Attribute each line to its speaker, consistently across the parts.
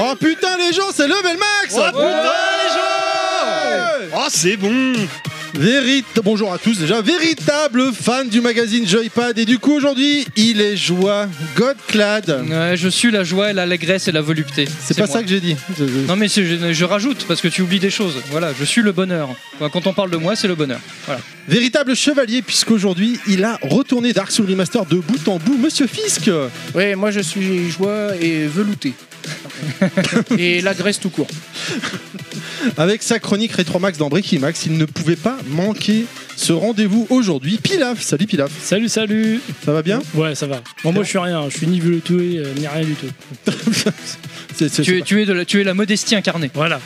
Speaker 1: Oh putain les gens, c'est Level Max
Speaker 2: Oh putain les gens Oh c'est bon
Speaker 1: Vérit- Bonjour à tous déjà, véritable fan du magazine Joypad et du coup aujourd'hui il est joie Godclad.
Speaker 3: Ouais, je suis la joie, et l'allégresse et la volupté.
Speaker 1: C'est pas
Speaker 3: moi.
Speaker 1: ça que j'ai dit. Je- je-
Speaker 3: Non mais c'est- je, je rajoute parce que tu oublies des choses. Voilà, je suis le bonheur. Enfin, Quand on parle de moi, c'est le bonheur. Voilà.
Speaker 1: Véritable chevalier puisqu'aujourd'hui il a retourné Dark Souls Remaster de bout en bout, Monsieur Fisk.
Speaker 4: Ouais, moi je suis joie et velouté. et la graisse tout court.
Speaker 1: Avec sa chronique Rétromax dans Breaking Max, il ne pouvait pas manquer ce rendez-vous aujourd'hui. Pilaf, salut Pilaf,
Speaker 5: Salut, salut
Speaker 1: ça va bien
Speaker 5: Ouais, ça va. Bon, moi, je suis rien. Je suis ni velouté, euh, ni rien du tout.
Speaker 1: C'est- c'est-
Speaker 3: Tu es, tu, es de la, tu es la modestie incarnée.
Speaker 5: Voilà.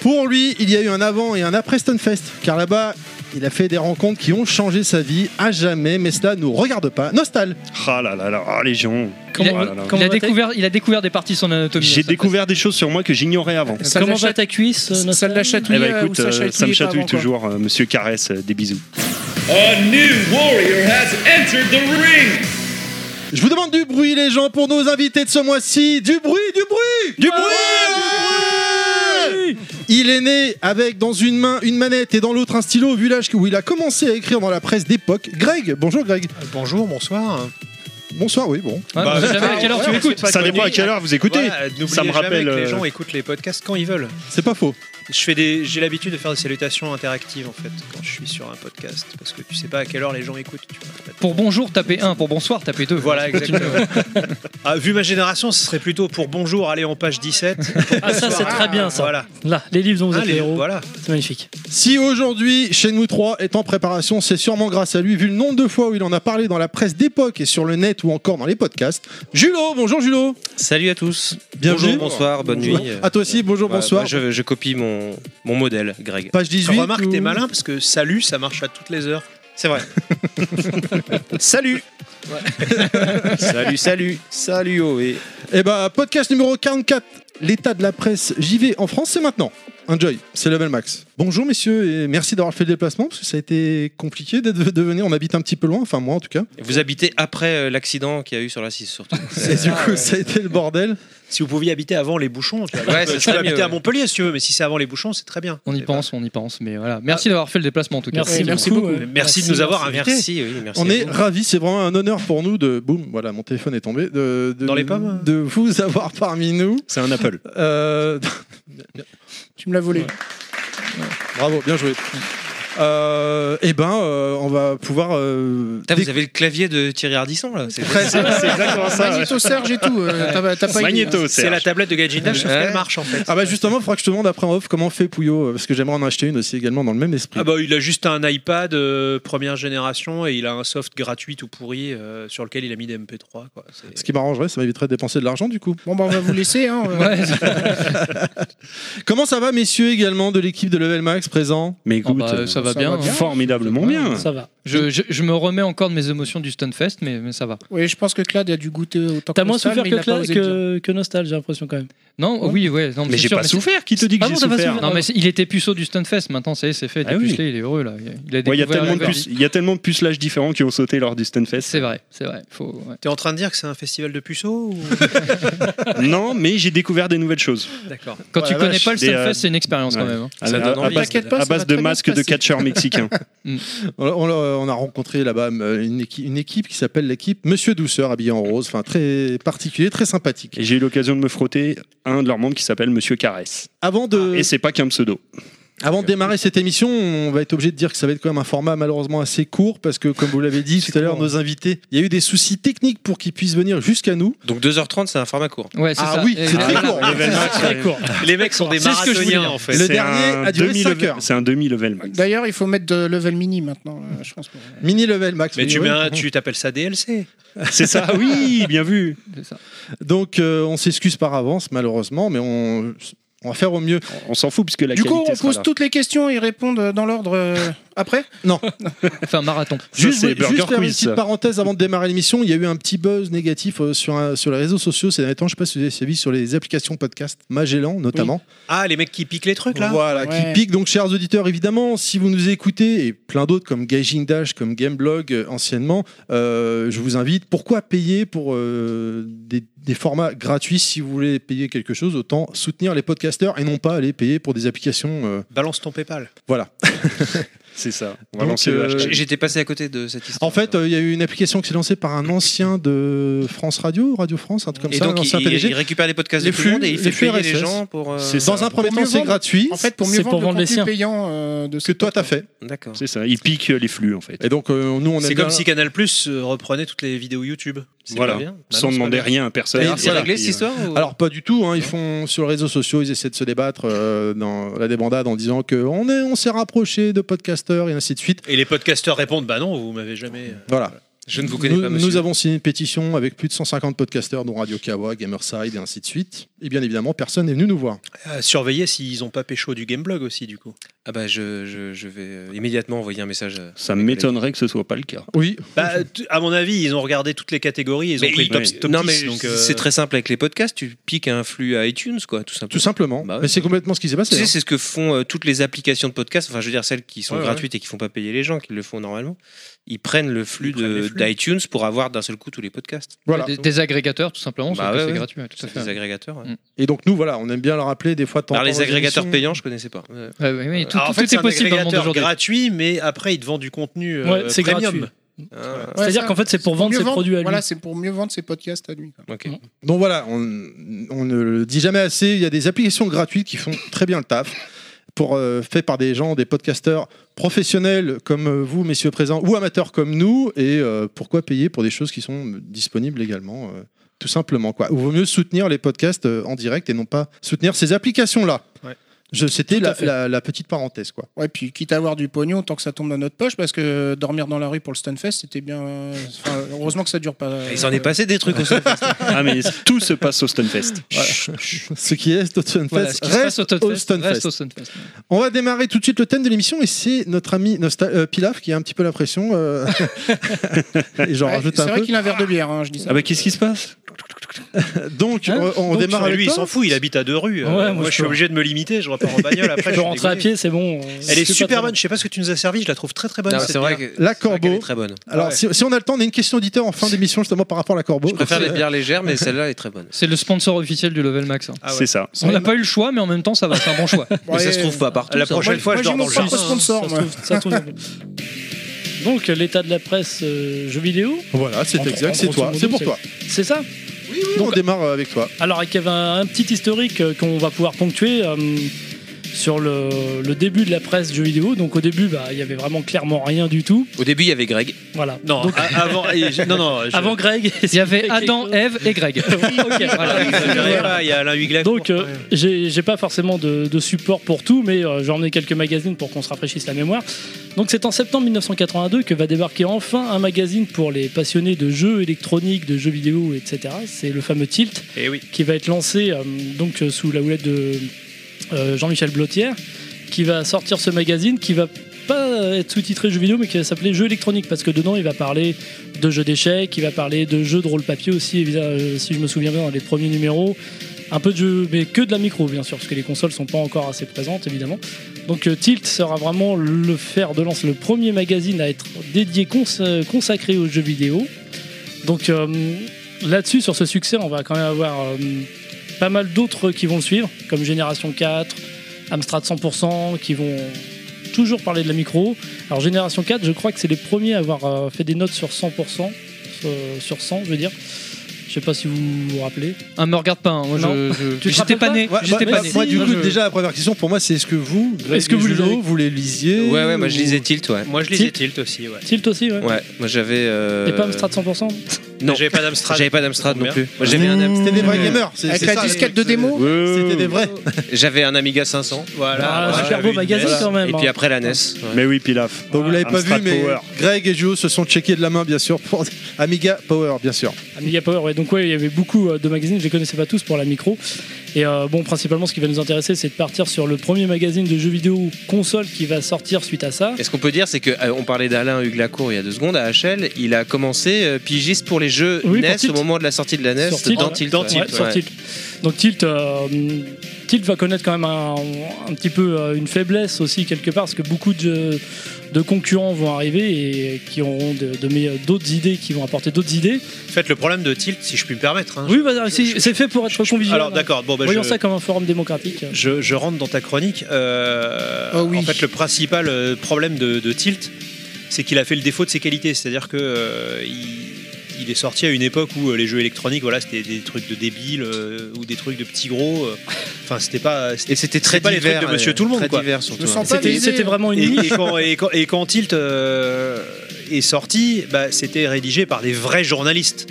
Speaker 1: Pour lui, il y a eu un avant et un après Stunfest, car là-bas, il a fait des rencontres qui ont changé sa vie à jamais, mais cela nous regarde pas. Nostal,
Speaker 2: Ah là là là, ah les gens
Speaker 3: Il a,
Speaker 2: Oh là là.
Speaker 3: il a
Speaker 6: Comment va-t-elle
Speaker 3: découvert, il a découvert des parties de son anatomie. Ça,
Speaker 2: J'ai
Speaker 3: ça-
Speaker 2: découvert des choses sur moi que j'ignorais avant.
Speaker 4: Ça
Speaker 6: Comment
Speaker 4: lâche-
Speaker 6: va ta cuisse euh,
Speaker 4: Ça
Speaker 6: Nostal
Speaker 4: de la chatouille
Speaker 2: Eh bah écoute,
Speaker 4: ou
Speaker 2: euh,
Speaker 4: ça,
Speaker 2: ça me chatouille
Speaker 4: toujours.
Speaker 2: toujours, euh, monsieur Caresse, euh, des bisous.
Speaker 1: je vous demande du bruit, les gens, pour nos invités de ce mois-ci. Du bruit, du bruit Du bruit, Il est né avec dans une main une manette et dans l'autre un stylo au village où il a commencé à écrire dans la presse d'époque. Greg, bonjour Greg.
Speaker 7: Bonjour, bonsoir.
Speaker 1: Bonsoir, oui, bon.
Speaker 3: Ouais,
Speaker 2: Bah,
Speaker 3: je sais jamais à quelle heure tu écoutes.
Speaker 2: Ça dépend à quelle heure vous écoutez.
Speaker 7: Voilà, n'oubliez
Speaker 2: ça me
Speaker 7: jamais
Speaker 2: rappelle,
Speaker 7: que les
Speaker 2: euh,
Speaker 7: gens écoutent les podcasts quand ils veulent.
Speaker 1: C'est pas faux.
Speaker 7: Je fais des, j'ai l'habitude de faire des salutations interactives en fait quand je suis sur un podcast parce que tu sais pas à quelle heure les gens écoutent. tu vois, en fait.
Speaker 3: Pour bonjour, tapez 1. Pour bonsoir, tapez 2.
Speaker 7: Voilà, exactement. Ah, vu ma génération, ce serait plutôt pour bonjour, allez en page 17.
Speaker 6: Ah, ça, c'est très bien, ça.
Speaker 7: Voilà.
Speaker 6: Là, les livres dont vous
Speaker 7: Hein,
Speaker 6: êtes
Speaker 7: les-
Speaker 6: les héros,
Speaker 7: voilà.
Speaker 6: c'est magnifique.
Speaker 1: Si aujourd'hui Shenmue 3 est en préparation, c'est sûrement grâce à lui, vu le nombre de fois où il en a parlé dans la presse d'époque et sur le net ou encore dans les podcasts. Julo, bonjour Julo
Speaker 8: Salut à tous.
Speaker 1: Bienvenue.
Speaker 8: Bonjour, Ah, bonsoir, bonne nuit.
Speaker 1: À toi aussi, bonjour,
Speaker 8: Ouais,
Speaker 1: bonsoir.
Speaker 8: bah, je, je copie mon, mon modèle, Greg.
Speaker 1: Page
Speaker 7: Tu
Speaker 1: 18.
Speaker 7: remarques,
Speaker 1: ou-
Speaker 7: t'es malin parce que salut, ça marche à toutes les heures.
Speaker 8: euh, C'est vrai. salut. salut, salut, salut, Oé.
Speaker 1: Eh bah, podcast numéro 44, l'état de la presse JV en France, c'est maintenant. Enjoy, c'est Level Max. Bonjour messieurs et merci d'avoir fait le déplacement parce que ça a été compliqué d'être- de venir. On habite un petit peu loin, enfin moi en tout cas.
Speaker 8: Vous habitez après euh, l'accident qu'il y a eu sur la 6 surtout.
Speaker 1: Et du coup, ça a été le bordel.
Speaker 7: Si vous pouviez habiter avant les bouchons, tu, vois,
Speaker 8: Ouais,
Speaker 7: tu
Speaker 8: ce
Speaker 7: peux
Speaker 8: serait
Speaker 7: habiter
Speaker 8: mieux,
Speaker 7: à
Speaker 8: ouais.
Speaker 7: Montpellier si tu veux, mais si c'est avant les bouchons, c'est très bien.
Speaker 3: On y
Speaker 7: C'est
Speaker 3: pense, on y pense, mais voilà. Merci d'avoir fait le déplacement en tout cas.
Speaker 6: Merci,
Speaker 4: Ouais, merci
Speaker 6: beaucoup.
Speaker 4: beaucoup.
Speaker 7: pas- Merci, de nous avoir invités.
Speaker 8: Merci, oui, merci.
Speaker 1: On
Speaker 8: à
Speaker 1: est
Speaker 8: vous.
Speaker 1: ravis, c'est vraiment un honneur pour nous de. Boum, voilà, mon téléphone est tombé. De, de-
Speaker 7: Dans les pommes
Speaker 1: De vous avoir parmi nous.
Speaker 2: C'est un Apple.
Speaker 1: Euh,
Speaker 4: Tu me l'as volé.
Speaker 1: bravo, bien joué. Euh, eh ben, euh, on va pouvoir. euh,
Speaker 8: Putain,
Speaker 1: déc-
Speaker 8: vous avez le clavier de Thierry Ardisson là. C'est
Speaker 1: Presque.
Speaker 2: Ah, C'est exactement ça. ouais.
Speaker 4: Magnéto Serge et tout. euh, t'as- T'as pas
Speaker 2: Magnéto,
Speaker 7: C'est la
Speaker 2: Serge.
Speaker 7: tablette de Gajinda, sauf
Speaker 8: Ouais.
Speaker 7: qu'elle marche en fait.
Speaker 1: Ah bah justement, il faudra que je te demande après en off comment fait Pouillot, euh, parce que j'aimerais en acheter une aussi également dans le même esprit.
Speaker 7: Ah bah il a juste un iPad euh, première génération et il a un soft gratuit tout pourri euh, sur lequel il a mis des MP3 quoi. C'est-
Speaker 1: Ce qui m'arrangerait, ça m'éviterait de dépenser de l'argent du coup.
Speaker 4: Bon, bah on va vous laisser. Hein, euh,
Speaker 3: Ouais.
Speaker 1: Comment ça va, messieurs également de l'équipe de Level Max présent
Speaker 2: Mais
Speaker 3: Oh,
Speaker 2: écoute,
Speaker 3: bah, ça va
Speaker 4: ça
Speaker 3: bien.
Speaker 4: va bien.
Speaker 2: formidablement bien.
Speaker 6: Ça va.
Speaker 3: Je, je- je me remets encore de mes émotions du Stunfest, mais, mais ça va.
Speaker 4: Oui, je pense que Claude a dû goûter autant que
Speaker 6: T'as moins
Speaker 4: Nostal,
Speaker 6: souffert
Speaker 4: mais il
Speaker 6: que,
Speaker 4: a pas
Speaker 6: Cla-
Speaker 4: osé le dire.
Speaker 6: que, que Nostal, j'ai l'impression quand même.
Speaker 3: Non, oui, ouais. Non,
Speaker 2: Mais
Speaker 3: c'est
Speaker 2: j'ai
Speaker 3: sûr,
Speaker 2: pas
Speaker 3: c'est-
Speaker 2: souffert. Qui te dit que
Speaker 6: Ah
Speaker 2: j'ai
Speaker 6: bon, t'as pas
Speaker 2: souffert
Speaker 6: souffert
Speaker 3: Non, mais c'est- il était puceau du Stunfest, maintenant ça y est, c'est fait, il
Speaker 2: Ah
Speaker 3: est
Speaker 2: oui.
Speaker 3: pucelé, il est heureux là. Il a
Speaker 2: Ouais, Il y a
Speaker 3: découvert
Speaker 2: tellement de
Speaker 3: la
Speaker 2: puces- il y a tellement de pucelages différents qui ont sauté lors du Stunfest.
Speaker 3: C'est vrai, c'est vrai. Faut, ouais.
Speaker 7: T'es en train de dire que c'est un festival de puceaux ou...
Speaker 2: Non, mais j'ai découvert des nouvelles choses.
Speaker 7: D'accord.
Speaker 3: Quand
Speaker 2: Oh
Speaker 3: tu
Speaker 2: la
Speaker 3: connais
Speaker 2: vache,
Speaker 3: pas le
Speaker 2: des, euh,
Speaker 3: Stunfest, c'est une expérience quand
Speaker 2: ouais.
Speaker 3: même. hein.
Speaker 2: À,
Speaker 8: Ça
Speaker 2: à-
Speaker 8: donne
Speaker 2: à
Speaker 8: envie.
Speaker 2: base,
Speaker 4: T'inquiète pas,
Speaker 2: à
Speaker 4: ça
Speaker 2: base
Speaker 4: va
Speaker 2: de
Speaker 4: très bien
Speaker 2: masques
Speaker 4: se
Speaker 2: de
Speaker 4: passer.
Speaker 2: catcheurs mexicains.
Speaker 1: On, on- on a rencontré là-bas euh, une, équi- une équipe qui s'appelle l'équipe Monsieur Douceur, habillé en rose, enfin très particulier, très sympathique.
Speaker 2: Et j'ai eu l'occasion de me frotter à un de leurs membres qui s'appelle Monsieur Caresse.
Speaker 1: Avant de...
Speaker 2: Ah, Et c'est pas qu'un pseudo.
Speaker 1: Avant de démarrer cette émission, on va être obligé de dire que ça va être quand même un format malheureusement assez court parce que, comme vous l'avez dit tout à l'heure, nos invités, il y a eu des soucis techniques pour qu'ils puissent venir jusqu'à nous.
Speaker 8: Donc 2h30, c'est un format court.
Speaker 3: Ouais, c'est
Speaker 1: Ah
Speaker 3: ça.
Speaker 1: oui,
Speaker 3: Et-
Speaker 1: c'est très
Speaker 3: voilà.
Speaker 1: court.
Speaker 6: Très court.
Speaker 7: Les mecs sont des
Speaker 3: C'est ce que je voulais
Speaker 7: marathoniens
Speaker 3: dire.
Speaker 7: en fait.
Speaker 1: Le
Speaker 2: C'est
Speaker 1: dernier
Speaker 2: un
Speaker 1: a duré
Speaker 2: demi
Speaker 1: 5
Speaker 2: level-
Speaker 1: heures.
Speaker 2: C'est un demi-level max.
Speaker 4: D'ailleurs, il faut mettre de level mini maintenant, euh, je pense.
Speaker 1: Mini level max.
Speaker 7: Mais
Speaker 1: oui,
Speaker 7: tu,
Speaker 1: oui.
Speaker 7: mets un- tu t'appelles ça DLC
Speaker 2: C'est ça, Ah oui, bien vu.
Speaker 3: C'est ça.
Speaker 1: Donc euh, on s'excuse par avance malheureusement, mais on, on va faire au mieux.
Speaker 2: On s'en fout puisque la
Speaker 4: Du
Speaker 2: qualité
Speaker 4: coup, on
Speaker 2: sera
Speaker 4: pose
Speaker 2: là.
Speaker 4: toutes les questions et ils répondent euh, dans l'ordre euh, après.
Speaker 3: Enfin, marathon.
Speaker 2: Ça,
Speaker 1: Juste,
Speaker 2: c'est
Speaker 1: juste
Speaker 2: Burger
Speaker 1: faire une
Speaker 2: Quiz.
Speaker 1: petite parenthèse avant de démarrer l'émission. Il y a eu un petit buzz négatif euh, sur, un- sur les réseaux sociaux ces derniers temps. Je sais pas si vous avez suivi sur les applications podcast, Magellan notamment.
Speaker 7: Ah, les mecs qui piquent les trucs là
Speaker 1: Voilà,
Speaker 4: Ouais.
Speaker 1: qui pique. Donc, chers auditeurs, évidemment, si vous nous écoutez, et plein d'autres comme Gaijin Dash, comme Gameblog euh, anciennement, euh, je vous invite, pourquoi payer pour euh, des des formats gratuits. Si vous voulez payer quelque chose, autant soutenir les podcasteurs et non pas aller payer pour des applications. euh,
Speaker 7: Balance ton PayPal.
Speaker 1: voilà.
Speaker 2: C'est ça. On va
Speaker 1: Donc,
Speaker 2: lancer le
Speaker 1: euh,
Speaker 2: hashtag.
Speaker 8: J'ai- J'étais passé à côté de cette histoire.
Speaker 1: En fait, euh, il y a eu une application qui s'est lancée par un ancien de France Radio, Radio France, un truc comme
Speaker 8: et
Speaker 1: ça, un
Speaker 8: donc, il,
Speaker 1: ancien PDG.
Speaker 8: il récupère les podcasts
Speaker 1: Les
Speaker 8: de tout le monde
Speaker 1: flux-
Speaker 8: et il
Speaker 1: les
Speaker 8: fait
Speaker 1: flux
Speaker 8: payer les
Speaker 1: RSS.
Speaker 8: gens pour. euh,
Speaker 2: C'est
Speaker 1: Dans un premier
Speaker 4: Pour mieux
Speaker 1: temps, c'est
Speaker 4: vendre-
Speaker 1: gratuit.
Speaker 4: En fait, pour mieux
Speaker 6: C'est
Speaker 4: vendre
Speaker 6: pour vendre
Speaker 4: le
Speaker 6: les
Speaker 4: contenu
Speaker 6: siens.
Speaker 4: payant euh, de
Speaker 1: que
Speaker 4: cette
Speaker 1: toi t'as fait.
Speaker 8: D'accord.
Speaker 2: C'est ça. Il pique euh, les flux en fait.
Speaker 1: Et donc euh, nous on aime
Speaker 7: C'est
Speaker 1: bien-
Speaker 7: comme si Canal Plus
Speaker 8: euh,
Speaker 7: reprenait toutes les vidéos YouTube. C'est
Speaker 2: Voilà.
Speaker 7: pas bien. Bah non,
Speaker 2: Sans
Speaker 7: c'est pas
Speaker 2: demander
Speaker 7: bien.
Speaker 2: rien à personne.
Speaker 1: Et
Speaker 8: Alors, c'est
Speaker 1: voilà.
Speaker 8: réglé cette histoire ou-
Speaker 1: Alors pas du tout, hein, ils font sur les réseaux sociaux, ils essaient de se débattre euh, dans la débandade en disant que on est, on s'est rapproché de podcasteurs et ainsi de suite.
Speaker 7: Et les podcasteurs répondent Bah non, vous m'avez jamais.
Speaker 1: Voilà.
Speaker 8: Je ne vous connais
Speaker 1: nous,
Speaker 8: pas, monsieur.
Speaker 1: nous avons signé une pétition avec plus de 150 podcasteurs, dont Radio Kawa, Gamerside et ainsi de suite. Et bien évidemment, personne n'est venu nous voir.
Speaker 7: Euh, surveiller s'ils ont pas pécho du Gameblog aussi, du coup.
Speaker 8: Ah bah, je, je, je vais euh, immédiatement envoyer un message. euh. à-
Speaker 2: euh, Ça m'étonnerait que ce soit pas le cas.
Speaker 1: Oui,
Speaker 7: Bah, t- à mon avis, ils ont regardé toutes les catégories, ils ont
Speaker 8: Mais
Speaker 7: pris
Speaker 8: il-
Speaker 7: top,
Speaker 8: ouais.
Speaker 7: top
Speaker 8: non,
Speaker 7: 10,
Speaker 8: mais
Speaker 7: donc, euh,
Speaker 8: c'est très simple avec les podcasts. Tu piques un flux à iTunes, quoi, tout simplement.
Speaker 1: tout simplement.
Speaker 8: Bah ouais.
Speaker 1: Mais c'est complètement ce qui s'est
Speaker 8: Tu
Speaker 1: passé.
Speaker 8: sais,
Speaker 1: hein.
Speaker 8: c'est ce que font euh, toutes les applications de podcast, enfin je veux dire celles qui sont
Speaker 1: Ouais, ouais.
Speaker 8: gratuites et qui font pas payer les gens, qui le font normalement. Ils prennent le flux
Speaker 7: Ils prennent les
Speaker 8: de-
Speaker 7: flux.
Speaker 8: d'iTunes pour avoir d'un seul coup tous les podcasts.
Speaker 1: Voilà.
Speaker 3: Des, des agrégateurs, tout simplement.
Speaker 8: Bah
Speaker 3: sauf que
Speaker 8: ouais,
Speaker 3: c'est
Speaker 8: ouais.
Speaker 3: gratuit, ouais, tout à fait.
Speaker 8: Des agrégateurs. ouais.
Speaker 3: Mm.
Speaker 1: Et donc nous, voilà, on aime bien le rappeler des fois. de temps en
Speaker 8: Alors
Speaker 1: temps
Speaker 8: les
Speaker 1: dans les
Speaker 8: agrégateurs
Speaker 1: émissions.
Speaker 8: payants, je connaissais pas. Ouais.
Speaker 3: Ouais, ouais, ouais, tout
Speaker 7: Alors, en
Speaker 3: tout
Speaker 7: fait, c'est
Speaker 3: est
Speaker 7: un
Speaker 3: possible dans le monde
Speaker 7: agrégateur
Speaker 3: aujourd'hui.
Speaker 7: gratuit, mais après, ils te vendent du contenu euh,
Speaker 6: Ouais, c'est
Speaker 7: premium.
Speaker 6: gratuit.
Speaker 8: Ah,
Speaker 4: Ouais,
Speaker 6: C'est-à-dire
Speaker 4: ça,
Speaker 6: qu'en fait, c'est pour
Speaker 4: Pour
Speaker 6: vendre
Speaker 4: mieux
Speaker 6: ses
Speaker 4: vendre-
Speaker 6: produits à lui.
Speaker 4: Voilà, c'est pour mieux vendre ses podcasts à lui. quoi.
Speaker 8: ok.
Speaker 1: Donc voilà, on, on ne le dit jamais assez. Il y a des applications gratuites qui font très bien le taf. Pour, euh, fait par des gens, des podcasteurs professionnels comme euh, vous, messieurs présents, ou amateurs comme nous. Et euh, pourquoi payer pour des choses qui sont euh, disponibles légalement euh, Tout simplement. Quoi. Il vaut mieux soutenir les podcasts euh, en direct et non pas soutenir ces applications-là.
Speaker 7: Ouais.
Speaker 1: Je- C'était
Speaker 4: Tout à
Speaker 1: la,
Speaker 4: fait.
Speaker 1: la- la petite parenthèse. Quoi.
Speaker 4: Ouais, puis quitte à avoir du pognon, tant que ça tombe dans notre poche, parce que euh, dormir dans la rue pour le Stunfest, c'était bien. euh, enfin, heureusement que ça dure pas.
Speaker 7: Bah,
Speaker 4: euh,
Speaker 8: Il s'en est passé des trucs aussi.
Speaker 2: Ah mais tout se passe au Stunfest.
Speaker 1: Ce qui est Stunfest
Speaker 3: Voilà, ce qui se
Speaker 1: reste
Speaker 3: passe au
Speaker 1: au
Speaker 3: Stunfest.
Speaker 1: Stunfest.
Speaker 3: Reste au Stunfest.
Speaker 1: On va démarrer tout de suite le thème de l'émission et c'est notre ami Nosta- euh, Pilaf qui a un petit peu la pression. euh, et j'en
Speaker 4: Ouais,
Speaker 1: rajoute
Speaker 4: c'est
Speaker 1: un
Speaker 4: vrai
Speaker 1: peu.
Speaker 4: qu'il a un verre de bière, hein, je dis ça.
Speaker 2: Ah bah qu'est-ce qui se passe
Speaker 1: Donc euh,
Speaker 6: Hein
Speaker 1: on, on
Speaker 6: Donc,
Speaker 1: démarre
Speaker 7: Mais
Speaker 1: avec
Speaker 7: lui, il
Speaker 1: toi.
Speaker 7: s'en fout, il habite à deux rues. euh,
Speaker 6: Ouais, moi,
Speaker 7: moi,
Speaker 6: je
Speaker 7: je suis
Speaker 6: peux-
Speaker 7: obligé de me limiter, je repars en bagnole après.
Speaker 6: Je
Speaker 7: suis
Speaker 6: peux rentrer à
Speaker 7: dégoûté.
Speaker 6: pied, c'est bon. euh,
Speaker 7: Elle est
Speaker 6: c'est pas
Speaker 7: super
Speaker 6: trop-
Speaker 7: bonne, je sais pas ce que tu nous as servi, je la trouve très très bonne.
Speaker 8: Non,
Speaker 7: cette
Speaker 8: c'est vrai
Speaker 7: bière.
Speaker 8: que
Speaker 1: La
Speaker 8: c'est vrai qu'elle
Speaker 1: Corbeau.
Speaker 8: est très bonne.
Speaker 1: Alors si, si on a le temps, on a une question auditeur en fin d'émission justement par rapport à la corbeau.
Speaker 8: Je préfère les bières légères, mais celle-là est très bonne.
Speaker 3: C'est le sponsor officiel du Level Max. hein.
Speaker 7: Ah ouais.
Speaker 2: C'est ça.
Speaker 3: On n'a pas eu le choix, mais en même temps, ça va, c'est un bon choix.
Speaker 8: Mais ça
Speaker 4: Ouais,
Speaker 8: se trouve pas partout.
Speaker 7: la
Speaker 8: ça.
Speaker 7: prochaine fois, je dors dans le
Speaker 4: Moi,
Speaker 7: jardin.
Speaker 4: j'ai mon propre sponsor,
Speaker 6: Ça se
Speaker 4: moi.
Speaker 6: trouve- ça se trouve- Donc, l'état de la presse euh, jeux vidéo,
Speaker 1: Voilà, c'est
Speaker 6: En-
Speaker 1: exact,
Speaker 6: en
Speaker 1: c'est
Speaker 6: grosso
Speaker 1: toi,
Speaker 6: modo,
Speaker 1: c'est pour
Speaker 6: c'est-
Speaker 1: toi.
Speaker 6: c'est ça
Speaker 1: Donc, on démarre euh, avec toi.
Speaker 6: Alors, il y avait un, un petit historique euh, qu'on va pouvoir ponctuer euh, sur le, le début de la presse jeux vidéo. Donc, au début, bah, il y avait vraiment clairement rien du tout.
Speaker 8: Au début, il y avait Greg.
Speaker 6: Voilà.
Speaker 7: Non,
Speaker 6: Donc,
Speaker 7: a- avant, et je- non, non, je-
Speaker 6: avant Greg,
Speaker 3: Il y avait Adam, Eve et Greg.
Speaker 6: ok,
Speaker 7: Ah,
Speaker 6: voilà.
Speaker 7: il s'avérait pas, il y a Alain Huygla.
Speaker 6: Donc, euh, j'ai j'ai pas forcément de, de support pour tout, mais euh, j'ai emmené quelques magazines pour qu'on se rafraîchisse la mémoire. Donc, c'est en septembre 1982 que va débarquer enfin un magazine pour les passionnés de jeux électroniques, de jeux vidéo, etc. C'est le fameux Tilt.
Speaker 7: Eh oui.
Speaker 6: qui va être lancé euh, donc euh, sous la houlette de euh, Jean-Michel Blotière, qui va sortir ce magazine qui va pas être sous-titré jeux vidéo mais qui va s'appeler jeux électroniques parce que dedans il va parler de jeux d'échecs, il va parler de jeux de rôle papier aussi évidemment, euh, si je me souviens bien dans les premiers numéros, un peu de jeux mais que de la micro bien sûr parce que les consoles sont pas encore assez présentes évidemment. Donc euh, Tilt sera vraiment le fer de lance, le premier magazine à être dédié cons- consacré aux jeux vidéo. Donc euh, là-dessus, sur ce succès, on va quand même avoir euh, pas mal d'autres qui vont le suivre, comme Génération 4, Amstrad 100%, qui vont toujours parler de la micro. Alors Génération 4, je crois que c'est les premiers à avoir euh, fait des notes sur 100%, euh, sur 100, je veux dire. Je sais pas si vous vous rappelez.
Speaker 3: Ah, me regarde pas, hein, moi
Speaker 6: Non.
Speaker 3: je. je-
Speaker 6: Tu te
Speaker 3: J'étais
Speaker 6: rappelles
Speaker 3: pas
Speaker 6: pas
Speaker 3: né.
Speaker 1: Ouais,
Speaker 3: J'étais
Speaker 1: bah,
Speaker 3: pas
Speaker 1: bah,
Speaker 3: né.
Speaker 1: moi, du
Speaker 3: Moi,
Speaker 1: coup,
Speaker 3: je-
Speaker 1: déjà la première question pour moi, c'est est-ce que vous, Greg
Speaker 6: Est-ce que
Speaker 1: et
Speaker 6: vous les
Speaker 1: Julot,
Speaker 6: avez-
Speaker 1: vous les lisiez
Speaker 8: Ouais, ouais, moi je
Speaker 1: ou-
Speaker 8: lisais Tilt, ouais.
Speaker 7: Moi, je lisais
Speaker 6: Tilt.
Speaker 7: Tilt aussi, ouais.
Speaker 6: Tilt aussi, ouais.
Speaker 8: Ouais, moi j'avais. euh,
Speaker 6: Et pas Amstrad 100%
Speaker 8: Non,
Speaker 7: J'avais pas d'Amstrad.
Speaker 8: j'avais pas d'Amstrad non
Speaker 7: Combien
Speaker 8: plus. Moi j'avais un, Am-
Speaker 1: C'était des vrais gamers. c'est-
Speaker 4: Avec
Speaker 1: c'est
Speaker 4: la
Speaker 1: ça,
Speaker 4: disquette de
Speaker 1: c'est-
Speaker 4: démo
Speaker 1: C'était des vrais.
Speaker 8: j'avais un Amiga 500.
Speaker 7: Voilà.
Speaker 6: Ah,
Speaker 7: voilà,
Speaker 6: super beau
Speaker 7: j'avais une
Speaker 6: magazine
Speaker 7: NES.
Speaker 6: quand même.
Speaker 8: Et
Speaker 6: hein.
Speaker 8: puis après la E NES. ouais.
Speaker 2: Mais oui, Pilaf.
Speaker 1: Donc vous l'avez pas vu,
Speaker 2: Amstrad
Speaker 1: mais
Speaker 2: Power.
Speaker 1: Greg et Jules se sont checkés de la main, bien sûr, pour Amiga Power, bien sûr.
Speaker 6: Amiga Power, ouais. Donc, ouais, il y avait beaucoup euh, de magazines, je les connaissais pas tous pour la micro. Et euh, bon, principalement, ce qui va nous intéresser, c'est de partir sur le premier magazine de jeux vidéo console qui va sortir suite à ça.
Speaker 8: Et ce qu'on peut dire, c'est que euh, on parlait d'Alain Huglacourt il y a deux secondes à HL, il a commencé euh, pigiste pour les
Speaker 9: jeux
Speaker 6: Oui, pour
Speaker 9: NES au
Speaker 6: Tilt.
Speaker 9: moment de la sortie de la NES
Speaker 6: Sur Tilt,
Speaker 9: dans
Speaker 6: ouais.
Speaker 9: Tilt.
Speaker 8: E Dans
Speaker 9: ouais.
Speaker 6: Ouais,
Speaker 8: Tilt,
Speaker 6: sur
Speaker 9: Ouais.
Speaker 6: Tilt. Donc Tilt, euh, Tilt va connaître quand même un, un petit peu euh, une faiblesse aussi quelque part, parce que beaucoup de, de concurrents vont arriver et qui auront de- de mes- d'autres idées, qui vont apporter d'autres idées.
Speaker 8: En fait, le problème de Tilt, si je puis me permettre. hein,
Speaker 6: Oui, bah, c'est c'est fait pour être convivial.
Speaker 8: Alors d'accord, bon bah,
Speaker 6: Voyons
Speaker 8: je,
Speaker 6: ça comme un forum démocratique.
Speaker 8: je, je rentre dans ta chronique. Euh,
Speaker 4: Oh oui.
Speaker 8: En fait, le principal euh, problème de, de Tilt, c'est qu'il a fait le défaut de ses qualités. C'est-à-dire que euh, il, il est sorti à une époque où euh, les jeux électroniques, voilà, c'était des trucs de débiles euh, ou des trucs de petits gros. euh. Enfin, c'était pas. c'était-
Speaker 9: Et c'était très
Speaker 8: C'est pas les
Speaker 9: divers.
Speaker 8: trucs de Monsieur
Speaker 9: euh,
Speaker 8: Tout le Monde,
Speaker 9: Très
Speaker 8: quoi.
Speaker 9: divers
Speaker 4: Je
Speaker 9: surtout.
Speaker 4: me sens pas
Speaker 6: C'était
Speaker 4: visé.
Speaker 6: c'était vraiment une
Speaker 8: Et, et
Speaker 6: niche.
Speaker 8: quand, et quand- et quand Tilt euh, est sorti, bah, c'était rédigé par des vrais journalistes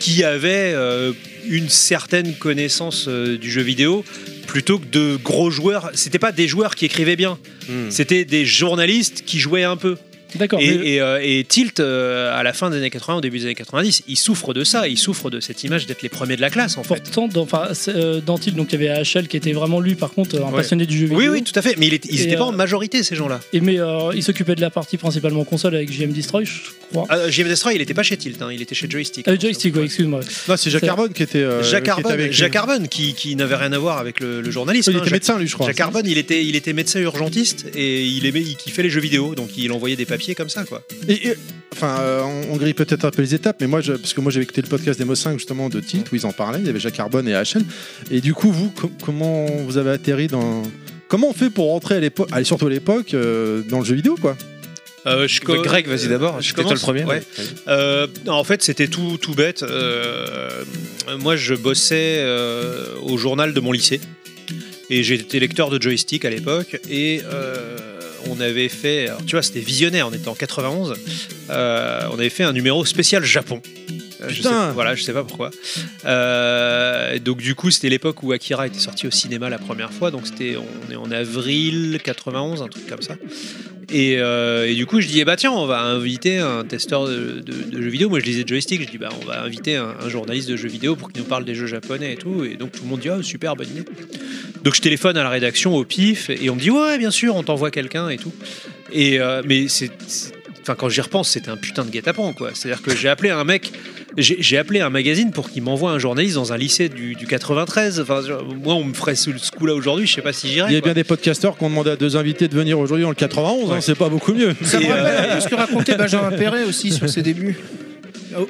Speaker 8: qui avaient euh, une certaine connaissance euh, du jeu vidéo plutôt que de gros joueurs. C'était pas des joueurs qui écrivaient bien,
Speaker 9: Hmm.
Speaker 8: c'était des journalistes qui jouaient un peu.
Speaker 6: D'accord.
Speaker 8: Et,
Speaker 6: mais-
Speaker 8: et, euh, et Tilt, euh, à la fin des années 80, au début des années 90, ils souffrent de ça, ils souffrent de cette image d'être les premiers de la classe en fait.
Speaker 6: Pourtant, dans, enfin, c'est, euh, dans Tilt, donc il y avait HL qui était vraiment lui, par contre, un
Speaker 8: Ouais.
Speaker 6: passionné du jeu
Speaker 8: Oui,
Speaker 6: vidéo.
Speaker 8: oui, tout à fait, mais il est- ils
Speaker 6: Et,
Speaker 8: n'étaient pas
Speaker 6: euh,
Speaker 8: en majorité ces gens-là.
Speaker 6: Et mais euh, il s'occupait de la partie principalement console avec GM Destroy, je crois.
Speaker 8: Ah, JM Destroy, il n'était pas chez Tilt, hein, il était chez Joystick.
Speaker 6: Euh, joystick, ouais, excuse-moi.
Speaker 1: Non, c'est Jacques
Speaker 6: C'est-
Speaker 1: Carbone qui était. euh,
Speaker 8: Jacques
Speaker 1: qui était
Speaker 8: Arbonne,
Speaker 1: avec
Speaker 8: Jacques
Speaker 1: lui.
Speaker 8: Arbonne, qui, qui n'avait rien à voir avec le, le journalisme.
Speaker 1: Il
Speaker 8: hein,
Speaker 1: était
Speaker 8: Jacques,
Speaker 1: médecin, lui, je crois.
Speaker 8: Jacques Arbonne, il était, il était médecin urgentiste et il aimait, il kiffait les jeux vidéo, donc il envoyait des papiers comme ça, quoi.
Speaker 1: Et- et- Enfin, euh, on, on grille peut-être un peu les étapes, mais moi, je- parce que moi j'ai écouté le podcast Demo 5 justement de Tilt où ils en parlaient, il y avait Jacques Carbone et HL. Et du coup, vous, com- comment vous avez atterri dans. Comment on fait pour rentrer à l'époque, allez, surtout à l'époque, euh, dans le jeu vidéo quoi
Speaker 8: je
Speaker 9: Euh, Greg, vas-y d'abord.
Speaker 8: je
Speaker 9: C'était toi le
Speaker 8: commence
Speaker 9: premier.
Speaker 8: Ouais. Euh, non, en fait, c'était tout, tout bête. Euh, moi, je bossais euh, au journal de mon lycée et j'étais lecteur de joystick à l'époque et euh, on avait fait, alors, tu vois, c'était visionnaire, on était en 91, euh, on avait fait un numéro spécial Japon. Euh, Je sais,
Speaker 1: Putain.
Speaker 8: voilà, je sais pas pourquoi. Euh, donc du coup, c'était l'époque où Akira était sorti au cinéma la première fois, donc c'était on est en avril 91, un truc comme ça. Et, euh, et du coup, je dis, eh bah tiens, on va inviter un testeur de, de- de jeux vidéo. Moi, je lisais joystick. Je dis, bah, on va inviter un, un journaliste de jeux vidéo pour qu'il nous parle des jeux japonais et tout. Et donc, tout le monde dit, ah, super, bonne idée. Donc, je téléphone à la rédaction au pif et on me dit, ouais, bien sûr, on t'envoie quelqu'un et tout. Et euh, mais c'est. c'est- Enfin, quand j'y repense, c'était un putain de guet-apens, quoi. C'est-à-dire que j'ai appelé un mec, j'ai j'ai appelé un magazine pour qu'il m'envoie un journaliste dans un lycée du, du 93. Enfin, je- moi, on me ferait ce ce coup-là aujourd'hui, je sais pas si j'irais.
Speaker 1: Il y a
Speaker 8: quoi.
Speaker 1: bien des podcasteurs qui ont demandé à deux invités de venir aujourd'hui dans le 91, hein, c'est pas beaucoup mieux.
Speaker 4: Ça me
Speaker 8: Et,
Speaker 4: rappelle un peu ce que racontait Benjamin Perret aussi sur ses débuts.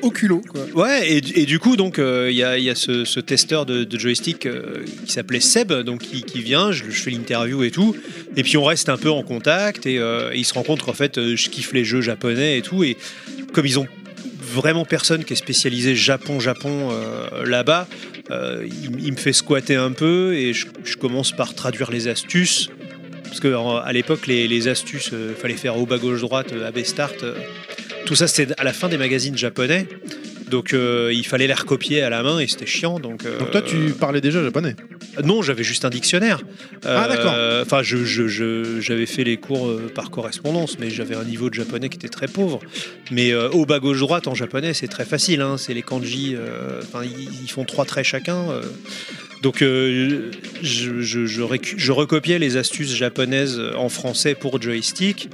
Speaker 4: Au- Au culot, quoi.
Speaker 8: Ouais, et, du- et du coup, donc, euh, il y a, il y a ce, ce testeur de, de joystick euh, qui s'appelait Seb, donc qui, qui vient, je, je fais l'interview et tout, et puis on reste un peu en contact, et, euh, et il se rend compte qu'en fait, euh, je kiffe les jeux japonais et tout, et comme ils ont vraiment personne qui est spécialisé Japon Japon euh, là-bas, euh, il, il me fait squatter un peu et je, je commence par traduire les astuces. Parce que en- à l'époque, les, les astuces, euh, fallait faire au bas gauche droite, euh, AB start, euh, tout ça c'était à la fin des magazines japonais. Donc euh, il fallait les recopier à la main et c'était chiant. Donc, euh,
Speaker 1: Donc toi, tu parlais déjà japonais.
Speaker 8: non, j'avais juste un dictionnaire.
Speaker 1: Ah, d'accord.
Speaker 8: Euh, Enfin, je- je- je- j'avais fait les cours euh, par correspondance, mais j'avais un niveau de japonais qui était très pauvre. Mais euh, au bas gauche droite en japonais, c'est très facile. hein, c'est les kanji. euh, Enfin, ils ils font trois traits chacun. euh. Donc, euh, je, je- je récu- je recopiais les astuces japonaises en français pour joystick.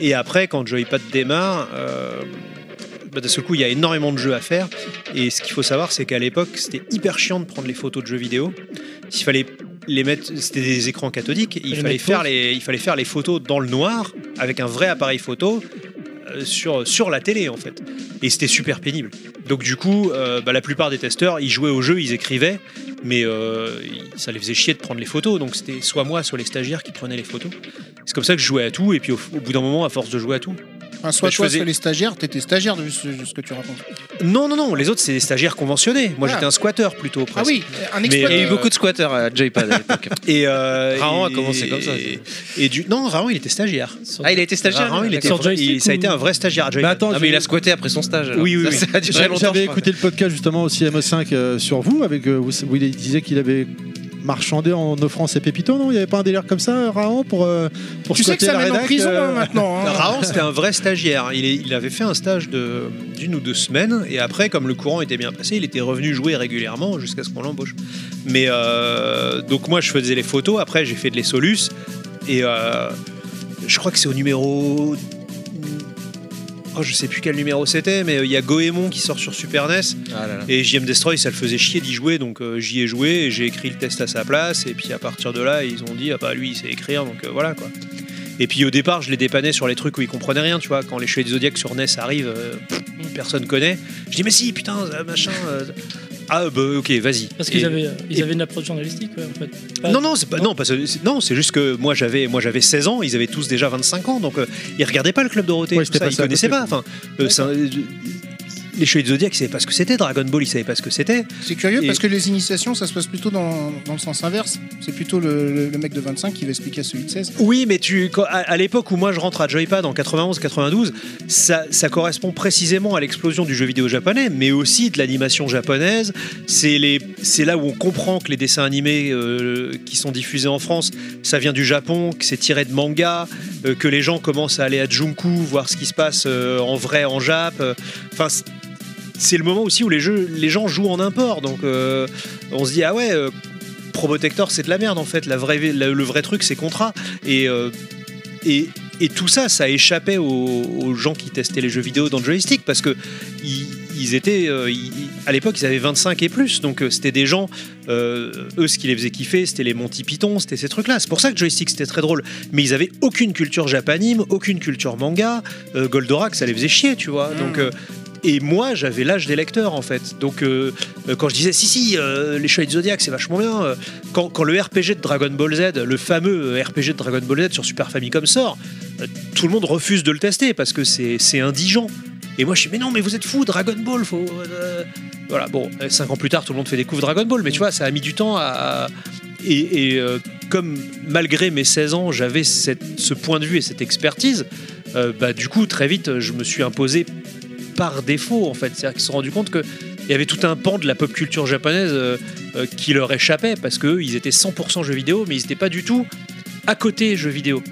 Speaker 8: Et après, quand Joypad démarre. euh, bah, d'un seul coup, il y a énormément de jeux à faire. Et ce qu'il faut savoir, c'est qu'à l'époque, c'était hyper chiant de prendre les photos de jeux vidéo. Il fallait les mettre, c'était des écrans cathodiques. Il
Speaker 6: les
Speaker 8: fallait,
Speaker 6: mettre
Speaker 8: faire
Speaker 6: pause.
Speaker 8: les, il fallait faire les photos dans le noir avec un vrai appareil photo euh, sur, sur la télé en fait. Et c'était super pénible. Donc du coup, euh, bah, la plupart des testeurs, ils jouaient au jeu, ils écrivaient, mais euh, ils- ça les faisait chier de prendre les photos. Donc c'était soit moi, soit les stagiaires qui prenaient les photos. C'est comme ça que je jouais à tout. Et puis au- au bout d'un moment, à force de jouer à tout,
Speaker 4: Enfin, soit
Speaker 8: Mais je
Speaker 4: toi,
Speaker 8: faisais-
Speaker 4: soit les stagiaires, t'étais stagiaire de ce, de ce que tu racontes.
Speaker 8: Non, non, non, les autres, c'est des stagiaires conventionnés. Moi,
Speaker 4: Ah.
Speaker 8: j'étais un squatter plutôt.
Speaker 4: Ah
Speaker 8: presque.
Speaker 4: oui, un
Speaker 8: Mais-
Speaker 4: exploit.
Speaker 9: Il y a eu
Speaker 4: de-
Speaker 9: beaucoup de squatters à Joypad à l'époque.
Speaker 8: Et, euh,
Speaker 9: Raon a
Speaker 8: et-
Speaker 9: commencé comme ça.
Speaker 8: Et, et du... Non, Raon, il était stagiaire.
Speaker 9: Ah, il a été stagiaire.
Speaker 8: Raon,
Speaker 9: lui,
Speaker 8: il était
Speaker 9: d'accord.
Speaker 6: Sur joystick
Speaker 8: il- ça a été
Speaker 6: ou-
Speaker 8: un vrai stagiaire. à Joy-Con.
Speaker 1: Bah, attends,
Speaker 9: Non, Ah, mais il a squatté après son stage.
Speaker 8: Oui, oui,
Speaker 9: Ça, ça a duré longtemps.
Speaker 1: J'avais
Speaker 9: je crois.
Speaker 1: écouté le podcast justement aussi MO5 euh, sur vous, avec euh, où, où il disait qu'il avait marchandé en offrant ses pépitos, non Il n'y avait pas un délire comme ça, Raon, pour, euh, pour
Speaker 4: Tu sais que
Speaker 1: squatter
Speaker 4: ça
Speaker 1: la
Speaker 4: mène en
Speaker 1: rédac,
Speaker 4: prison
Speaker 1: euh,
Speaker 4: hein, maintenant. hein.
Speaker 8: Raon, c'était un vrai stagiaire. Il, est- il avait fait un stage de- d'une ou deux semaines, et après, comme le courant était bien passé, il était revenu jouer régulièrement jusqu'à ce qu'on l'embauche. Mais euh, donc, moi, je faisais les photos, après, j'ai fait de les solus, et euh, je crois que c'est au numéro oh, je sais plus quel numéro c'était, mais euh, il y a Goemon qui sort sur Super E NES. Et JM Destroy, ça le faisait chier d'y jouer, donc euh, j'y ai joué et j'ai écrit le test à sa place. Et puis à partir de là, ils ont dit ah bah lui il sait écrire, donc euh, voilà quoi. Et puis au départ, je les dépannais sur les trucs où ils comprenaient rien, tu vois. Quand les Chevaliers du Zodiac sur NES arrivent, euh, pff, personne connaît. Je dis mais si putain euh, machin. euh, ah bah ok vas-y.
Speaker 10: Parce
Speaker 8: Et-
Speaker 10: qu'ils avaient,
Speaker 6: euh,
Speaker 10: ils
Speaker 8: et-
Speaker 10: avaient une approche journalistique, ouais, en fait. Pas-
Speaker 8: non non c'est pas non, parce que c'est- non c'est juste que moi j'avais moi j'avais 16 ans ils avaient tous déjà 25 ans donc euh, ils regardaient pas le club Dorothée
Speaker 1: Ouais,
Speaker 8: tout
Speaker 1: c'était
Speaker 8: ça,
Speaker 1: passé
Speaker 8: ils
Speaker 1: à côté,
Speaker 8: connaissaient
Speaker 1: quoi.
Speaker 8: pas enfin euh, c'est un- euh, les Chevaliers du Zodiac ils savaient pas ce que c'était Dragon Ball ils savaient pas ce que c'était
Speaker 4: C'est curieux
Speaker 8: Et-
Speaker 4: parce que les initiations, ça se passe plutôt dans, dans le sens inverse. C'est plutôt le, le- le mec de 25 qui va expliquer à celui de 16.
Speaker 8: oui mais tu quand- à, à l'époque où moi je rentre à Joypad en 91 92 ça, ça correspond précisément à l'explosion du jeu vidéo japonais mais aussi de l'animation japonaise c'est les c'est là où on comprend que les dessins animés euh, qui sont diffusés en France ça vient du Japon, que c'est tiré de manga, euh, que les gens commencent à aller à Junku, voir ce qui se passe euh, en vrai en Jap. euh. Enfin, c- c'est le moment aussi où les, jeux, les gens jouent en import. Donc, euh, on se dit, ah ouais, euh, Probotector, c'est de la merde en fait. La vraie, la- le vrai truc, c'est Contra. Et. euh, et et tout ça, ça échappait aux, aux gens qui testaient les jeux vidéo dans le joystick parce que ils, ils étaient, euh, ils- à l'époque, ils avaient 25 et plus, donc euh, c'était des gens euh, eux, ce qui les faisait kiffer, c'était les Monty Python, c'était ces trucs-là. C'est pour ça que Joystick, c'était très drôle. Mais ils avaient aucune culture japanime, aucune culture manga. Euh, Goldorak, ça les faisait chier, tu vois. Donc. euh, et moi, j'avais l'âge des lecteurs en fait. Donc, euh, euh, quand je disais si, si, euh, les Chevaliers du Zodiac, c'est vachement bien. euh, quand, quand le RPG de Dragon Ball Z, le fameux euh, RPG de Dragon Ball Z sur Super Famicom sort, euh, tout le monde refuse de le tester parce que c'est c'est indigent. Et moi, je suis mais non, mais vous êtes fous, Dragon Ball, faut. euh, voilà, bon, 5 ans plus tard, tout le monde fait des coups de Dragon Ball, mais tu vois, ça a mis du temps à. à- Et, et, euh, comme malgré mes 16 ans, j'avais cette- ce point de vue et cette expertise, euh, bah, du coup, très vite, je me suis imposé par défaut, en fait. C'est-à-dire qu'ils se sont rendus compte que. Il y avait tout un pan de la pop culture japonaise euh, euh, qui leur échappait parce qu'eux, ils étaient 100% jeux vidéo, mais ils n'étaient pas du tout à côté jeux vidéo.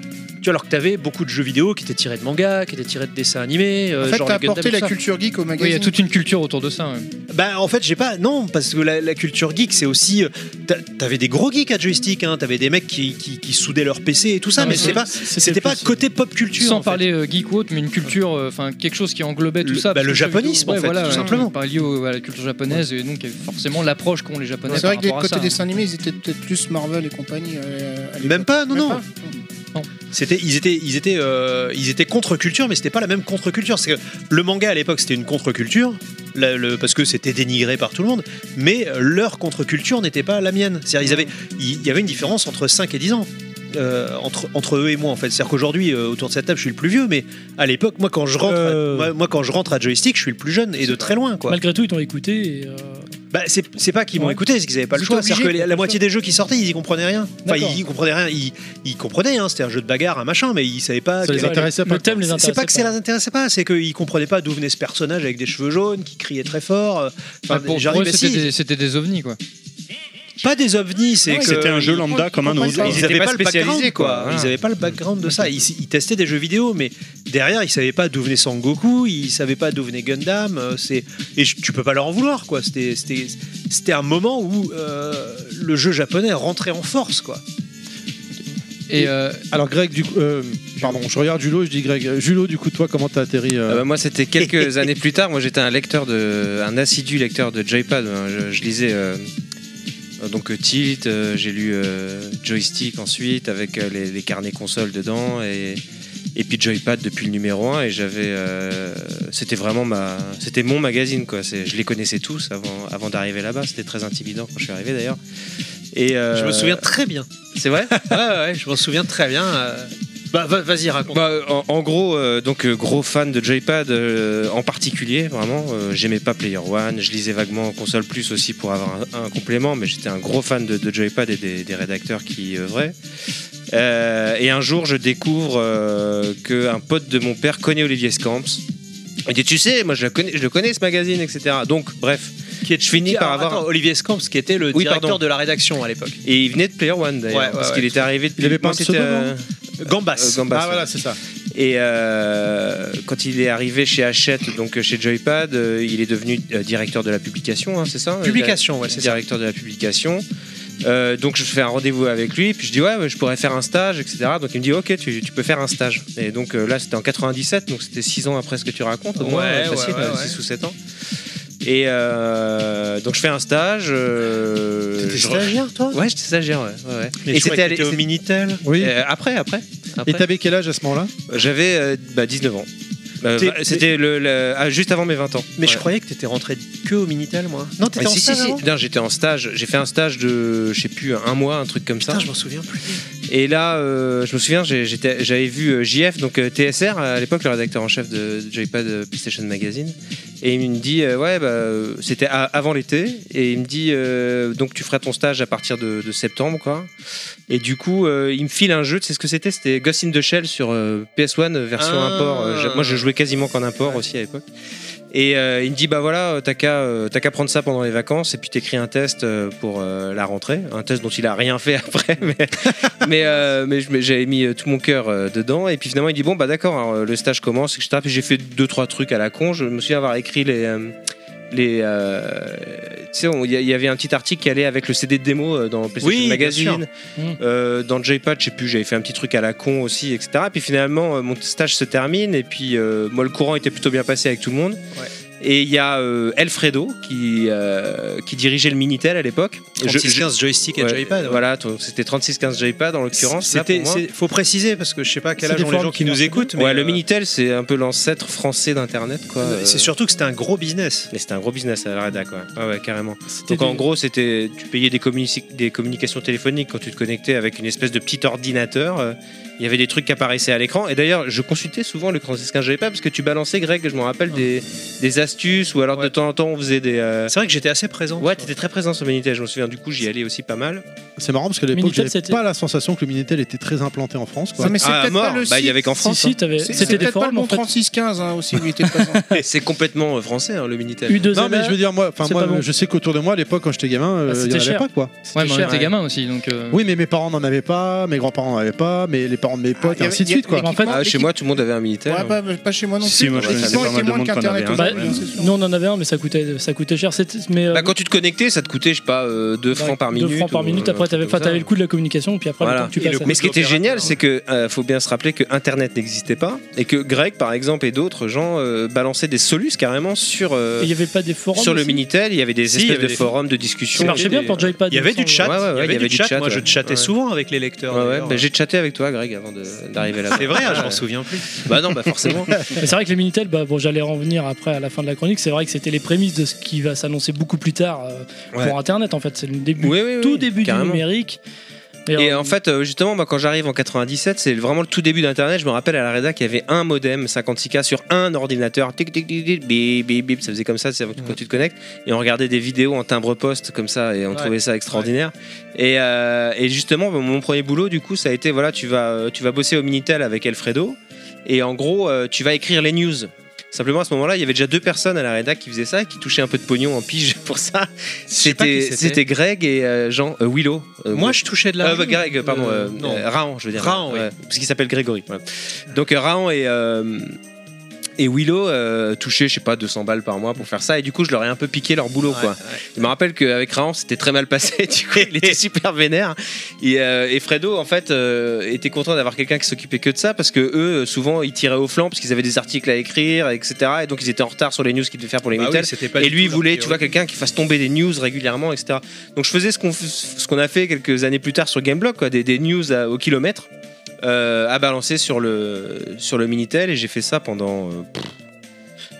Speaker 8: Tu vois, alors que tu avais beaucoup de jeux vidéo qui étaient tirés de manga, qui étaient tirés de dessins animés. euh,
Speaker 4: en fait,
Speaker 8: genre
Speaker 4: t'as
Speaker 8: les Gundam,
Speaker 4: apporté
Speaker 8: tout
Speaker 4: la
Speaker 8: ça.
Speaker 4: culture geek au
Speaker 3: Oui, il y
Speaker 4: magazine.
Speaker 3: a toute une culture autour de ça. ouais.
Speaker 8: Bah en fait j'ai pas non parce que la, la culture geek c'est aussi euh, t'a- t'avais des gros geeks à joystick hein, t'avais des mecs qui, qui, qui soudaient leur PC et tout ça
Speaker 3: Non,
Speaker 8: mais
Speaker 3: Ah, mais
Speaker 8: c'était
Speaker 3: c'est-
Speaker 8: pas c'était pas
Speaker 3: plus-
Speaker 8: côté pop culture
Speaker 3: Sans
Speaker 8: en fait.
Speaker 3: parler euh, geek ou autre, mais une culture, euh, enfin quelque chose qui englobait tout
Speaker 8: Le-
Speaker 3: ça.
Speaker 8: bah,
Speaker 3: parce
Speaker 8: le
Speaker 3: que jeu vidéo,
Speaker 8: japonisme, en fait, tout simplement.
Speaker 3: Pas euh, lié au- à la culture japonaise et donc il y avait forcément l'approche qu'ont les japonais.
Speaker 4: C'est vrai
Speaker 3: par
Speaker 4: que des
Speaker 3: rapport à
Speaker 4: côté
Speaker 3: ça.
Speaker 4: dessin animé, ils étaient peut-être plus Marvel et compagnie. euh, à l'époque.
Speaker 8: même pas non
Speaker 4: Même
Speaker 8: non
Speaker 4: pas.
Speaker 8: c'était ils étaient ils étaient euh, ils étaient contre culture mais c'était pas la même contre culture c'est que le manga à l'époque c'était une contre culture parce que c'était dénigré par tout le monde mais euh, leur contre culture n'était pas la mienne c'est ils avaient il il y avait une différence entre 5 et 10 ans euh, entre, entre eux et moi en fait c'est à dire qu'aujourd'hui euh, autour de cette table je suis le plus vieux mais à l'époque moi quand je rentre à-
Speaker 11: Euh.
Speaker 8: moi, moi, quand je rentre à joystick je suis le plus jeune et de très loin quoi
Speaker 10: Malgré tout, ils t'ont écouté. et, euh,
Speaker 8: bah, c'est c'est pas qu'ils m'ont
Speaker 10: Ouais.
Speaker 8: écouté, c'est qu'ils avaient pas le
Speaker 10: Ils
Speaker 8: choix.
Speaker 10: étaient
Speaker 8: C'est-à-dire que
Speaker 10: obligés,
Speaker 8: les- la moitié des jeux qui sortaient, ils y comprenaient rien. Enfin,
Speaker 10: D'accord.
Speaker 8: ils y comprenaient rien. Ils, ils comprenaient, hein, c'était un jeu de bagarre, un machin, mais ils savaient pas.
Speaker 1: Ça les
Speaker 8: quel-
Speaker 1: intéressait pas.
Speaker 10: le thème les
Speaker 8: C'est-
Speaker 10: intéressait.
Speaker 8: C'est pas que ça les intéressait pas, c'est qu'ils comprenaient pas d'où venait ce personnage avec des cheveux jaunes, qui criait très fort. euh, Enfin,
Speaker 3: Enfin, Bah, pour- pour
Speaker 8: j'arrive
Speaker 3: eux,
Speaker 8: à-
Speaker 3: c'était
Speaker 8: si,
Speaker 3: des- c'était des ovnis quoi.
Speaker 8: Pas des ovnis, c'est que.
Speaker 2: C'était un jeu lambda comme un autre.
Speaker 8: Ils
Speaker 6: Ils
Speaker 8: n'avaient
Speaker 6: étaient
Speaker 8: pas,
Speaker 6: pas
Speaker 8: le background,
Speaker 6: spécialisés,
Speaker 8: quoi.
Speaker 6: quoi.
Speaker 8: Ils n'avaient pas le background de ça. Ils, ils testaient des jeux vidéo, mais derrière, ils savaient pas d'où venait Sangoku, ils savaient pas d'où venait Gundam. euh, C'est et je- tu peux pas leur en vouloir, quoi. C'était c'était c'était un moment où euh, le jeu japonais rentrait en force, quoi.
Speaker 3: Et euh,
Speaker 1: Alors Greg, du coup, euh, pardon, je regarde Julo, je dis Greg, euh, Julo, du coup, toi, comment t'as atterri euh,
Speaker 6: Ah bah moi, c'était quelques années plus tard. Moi, j'étais un lecteur de, un assidu lecteur de Joypad. hein. Je, je lisais euh, euh, donc euh, Tilt. euh, j'ai lu euh, Joystick ensuite avec euh, les, les carnets consoles dedans et et puis Joypad depuis le numéro 1 et j'avais euh, c'était vraiment ma c'était mon magazine quoi c'est je les connaissais tous avant avant d'arriver là-bas c'était très intimidant quand je suis arrivé d'ailleurs et euh,
Speaker 8: Je me souviens très bien.
Speaker 6: c'est vrai
Speaker 8: Ouais, ouais, je m'en souviens très bien. euh. Bah, va- vas-y, raconte.
Speaker 6: Bah, en, en gros, euh, donc euh, gros fan de Joypad euh, en particulier, vraiment. euh, J'aimais pas Player One, je lisais vaguement Console Plus aussi pour avoir un, un complément, mais j'étais un gros fan de, de Joypad et des, des rédacteurs qui œuvraient. Euh, et un jour, je découvre euh, qu'un pote de mon père connaît Olivier Scamps. Il dit Tu sais, moi je le connais, je le connais ce magazine, etc. Donc, bref.
Speaker 8: qui est
Speaker 6: je finis par avoir-
Speaker 8: attends, Olivier Scamps, qui était le
Speaker 6: Oui,
Speaker 8: directeur
Speaker 6: pardon.
Speaker 8: de la rédaction à l'époque.
Speaker 6: Et il venait de Player One d'ailleurs,
Speaker 8: Ouais, ouais,
Speaker 6: parce
Speaker 8: ouais.
Speaker 6: qu'il était arrivé depuis.
Speaker 1: Il avait pas
Speaker 6: moi,
Speaker 1: un hein.
Speaker 6: c'était,
Speaker 1: pseudo, non
Speaker 6: euh,
Speaker 8: Gambas.
Speaker 6: euh, Gambas,
Speaker 1: Ah
Speaker 6: ouais.
Speaker 1: voilà, c'est ça.
Speaker 6: Et euh, quand il est arrivé chez Hachette, donc euh, chez Joypad, euh, il est devenu euh, directeur de la publication, hein, c'est ça
Speaker 8: Publication, ouais,
Speaker 6: c'est
Speaker 8: c'est ça.
Speaker 6: directeur de la publication.
Speaker 8: Euh, donc je fais un rendez-vous avec lui, puis je dis ouais, mais je pourrais faire un stage, etc. Donc il me dit ok, tu, tu peux faire un stage. Et donc euh, là c'était en 97, donc c'était 6 ans après ce que tu racontes, au moins, euh,
Speaker 7: Ouais,
Speaker 8: facile,
Speaker 7: ouais, ouais, ouais.
Speaker 8: 6 ou 7 ans. Et euh, donc je fais un stage. euh,
Speaker 7: T'étais
Speaker 8: je-
Speaker 7: stagiaire, toi
Speaker 8: Ouais, j'étais stagiaire, ouais. ouais, ouais.
Speaker 7: Mais
Speaker 8: Et
Speaker 7: je crois
Speaker 8: c'était
Speaker 7: que
Speaker 8: à l'é-
Speaker 7: t'étais au
Speaker 8: c'est-
Speaker 7: Minitel.
Speaker 1: Oui.
Speaker 8: euh, après, après. après.
Speaker 1: Et t'avais quel âge à ce moment-là
Speaker 8: J'avais euh, bah, 19 ans. Euh,
Speaker 7: T'es-
Speaker 8: bah, c'était le, le- ah, juste avant mes 20 ans.
Speaker 7: Mais je
Speaker 8: Ouais.
Speaker 7: croyais que t'étais rentré que au Minitel, moi. Non,
Speaker 8: Ah,
Speaker 7: t'étais en
Speaker 8: si, si,
Speaker 7: stage
Speaker 8: si.
Speaker 7: avant
Speaker 8: Non, j'étais en stage. J'ai fait un stage de, je sais plus, un mois, un truc comme ça.
Speaker 7: Putain, je m'en souviens plus.
Speaker 8: Et là, euh, je me souviens, j'ai- j'étais- j'avais vu euh, JF, donc euh, TSR, à l'époque le rédacteur en chef de de Joypad euh, PlayStation Magazine. Et il me dit, euh, ouais, bah, euh, c'était a- avant l'été. Et il me dit, euh, donc tu feras ton stage à partir de, de septembre, quoi. Et du coup, euh, il me file un jeu, tu sais ce que c'était C'était Ghost in the Shell sur euh, PS1 euh, version
Speaker 7: Ah.
Speaker 8: import. Euh, j'ai- moi, je jouais quasiment qu'en import aussi à l'époque. Et euh, il me dit, bah voilà, euh, t'as qu'à euh, t'as qu'à prendre ça pendant les vacances et puis t'écris un test euh, pour euh, la rentrée. Un test dont il a rien fait après, mais mais, euh, mais je- mais j'avais mis euh, tout mon cœur euh, dedans et puis finalement il dit bon bah d'accord alors, euh, le stage commence etc puis j'ai fait deux trois trucs à la con je me souviens avoir écrit les euh, les euh, tu sais on- il y, a- il y avait un petit article qui allait avec le CD de démo euh, dans PlayStation
Speaker 7: Oui, bien
Speaker 8: Magazine
Speaker 6: sûr. Mm.
Speaker 8: Euh, dans le J-Pad je sais plus j'avais fait un petit truc à la con aussi etc puis finalement euh, mon stage se termine et puis euh, moi le courant était plutôt bien passé avec tout le monde
Speaker 7: Ouais.
Speaker 8: et il y a euh, Elfredo qui euh, qui dirigeait le Minitel à l'époque Je- je-
Speaker 7: 36-15 joystick et
Speaker 8: Ouais,
Speaker 7: joypad. ouais.
Speaker 8: Voilà, donc c'était 36-15 joypad en l'occurrence. là, pour
Speaker 7: C'était,
Speaker 8: moi.
Speaker 7: c'est- faut préciser parce que je sais pas à quel
Speaker 6: C'est
Speaker 7: âge
Speaker 6: des
Speaker 7: ont les
Speaker 6: formes
Speaker 7: gens
Speaker 6: qui
Speaker 7: qui nous
Speaker 6: marchaient
Speaker 7: écoutent.
Speaker 8: Ouais,
Speaker 7: mais,
Speaker 8: le
Speaker 7: euh,
Speaker 8: Minitel, c'est un peu l'ancêtre français d'Internet, quoi.
Speaker 7: euh, C'est
Speaker 8: Euh,
Speaker 7: surtout que c'était un gros business.
Speaker 8: Mais c'était un gros business à la rédac, quoi. Ah ouais, carrément.
Speaker 6: C'était
Speaker 8: Donc en
Speaker 6: des-
Speaker 8: gros, c'était tu payais des, communi- des communications téléphoniques quand tu te connectais avec une espèce de petit ordinateur. euh, Il y avait des trucs qui apparaissaient à l'écran. Et d'ailleurs, je consultais souvent le 36-15 joypad parce que tu balançais, Greg, je me rappelle, des, des astuces ou alors de
Speaker 7: Ouais.
Speaker 8: temps en temps, on faisait des. euh,
Speaker 7: C'est vrai que j'étais assez présent.
Speaker 8: Ouais, t'étais très présent sur Minitel, je me souviens. Du coup, j'y allais aussi pas mal.
Speaker 1: C'est marrant parce qu'à l'époque,
Speaker 6: Minitel,
Speaker 1: j'avais
Speaker 6: c'était-
Speaker 1: pas la sensation que le Minitel était très implanté en France. Quoi.
Speaker 4: Non, mais c'est
Speaker 8: Ah, à
Speaker 4: peut-être
Speaker 8: mort,
Speaker 4: pas le
Speaker 8: bah, il y
Speaker 4: site.
Speaker 8: avait qu'en France.
Speaker 6: Si, si, t'avais-
Speaker 4: C'est-
Speaker 6: c'était
Speaker 4: C'était
Speaker 6: des
Speaker 4: peut-être pas le
Speaker 6: formes
Speaker 4: bon
Speaker 6: en fait.
Speaker 4: 36-15 hein, aussi où il était présent.
Speaker 8: hein. C'est complètement euh, français, hein, le Minitel.
Speaker 6: U2
Speaker 1: Non, mais je veux dire, moi, enfin,
Speaker 6: C'est
Speaker 1: moi
Speaker 6: pas bon.
Speaker 1: je sais qu'autour de moi, à l'époque, quand j'étais gamin, euh,
Speaker 6: Ah,
Speaker 1: il
Speaker 6: c'était
Speaker 1: y en avait
Speaker 6: cher.
Speaker 1: pas quoi.
Speaker 3: Ouais, mais on
Speaker 8: cher,
Speaker 3: était
Speaker 8: ouais.
Speaker 3: gamin aussi, donc. euh,
Speaker 1: Mm. Oui, mais mes parents n'en avaient pas, mes grands-parents n'en avaient pas, mais les parents de
Speaker 7: Ah,
Speaker 1: mes potes,
Speaker 4: il y
Speaker 1: et ainsi de
Speaker 4: avait-
Speaker 1: suite quoi.
Speaker 4: il y
Speaker 6: En fait,
Speaker 8: Ah, chez moi, tout le monde avait un Minitel.
Speaker 4: Ouais,
Speaker 8: hein.
Speaker 4: pas, pas chez moi non plus.
Speaker 2: Si, moi, je
Speaker 4: L'équipement
Speaker 2: connaissais pas mal
Speaker 4: était
Speaker 2: de
Speaker 4: moins
Speaker 2: monde qui en
Speaker 4: qu'Internet
Speaker 2: avait un.
Speaker 4: aujourd'hui,
Speaker 6: Bah,
Speaker 4: hein, c'est sûr.
Speaker 6: nous on en avait un, mais ça coûtait, ça coûtait cher. C'était- Mais, euh,
Speaker 8: Bah, quand tu te connectais, ça te coûtait, je sais pas, 2 francs par minute.
Speaker 6: 2 francs par
Speaker 8: ou
Speaker 6: minute.
Speaker 8: un
Speaker 6: Après,
Speaker 8: truc
Speaker 6: t'avais
Speaker 8: comme
Speaker 6: enfin,
Speaker 8: ça.
Speaker 6: t'avais le coût de la communication, puis après,
Speaker 8: Voilà.
Speaker 6: le temps que tu
Speaker 7: Et le
Speaker 6: passes.
Speaker 7: coût
Speaker 8: Mais ce qui était
Speaker 7: L'opérateur,
Speaker 8: génial,
Speaker 6: hein.
Speaker 7: ouais.
Speaker 8: c'est que euh, faut bien se rappeler que Internet n'existait pas et que Greg, par exemple, et d'autres gens euh, balançaient des solus carrément sur euh,
Speaker 6: Et il n'y avait pas des forums.
Speaker 8: sur le
Speaker 6: aussi
Speaker 8: minitel. Il y avait des
Speaker 7: Si,
Speaker 8: espèces
Speaker 7: il y avait
Speaker 8: de
Speaker 7: des-
Speaker 8: forums de discussion.
Speaker 6: Ça marchait bien
Speaker 8: Des-
Speaker 6: pour Joypad.
Speaker 7: Il y avait
Speaker 6: me
Speaker 7: du chat.
Speaker 8: Ouais, ouais,
Speaker 7: il y avait, du chat. Moi,
Speaker 8: ouais.
Speaker 7: je chattais
Speaker 8: Ouais.
Speaker 7: souvent avec les lecteurs.
Speaker 8: Ouais, ouais,
Speaker 7: d'ailleurs.
Speaker 8: bah, j'ai chatté avec toi, Greg, avant de- d'arriver là.
Speaker 7: c'est vrai, hein, je m'en souviens plus.
Speaker 8: Bah non, bah forcément.
Speaker 6: Mais c'est vrai que les Minitel, bah, bon, j'allais en venir après à la fin de la chronique, c'est vrai que c'était les prémices de ce qui va s'annoncer beaucoup plus tard euh,
Speaker 8: Ouais.
Speaker 6: pour Internet en fait. C'est le début,
Speaker 8: Oui, oui, oui,
Speaker 6: tout début du
Speaker 8: carrément.
Speaker 6: numérique.
Speaker 8: Et
Speaker 6: euh,
Speaker 8: en fait, euh, justement, bah, quand j'arrive en 97, c'est vraiment le tout début d'Internet. Je me rappelle à la rédac, il y avait un modem 56K sur un ordinateur. Tic, tic, tic, tic, bip, bip, bip. Ça faisait comme ça c'est avant que- quand tu te connectes. Et on regardait des vidéos en timbre-poste comme ça et on
Speaker 7: Ouais.
Speaker 8: trouvait ça extraordinaire. Et, euh, et justement, bah, mon premier boulot, du coup, ça a été voilà, tu vas, euh, tu vas bosser au Minitel avec Alfredo et en gros, euh, tu vas écrire les news. Simplement, à ce moment-là, il y avait déjà deux personnes à la rédac qui faisaient ça, et qui touchaient un peu de pognon en pige pour ça.
Speaker 7: sais pas qui
Speaker 8: C'était
Speaker 7: c'était.
Speaker 8: c'était Greg et euh, Jean euh, Willow. Euh,
Speaker 7: Moi, je touchais de la.
Speaker 8: euh, bah, Greg, pardon,
Speaker 7: Euh,
Speaker 8: euh,
Speaker 7: non.
Speaker 8: euh, Raon, je veux dire.
Speaker 7: Raon, oui.
Speaker 8: Parce qu'il s'appelle Grégory. ouais. Donc euh, Raon et, euh, et Willow euh, touchaient, je sais pas, 200 balles par mois pour faire ça. Et du coup, je leur ai un peu piqué leur boulot,
Speaker 7: Ouais,
Speaker 8: quoi.
Speaker 7: ouais.
Speaker 8: Je me rappelle qu'avec Raon, c'était très mal passé. Du coup, il était super vénère. Et, euh, et Fredo, en fait, euh, était content d'avoir quelqu'un qui s'occupait que de ça parce que eux, euh, souvent, ils tiraient au flanc parce qu'ils avaient des articles à écrire, etc. Et donc, ils étaient en retard sur les news qu'ils devaient faire pour les
Speaker 7: Bah oui,
Speaker 8: Minitel.
Speaker 7: c'était pas
Speaker 8: Et
Speaker 7: du tout
Speaker 8: lui il
Speaker 7: leur
Speaker 8: voulait, tu vois,
Speaker 7: priorité.
Speaker 8: quelqu'un qui fasse tomber des news régulièrement, etc. Donc je faisais ce qu'on f- ce qu'on a fait quelques années plus tard sur Gameblock, quoi, des, des news à- au kilomètre euh, à balancer sur le sur le minitel, et j'ai fait ça pendant euh, pff,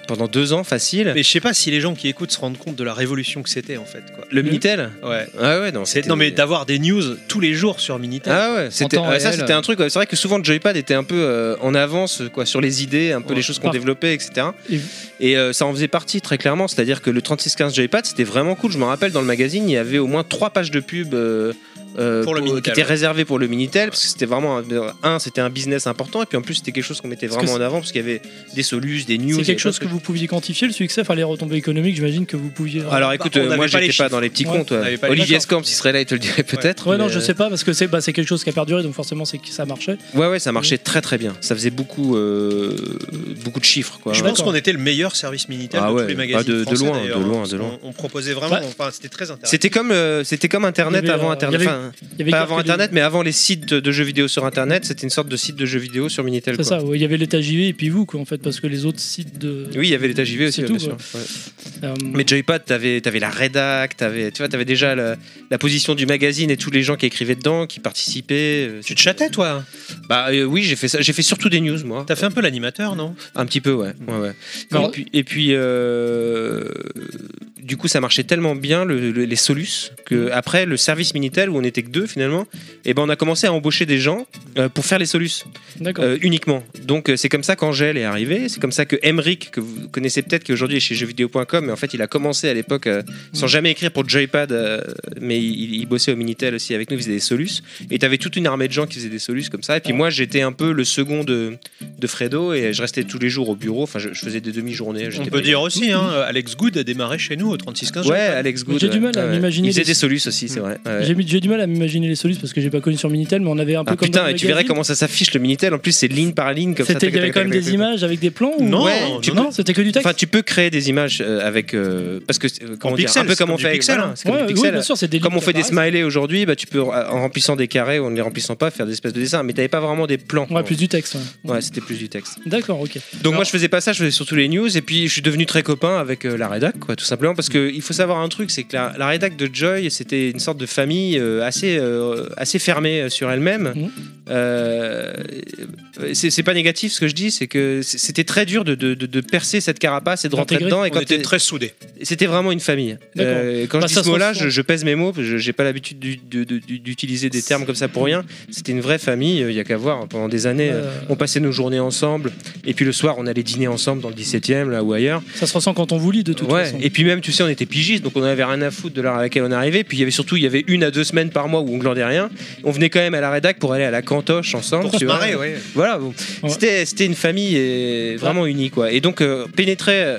Speaker 8: pendant deux ans facile.
Speaker 7: Mais je sais pas si les gens qui écoutent se rendent compte de la révolution que c'était en fait. Quoi.
Speaker 8: Le minitel.
Speaker 7: Ouais.
Speaker 8: Ah ouais, non.
Speaker 7: C'est- Non mais d'avoir des news tous les jours sur Minitel.
Speaker 8: Ah ouais, c'était
Speaker 3: temps
Speaker 8: ouais, ça
Speaker 3: réel,
Speaker 8: c'était
Speaker 3: euh.
Speaker 8: un truc. ouais. C'est vrai que souvent le joypad était un peu euh, en avance quoi sur les idées, un peu
Speaker 3: Ouais.
Speaker 8: les choses qu'on
Speaker 6: Par-
Speaker 8: développait, etc.
Speaker 6: Et-
Speaker 8: Et, euh, ça en faisait partie très clairement. C'est-à-dire que le 3615 joypad c'était vraiment cool. Je me rappelle dans le magazine il y avait au moins trois pages de pub. euh, euh,
Speaker 7: Pour le Minitel,
Speaker 8: qui était
Speaker 7: ouais.
Speaker 8: réservé pour le Minitel, parce que c'était vraiment, un, un, c'était un business important, et puis en plus, c'était quelque chose qu'on mettait
Speaker 6: Parce que
Speaker 8: vraiment en avant, parce qu'il y avait des solutions, des news. il
Speaker 6: C'est
Speaker 8: y avait
Speaker 6: quelque chose que
Speaker 8: plein de
Speaker 6: vous pouviez quantifier, le succès, enfin les retombées économiques, j'imagine que vous pouviez.
Speaker 8: trucs. Alors écoute,
Speaker 7: on
Speaker 8: euh,
Speaker 7: n'avait
Speaker 8: moi,
Speaker 7: pas les
Speaker 8: j'étais pas dans les petits
Speaker 6: Ouais,
Speaker 8: comptes.
Speaker 7: on
Speaker 8: ouais.
Speaker 7: n'avait pas les-
Speaker 8: Olivier
Speaker 7: D'accord.
Speaker 8: Escamp, s'il serait là, il te le dirait peut-être.
Speaker 6: Ouais, non,
Speaker 8: mais,
Speaker 6: je
Speaker 8: euh,
Speaker 6: sais pas, parce que c'est bah, c'est quelque chose qui a perduré, donc forcément, c'est que ça marchait.
Speaker 8: Ouais, ouais, ça marchait
Speaker 6: Mm.
Speaker 8: très très bien. Ça faisait beaucoup, euh, beaucoup de chiffres, quoi.
Speaker 7: Je
Speaker 8: Ouais.
Speaker 7: pense qu'on était le meilleur service Minitel
Speaker 8: Ah
Speaker 7: de
Speaker 8: ouais,
Speaker 7: tous les
Speaker 8: ah,
Speaker 7: magazines
Speaker 8: de- de
Speaker 7: français,
Speaker 8: loin, de
Speaker 7: d'ailleurs,
Speaker 8: loin,
Speaker 7: hein,
Speaker 8: de loin.
Speaker 7: On, on proposait vraiment,
Speaker 6: Ouais.
Speaker 7: enfin, c'était très intéressant.
Speaker 8: C'était comme, euh, c'était comme Internet
Speaker 6: Il y avait,
Speaker 8: avant
Speaker 6: euh,
Speaker 8: Internet.
Speaker 6: il y avait-
Speaker 8: enfin,
Speaker 6: Il y avait
Speaker 8: pas
Speaker 6: quelques-
Speaker 8: avant Internet, mais avant les sites de jeux vidéo sur Internet, c'était une sorte de site de jeux vidéo sur Minitel.
Speaker 6: C'est
Speaker 8: quoi.
Speaker 6: ça, ouais, il y avait l'étage JV et puis vous, quoi, en fait, parce que les autres sites de.
Speaker 8: Oui, il y avait l'état JV aussi,
Speaker 6: C'est
Speaker 8: ouais,
Speaker 6: tout,
Speaker 8: bien sûr.
Speaker 6: quoi.
Speaker 8: ouais.
Speaker 6: euh,
Speaker 8: Mais Joypad, t'avais avais la rédac, t'avais tu vois, t'avais déjà la, la position du magazine et tous les gens qui écrivaient dedans, qui participaient. euh,
Speaker 7: Tu te chattais, toi hein
Speaker 8: Bah euh, oui, j'ai fait ça. J'ai fait surtout des news, moi.
Speaker 7: T'as fait un peu l'animateur, non
Speaker 8: Un petit peu, ouais. ouais, ouais.
Speaker 6: Alors-
Speaker 8: Et puis, et puis, euh, du coup, ça marchait tellement bien le- le- les solus que après le service minitel où on était que deux finalement, et ben on a commencé à embaucher des gens euh, pour faire les solus
Speaker 6: D'accord.
Speaker 8: euh, uniquement. Donc euh, c'est comme ça qu'Angèle est arrivé, c'est comme ça que Emric que vous connaissez peut-être qui aujourd'hui est chez jeuxvideo.com, mais en fait il a commencé à l'époque euh, sans jamais écrire pour Joypad, euh, mais il, il bossait au minitel aussi avec nous, il faisait des solus. Et t'avais toute une armée de gens qui faisaient des solus comme ça. Et puis moi, j'étais un peu le second de, de Fredo et je restais tous les jours au bureau. Enfin, je, je faisais des demi-journées.
Speaker 7: On
Speaker 8: j'étais
Speaker 7: peut
Speaker 8: pas-
Speaker 7: dire aussi, hein, euh, Alex Good a démarré chez nous au 3615.
Speaker 8: Mm. Ouais, Alex Good.
Speaker 6: J'ai du
Speaker 8: ouais.
Speaker 6: mal à
Speaker 8: Ouais, ouais.
Speaker 6: m'imaginer
Speaker 8: Il faisait
Speaker 6: des- Hmm.
Speaker 8: des solus aussi, c'est vrai. Ouais.
Speaker 6: J'ai mis- J'ai du mal à m'imaginer les solutions parce que j'ai pas connu sur Minitel, mais on avait un peu
Speaker 8: Ah,
Speaker 6: comme. dans
Speaker 8: putain,
Speaker 6: le
Speaker 8: et tu verrais
Speaker 6: magazine.
Speaker 8: comment ça s'affiche le Minitel. En plus, c'est ligne par ligne comme ça.
Speaker 6: C'était- Il y
Speaker 8: tac,
Speaker 6: avait
Speaker 8: tac,
Speaker 6: quand
Speaker 8: tac,
Speaker 6: même
Speaker 8: tac,
Speaker 6: des
Speaker 8: tac, tac.
Speaker 6: images avec des plans ou-
Speaker 7: Non,
Speaker 8: Ouais,
Speaker 7: non,
Speaker 8: tu
Speaker 7: non.
Speaker 6: Non, c'était que du texte.
Speaker 8: Enfin, tu peux créer des images euh, avec. euh, parce que. euh, comment dire,
Speaker 7: pixel,
Speaker 8: Un peu
Speaker 7: c'est
Speaker 8: comme
Speaker 7: comme
Speaker 8: on
Speaker 7: du
Speaker 8: fait avec.
Speaker 7: pixel,
Speaker 8: voilà,
Speaker 7: hein.
Speaker 8: c'est comme
Speaker 6: Ouais,
Speaker 8: du
Speaker 6: oui,
Speaker 8: pixel.
Speaker 6: bien sûr, c'est des
Speaker 8: Comme
Speaker 6: lignes
Speaker 8: on fait des
Speaker 6: qui apparaissent.
Speaker 8: smileys aujourd'hui, bah, tu peux, en remplissant des carrés ou en les remplissant pas, faire des espèces de dessins. Mais t'avais pas vraiment des plans.
Speaker 6: Ouais, plus du texte. ouais.
Speaker 8: Ouais, c'était plus du texte.
Speaker 6: D'accord, ok.
Speaker 8: Donc moi je faisais pas ça, je faisais surtout les news et puis je suis devenu très copain avec euh, la rédac quoi, tout simplement parce
Speaker 7: Mm.
Speaker 8: que il faut savoir un truc, c'est que la, la rédac de Joy c'était une sorte de famille euh, assez euh, assez fermée euh, sur elle-même.
Speaker 7: Mm.
Speaker 6: Mhm.
Speaker 8: Euh, c'est c'est pas négatif ce que je dis, c'est que c- c'était très dur de, de- de- de percer cette carapace et de rentrer
Speaker 6: D'intégrer.
Speaker 8: dedans et
Speaker 7: On
Speaker 8: quand
Speaker 7: était
Speaker 8: t'es-
Speaker 7: très soudés.
Speaker 8: c'était vraiment une famille.
Speaker 6: D'accord.
Speaker 8: Euh, quand
Speaker 6: Bah,
Speaker 8: je
Speaker 6: ça
Speaker 8: dis ce
Speaker 6: se
Speaker 8: mot-là,
Speaker 6: ressent.
Speaker 8: je, je pèse mes mots, parce que j'ai pas l'habitude du- du- du- du- d'utiliser des termes comme ça pour rien. C'était une vraie famille, euh, il y a qu'à voir pendant des années. euh,
Speaker 6: Euh,
Speaker 8: on passait nos journées ensemble, et puis le soir on allait dîner ensemble dans le 17 e là ou ailleurs.
Speaker 6: Ça se ressent quand on vous lit de toute
Speaker 8: Ouais,
Speaker 6: façon.
Speaker 8: Et puis même tu sais on était pigistes donc on avait rien à foutre de l'heure à laquelle on arrivait. Puis il y avait surtout il y avait une à deux semaines par mois où on glandait rien. On venait quand même à la rédac pour aller à la cantoche ensemble.
Speaker 7: Pour se
Speaker 8: tu vois.
Speaker 7: marrer, ouais.
Speaker 8: Voilà, bon.
Speaker 6: Ouais.
Speaker 8: c'était c'était une famille et vraiment unie quoi. Et donc euh, pénétrer euh,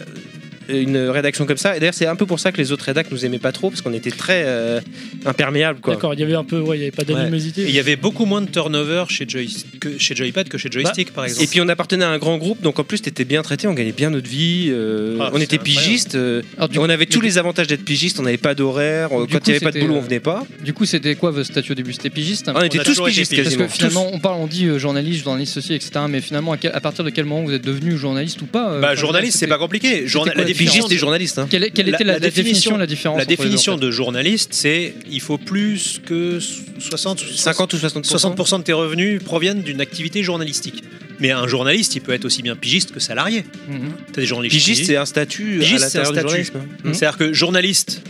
Speaker 8: une rédaction comme ça. Et d'ailleurs c'est un peu pour ça que les autres rédacs nous aimaient pas trop parce qu'on était très euh, imperméables quoi.
Speaker 6: D'accord, il y avait un peu, ouais, il n'y avait pas
Speaker 7: Et
Speaker 6: d'animosité.
Speaker 7: il y avait beaucoup moins de turnover chez, Joy- que- chez Joypad que chez Joystick, par exemple.
Speaker 8: Bah, Et puis on appartenait à un grand groupe, donc en plus t'étais bien traité, on gagnait bien notre vie, euh,
Speaker 7: Ah,
Speaker 8: on
Speaker 7: c'est
Speaker 8: était pigiste, euh,
Speaker 3: Alors, du,
Speaker 8: on avait tous
Speaker 3: du-
Speaker 8: les avantages d'être pigiste, on n'avait pas d'horaire, euh,
Speaker 3: Du
Speaker 8: quand
Speaker 3: coup,
Speaker 8: il n'y avait pas de
Speaker 3: c'était,
Speaker 8: boulot on
Speaker 3: euh,
Speaker 8: venait pas,
Speaker 3: du coup, c'était quoi votre statut au début C'était pigiste
Speaker 8: on, était
Speaker 7: a
Speaker 8: tous
Speaker 7: toujours été
Speaker 8: pigistes
Speaker 7: pigistes,
Speaker 3: Parce que
Speaker 8: quasiment.
Speaker 3: finalement, on parle, on dit euh, journaliste, journaliste ceci, etc. Mais finalement, à, quel- à partir de quel moment vous êtes devenu journaliste ou pas euh,
Speaker 7: Bah,
Speaker 3: enfin,
Speaker 7: journaliste, c'est
Speaker 3: c'était-
Speaker 7: pas compliqué. Journa-
Speaker 3: quoi
Speaker 7: la
Speaker 3: la
Speaker 8: Tous, pigiste
Speaker 7: définition,
Speaker 8: et journaliste. hein.
Speaker 3: Quelle, quelle
Speaker 7: La-
Speaker 3: était la,
Speaker 7: la
Speaker 3: définition,
Speaker 7: définition-
Speaker 3: la différence
Speaker 7: la
Speaker 3: entre les deux, en
Speaker 7: définition
Speaker 3: fait
Speaker 7: de journaliste, c'est il faut plus que so- 60
Speaker 8: 50 ou 60%,
Speaker 7: 60% de tes revenus proviennent d'une activité journalistique. Mais un journaliste, il peut être aussi bien pigiste que salarié.
Speaker 3: Mhm.
Speaker 7: T'as des journalistes
Speaker 8: Pigiste c'est un statut
Speaker 7: Pigiste,
Speaker 8: à l'intérieur
Speaker 7: c'est un
Speaker 8: du
Speaker 7: statut.
Speaker 8: journalisme. hein.
Speaker 7: Mhm. C'est-à-dire que journaliste,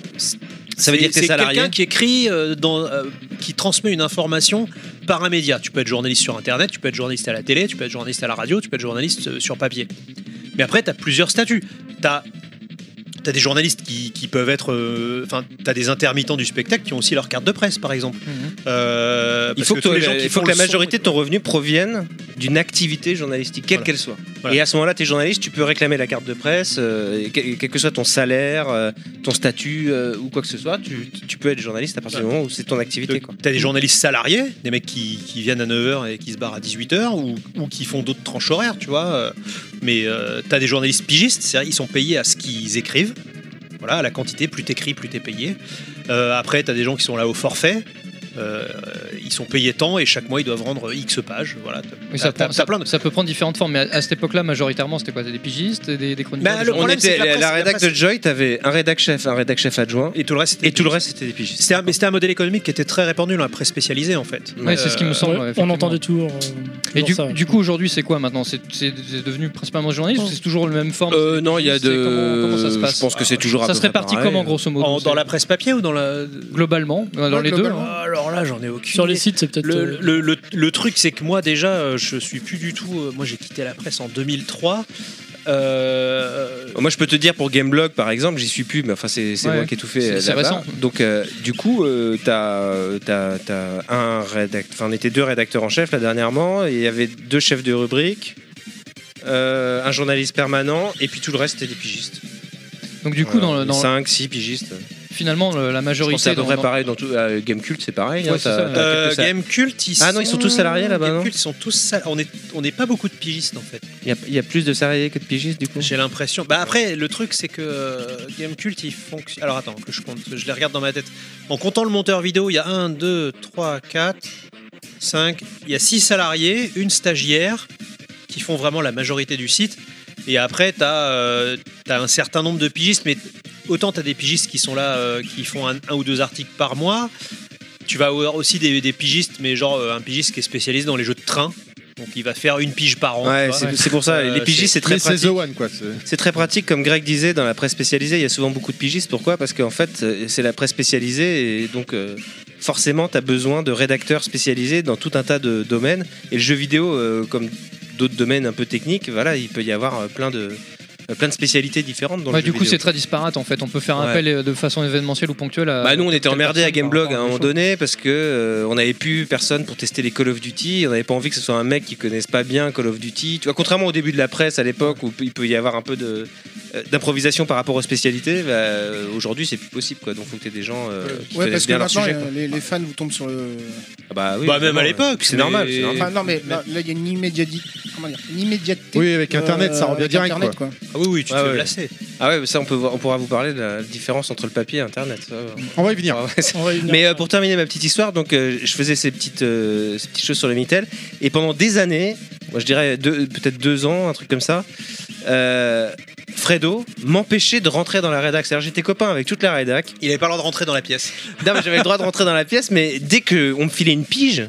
Speaker 8: Ça
Speaker 7: c'est-
Speaker 8: veut dire que t'es
Speaker 7: c'est
Speaker 8: salarié.
Speaker 7: quelqu'un qui écrit, euh, dans, euh, qui transmet une information par un média. Tu peux être journaliste sur Internet, tu peux être journaliste à la télé, tu peux être journaliste à la radio, tu peux être journaliste euh, sur papier. Mais après, tu as plusieurs statuts. Tu as, des journalistes qui, qui peuvent être... euh, Enfin, tu as des intermittents du spectacle qui ont aussi leur carte de presse, par exemple.
Speaker 3: Mhm.
Speaker 7: Euh,
Speaker 8: Mmh. Il
Speaker 7: parce
Speaker 8: faut que,
Speaker 7: tous
Speaker 8: toi,
Speaker 7: les gens
Speaker 8: il
Speaker 7: qui
Speaker 8: faut
Speaker 7: font
Speaker 8: que la
Speaker 7: le son-
Speaker 8: majorité de ton revenu provienne d'une activité journalistique, quelle
Speaker 7: Voilà.
Speaker 8: qu'elle soit.
Speaker 7: Voilà.
Speaker 8: Et à ce moment-là, t'es journaliste, tu peux réclamer la carte de presse, euh, et que- et quel que soit ton salaire, euh, ton statut euh, ou quoi que ce soit, tu, tu peux être journaliste à partir du moment où c'est ton activité. quoi.
Speaker 7: T'as des journalistes salariés, des mecs qui, qui viennent à 9h et qui se barrent à 18h ou, ou qui font d'autres tranches horaires, tu vois. euh, Mais euh, t'as des journalistes pigistes, c'est-à-dire ils sont payés à ce qu'ils écrivent. Voilà, à la quantité, plus t'écris, plus t'es payé. Euh, après, t'as des gens qui sont là au forfait. euh, ils sont payés tant et chaque mois ils doivent rendre X pages. Voilà. T'as-
Speaker 3: Oui,
Speaker 7: t'as-
Speaker 3: ça, prend-
Speaker 7: t'as
Speaker 3: ça-
Speaker 7: plein de-
Speaker 3: ça peut prendre différentes formes, mais à, à cette époque-là, majoritairement, c'était quoi C'était des pigistes, des, des chroniqueurs
Speaker 7: Bah,
Speaker 3: des
Speaker 7: le
Speaker 3: gens-
Speaker 8: On
Speaker 7: problème, c'est
Speaker 8: était,
Speaker 7: que la
Speaker 8: la,
Speaker 7: presse,
Speaker 8: la
Speaker 7: la
Speaker 8: rédac
Speaker 7: presse-
Speaker 8: de Joy, t'avais un rédac chef, un rédac chef adjoint,
Speaker 7: Et tout le reste, c'était
Speaker 8: et tout le reste c'était des pigistes.
Speaker 7: C'était un- mais c'était un modèle économique qui était très répandu dans la presse spécialisée en fait.
Speaker 3: Ouais, c'est ce
Speaker 8: Euh,
Speaker 3: qui me semble.
Speaker 6: Ouais,
Speaker 3: ouais,
Speaker 6: on
Speaker 3: effectivement.
Speaker 6: entendait toujours.
Speaker 3: Et
Speaker 6: euh, toujours
Speaker 3: du,
Speaker 6: ça, ouais.
Speaker 3: du coup, aujourd'hui, c'est quoi maintenant C'est c'est- c'est devenu principalement journaliste ou c'est toujours le même forme
Speaker 8: Euh, non, il y a
Speaker 3: C'est
Speaker 8: de.
Speaker 3: Comment, comment ça se passe
Speaker 8: Je pense que c'est toujours à
Speaker 3: Ça
Speaker 8: peu
Speaker 3: se
Speaker 8: près
Speaker 3: répartit
Speaker 8: pareil. euh,
Speaker 3: comment, grosso modo
Speaker 7: En-
Speaker 3: c'est-
Speaker 7: dans la presse papier ou dans la. Oh,
Speaker 3: Globalement, dans
Speaker 4: Ouais,
Speaker 3: les deux.
Speaker 4: globalement.
Speaker 3: hein.
Speaker 7: Alors là, j'en ai aucune.
Speaker 6: Sur les
Speaker 7: idée.
Speaker 6: sites, c'est peut-être.
Speaker 7: Le,
Speaker 6: euh,
Speaker 7: le- le- le truc, c'est que moi, déjà, euh, je suis plus du tout. euh, Moi, j'ai quitté la presse en 2003. euh,
Speaker 8: Moi, je peux te dire pour Gameblog, par exemple, j'y suis plus, mais enfin, c'est c'est
Speaker 3: Ouais.
Speaker 8: moi qui ai tout fait.
Speaker 3: C'est-
Speaker 8: euh,
Speaker 3: c'est
Speaker 8: là-bas.
Speaker 3: récent.
Speaker 8: Donc, euh, du coup, euh, t'as euh, t'as- t'as un rédacteur, enfin, on était deux rédacteurs en chef là dernièrement, et il y avait deux chefs de rubrique. euh, un journaliste permanent et puis tout le reste c'était des pigistes.
Speaker 3: Donc du coup, dans, le- dans-
Speaker 8: 5, 6 pigistes.
Speaker 3: finalement, le- la
Speaker 8: Je pense que c'est à
Speaker 3: majorité.
Speaker 8: peu
Speaker 3: dans-
Speaker 8: près
Speaker 3: dans-
Speaker 8: pareil dans tout. à Game Cult, c'est pareil.
Speaker 3: Ouais,
Speaker 8: hein,
Speaker 3: c'est
Speaker 8: t'as-
Speaker 3: ça.
Speaker 8: t'as
Speaker 7: euh,
Speaker 8: quelques sa-
Speaker 7: Game Cult, ils
Speaker 8: Ah non, ils sont tous salariés, là-bas,
Speaker 7: Game
Speaker 8: non
Speaker 7: Cult, ils sont tous salariés. On est, on n'est pas beaucoup de pigistes en fait.
Speaker 8: Il y a- il y, a plus de salariés que de pigistes du coup.
Speaker 7: J'ai l'impression. Bah après, le truc c'est que euh, Game Cult, ils fonctionnent. Alors attends, que je compte, je les regarde dans ma tête. En comptant le monteur vidéo, il y a 1, 2, 3, 4, 5. Il y a 6 salariés, une stagiaire, qui font vraiment la majorité du site. Et après, tu as, un certain nombre de pigistes, mais autant tu as des pigistes qui sont là, euh, qui font un, un ou deux articles par mois. Tu vas avoir aussi des, des pigistes, mais genre euh, un pigiste qui est spécialisé dans les jeux de train. Donc il va faire une pige par an.
Speaker 8: Ouais,
Speaker 7: tu vois.
Speaker 8: c'est c'est pour ça.
Speaker 7: Euh,
Speaker 8: les pigistes, c'est très
Speaker 1: Mais c'est
Speaker 8: pratique.
Speaker 1: The One, quoi. c'est-
Speaker 8: C'est très pratique, comme Greg disait, dans la presse spécialisée, il y a souvent beaucoup de pigistes. Pourquoi Parce qu'en fait, euh, c'est la presse spécialisée et donc euh, forcément, tu as besoin de rédacteurs spécialisés dans tout un tas de domaines. Et le jeu vidéo, euh, comme d'autres domaines un peu techniques, voilà, il peut y avoir euh, plein de, euh, plein de spécialités différentes dans
Speaker 3: Ouais,
Speaker 8: le jeu
Speaker 3: du coup,
Speaker 8: vidéo.
Speaker 3: c'est très disparate en fait. On peut faire un
Speaker 8: Ouais.
Speaker 3: appel euh, de façon événementielle ou ponctuelle. À...
Speaker 8: Bah nous on était emmerdés à
Speaker 3: Euh, personne
Speaker 8: Gameblog hein,
Speaker 3: par rapport
Speaker 8: à
Speaker 3: à
Speaker 8: un
Speaker 3: des
Speaker 8: moment
Speaker 3: choses.
Speaker 8: donné parce que euh, on n'avait plus personne pour tester les Call of Duty, on n'avait pas envie que ce soit un mec qui connaisse pas bien Call of Duty. Tu vois, contrairement au début de la presse à l'époque où il peut y avoir un peu de euh, d'improvisation par rapport aux spécialités, bah, euh, aujourd'hui c'est plus possible quoi. Donc faut que t'aies des gens euh, qui
Speaker 4: Ouais, parce
Speaker 8: connaissent
Speaker 4: que
Speaker 8: bien leur
Speaker 4: maintenant,
Speaker 8: sujet.
Speaker 4: euh,
Speaker 8: quoi.
Speaker 4: les, les fans vous tombent sur le.
Speaker 8: Ah bah oui,
Speaker 7: Bah, même
Speaker 8: évidemment,
Speaker 7: à l'époque,
Speaker 8: c'est
Speaker 7: mais-
Speaker 8: normal, c'est normal.
Speaker 4: Enfin, non, mais là, là, il y a une immédiateté. Comment dire Une immédiateté.
Speaker 1: Oui, avec
Speaker 4: euh,
Speaker 1: Internet, ça revient
Speaker 4: avec
Speaker 1: direct.
Speaker 4: Internet,
Speaker 1: quoi.
Speaker 4: quoi.
Speaker 7: Ah oui, oui, tu
Speaker 8: Ouais,
Speaker 7: te
Speaker 8: ouais.
Speaker 7: fais lasser.
Speaker 8: Ah ouais, ça on peut voir- on pourra vous parler de la différence entre le papier et internet. ça, euh,
Speaker 1: On va y venir.
Speaker 8: ah ouais, c'est-
Speaker 5: On va y venir.
Speaker 8: Mais euh, pour terminer ma petite histoire, donc euh, je faisais ces petites, euh, ces petites choses sur le Minitel et pendant des années, moi je dirais deux- peut-être deux ans, un truc comme ça, euh, Fredo m'empêchait de rentrer dans la rédac. C'est-à-dire j'étais copain avec toute la rédac.
Speaker 7: Il avait pas le droit de rentrer dans la pièce.
Speaker 8: Non, mais j'avais le droit de rentrer dans la pièce, mais dès que on me filait une pige,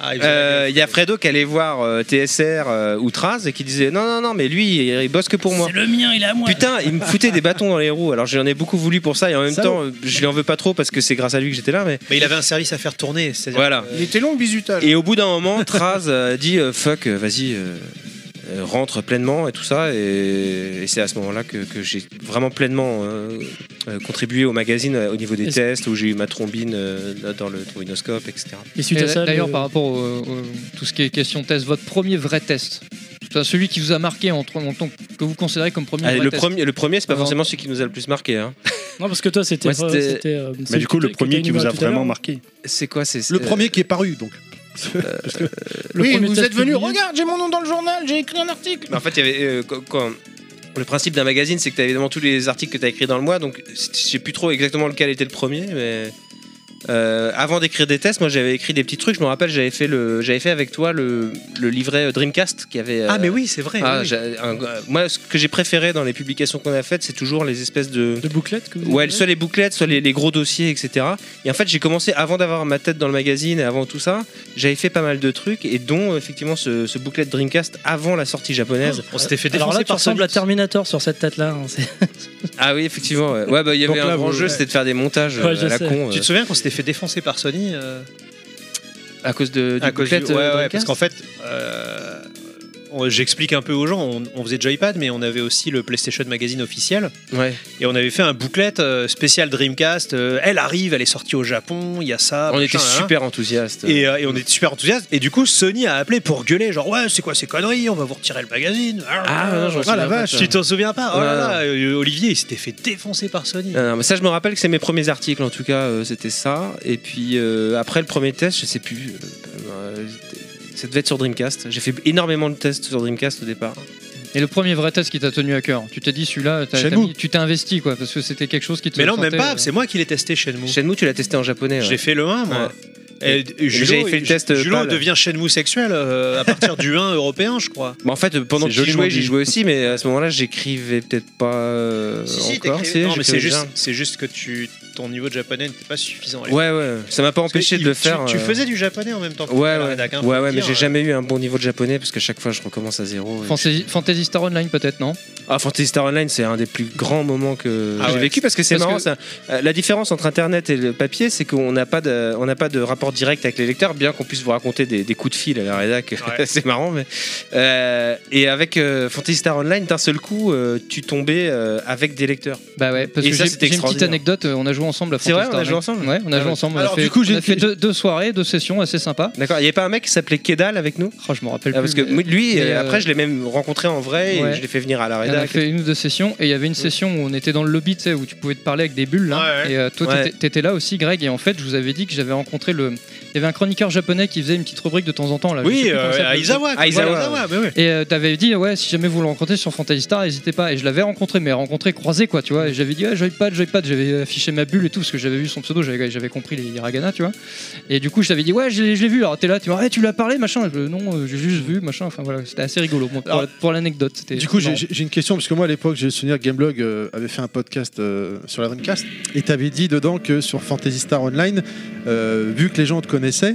Speaker 7: Ah, il faisait la
Speaker 8: euh,
Speaker 7: gueule.
Speaker 8: il y a Fredo qui allait voir euh, TSR euh, ou Traz et qui disait non non non, mais lui il, il bosse que pour moi.
Speaker 5: C'est le mien, il est à moi.
Speaker 8: Putain, il me foutait des bâtons dans les roues. Alors j'en ai beaucoup voulu pour ça et en même
Speaker 1: Ça
Speaker 8: temps, euh, je lui en veux pas trop parce que c'est grâce à lui que j'étais là. Mais
Speaker 7: Mais il avait un service à faire tourner. c'est-à-dire
Speaker 8: voilà.
Speaker 7: que-
Speaker 4: Il était long au bizutage.
Speaker 8: Et au bout d'un moment, Traz euh, dit euh, fuck, euh, vas-y, euh, euh, rentre pleinement et tout ça. Et, et c'est à ce moment-là que, que j'ai vraiment pleinement euh, euh, contribué au magazine euh, au niveau des
Speaker 5: Est-ce-
Speaker 8: tests, où j'ai eu ma trombine euh, dans le trombinoscope, etc.
Speaker 5: Et suite
Speaker 3: Et
Speaker 5: à ça,
Speaker 3: D'ailleurs,
Speaker 5: le-
Speaker 3: par rapport au- au- tout ce qui est question test, votre premier vrai test, Enfin, celui qui vous a marqué en, en tant que vous considérez comme premier
Speaker 8: Allez,
Speaker 3: vrai
Speaker 8: le,
Speaker 3: test.
Speaker 8: premier, le premier, c'est pas
Speaker 3: Avant-
Speaker 8: forcément celui qui nous a le plus marqué. hein.
Speaker 5: Non, parce que toi, c'était.
Speaker 8: Moi, c'était-
Speaker 5: c'était, euh,
Speaker 2: Mais
Speaker 5: celui
Speaker 2: du coup,
Speaker 5: que
Speaker 2: le
Speaker 5: t'as-
Speaker 2: premier
Speaker 5: que
Speaker 2: qui
Speaker 5: t'as
Speaker 2: vous a
Speaker 5: tout à l'heure.
Speaker 2: vraiment marqué.
Speaker 8: C'est quoi c'est,
Speaker 1: Le
Speaker 8: euh,
Speaker 1: premier qui est paru, donc.
Speaker 5: Le
Speaker 4: oui,
Speaker 5: premier
Speaker 4: vous
Speaker 5: test
Speaker 4: êtes venu.
Speaker 5: publié.
Speaker 4: Regarde, j'ai mon nom dans le journal, j'ai écrit un article.
Speaker 8: Mais en fait, il y avait. euh, quand- quand- le principe d'un magazine, c'est que tu as évidemment tous les articles que tu as écrits dans le mois, donc c- je sais plus trop exactement lequel était le premier, mais. euh, avant d'écrire des tests, moi j'avais écrit des petits trucs. Je me rappelle, j'avais fait, le, j'avais fait avec toi le, le livret euh, Dreamcast qui avait. euh,
Speaker 7: Ah, mais oui, c'est vrai.
Speaker 8: ah,
Speaker 7: oui, oui.
Speaker 8: j'a- un- euh, moi, ce que j'ai préféré dans les publications qu'on a faites, c'est toujours les espèces de.
Speaker 5: De bouclettes que vous
Speaker 8: Ouais,
Speaker 5: avez
Speaker 8: soit les bouclettes, soit les, les gros dossiers, etc. Et en fait, j'ai commencé avant d'avoir ma tête dans le magazine et avant tout ça, j'avais fait pas mal de trucs et dont euh, effectivement ce, ce bouclet de Dreamcast avant la sortie japonaise.
Speaker 7: Ah, On s'était fait
Speaker 5: Alors
Speaker 7: défoncer
Speaker 5: là, tu
Speaker 7: par
Speaker 5: ressembles à
Speaker 7: Sonic.
Speaker 5: Terminator sur cette tête-là. hein, c'est-
Speaker 8: Ah oui, effectivement. Ouais, Ouais, bah il y
Speaker 1: Donc
Speaker 8: avait
Speaker 1: là,
Speaker 8: un grand
Speaker 1: vous-
Speaker 8: jeu, c'était de faire des montages euh,
Speaker 5: Ouais, je
Speaker 8: à la
Speaker 5: sais.
Speaker 8: con euh,
Speaker 7: Tu te souviens qu'on s'était fait défoncer par Sony euh,
Speaker 8: à cause de du
Speaker 7: à cause du-
Speaker 8: booklet,
Speaker 7: Ouais,
Speaker 8: euh,
Speaker 7: ouais,
Speaker 8: Dreamcast
Speaker 7: parce qu'en fait, euh, on- j'explique un peu aux gens. On, on faisait Joypad, mais on avait aussi le PlayStation Magazine officiel.
Speaker 8: Ouais.
Speaker 7: Et on avait fait un booklet euh, spécial Dreamcast. euh, elle arrive, elle est sortie au Japon, il y a ça.
Speaker 8: on
Speaker 7: machin,
Speaker 8: était
Speaker 7: hein.
Speaker 8: super enthousiastes.
Speaker 7: Et, euh, et on était super enthousiastes. Et du coup, Sony a appelé pour gueuler genre, ouais, c'est quoi ces conneries On va vous retirer le magazine. oh
Speaker 8: Ah, non, je me
Speaker 1: Ah
Speaker 8: souviens
Speaker 1: la
Speaker 8: pas de
Speaker 1: vache
Speaker 8: ça.
Speaker 7: Tu t'en souviens pas Oh là
Speaker 8: Non, non.
Speaker 7: là, euh, Olivier, il s'était fait défoncer par Sony.
Speaker 8: Non, non, mais ça, je me rappelle que c'est mes premiers articles, en tout cas, euh, c'était ça. Et puis euh, après le premier test, je sais plus. euh, euh, ça devait être sur Dreamcast. J'ai fait énormément de tests sur Dreamcast au départ.
Speaker 3: Et le premier vrai test qui t'a tenu à cœur. Tu t'es dit celui-là, t'as- t'as
Speaker 1: Shenmue.
Speaker 3: mis- tu t'es investi quoi, parce que c'était quelque chose qui te.
Speaker 7: Mais non, même
Speaker 3: sentait,
Speaker 7: pas,
Speaker 3: euh,
Speaker 7: c'est moi qui l'ai testé Shenmue.
Speaker 8: Shenmue, tu l'as testé en japonais. ouais.
Speaker 7: J'ai fait le 1, moi. Et, et Julo,
Speaker 8: j'avais fait le
Speaker 7: il-
Speaker 8: test, euh,
Speaker 7: Julo
Speaker 8: pâle.
Speaker 7: devient Shenmue sexuel euh, à partir du 1 européen, je crois.
Speaker 8: Bah, en fait, euh, pendant
Speaker 2: C'est
Speaker 8: que j'y
Speaker 2: joliment
Speaker 8: jouais, j'y
Speaker 2: dit.
Speaker 8: jouais aussi, mais à ce moment-là, j'écrivais peut-être pas euh, encore. si,
Speaker 7: non, mais c'est
Speaker 8: j'écrivais
Speaker 7: juste,
Speaker 8: déjà.
Speaker 7: c'est juste que tu ton niveau de japonais n'était pas suffisant. à l'époque.
Speaker 8: Ouais, ouais, ça m'a pas
Speaker 7: Parce que
Speaker 8: empêché de
Speaker 7: il-
Speaker 8: le
Speaker 7: tu-
Speaker 8: faire.
Speaker 7: Tu,
Speaker 8: euh,
Speaker 7: faisais du japonais en même temps. que
Speaker 8: Ouais,
Speaker 7: la
Speaker 8: ouais,
Speaker 7: rédac, hein, faut
Speaker 8: ouais,
Speaker 7: le
Speaker 8: ouais, mais
Speaker 7: dire,
Speaker 8: j'ai
Speaker 7: euh,
Speaker 8: jamais eu un bon niveau de japonais parce que chaque fois je recommence à zéro. et-
Speaker 3: Fantasy, Fantasy Star Online peut-être, non
Speaker 8: Ah, Fantasy Star Online, c'est un des plus grands moments que
Speaker 7: Ah
Speaker 8: j'ai
Speaker 7: ouais.
Speaker 8: vécu parce que c'est
Speaker 3: Parce
Speaker 8: marrant.
Speaker 3: que-
Speaker 8: ça. Euh, La différence entre Internet et le papier, c'est qu'on n'a pas de, on n'a pas de rapport direct avec les lecteurs, bien qu'on puisse vous raconter des, des coups de fil à la rédac.
Speaker 7: Ouais.
Speaker 8: c'est marrant, mais euh, et avec euh, Fantasy Star Online, d'un seul coup, euh, tu tombais euh, avec des lecteurs.
Speaker 3: Bah ouais, parce
Speaker 8: Et
Speaker 3: que
Speaker 8: ça,
Speaker 3: j'ai
Speaker 8: c'était
Speaker 3: j'ai une petite
Speaker 8: extraordinaire.
Speaker 3: anecdote, euh, on a joué ensemble à
Speaker 8: C'est vrai,
Speaker 3: Fantasy
Speaker 8: on
Speaker 3: Star
Speaker 8: a joué
Speaker 3: Online.
Speaker 8: ensemble
Speaker 3: Ouais, on a
Speaker 8: Ah
Speaker 3: joué
Speaker 8: ouais.
Speaker 3: ensemble. on
Speaker 1: Alors,
Speaker 3: a fait,
Speaker 1: du coup, j'ai
Speaker 3: on a
Speaker 1: une-
Speaker 3: fait deux, deux soirées, deux sessions assez sympas.
Speaker 8: D'accord. Il n'y avait pas un mec qui s'appelait Kedal avec nous
Speaker 3: Oh, je me rappelle
Speaker 8: Ah,
Speaker 3: plus.
Speaker 8: Parce que
Speaker 3: mais-
Speaker 8: lui,
Speaker 3: mais,
Speaker 8: euh,
Speaker 3: euh,
Speaker 8: après, je l'ai même rencontré en vrai
Speaker 3: Ouais.
Speaker 8: et je l'ai fait venir à la
Speaker 3: On a
Speaker 8: rédac.
Speaker 3: fait une ou deux sessions et il y avait une session où on était dans le lobby tu sais, où tu pouvais te parler avec des bulles là,
Speaker 7: Ouais, ouais.
Speaker 3: et euh, toi
Speaker 8: Ouais.
Speaker 3: t'étais- t'étais là aussi Greg et en fait je vous avais dit que j'avais rencontré le il y avait un chroniqueur japonais qui faisait une petite rubrique de temps en temps là je sais
Speaker 7: Oui,
Speaker 3: plus comment
Speaker 7: euh,
Speaker 3: il s'appelle.
Speaker 7: Aizawa. bah quoi.
Speaker 8: Aizawa,
Speaker 7: mais ouais.
Speaker 3: et euh, t'avais dit ouais si jamais vous le rencontrez sur Fantasy Star n'hésitez pas et je l'avais rencontré mais rencontré croisé quoi tu vois et j'avais dit ouais joypad joypad j'avais affiché ma bulle et tout parce que j'avais vu son pseudo j'avais j'avais compris les hiragana tu vois et du coup je t'avais dit ouais je l'ai je l'ai vu alors t'es là tu vois tu lui as parlé machin Je, non euh, j'ai juste vu machin enfin voilà c'était assez rigolo Bon, pour-
Speaker 1: Alors,
Speaker 3: pour l'anecdote c'était
Speaker 1: Du coup,
Speaker 3: marrant.
Speaker 1: j'ai j'ai une question, parce que moi, à l'époque, j'ai le souvenir que Gameblog euh, avait fait un podcast euh, sur la Dreamcast, et t'avais dit dedans que sur Fantasy Star Online, euh, vu que les gens te connaissaient,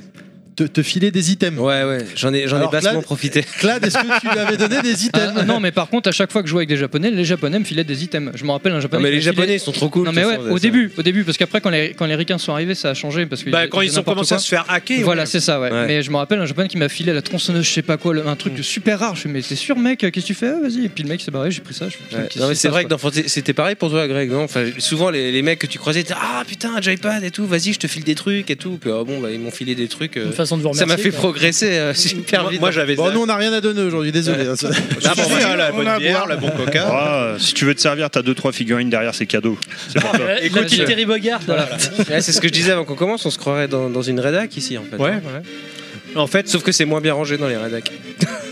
Speaker 1: te, te filaient des items.
Speaker 8: Ouais, ouais, j'en ai, j'en ai
Speaker 1: Alors,
Speaker 8: bassement
Speaker 1: Clad-
Speaker 8: profité.
Speaker 1: Clad, est-ce que tu lui avais donné des
Speaker 3: Ah,
Speaker 1: items
Speaker 3: ah, non, mais par contre, à chaque fois que je jouais avec des japonais, les japonais me filaient des items. Je me rappelle un
Speaker 8: Non,
Speaker 3: japonais.
Speaker 8: mais
Speaker 3: qui
Speaker 8: les
Speaker 3: m'a filé-
Speaker 8: Japonais, ils sont trop cool.
Speaker 3: Non,
Speaker 8: de
Speaker 3: mais
Speaker 8: toute
Speaker 3: ouais,
Speaker 8: façon,
Speaker 3: au
Speaker 8: ça.
Speaker 3: début, au début, parce qu'après, quand les, quand les ricains sont arrivés, ça a changé. Parce que
Speaker 7: Bah, quand ils ont
Speaker 3: faisaient n'importe
Speaker 7: commencé à
Speaker 3: quoi.
Speaker 7: se faire hacker.
Speaker 3: Voilà,
Speaker 7: ouais.
Speaker 3: c'est ça, ouais.
Speaker 8: Ouais. Mm.
Speaker 3: Mais je me rappelle un japonais qui m'a filé la tronçonneuse, je sais pas quoi, le- un truc de super rare. Je fais, mais c'est sûr, mec, qu'est-ce que tu fais Ah, Vas-y. Et puis le mec s'est barré, j'ai pris ça. je fais, putain,
Speaker 8: Ouais.
Speaker 3: qu'est-ce
Speaker 8: Non mais
Speaker 3: qui se
Speaker 8: c'est
Speaker 3: passe,
Speaker 8: vrai que
Speaker 3: quoi
Speaker 8: dans Fantasy- c'était pareil pour toi Greg non enfin, souvent les, les mecs que tu croisais étaient ah putain un joypad et tout vas-y je te file des trucs et tout Puis, ah bon bah ils m'ont filé des trucs euh,
Speaker 5: Une façon de vous
Speaker 8: ça
Speaker 5: remercier.
Speaker 8: m'a fait
Speaker 5: quoi.
Speaker 8: progresser euh, super
Speaker 7: Moi,
Speaker 8: vite
Speaker 7: moi, j'avais.
Speaker 1: Bon, nous, on n'a rien à donner aujourd'hui, désolé. hein,
Speaker 7: Ah, bon,
Speaker 4: Si,
Speaker 7: bah, la
Speaker 4: on
Speaker 7: bonne
Speaker 4: a à
Speaker 7: bière,
Speaker 4: boire.
Speaker 7: la bon coca.
Speaker 2: Ah, si tu veux te servir, t'as deux trois figurines derrière, c'est cadeau. C'est pour toi.
Speaker 5: Ouais, La petite
Speaker 3: je-
Speaker 5: Terry Bogard. là.
Speaker 8: Ouais, c'est ce que je disais avant qu'on commence on se croirait dans, dans une rédac ici en fait
Speaker 7: Ouais, En fait,
Speaker 8: sauf que c'est moins bien rangé dans les rédacs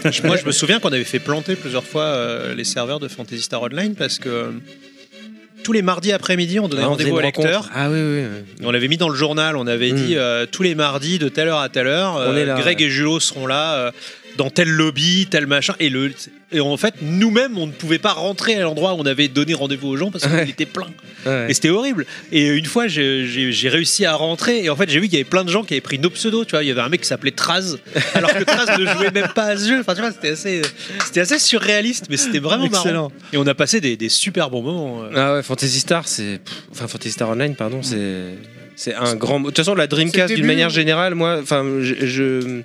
Speaker 7: Je- Moi, je me souviens qu'on avait fait planter plusieurs fois euh, les serveurs de Fantasy Star Online parce que euh, tous les mardis après-midi, on donnait
Speaker 8: Ah, on
Speaker 7: rendez-vous
Speaker 8: faisait une
Speaker 7: aux lecteurs.
Speaker 8: rencontre. ah oui oui, oui.
Speaker 7: On l'avait mis dans le journal, on avait
Speaker 8: Mm.
Speaker 7: dit euh, tous les mardis de telle heure à telle heure, euh,
Speaker 8: On est là,
Speaker 7: Greg
Speaker 8: ouais.
Speaker 7: et Julo seront là euh, dans tel lobby, tel machin. Et, le, et en fait, nous-mêmes, on ne pouvait pas rentrer à l'endroit où on avait donné rendez-vous aux gens parce qu'il
Speaker 8: Ouais.
Speaker 7: était plein.
Speaker 8: Ouais.
Speaker 7: Et c'était horrible. Et une fois, j'ai- j'ai j'ai réussi à rentrer. Et en fait, j'ai vu qu'il y avait plein de gens qui avaient pris nos pseudos. Tu vois, il y avait un mec qui s'appelait Traz, alors que Traz ne jouait même pas à ce jeu. Enfin, tu vois, c'était assez, c'était assez surréaliste, mais c'était vraiment marrant. Et on a passé des, des super bons moments. euh.
Speaker 8: ah ouais Fantasy Star c'est pff, enfin Fantasy Star Online pardon c'est c'est un grand de toute façon la
Speaker 4: C'est
Speaker 8: Dreamcast
Speaker 4: le
Speaker 8: d'une
Speaker 4: début.
Speaker 8: manière générale moi enfin je, je-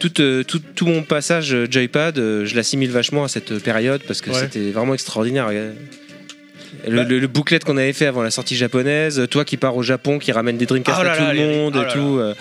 Speaker 8: Tout, euh, tout, tout mon passage euh, joypad, euh, je l'assimile vachement à cette euh, période parce que
Speaker 7: Ouais. Bah
Speaker 8: c'était vraiment extraordinaire. Euh, Le, le- le booklet qu'on avait fait avant la sortie japonaise, euh, toi qui pars au Japon, qui ramène des Dreamcast
Speaker 7: Oh là
Speaker 8: à tout
Speaker 7: là,
Speaker 8: le
Speaker 7: les-
Speaker 8: monde
Speaker 7: oh
Speaker 8: et
Speaker 7: là
Speaker 8: tout. euh,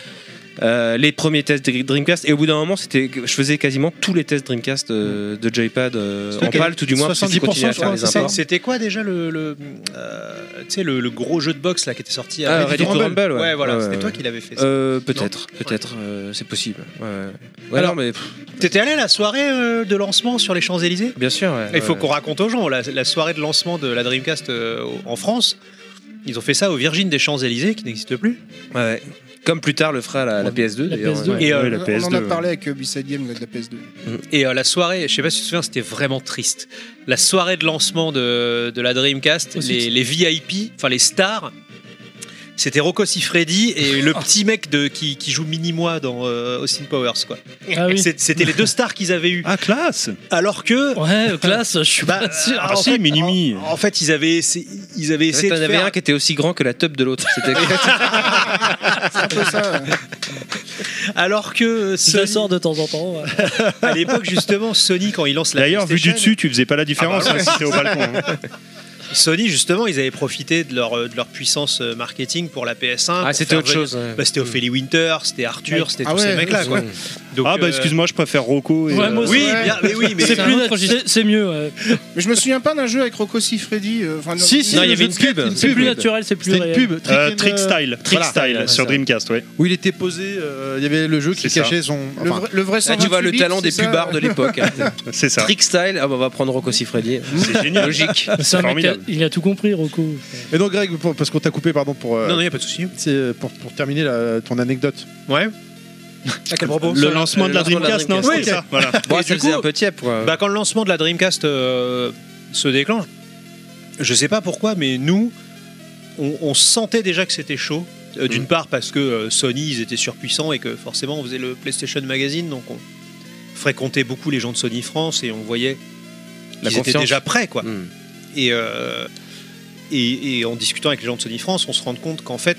Speaker 8: euh, les premiers tests de Dreamcast et au bout d'un moment c'était je faisais quasiment tous les tests Dreamcast euh, de Joypad euh,
Speaker 1: C'est
Speaker 8: en
Speaker 1: vrai
Speaker 8: pâle tout du moins parce que tu
Speaker 1: 70%,
Speaker 8: continuais à
Speaker 1: je crois,
Speaker 8: faire les
Speaker 1: c'est ça,
Speaker 8: imports
Speaker 7: C'était quoi déjà le, le, euh, tu sais, le, le gros jeu de boxe là, qui était sorti
Speaker 8: Ah,
Speaker 7: avec-
Speaker 8: Ready to Rumble, ouais.
Speaker 7: Ouais, voilà,
Speaker 8: Ouais,
Speaker 7: c'était
Speaker 8: ouais,
Speaker 7: toi
Speaker 8: ouais.
Speaker 7: qui l'avais fait. ça.
Speaker 8: Euh, peut-être, peut-être, euh, c'est possible. Ouais, ouais. Ouais,
Speaker 7: Alors-
Speaker 8: non, mais pff,
Speaker 7: T'étais allé à la soirée euh, de lancement sur les Champs-Élysées
Speaker 8: bien sûr. ouais,
Speaker 7: Il faut
Speaker 8: ouais.
Speaker 7: qu'on raconte aux gens, la, la soirée de lancement de la Dreamcast euh, au- en France, ils ont fait ça aux Virgines des Champs-Élysées, qui n'existe plus.
Speaker 8: Ouais, ouais. Comme plus tard le fera la, la PS2
Speaker 5: La
Speaker 8: d'ailleurs.
Speaker 5: PS2.
Speaker 8: ouais.
Speaker 7: Et, euh,
Speaker 2: Ouais, la
Speaker 4: On en a
Speaker 2: PS2,
Speaker 4: parlé avec euh, B-Side Game là, de la PS2.
Speaker 7: Et euh, la soirée, je sais pas si tu te souviens, c'était vraiment triste. La soirée de lancement de, de la Dreamcast,
Speaker 5: Aussi.
Speaker 7: les, les VIP, enfin les stars, c'était Rocco Siffredi et le petit mec de, qui, qui joue Minimois dans euh, Austin Powers. quoi.
Speaker 5: Ah oui.
Speaker 7: C'est- C'était les deux stars qu'ils avaient eu.
Speaker 2: Ah classe
Speaker 7: Alors que.
Speaker 5: Ouais, classe, je suis
Speaker 7: bah,
Speaker 5: pas sûr.
Speaker 2: Ah si, Minimi
Speaker 7: En fait, ils avaient essayé, ils avaient
Speaker 8: En fait,
Speaker 7: essayé de
Speaker 8: t'en avais
Speaker 7: faire
Speaker 8: un qui était aussi grand que la tub de l'autre. C'était
Speaker 4: C'est un peu ça.
Speaker 7: alors que
Speaker 5: Je la
Speaker 7: Sony-
Speaker 5: sors de temps en temps. ouais.
Speaker 7: à l'époque justement Sony quand il lance la
Speaker 2: D'ailleurs, vu du
Speaker 7: PlayStation, Ah, bah
Speaker 2: dessus, tu faisais pas la différence hein, si t'es au balcon. hein.
Speaker 7: Sony, justement, ils avaient profité de leur, euh, de leur puissance euh, marketing pour la PS1.
Speaker 8: ah,
Speaker 7: pour
Speaker 8: c'était
Speaker 7: faire
Speaker 8: autre
Speaker 7: venir-
Speaker 8: chose. ouais.
Speaker 7: Bah, c'était Ophélie Winter, c'était Arthur, c'était
Speaker 4: Ah
Speaker 7: tous
Speaker 4: ouais,
Speaker 7: ces mecs-là.
Speaker 4: ouais,
Speaker 7: Quoi. Donc,
Speaker 2: Ah bah
Speaker 7: euh,
Speaker 2: excuse-moi, je préfère Rocco. Et,
Speaker 5: Ouais, moi
Speaker 2: euh,
Speaker 5: aussi.
Speaker 7: Oui,
Speaker 4: Ouais.
Speaker 7: bien, mais oui, mais
Speaker 5: C'est
Speaker 3: un
Speaker 5: plus
Speaker 3: autre
Speaker 5: nat-
Speaker 3: registre.
Speaker 5: c'est- c'est mieux. ouais.
Speaker 4: Mais je me souviens pas d'un jeu avec Rocco Siffredi. euh, enfin, non,
Speaker 1: Si, si,
Speaker 8: Non,
Speaker 1: le
Speaker 8: il y
Speaker 1: jeu
Speaker 8: avait
Speaker 1: de
Speaker 8: une
Speaker 1: skate,
Speaker 8: pub.
Speaker 1: une
Speaker 5: C'est plus naturel, c'est plus
Speaker 1: C'était une
Speaker 5: réel.
Speaker 1: pub,
Speaker 2: euh,
Speaker 1: and,
Speaker 2: Trick
Speaker 1: euh,
Speaker 2: Style, Trick
Speaker 1: voilà.
Speaker 2: Style
Speaker 8: Ouais, c'est
Speaker 2: sur
Speaker 8: ça.
Speaker 2: Dreamcast, ouais.
Speaker 1: Où il était posé, euh, il y avait le jeu qui
Speaker 2: C'est ça.
Speaker 1: cachait son.
Speaker 4: Le
Speaker 1: Enfin,
Speaker 4: vrai, le vrai
Speaker 8: Ah, tu vois le
Speaker 4: 128,
Speaker 8: talent des
Speaker 4: c'est ça
Speaker 8: pubards de
Speaker 7: euh.
Speaker 8: l'époque. hein.
Speaker 2: C'est ça.
Speaker 8: Trick style, ah, bah, on va prendre Rocco Siffredi.
Speaker 2: C'est génial.
Speaker 8: Logique.
Speaker 5: C'est un mec qui a-
Speaker 2: Formidable.
Speaker 5: il a tout compris, Rocco.
Speaker 1: Et donc, Greg, pour- parce qu'on t'a coupé, pardon, pour, euh,
Speaker 7: Non, non, y a pas de souci.
Speaker 1: c'est, euh, pour, pour terminer la- ton anecdote.
Speaker 7: Ouais. À quel propos
Speaker 2: Le lancement
Speaker 8: le
Speaker 2: de la
Speaker 8: lancement de la
Speaker 2: Dreamcast, non
Speaker 8: Dreamcast.
Speaker 2: c'est ça. Voilà.
Speaker 8: Bon,
Speaker 7: Et
Speaker 8: ça
Speaker 7: du
Speaker 8: faisait
Speaker 7: coup-
Speaker 8: un peu tiep, quoi.
Speaker 7: Bah, quand le lancement de la euh, Dreamcast euh, se déclenche, je sais pas pourquoi, mais nous, on, on sentait déjà que c'était chaud. Euh,
Speaker 8: Mm.
Speaker 7: D'une part parce que euh, Sony, ils étaient surpuissants et que forcément on faisait le PlayStation Magazine, donc on fréquentait beaucoup les gens de Sony France et on voyait
Speaker 8: La
Speaker 7: qu'ils étaient
Speaker 8: confiance.
Speaker 7: déjà prêts, quoi.
Speaker 8: Hmm.
Speaker 7: Et, euh, et, et en discutant avec les gens de Sony France, on se rend compte qu'en fait,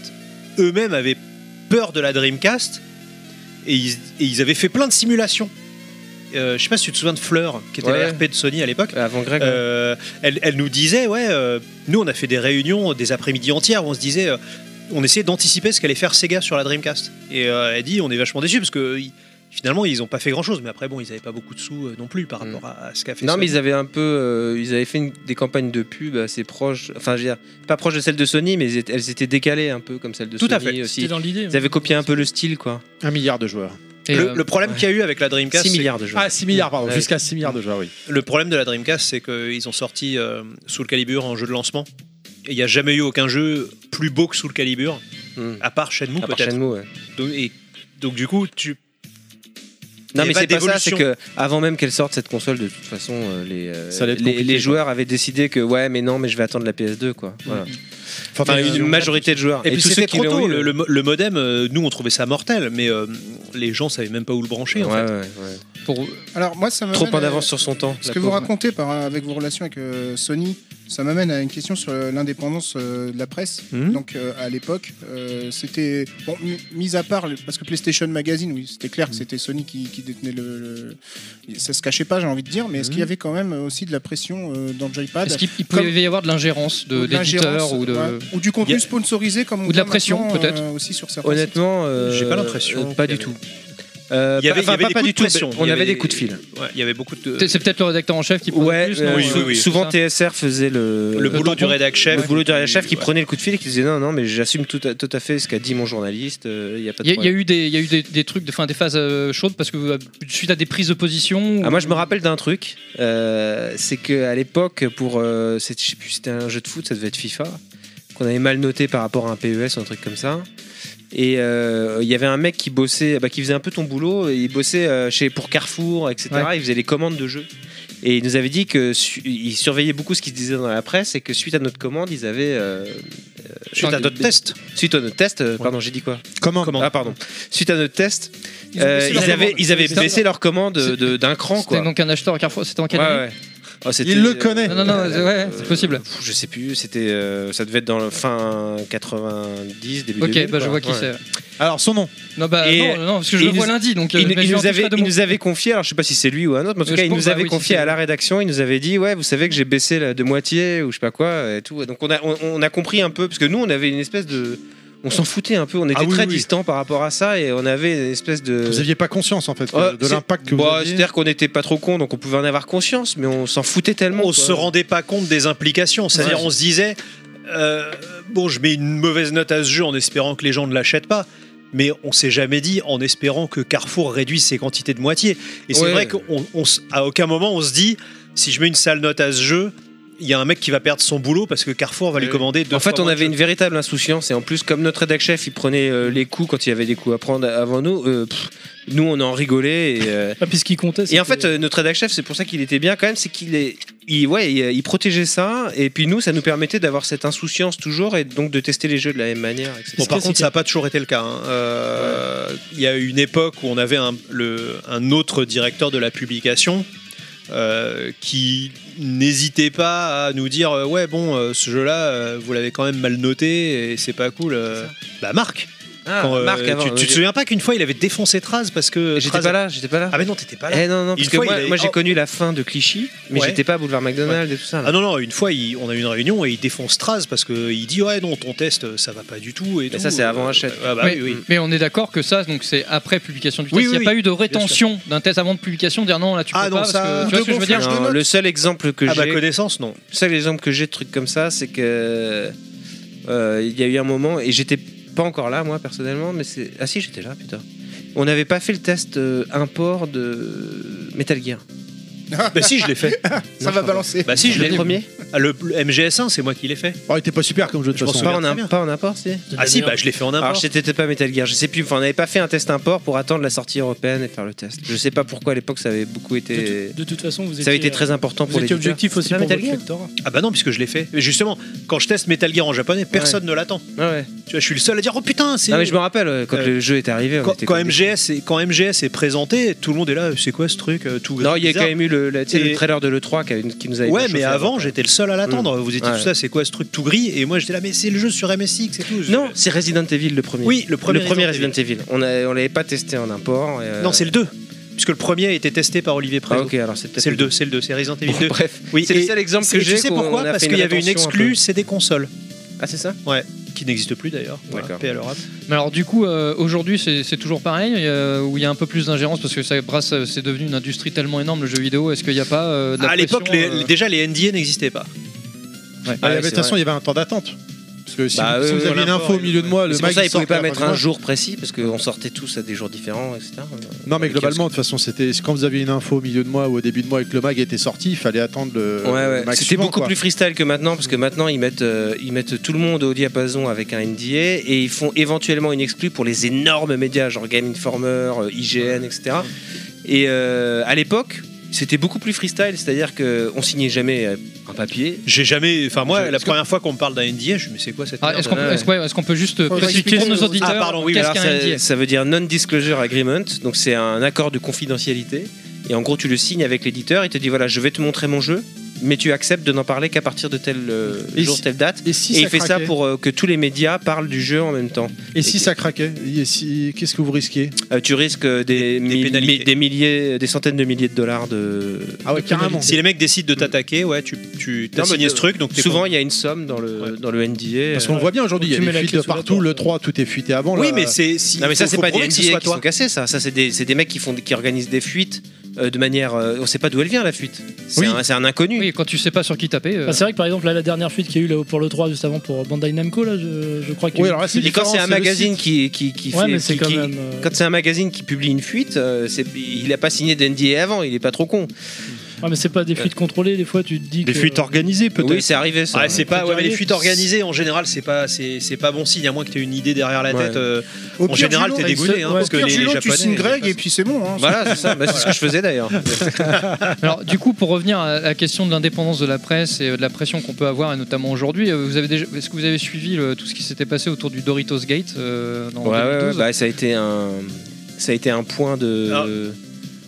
Speaker 7: eux-mêmes avaient peur de la Dreamcast et ils, et ils avaient fait plein de simulations. Euh, je sais pas si tu te souviens de Fleur, qui était
Speaker 8: Ouais.
Speaker 7: la RP de Sony à l'époque.
Speaker 8: Avant Greg. hein. ouais.
Speaker 7: Euh, elle, elle nous disait, ouais, euh, nous on a fait des réunions des après-midi entières où on se disait, euh, on essayait d'anticiper ce qu'allait faire Sega sur la Dreamcast. Et euh, elle dit, on est vachement déçus parce que euh, ils- finalement ils ont pas fait grand-chose, mais après bon, ils n'avaient pas beaucoup de sous euh, non plus par
Speaker 8: Mm.
Speaker 7: rapport à, à ce qu'a fait
Speaker 8: Non,
Speaker 7: Sony.
Speaker 8: mais ils avaient un peu. euh, ils avaient fait une- des campagnes de pub assez proches. Enfin, je veux dire, pas proches de celles de Sony, mais ils étaient- elles étaient décalées un peu comme celles de
Speaker 7: Tout
Speaker 8: Sony
Speaker 7: à fait.
Speaker 8: aussi.
Speaker 6: C'était dans l'idée.
Speaker 8: Ils avaient copié un peu le style, quoi.
Speaker 1: Un milliard de joueurs.
Speaker 3: Et,
Speaker 7: le,
Speaker 3: euh,
Speaker 7: le problème qu'il y a eu avec la Dreamcast,
Speaker 8: 6
Speaker 7: c'est
Speaker 8: milliards de jeux.
Speaker 1: Ah, 6 milliards, pardon,
Speaker 8: Ouais.
Speaker 1: jusqu'à 6 milliards de joueurs, oui.
Speaker 7: Le problème de la Dreamcast, c'est qu'ils ont sorti euh, Soul Calibur en jeu de lancement. Et il n'y a jamais eu aucun jeu plus beau que Soul Calibur,
Speaker 8: Hmm.
Speaker 7: à part Shenmue
Speaker 8: À part
Speaker 7: peut-être.
Speaker 8: Shenmue, ouais.
Speaker 7: Donc, et- donc du coup, tu...
Speaker 8: Non,
Speaker 7: Il y
Speaker 8: mais
Speaker 7: avait
Speaker 8: c'est
Speaker 7: pas
Speaker 8: pas ça, c'est
Speaker 7: d'évolution.
Speaker 8: que avant même qu'elle sorte cette console, de toute façon, euh, les, euh,
Speaker 1: Ça allait être
Speaker 8: les,
Speaker 1: compliqué,
Speaker 8: les
Speaker 1: quoi.
Speaker 8: joueurs avaient décidé que ouais, mais non, mais je vais attendre la PS2, quoi. Voilà. Enfin,
Speaker 7: Mais,
Speaker 8: une
Speaker 7: euh,
Speaker 8: majorité de joueurs.
Speaker 7: Et, puis
Speaker 8: tous ceux
Speaker 7: c'était
Speaker 8: qui
Speaker 7: trop
Speaker 8: l'ont
Speaker 7: tôt,
Speaker 8: eu,
Speaker 7: le,
Speaker 8: euh,
Speaker 7: le mo- le modem, euh, nous on trouvait ça mortel, mais euh, les gens savaient même pas où le brancher.
Speaker 8: Ouais,
Speaker 7: en fait.
Speaker 8: ouais, ouais.
Speaker 3: pour,
Speaker 4: Alors moi, ça euh,
Speaker 8: Trop
Speaker 4: m'amène
Speaker 8: en
Speaker 4: à-
Speaker 8: avance sur son temps.
Speaker 4: Ce
Speaker 8: la
Speaker 4: que vous
Speaker 8: pauvre.
Speaker 4: racontez par, avec vos relations avec euh, Sony, ça m'amène à une question sur l'indépendance euh, de la presse.
Speaker 1: Mhm.
Speaker 4: Donc euh, à l'époque, euh, c'était bon, mi- mis à part le- parce que PlayStation Magazine, oui, c'était
Speaker 3: Mhm.
Speaker 4: clair que c'était Sony qui, qui détenait le, le- ça se cachait pas, j'ai envie de dire, mais est-ce qu'il y avait quand même aussi de la pression euh, dans le joypad
Speaker 3: Mhm.
Speaker 8: bah,
Speaker 3: Est-ce qu'il il pouvait
Speaker 4: Comme-
Speaker 3: y avoir de l'ingérence
Speaker 4: Ou
Speaker 3: de-
Speaker 4: de l'ingérence,
Speaker 3: d'éditeurs ou de.
Speaker 4: ouais, ou du contenu
Speaker 7: Y a-
Speaker 4: sponsorisé comme on
Speaker 3: Ou de la
Speaker 4: voit
Speaker 3: pression,
Speaker 4: maintenant,
Speaker 3: peut-être.
Speaker 4: euh, aussi sur certains sites.
Speaker 8: Honnêtement, euh,
Speaker 7: J'ai pas l'impression
Speaker 8: euh, Pas
Speaker 7: qu'il y
Speaker 8: du
Speaker 7: avait-
Speaker 8: tout. Euh,
Speaker 7: Il y
Speaker 8: pas-
Speaker 7: avait, il y
Speaker 8: enfin,
Speaker 7: avait
Speaker 8: pas-
Speaker 7: des
Speaker 8: pas
Speaker 7: coups
Speaker 8: du
Speaker 7: de
Speaker 8: tout.
Speaker 7: pression.
Speaker 8: On
Speaker 7: Il y
Speaker 8: avait des coups de fil.
Speaker 7: Ouais, il y avait beaucoup de.
Speaker 3: C'est c'est peut-être le rédacteur en chef qui prend
Speaker 8: Ouais,
Speaker 3: le plus,
Speaker 8: euh,
Speaker 3: non
Speaker 7: oui, oui, oui.
Speaker 8: souvent
Speaker 3: C'est
Speaker 8: TSR faisait le,
Speaker 7: Le boulot du
Speaker 8: tampon.
Speaker 7: rédac chef.
Speaker 8: le boulot du rédac chef qui
Speaker 7: Ouais.
Speaker 8: prenait le coup de fil et qui disait non, non, mais j'assume tout à, tout à fait ce qu'a dit mon journaliste. euh, Il y a pas
Speaker 3: Il y,
Speaker 8: de
Speaker 3: a- il y a
Speaker 8: problème.
Speaker 3: eu des, il y a eu des, des trucs, de- enfin des phases euh, chaudes parce que euh, suite à des prises de position.
Speaker 8: Ah,
Speaker 3: ou-
Speaker 8: moi, je me rappelle d'un truc, euh, c'est qu'à l'époque, pour. euh, c'était- je sais plus, c'était un jeu de foot, ça devait être FIFA, qu'on avait mal noté par rapport à un PES ou un truc comme ça. Et euh, il y avait un mec qui bossait, bah, qui faisait un peu ton boulot, et il bossait euh, chez, pour Carrefour, etc. Il faisait les commandes de jeux. Et il nous avait dit que su- il surveillait beaucoup ce qui se disait dans la presse et que suite à notre commande, ils avaient. euh,
Speaker 7: Suite à d'autres tests.
Speaker 8: suite à notre test, euh, pardon, j'ai dit quoi
Speaker 1: Comment
Speaker 7: Comment
Speaker 8: Ah, pardon. Suite à notre test,
Speaker 4: ont
Speaker 8: euh,
Speaker 4: baissé
Speaker 8: ils,
Speaker 4: leur
Speaker 8: avaient,
Speaker 4: commande.
Speaker 8: ils avaient
Speaker 4: C'est ça.
Speaker 8: baissé leur commande de- de- d'un cran, quoi.
Speaker 3: C'était donc un acheteur à Carrefour, c'était en
Speaker 8: Ouais,
Speaker 3: quelle année
Speaker 8: ouais. Oh, c'était,
Speaker 1: Il le
Speaker 8: euh,
Speaker 1: connaît.
Speaker 3: Non, non, non, ouais, ouais, c'est possible.
Speaker 8: pff, Je sais plus, c'était, euh, ça devait être dans le fin 90, début
Speaker 3: Ok,
Speaker 8: 2000,
Speaker 3: bah je
Speaker 8: quoi.
Speaker 3: vois qui
Speaker 8: Ouais.
Speaker 3: c'est.
Speaker 1: Alors, son nom.
Speaker 3: Non, bah
Speaker 8: Et-
Speaker 3: non, non, parce que je
Speaker 8: et
Speaker 3: le
Speaker 8: il
Speaker 3: vois
Speaker 8: nous-
Speaker 3: lundi, donc. euh,
Speaker 8: Il, il
Speaker 3: mais j'en
Speaker 8: nous
Speaker 3: touche
Speaker 8: avait,
Speaker 3: pas deux
Speaker 8: il
Speaker 3: mots.
Speaker 8: nous avait confié, alors je sais pas si c'est lui ou un autre, mais en tout
Speaker 3: Euh,
Speaker 8: cas,
Speaker 3: je
Speaker 8: il
Speaker 3: pense,
Speaker 8: nous
Speaker 3: bah
Speaker 8: avait
Speaker 3: oui,
Speaker 8: confié
Speaker 3: c'était-
Speaker 8: à la rédaction, il nous avait dit, ouais, vous savez que j'ai baissé la- de moitié ou je sais pas quoi et tout. Donc on a, on, on a compris un peu, parce que nous, on avait une espèce de. On s'en foutait un peu, on était
Speaker 1: Ah oui,
Speaker 8: très
Speaker 1: oui.
Speaker 8: distant par rapport à ça et on avait une espèce de.
Speaker 1: Vous aviez pas conscience, en fait, que-
Speaker 8: Ouais,
Speaker 1: de
Speaker 8: c'est-
Speaker 1: l'impact que vous
Speaker 8: Bah,
Speaker 1: aviez.
Speaker 8: C'est-à-dire qu'on n'était pas trop con, donc on pouvait en avoir conscience, mais on s'en foutait tellement.
Speaker 7: On
Speaker 8: quoi.
Speaker 7: se rendait pas compte des implications. C'est-à-dire,
Speaker 8: Ouais.
Speaker 7: on se disait, euh, bon, je mets une mauvaise note à ce jeu en espérant que les gens ne l'achètent pas. Mais on s'est jamais dit en espérant que Carrefour réduise ses quantités de moitié. Et c'est
Speaker 8: Ouais.
Speaker 7: vrai qu'à aucun moment on se dit, si je mets une sale note à ce jeu, il y a un mec qui va perdre son boulot parce que Carrefour va lui
Speaker 8: Ouais.
Speaker 7: commander deux
Speaker 8: En fait,
Speaker 7: fois
Speaker 8: on
Speaker 7: moins de
Speaker 8: avait
Speaker 7: jeux.
Speaker 8: une véritable insouciance, et en plus, comme notre rédac chef, il prenait euh, les coups quand il y avait des coups à prendre avant nous, euh, pff, nous on en rigolait. Et, euh,
Speaker 6: Ah, puis ce qui comptait,
Speaker 8: et en
Speaker 6: c'était-
Speaker 8: fait, euh, notre rédac chef, c'est pour ça qu'il était bien quand même, c'est qu'il est. Il, ouais, il, il protégeait ça, et puis nous, ça nous permettait d'avoir cette insouciance toujours, et donc de tester les jeux de la même manière, etc.
Speaker 7: Bon,
Speaker 6: Est-ce
Speaker 7: par
Speaker 6: que
Speaker 7: contre,
Speaker 6: c'était-
Speaker 7: ça n'a pas toujours été le cas. hein. Euh, Il y a eu une époque où on avait un, le- un autre directeur de la publication euh, qui n'hésitait pas à nous dire euh, Ouais, bon, euh, ce jeu-là, euh, vous l'avez quand même mal noté et c'est pas cool. euh. bah, Marc,
Speaker 8: Ah,
Speaker 7: quand, euh,
Speaker 8: Marc, avant,
Speaker 7: tu, tu te
Speaker 8: ok.
Speaker 7: souviens pas qu'une fois il avait défoncé Traz parce que.
Speaker 8: J'étais
Speaker 7: Traz-
Speaker 8: pas là, j'étais pas là.
Speaker 7: Ah, mais non, t'étais pas là.
Speaker 8: Eh non, non,
Speaker 7: Une
Speaker 8: parce que
Speaker 7: fois, il
Speaker 8: moi,
Speaker 7: avait-
Speaker 8: moi, j'ai
Speaker 7: oh.
Speaker 8: connu la fin de Clichy, mais
Speaker 7: Ouais.
Speaker 8: j'étais pas à Boulevard McDonald et tout ça. là.
Speaker 7: Ah non, non, une fois il- on a eu une réunion et il défonce Traz parce qu'il dit Ouais, non, ton test ça va pas du tout. Et
Speaker 8: Mais
Speaker 7: tout.
Speaker 8: ça, c'est avant
Speaker 7: Euh,
Speaker 8: Hachette.
Speaker 7: Ah, bah
Speaker 3: Oui.
Speaker 7: oui, oui.
Speaker 3: Mais on est d'accord que ça, donc c'est après publication du test.
Speaker 7: Oui,
Speaker 3: il n'y a
Speaker 7: oui,
Speaker 3: pas eu de rétention d'un test avant de publication, dire non, là tu peux
Speaker 7: Ah, non,
Speaker 3: pas.
Speaker 7: ça- de
Speaker 3: parce que, tu vois ce que je veux dire
Speaker 8: Non, Eh le seul exemple que
Speaker 7: À ma
Speaker 8: j'ai
Speaker 7: Ah, bah, connaissance, non.
Speaker 8: Le seul exemple que j'ai de trucs comme ça, c'est que euh, il y a eu un moment et j'étais pas encore là moi personnellement, mais c'est ah si j'étais là putain. On n'avait pas fait le test euh, import de Metal Gear.
Speaker 7: bah, si, je l'ai fait.
Speaker 4: Ça
Speaker 8: Non,
Speaker 4: va
Speaker 8: je-
Speaker 4: balancer.
Speaker 7: Bah, si, je
Speaker 8: le
Speaker 7: l'ai
Speaker 8: premier.
Speaker 7: Ah, le, le MGS1, c'est moi qui l'ai fait.
Speaker 1: Oh, il était pas super comme jeu de
Speaker 7: Je
Speaker 1: toute façon.
Speaker 7: pense
Speaker 8: Pas en,
Speaker 7: très
Speaker 8: im-
Speaker 7: bien.
Speaker 8: pas en import, si
Speaker 7: Ah si, bah je l'ai fait en
Speaker 8: Alors,
Speaker 7: import.
Speaker 8: j'étais pas Metal Gear, je sais plus. Enfin, on n'avait pas fait un test import pour attendre la sortie européenne et faire le test. Je sais pas pourquoi à l'époque ça avait beaucoup
Speaker 6: De,
Speaker 8: été.
Speaker 6: toute- de toute façon, vous étiez, euh,
Speaker 8: Ça avait été très important
Speaker 6: vous
Speaker 8: pour les
Speaker 6: étiez objectif aussi
Speaker 8: C'est Euh.
Speaker 6: pour
Speaker 8: pas
Speaker 6: votre
Speaker 8: Metal Gear
Speaker 6: lecteur.
Speaker 7: Ah bah non, puisque je l'ai fait. Mais justement, quand je teste Metal Gear en japonais, personne ne l'attend.
Speaker 8: Ah Ouais.
Speaker 7: Tu vois, je suis le seul à dire oh putain, c'est
Speaker 8: Non, mais je me rappelle euh, quand
Speaker 7: Euh,
Speaker 8: le jeu est arrivé. on
Speaker 7: quand,
Speaker 8: était
Speaker 7: quand
Speaker 8: comme des-
Speaker 7: MGS est, quand MGS est présenté, tout le monde est là, c'est quoi ce truc euh, tout
Speaker 8: Non, il y a
Speaker 7: bizarre.
Speaker 8: quand même eu le, la- tu sais,
Speaker 7: Et-
Speaker 8: le trailer de l'E3 qui, avait- qui nous avait.
Speaker 7: Ouais,
Speaker 8: bien
Speaker 7: mais
Speaker 8: chauffé
Speaker 7: avant, j'étais le seul à l'attendre. Vous étiez
Speaker 8: Mm. Ouais.
Speaker 7: tout ça, c'est quoi ce truc tout gris Et moi, j'étais là, mais c'est le jeu sur MSX et tout. Je-
Speaker 8: Non, c'est Resident Evil le premier.
Speaker 7: oui, le premier,
Speaker 8: le premier
Speaker 7: Resident
Speaker 8: Resident
Speaker 7: Evil.
Speaker 8: Evil. On a- on l'avait pas testé en import. et, euh,
Speaker 7: Non, c'est le 2. Puisque le premier a été testé par Olivier
Speaker 8: Ah,
Speaker 7: Prévost.
Speaker 8: ok, alors c'est peut-être.
Speaker 7: C'est le 2, c'est le 2, c'est Resident Evil
Speaker 8: Bon,
Speaker 7: 2.
Speaker 8: bref,
Speaker 7: Oui,
Speaker 8: c'est le
Speaker 7: et-
Speaker 8: seul exemple
Speaker 7: et
Speaker 8: que j'ai.
Speaker 7: Tu sais
Speaker 8: qu'on- on
Speaker 7: pourquoi
Speaker 8: a fait
Speaker 7: Parce qu'il y avait une
Speaker 8: rétention un peu.
Speaker 7: exclue CD console,
Speaker 8: Ah, c'est ça
Speaker 7: qui n'existe plus d'ailleurs. Voilà,
Speaker 8: D'accord.
Speaker 7: paix à l'Europe.
Speaker 3: Mais alors du coup, euh, aujourd'hui, c'est c'est toujours pareil, euh, où il y a un peu plus d'ingérence parce que ça brasse, euh, c'est devenu une industrie tellement énorme le jeu vidéo. Est-ce qu'il n'y a pas euh, de la
Speaker 7: À l'époque,
Speaker 3: pression,
Speaker 7: les-
Speaker 3: euh,
Speaker 7: déjà les NDA n'existaient pas.
Speaker 1: Ah,
Speaker 8: Ouais,
Speaker 1: mais de
Speaker 8: c'est
Speaker 1: toute façon, il y avait un temps d'attente. Parce que si,
Speaker 8: Bah,
Speaker 1: vous- si
Speaker 8: eux,
Speaker 1: vous aviez une
Speaker 7: l'import,
Speaker 1: info au milieu de moi, le
Speaker 8: C'est pour
Speaker 1: mag
Speaker 8: ça ils
Speaker 1: sort
Speaker 8: pouvaient pas
Speaker 1: à la
Speaker 8: mettre
Speaker 1: fin du
Speaker 8: un
Speaker 1: mois.
Speaker 8: jour précis parce qu'on sortait tous à des jours différents, etc.
Speaker 1: Non, mais
Speaker 8: Dans les
Speaker 1: globalement, de toute façon, c'était quand vous aviez une info au milieu de moi ou au début de moi et que le mag était sorti, il fallait attendre le.
Speaker 8: Ouais,
Speaker 1: le
Speaker 8: ouais.
Speaker 1: mag
Speaker 8: C'était
Speaker 1: suivant,
Speaker 8: beaucoup
Speaker 1: Euh, quoi.
Speaker 8: plus freestyle que maintenant, parce que maintenant ils mettent, euh, ils mettent tout le monde au diapason avec un NDA et ils font éventuellement une exclue pour les énormes médias, genre Game Informer, euh, IGN, etc. Et euh, à l'époque, c'était beaucoup plus freestyle, c'est-à-dire qu'on signait jamais euh, un papier.
Speaker 7: J'ai jamais. Enfin, moi,
Speaker 8: Je-
Speaker 7: la première fois qu'on me parle d'un NDA, je me dis, mais c'est quoi cette
Speaker 3: Ah,
Speaker 7: merde
Speaker 3: Est-ce qu'on peut,
Speaker 8: Ouais.
Speaker 3: est-ce- ouais, est-ce qu'on peut juste
Speaker 4: Faut
Speaker 3: préciser
Speaker 4: expliquer
Speaker 3: pour nos
Speaker 4: aux-
Speaker 3: auditeurs
Speaker 7: Ah, pardon, oui,
Speaker 3: qu'est-ce
Speaker 8: Alors,
Speaker 3: qu'un NDA
Speaker 8: ça, ça veut dire Non-Disclosure Agreement, donc c'est un accord de confidentialité. Et en gros, tu le signes avec l'éditeur, il te dit voilà, je vais te montrer mon jeu, mais tu acceptes de n'en parler qu'à partir de tel euh,
Speaker 1: Et
Speaker 8: jour,
Speaker 1: si-
Speaker 8: telle date.
Speaker 1: Et si
Speaker 8: et
Speaker 1: ça
Speaker 8: il fait ça
Speaker 1: craquait
Speaker 8: pour euh, que tous les médias parlent du jeu en même temps.
Speaker 1: Et si ça craquait Et si- Qu'est-ce que vous risquiez
Speaker 8: Euh, tu risques euh,
Speaker 7: Des- des
Speaker 8: des, mi-
Speaker 7: pénalités.
Speaker 8: mi- des milliers, des centaines de milliers de dollars de.
Speaker 1: Ah ouais, carrément.
Speaker 7: Si les mecs décident de t'attaquer, ouais, tu, tu t'as
Speaker 8: Non, mais
Speaker 7: signé
Speaker 8: de-
Speaker 7: ce truc, donc t'es
Speaker 8: Souvent,
Speaker 7: con.
Speaker 8: il y a une somme dans le, dans le NDA.
Speaker 1: Parce qu'on le voit bien aujourd'hui, il y
Speaker 6: Tu
Speaker 1: a
Speaker 6: mets
Speaker 1: des
Speaker 6: la
Speaker 1: fuites
Speaker 6: clé
Speaker 1: de
Speaker 6: sous la
Speaker 1: partout,
Speaker 6: porte.
Speaker 1: le 3, tout est fuité avant.
Speaker 7: Oui,
Speaker 1: là.
Speaker 7: mais c'est. si-
Speaker 8: Non, mais ça,
Speaker 7: faut-
Speaker 8: c'est
Speaker 7: faut
Speaker 8: pas des
Speaker 7: prouver que ce soit
Speaker 8: NDA qui
Speaker 7: toi.
Speaker 8: sont cassés, ça. Ça, c'est des, c'est des mecs qui, font, qui organisent des fuites euh, de manière. euh, on sait pas d'où elle vient, la fuite. C'est
Speaker 1: Oui.
Speaker 8: un, c'est un inconnu.
Speaker 3: Oui, quand tu sais pas sur qui taper. euh,
Speaker 6: Enfin, Ah, c'est vrai que par exemple, là, la dernière fuite qu'il y a eu là, pour le 3 juste avant pour euh, Bandai Namco, là, je, je crois qu'il y
Speaker 1: Oui,
Speaker 6: a eu-
Speaker 1: alors là, c'est
Speaker 8: Et quand
Speaker 1: différent,
Speaker 8: c'est un
Speaker 1: le
Speaker 8: magazine
Speaker 1: site.
Speaker 8: qui, qui, qui
Speaker 6: Ouais,
Speaker 8: fait.
Speaker 6: mais c'est
Speaker 8: qui-
Speaker 6: quand
Speaker 8: qui-
Speaker 6: même. euh,
Speaker 8: Quand c'est un magazine qui publie une fuite, euh, c'est- il a pas signé de NDA avant, il est pas trop con.
Speaker 6: ouais, Ah, mais c'est pas des
Speaker 8: Euh,
Speaker 6: fuites contrôlées, des fois, tu te dis. que-
Speaker 7: organisées
Speaker 8: Oui, c'est arrivé ça.
Speaker 7: Ah, c'est pas, ouais, mais les
Speaker 6: Organisées.
Speaker 7: fuites organisées en général, c'est pas, c'est, c'est pas bon signe, à moins que t'aies une idée derrière la
Speaker 8: Ouais.
Speaker 7: tête. euh,
Speaker 4: Au
Speaker 7: en
Speaker 4: pire,
Speaker 7: général,
Speaker 4: Julo,
Speaker 7: t'es
Speaker 4: il se-
Speaker 7: dégoûté, hein,
Speaker 4: au
Speaker 7: parce que
Speaker 4: pire,
Speaker 7: les, les
Speaker 4: Julo,
Speaker 7: japonais.
Speaker 4: tu signes Greg
Speaker 7: ils
Speaker 4: et puis c'est bon. hein.
Speaker 8: Voilà, c'est ça. Bah, c'est ce que je faisais d'ailleurs.
Speaker 3: Alors, du coup, pour revenir à la question de l'indépendance de la presse et euh, de la pression qu'on peut avoir, et notamment aujourd'hui, euh, vous avez déjà, est-ce que vous avez suivi le- tout ce qui s'était passé autour du Doritos Gate euh, dans
Speaker 8: Ouais, ouais,
Speaker 3: 2012?
Speaker 8: ouais, bah, ça a été un, ça a été un point de,
Speaker 7: Alors,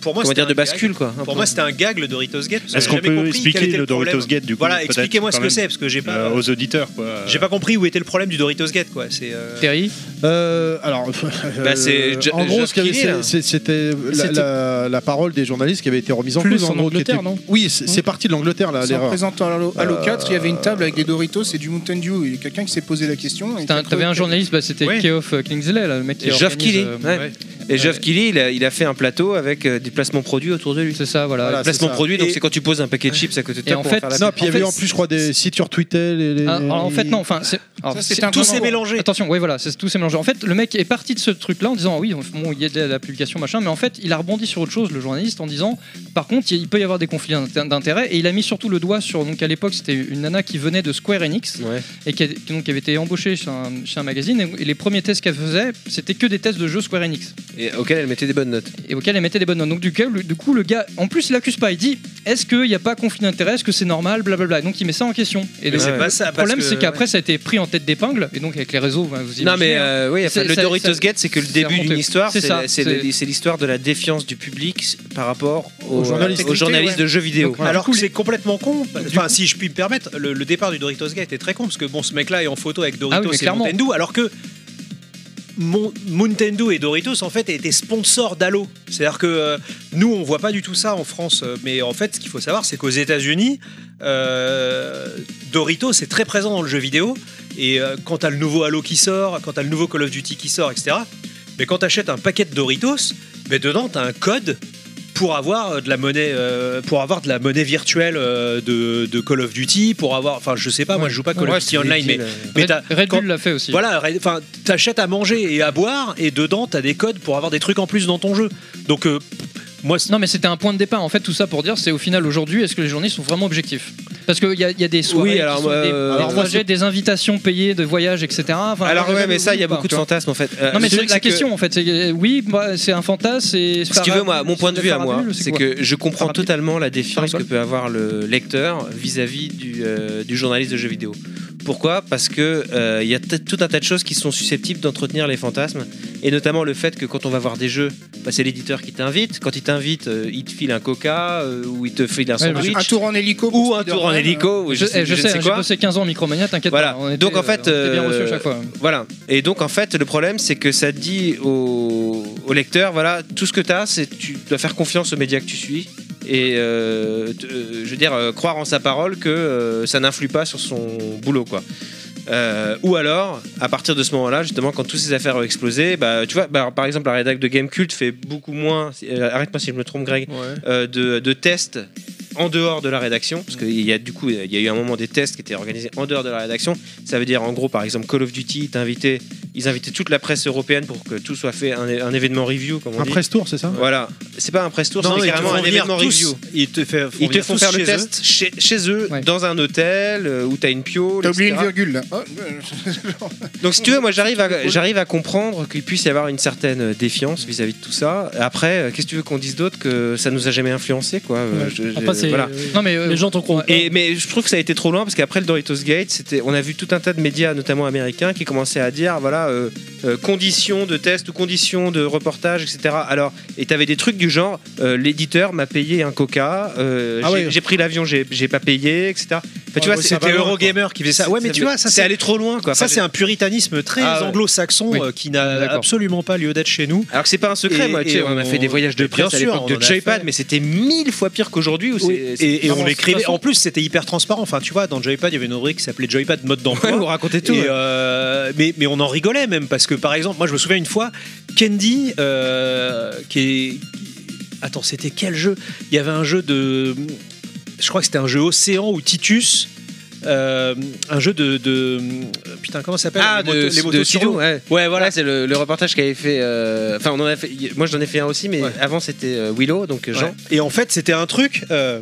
Speaker 7: Pour moi,
Speaker 8: comment
Speaker 7: c'était
Speaker 8: dire, de
Speaker 7: un
Speaker 8: bascule quoi.
Speaker 7: gag.
Speaker 8: un
Speaker 7: Pour
Speaker 8: peu.
Speaker 7: moi, c'était un gag le Doritos Gate. parce que
Speaker 2: Est-ce
Speaker 7: j'ai
Speaker 2: qu'on
Speaker 7: jamais
Speaker 2: peut
Speaker 7: compris quel
Speaker 2: expliquer
Speaker 7: était
Speaker 2: le Doritos
Speaker 7: problème.
Speaker 2: Gate du coup
Speaker 7: Voilà,
Speaker 2: peut-être,
Speaker 7: expliquez-moi ce
Speaker 2: quand
Speaker 7: que
Speaker 2: même,
Speaker 7: c'est, parce que j'ai pas,
Speaker 2: euh, aux auditeurs quoi.
Speaker 7: j'ai pas compris où était le problème du Doritos Gate, quoi. C'est. euh,
Speaker 3: Terry
Speaker 1: Euh, alors, euh,
Speaker 8: c'est Jo-
Speaker 1: en gros,
Speaker 8: Geoff
Speaker 1: ce qu'il y avait,
Speaker 8: Keighley, là.
Speaker 1: c'est- c'est- hein. c'était la,
Speaker 6: C'était-
Speaker 1: la- la parole des journalistes qui avait été remise en
Speaker 6: Plus
Speaker 1: cause.
Speaker 6: en
Speaker 1: gros, qui
Speaker 6: Angleterre,
Speaker 1: était-
Speaker 6: non
Speaker 1: Oui, c'est c'est parti de l'angleterre, là,
Speaker 4: C'est en
Speaker 1: Ah, l'erreur.
Speaker 4: présentant Halo, Halo 4, il y avait une table avec des Doritos et du Mountain Dew. Il y a quelqu'un qui s'est posé la question. et
Speaker 3: C'était
Speaker 4: qui a
Speaker 3: un-
Speaker 4: cru
Speaker 3: T'avais un
Speaker 4: que-
Speaker 3: journaliste, bah, c'était
Speaker 7: Ouais.
Speaker 3: Keoff Kingsley, là, le mec qui
Speaker 8: Et Geoff
Speaker 3: organise,
Speaker 8: Keighley,
Speaker 3: euh,
Speaker 8: ouais.
Speaker 7: ouais.
Speaker 8: Et Geoff Keighley, il a, il a fait un plateau avec euh, des placements produits autour de lui.
Speaker 3: C'est ça, voilà.
Speaker 1: Voilà,
Speaker 8: Un placement
Speaker 1: c'est ça.
Speaker 8: produit, donc
Speaker 7: Ah, Et-
Speaker 8: c'est quand tu poses un paquet de chips à côté de
Speaker 3: Et
Speaker 8: toi
Speaker 3: en
Speaker 8: pour
Speaker 3: fait,
Speaker 8: faire la
Speaker 1: Non, puis il y
Speaker 3: En
Speaker 1: avait
Speaker 3: fait,
Speaker 1: en plus, je crois, des si tu retweetais les. les-
Speaker 3: Ah, alors, en fait, non, enfin, c'est. alors,
Speaker 4: Ça,
Speaker 3: c'est-
Speaker 4: c'est un
Speaker 7: Tout
Speaker 4: grand
Speaker 7: s'est
Speaker 4: endroit.
Speaker 7: mélangé.
Speaker 3: Attention, oui, voilà, c'est tout s'est mélangé. En fait, le mec est parti de ce truc-là en disant ah oui, bon, il y a de la publication, machin, mais en fait, il a rebondi sur autre chose, le journaliste, en disant par contre, il peut y avoir des conflits d'inter- d'intérêts, et il a mis surtout le doigt sur. Donc à l'époque, c'était une nana qui venait de Square Enix
Speaker 8: Ouais.
Speaker 3: et qui, a- qui donc, avait été embauchée chez un, chez un magazine, et, et les premiers tests qu'elle faisait, c'était que des tests de jeux Square Enix,
Speaker 8: Et auquel elle mettait des bonnes notes.
Speaker 3: et auxquels elle mettait des bonnes notes. Donc du coup, le, du coup, le gars, en plus, il l'accuse pas, il dit est-ce qu'il n'y a pas conflit d'intérêts, est-ce que c'est normal, blablabla. Donc il met ça en question.
Speaker 7: Mais
Speaker 3: Et le-
Speaker 7: c'est pas ça.
Speaker 3: le problème,
Speaker 7: parce que-
Speaker 3: c'est qu'après, ça a été pris en tête d'épingle, et donc avec les réseaux, ben, vous imaginez.
Speaker 8: Non, mais
Speaker 3: hein.
Speaker 8: euh, oui, enfin,
Speaker 3: C'est-
Speaker 8: le
Speaker 3: ça-
Speaker 8: Doritos
Speaker 3: ça-
Speaker 8: Gate, c'est que le
Speaker 3: c'est
Speaker 8: début
Speaker 3: remonté.
Speaker 8: d'une histoire.
Speaker 3: C'est
Speaker 8: C'est
Speaker 3: ça,
Speaker 8: la- c'est
Speaker 3: c'est-
Speaker 8: la- c'est l'histoire de la défiance du public par rapport aux,
Speaker 1: Aux journalistes.
Speaker 8: euh, aux journalistes de jeux vidéo.
Speaker 3: Donc,
Speaker 8: Alors,
Speaker 7: Alors que c'est complètement con. Enfin, si je puis me permettre, le, le départ du Doritos Gate est très con parce que bon, ce mec-là est en photo avec Doritos
Speaker 3: Ah oui, mais
Speaker 7: et
Speaker 3: clairement.
Speaker 7: Mountain Dew, alors que Mon- Mountain Dew et Doritos en fait étaient sponsors d'Halo. C'est-à-dire que euh, nous, on voit pas du tout ça en France, euh, mais en fait, ce qu'il faut savoir, c'est qu'aux États-Unis, euh, Doritos est très présent dans le jeu vidéo. Et euh, quand t'as le nouveau Halo qui sort, quand t'as le nouveau Call of Duty qui sort, etc. Mais quand t'achètes un paquet de Doritos, mais dedans t'as un code pour avoir euh, de la monnaie, euh, pour avoir de la monnaie virtuelle euh, de, de Call of Duty, pour avoir, enfin je sais pas, moi je joue pas à Call of Duty online, mais mais
Speaker 3: Red,
Speaker 7: t'as-
Speaker 3: Red
Speaker 7: quand-
Speaker 3: Bull l'a fait aussi.
Speaker 7: voilà, Red- enfin t'achètes à manger et à boire et dedans t'as des codes pour avoir des trucs en plus dans ton jeu. Donc euh, moi, c'est-
Speaker 3: Non mais c'était un point de départ en fait tout ça pour dire c'est au final aujourd'hui est-ce que les journées sont vraiment objectifs Parce qu'il y, a- il y a des soirées,
Speaker 8: Oui,
Speaker 3: qui
Speaker 8: alors,
Speaker 3: sont des,
Speaker 8: euh,
Speaker 3: des
Speaker 8: alors moi,
Speaker 3: trajets, des invitations payées, de voyages, etc. Enfin,
Speaker 8: Alors
Speaker 3: vous
Speaker 8: ouais,
Speaker 3: avez-
Speaker 8: mais ça, il y a
Speaker 3: ou pas,
Speaker 8: beaucoup de
Speaker 3: tu vois.
Speaker 8: fantasmes en fait. Euh,
Speaker 3: Non mais
Speaker 8: le truc,
Speaker 3: c'est la
Speaker 8: que-
Speaker 3: question en fait. C'est- Oui, moi, c'est un fantasme. et
Speaker 8: Si tu veux, moi, mon point de vue à moi,
Speaker 3: Farabule,
Speaker 8: c'est
Speaker 3: quoi
Speaker 8: que je comprends
Speaker 3: Farabule.
Speaker 8: totalement la défiance que
Speaker 3: Farabule.
Speaker 8: peut avoir le lecteur vis-à-vis du, euh, du journaliste de jeux vidéo. Pourquoi Parce que euh, il y a t- tout un tas de choses qui sont susceptibles d'entretenir les fantasmes, et notamment le fait que quand on va voir des jeux, bah, c'est l'éditeur qui t'invite. Quand il t'invite, euh, il te file un coca euh, ou il te file un
Speaker 3: Ouais, bah,
Speaker 8: sandwich
Speaker 4: Un tour en hélico.
Speaker 8: ou un tour en hélico. Ou
Speaker 3: Je,
Speaker 8: je, sais,
Speaker 3: eh, je
Speaker 8: je ne
Speaker 3: sais,
Speaker 8: sais
Speaker 3: j'ai
Speaker 8: quoi.
Speaker 3: bossé 15 ans en Micromania, t'inquiète
Speaker 8: Voilà.
Speaker 3: pas. on était-
Speaker 8: Donc, en fait,
Speaker 3: on était bien
Speaker 8: euh,
Speaker 3: reçus à chaque fois.
Speaker 8: Voilà. Et donc en fait, le problème, c'est que ça dit au, au lecteur, voilà, tout ce que t'as, c'est tu dois faire confiance aux médias que tu suis et euh, te- euh, je veux dire euh, croire en sa parole que euh, ça n'influe pas sur son boulot, quoi. Euh, ou alors, à partir de ce moment-là, justement, quand toutes ces affaires ont explosé, bah, tu vois, bah, par exemple, la rédac de Game Cult fait beaucoup moins. euh, Arrête-moi si je me trompe, Greg euh, de, de tests en dehors de la rédaction, parce qu'il y a du coup il y a eu un moment des tests qui étaient organisés en dehors de la rédaction. Ça veut dire en gros par exemple Call of Duty, t'invitais- ils invitaient toute la presse européenne pour que tout soit fait un, un événement review comme on
Speaker 1: Un
Speaker 8: dit.
Speaker 1: press tour, c'est ça
Speaker 8: Voilà, c'est pas un press tour,
Speaker 7: Non,
Speaker 8: c'est
Speaker 7: ils te
Speaker 8: carrément
Speaker 7: font
Speaker 8: un
Speaker 7: venir
Speaker 8: événement
Speaker 7: tous.
Speaker 8: review.
Speaker 7: Ils te, fait- font
Speaker 8: Ils te
Speaker 7: venir
Speaker 8: font
Speaker 7: tous
Speaker 8: faire le
Speaker 7: chez eux.
Speaker 8: test chez, chez eux,
Speaker 3: Ouais.
Speaker 8: dans un hôtel euh, où t'as une piole.
Speaker 4: T'as oublié une
Speaker 8: etc.
Speaker 4: virgule là. Oh, euh,
Speaker 8: Donc si tu veux, moi j'arrive à, j'arrive à comprendre qu'il puisse y avoir une certaine défiance vis-à-vis de tout ça. Après, euh, qu'est-ce que tu veux qu'on dise d'autre que ça nous a jamais influencé quoi Euh, je- je-
Speaker 6: Après, c'est.
Speaker 8: voilà.
Speaker 6: euh,
Speaker 3: Non mais euh,
Speaker 6: les gens t'en croient.
Speaker 8: Et, mais je trouve que ça a été trop loin parce qu'après le Doritos Gate, c'était, on a vu tout un tas de médias, notamment américains, qui commençaient à dire voilà euh, euh, conditions de test ou conditions de reportage, etc. Alors et t'avais des trucs du genre euh, l'éditeur m'a payé un coca, euh,
Speaker 1: Ah
Speaker 8: j'ai,
Speaker 1: ouais.
Speaker 8: j'ai pris l'avion, j'ai, j'ai pas payé, etc. Enfin, tu
Speaker 7: Ouais,
Speaker 8: vois,
Speaker 7: ouais,
Speaker 8: c'était
Speaker 7: c'était
Speaker 8: Eurogame.
Speaker 7: Eurogamer qui faisait ça. Ouais, mais tu vois, ça
Speaker 8: c'est
Speaker 7: c'est
Speaker 8: allé trop loin, quoi.
Speaker 7: ça
Speaker 8: Enfin,
Speaker 7: c'est un puritanisme très
Speaker 8: Ah ouais.
Speaker 7: anglo-saxon
Speaker 3: Oui.
Speaker 7: euh, qui n'a
Speaker 3: D'accord.
Speaker 7: absolument pas lieu d'être chez nous.
Speaker 8: Alors que c'est pas un secret,
Speaker 7: Et-
Speaker 8: moi. tu sais,
Speaker 7: et
Speaker 8: on a
Speaker 7: on-
Speaker 8: fait des voyages de
Speaker 7: Bien
Speaker 8: presse à
Speaker 7: sûr,
Speaker 8: l'époque
Speaker 7: on en
Speaker 8: de
Speaker 7: a
Speaker 8: Joypad,
Speaker 7: fait.
Speaker 8: mais c'était mille fois pire qu'aujourd'hui. Où
Speaker 7: Oui.
Speaker 8: c'est,
Speaker 7: Et, et
Speaker 8: Non,
Speaker 7: on
Speaker 8: de
Speaker 7: l'écrivait.
Speaker 8: toute façon,
Speaker 7: En plus, c'était hyper transparent. Enfin, tu vois, dans Joypad, il y avait une rubrique qui s'appelait Joypad mode d'emploi.
Speaker 8: on racontait tout. hein.
Speaker 7: Et,
Speaker 8: ouais.
Speaker 7: euh, mais, mais on en rigolait même parce que par exemple, moi je me souviens une fois, Candy, euh, qui est. qui- Attends, c'était quel jeu Il y avait un jeu de. Je crois que c'était un jeu Océan ou Titus. euh, un jeu de, de- Putain, comment ça s'appelle
Speaker 8: Ah,
Speaker 7: Les motos- les
Speaker 8: de,
Speaker 7: motos
Speaker 8: de
Speaker 7: sur
Speaker 8: Sidou,
Speaker 7: l'eau.
Speaker 8: ouais.
Speaker 7: Ouais, voilà.
Speaker 8: Voilà, c'est le, le reportage qu'avait fait. euh, Enfin, on en a fait. y- Moi, j'en ai fait un aussi, mais
Speaker 7: Ouais.
Speaker 8: avant c'était euh, Willow, donc euh, Jean.
Speaker 7: Ouais. Et en fait, c'était un truc. euh,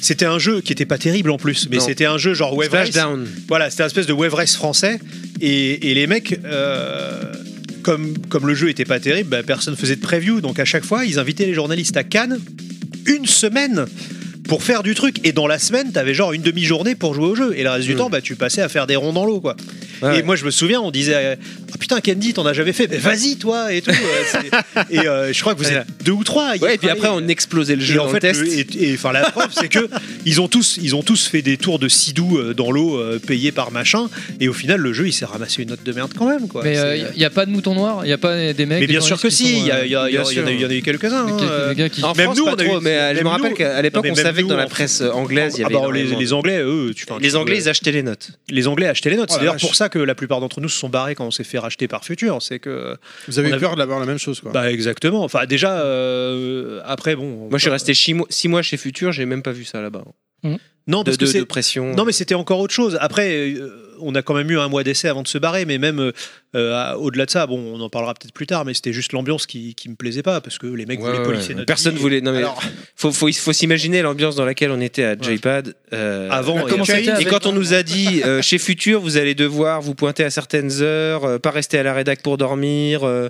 Speaker 7: c'était un jeu qui était pas terrible en plus, mais
Speaker 8: Non.
Speaker 7: c'était un jeu genre Wave Race.
Speaker 8: Splashdown.
Speaker 7: Voilà, c'était un espèce de Wave Race français. Et, et les mecs, euh, comme, comme le jeu était pas terrible, bah, personne faisait de preview. Donc à chaque fois, ils invitaient les journalistes à Cannes une semaine pour faire du truc. Et dans la semaine, t'avais genre une demi-journée pour jouer au jeu. Et le reste du
Speaker 8: Mm.
Speaker 7: temps, bah, tu passais à faire des ronds dans l'eau, quoi.
Speaker 8: Ouais,
Speaker 7: et
Speaker 8: ouais.
Speaker 7: moi, je me souviens, on disait euh, Ah, putain, Candy, t'en as jamais fait. Mais vas-y, toi, et tout. Euh, c'est- et euh, je crois que vous êtes deux ou trois. à y
Speaker 8: Ouais, et puis
Speaker 7: travailler.
Speaker 8: après, on explosait le
Speaker 7: euh, Et
Speaker 8: jeu
Speaker 7: en
Speaker 8: en,
Speaker 7: fait,
Speaker 8: test.
Speaker 7: le- et, et, enfin, la preuve, c'est que ils ont tous, ils ont tous fait des tours de sidou euh, dans l'eau, euh, payés par machin, et au final, le jeu, il s'est ramassé une note de merde quand même, quoi.
Speaker 3: Mais
Speaker 7: C'est-
Speaker 8: euh,
Speaker 7: euh,
Speaker 3: il n'y a pas de mouton noir, il n'y a pas des mecs.
Speaker 7: mais
Speaker 3: des
Speaker 7: bien sûr
Speaker 3: journalistes
Speaker 7: que
Speaker 3: qui
Speaker 7: si, il
Speaker 3: sont,
Speaker 7: y, a-
Speaker 3: euh,
Speaker 7: il y a- il y
Speaker 8: bien
Speaker 7: en a- il y en a
Speaker 8: sûr.
Speaker 7: eu quelques-uns.
Speaker 3: des
Speaker 7: hein,
Speaker 3: gars-
Speaker 7: euh.
Speaker 3: des gars qui-
Speaker 8: En
Speaker 7: même
Speaker 8: France,
Speaker 7: nous,
Speaker 8: pas
Speaker 7: on a eu-
Speaker 8: trop, mais euh, je
Speaker 7: même
Speaker 8: me
Speaker 7: nous,
Speaker 8: rappelle qu'à à l'époque,
Speaker 7: mais
Speaker 8: on
Speaker 7: même
Speaker 8: savait
Speaker 7: nous,
Speaker 8: que dans
Speaker 7: on-
Speaker 8: la presse euh, anglaise, il y
Speaker 7: Ah
Speaker 8: avait.
Speaker 7: bah, les,
Speaker 8: énormément de-
Speaker 7: les Anglais, eux, tu, enfin,
Speaker 8: les
Speaker 7: tu-
Speaker 8: Anglais, ils Ah, achetaient les notes.
Speaker 7: les Anglais achetaient les notes.
Speaker 4: Oh,
Speaker 7: c'est
Speaker 4: la
Speaker 7: d'ailleurs
Speaker 4: vache.
Speaker 7: pour ça que la plupart d'entre nous se sont barrés quand on s'est fait racheter par Futur. C'est que,
Speaker 1: Vous avez
Speaker 7: On
Speaker 1: eu
Speaker 7: avait-
Speaker 1: peur d'avoir la même chose, quoi.
Speaker 7: bah exactement. Enfin, déjà, euh, après, bon.
Speaker 8: Moi, je suis resté six mois, six mois chez Futur, j'ai même pas vu ça là-bas.
Speaker 7: Non,
Speaker 8: De,
Speaker 7: Oh, parce que
Speaker 8: de-
Speaker 7: c'est
Speaker 8: de pression.
Speaker 7: Non, mais c'était encore autre chose. Après, euh, on a quand même eu un mois d'essai avant de se barrer, mais même euh, euh, au-delà de ça, bon, on en parlera peut-être plus tard, mais c'était juste l'ambiance qui, qui me plaisait pas, parce que les mecs
Speaker 8: Ouais,
Speaker 7: voulaient
Speaker 8: ouais,
Speaker 7: polisser
Speaker 8: ouais.
Speaker 7: notre
Speaker 8: Personne
Speaker 7: vie.
Speaker 8: voulait. Non, mais
Speaker 4: Alors-
Speaker 8: faut, faut, faut s'imaginer l'ambiance dans laquelle on était à Joypad. euh,
Speaker 7: Avant, et
Speaker 4: comment
Speaker 7: après.
Speaker 4: c'était
Speaker 8: Et quand on nous a dit euh, chez Futur, vous allez devoir vous pointer à certaines heures, euh, pas rester à la rédac pour dormir, euh,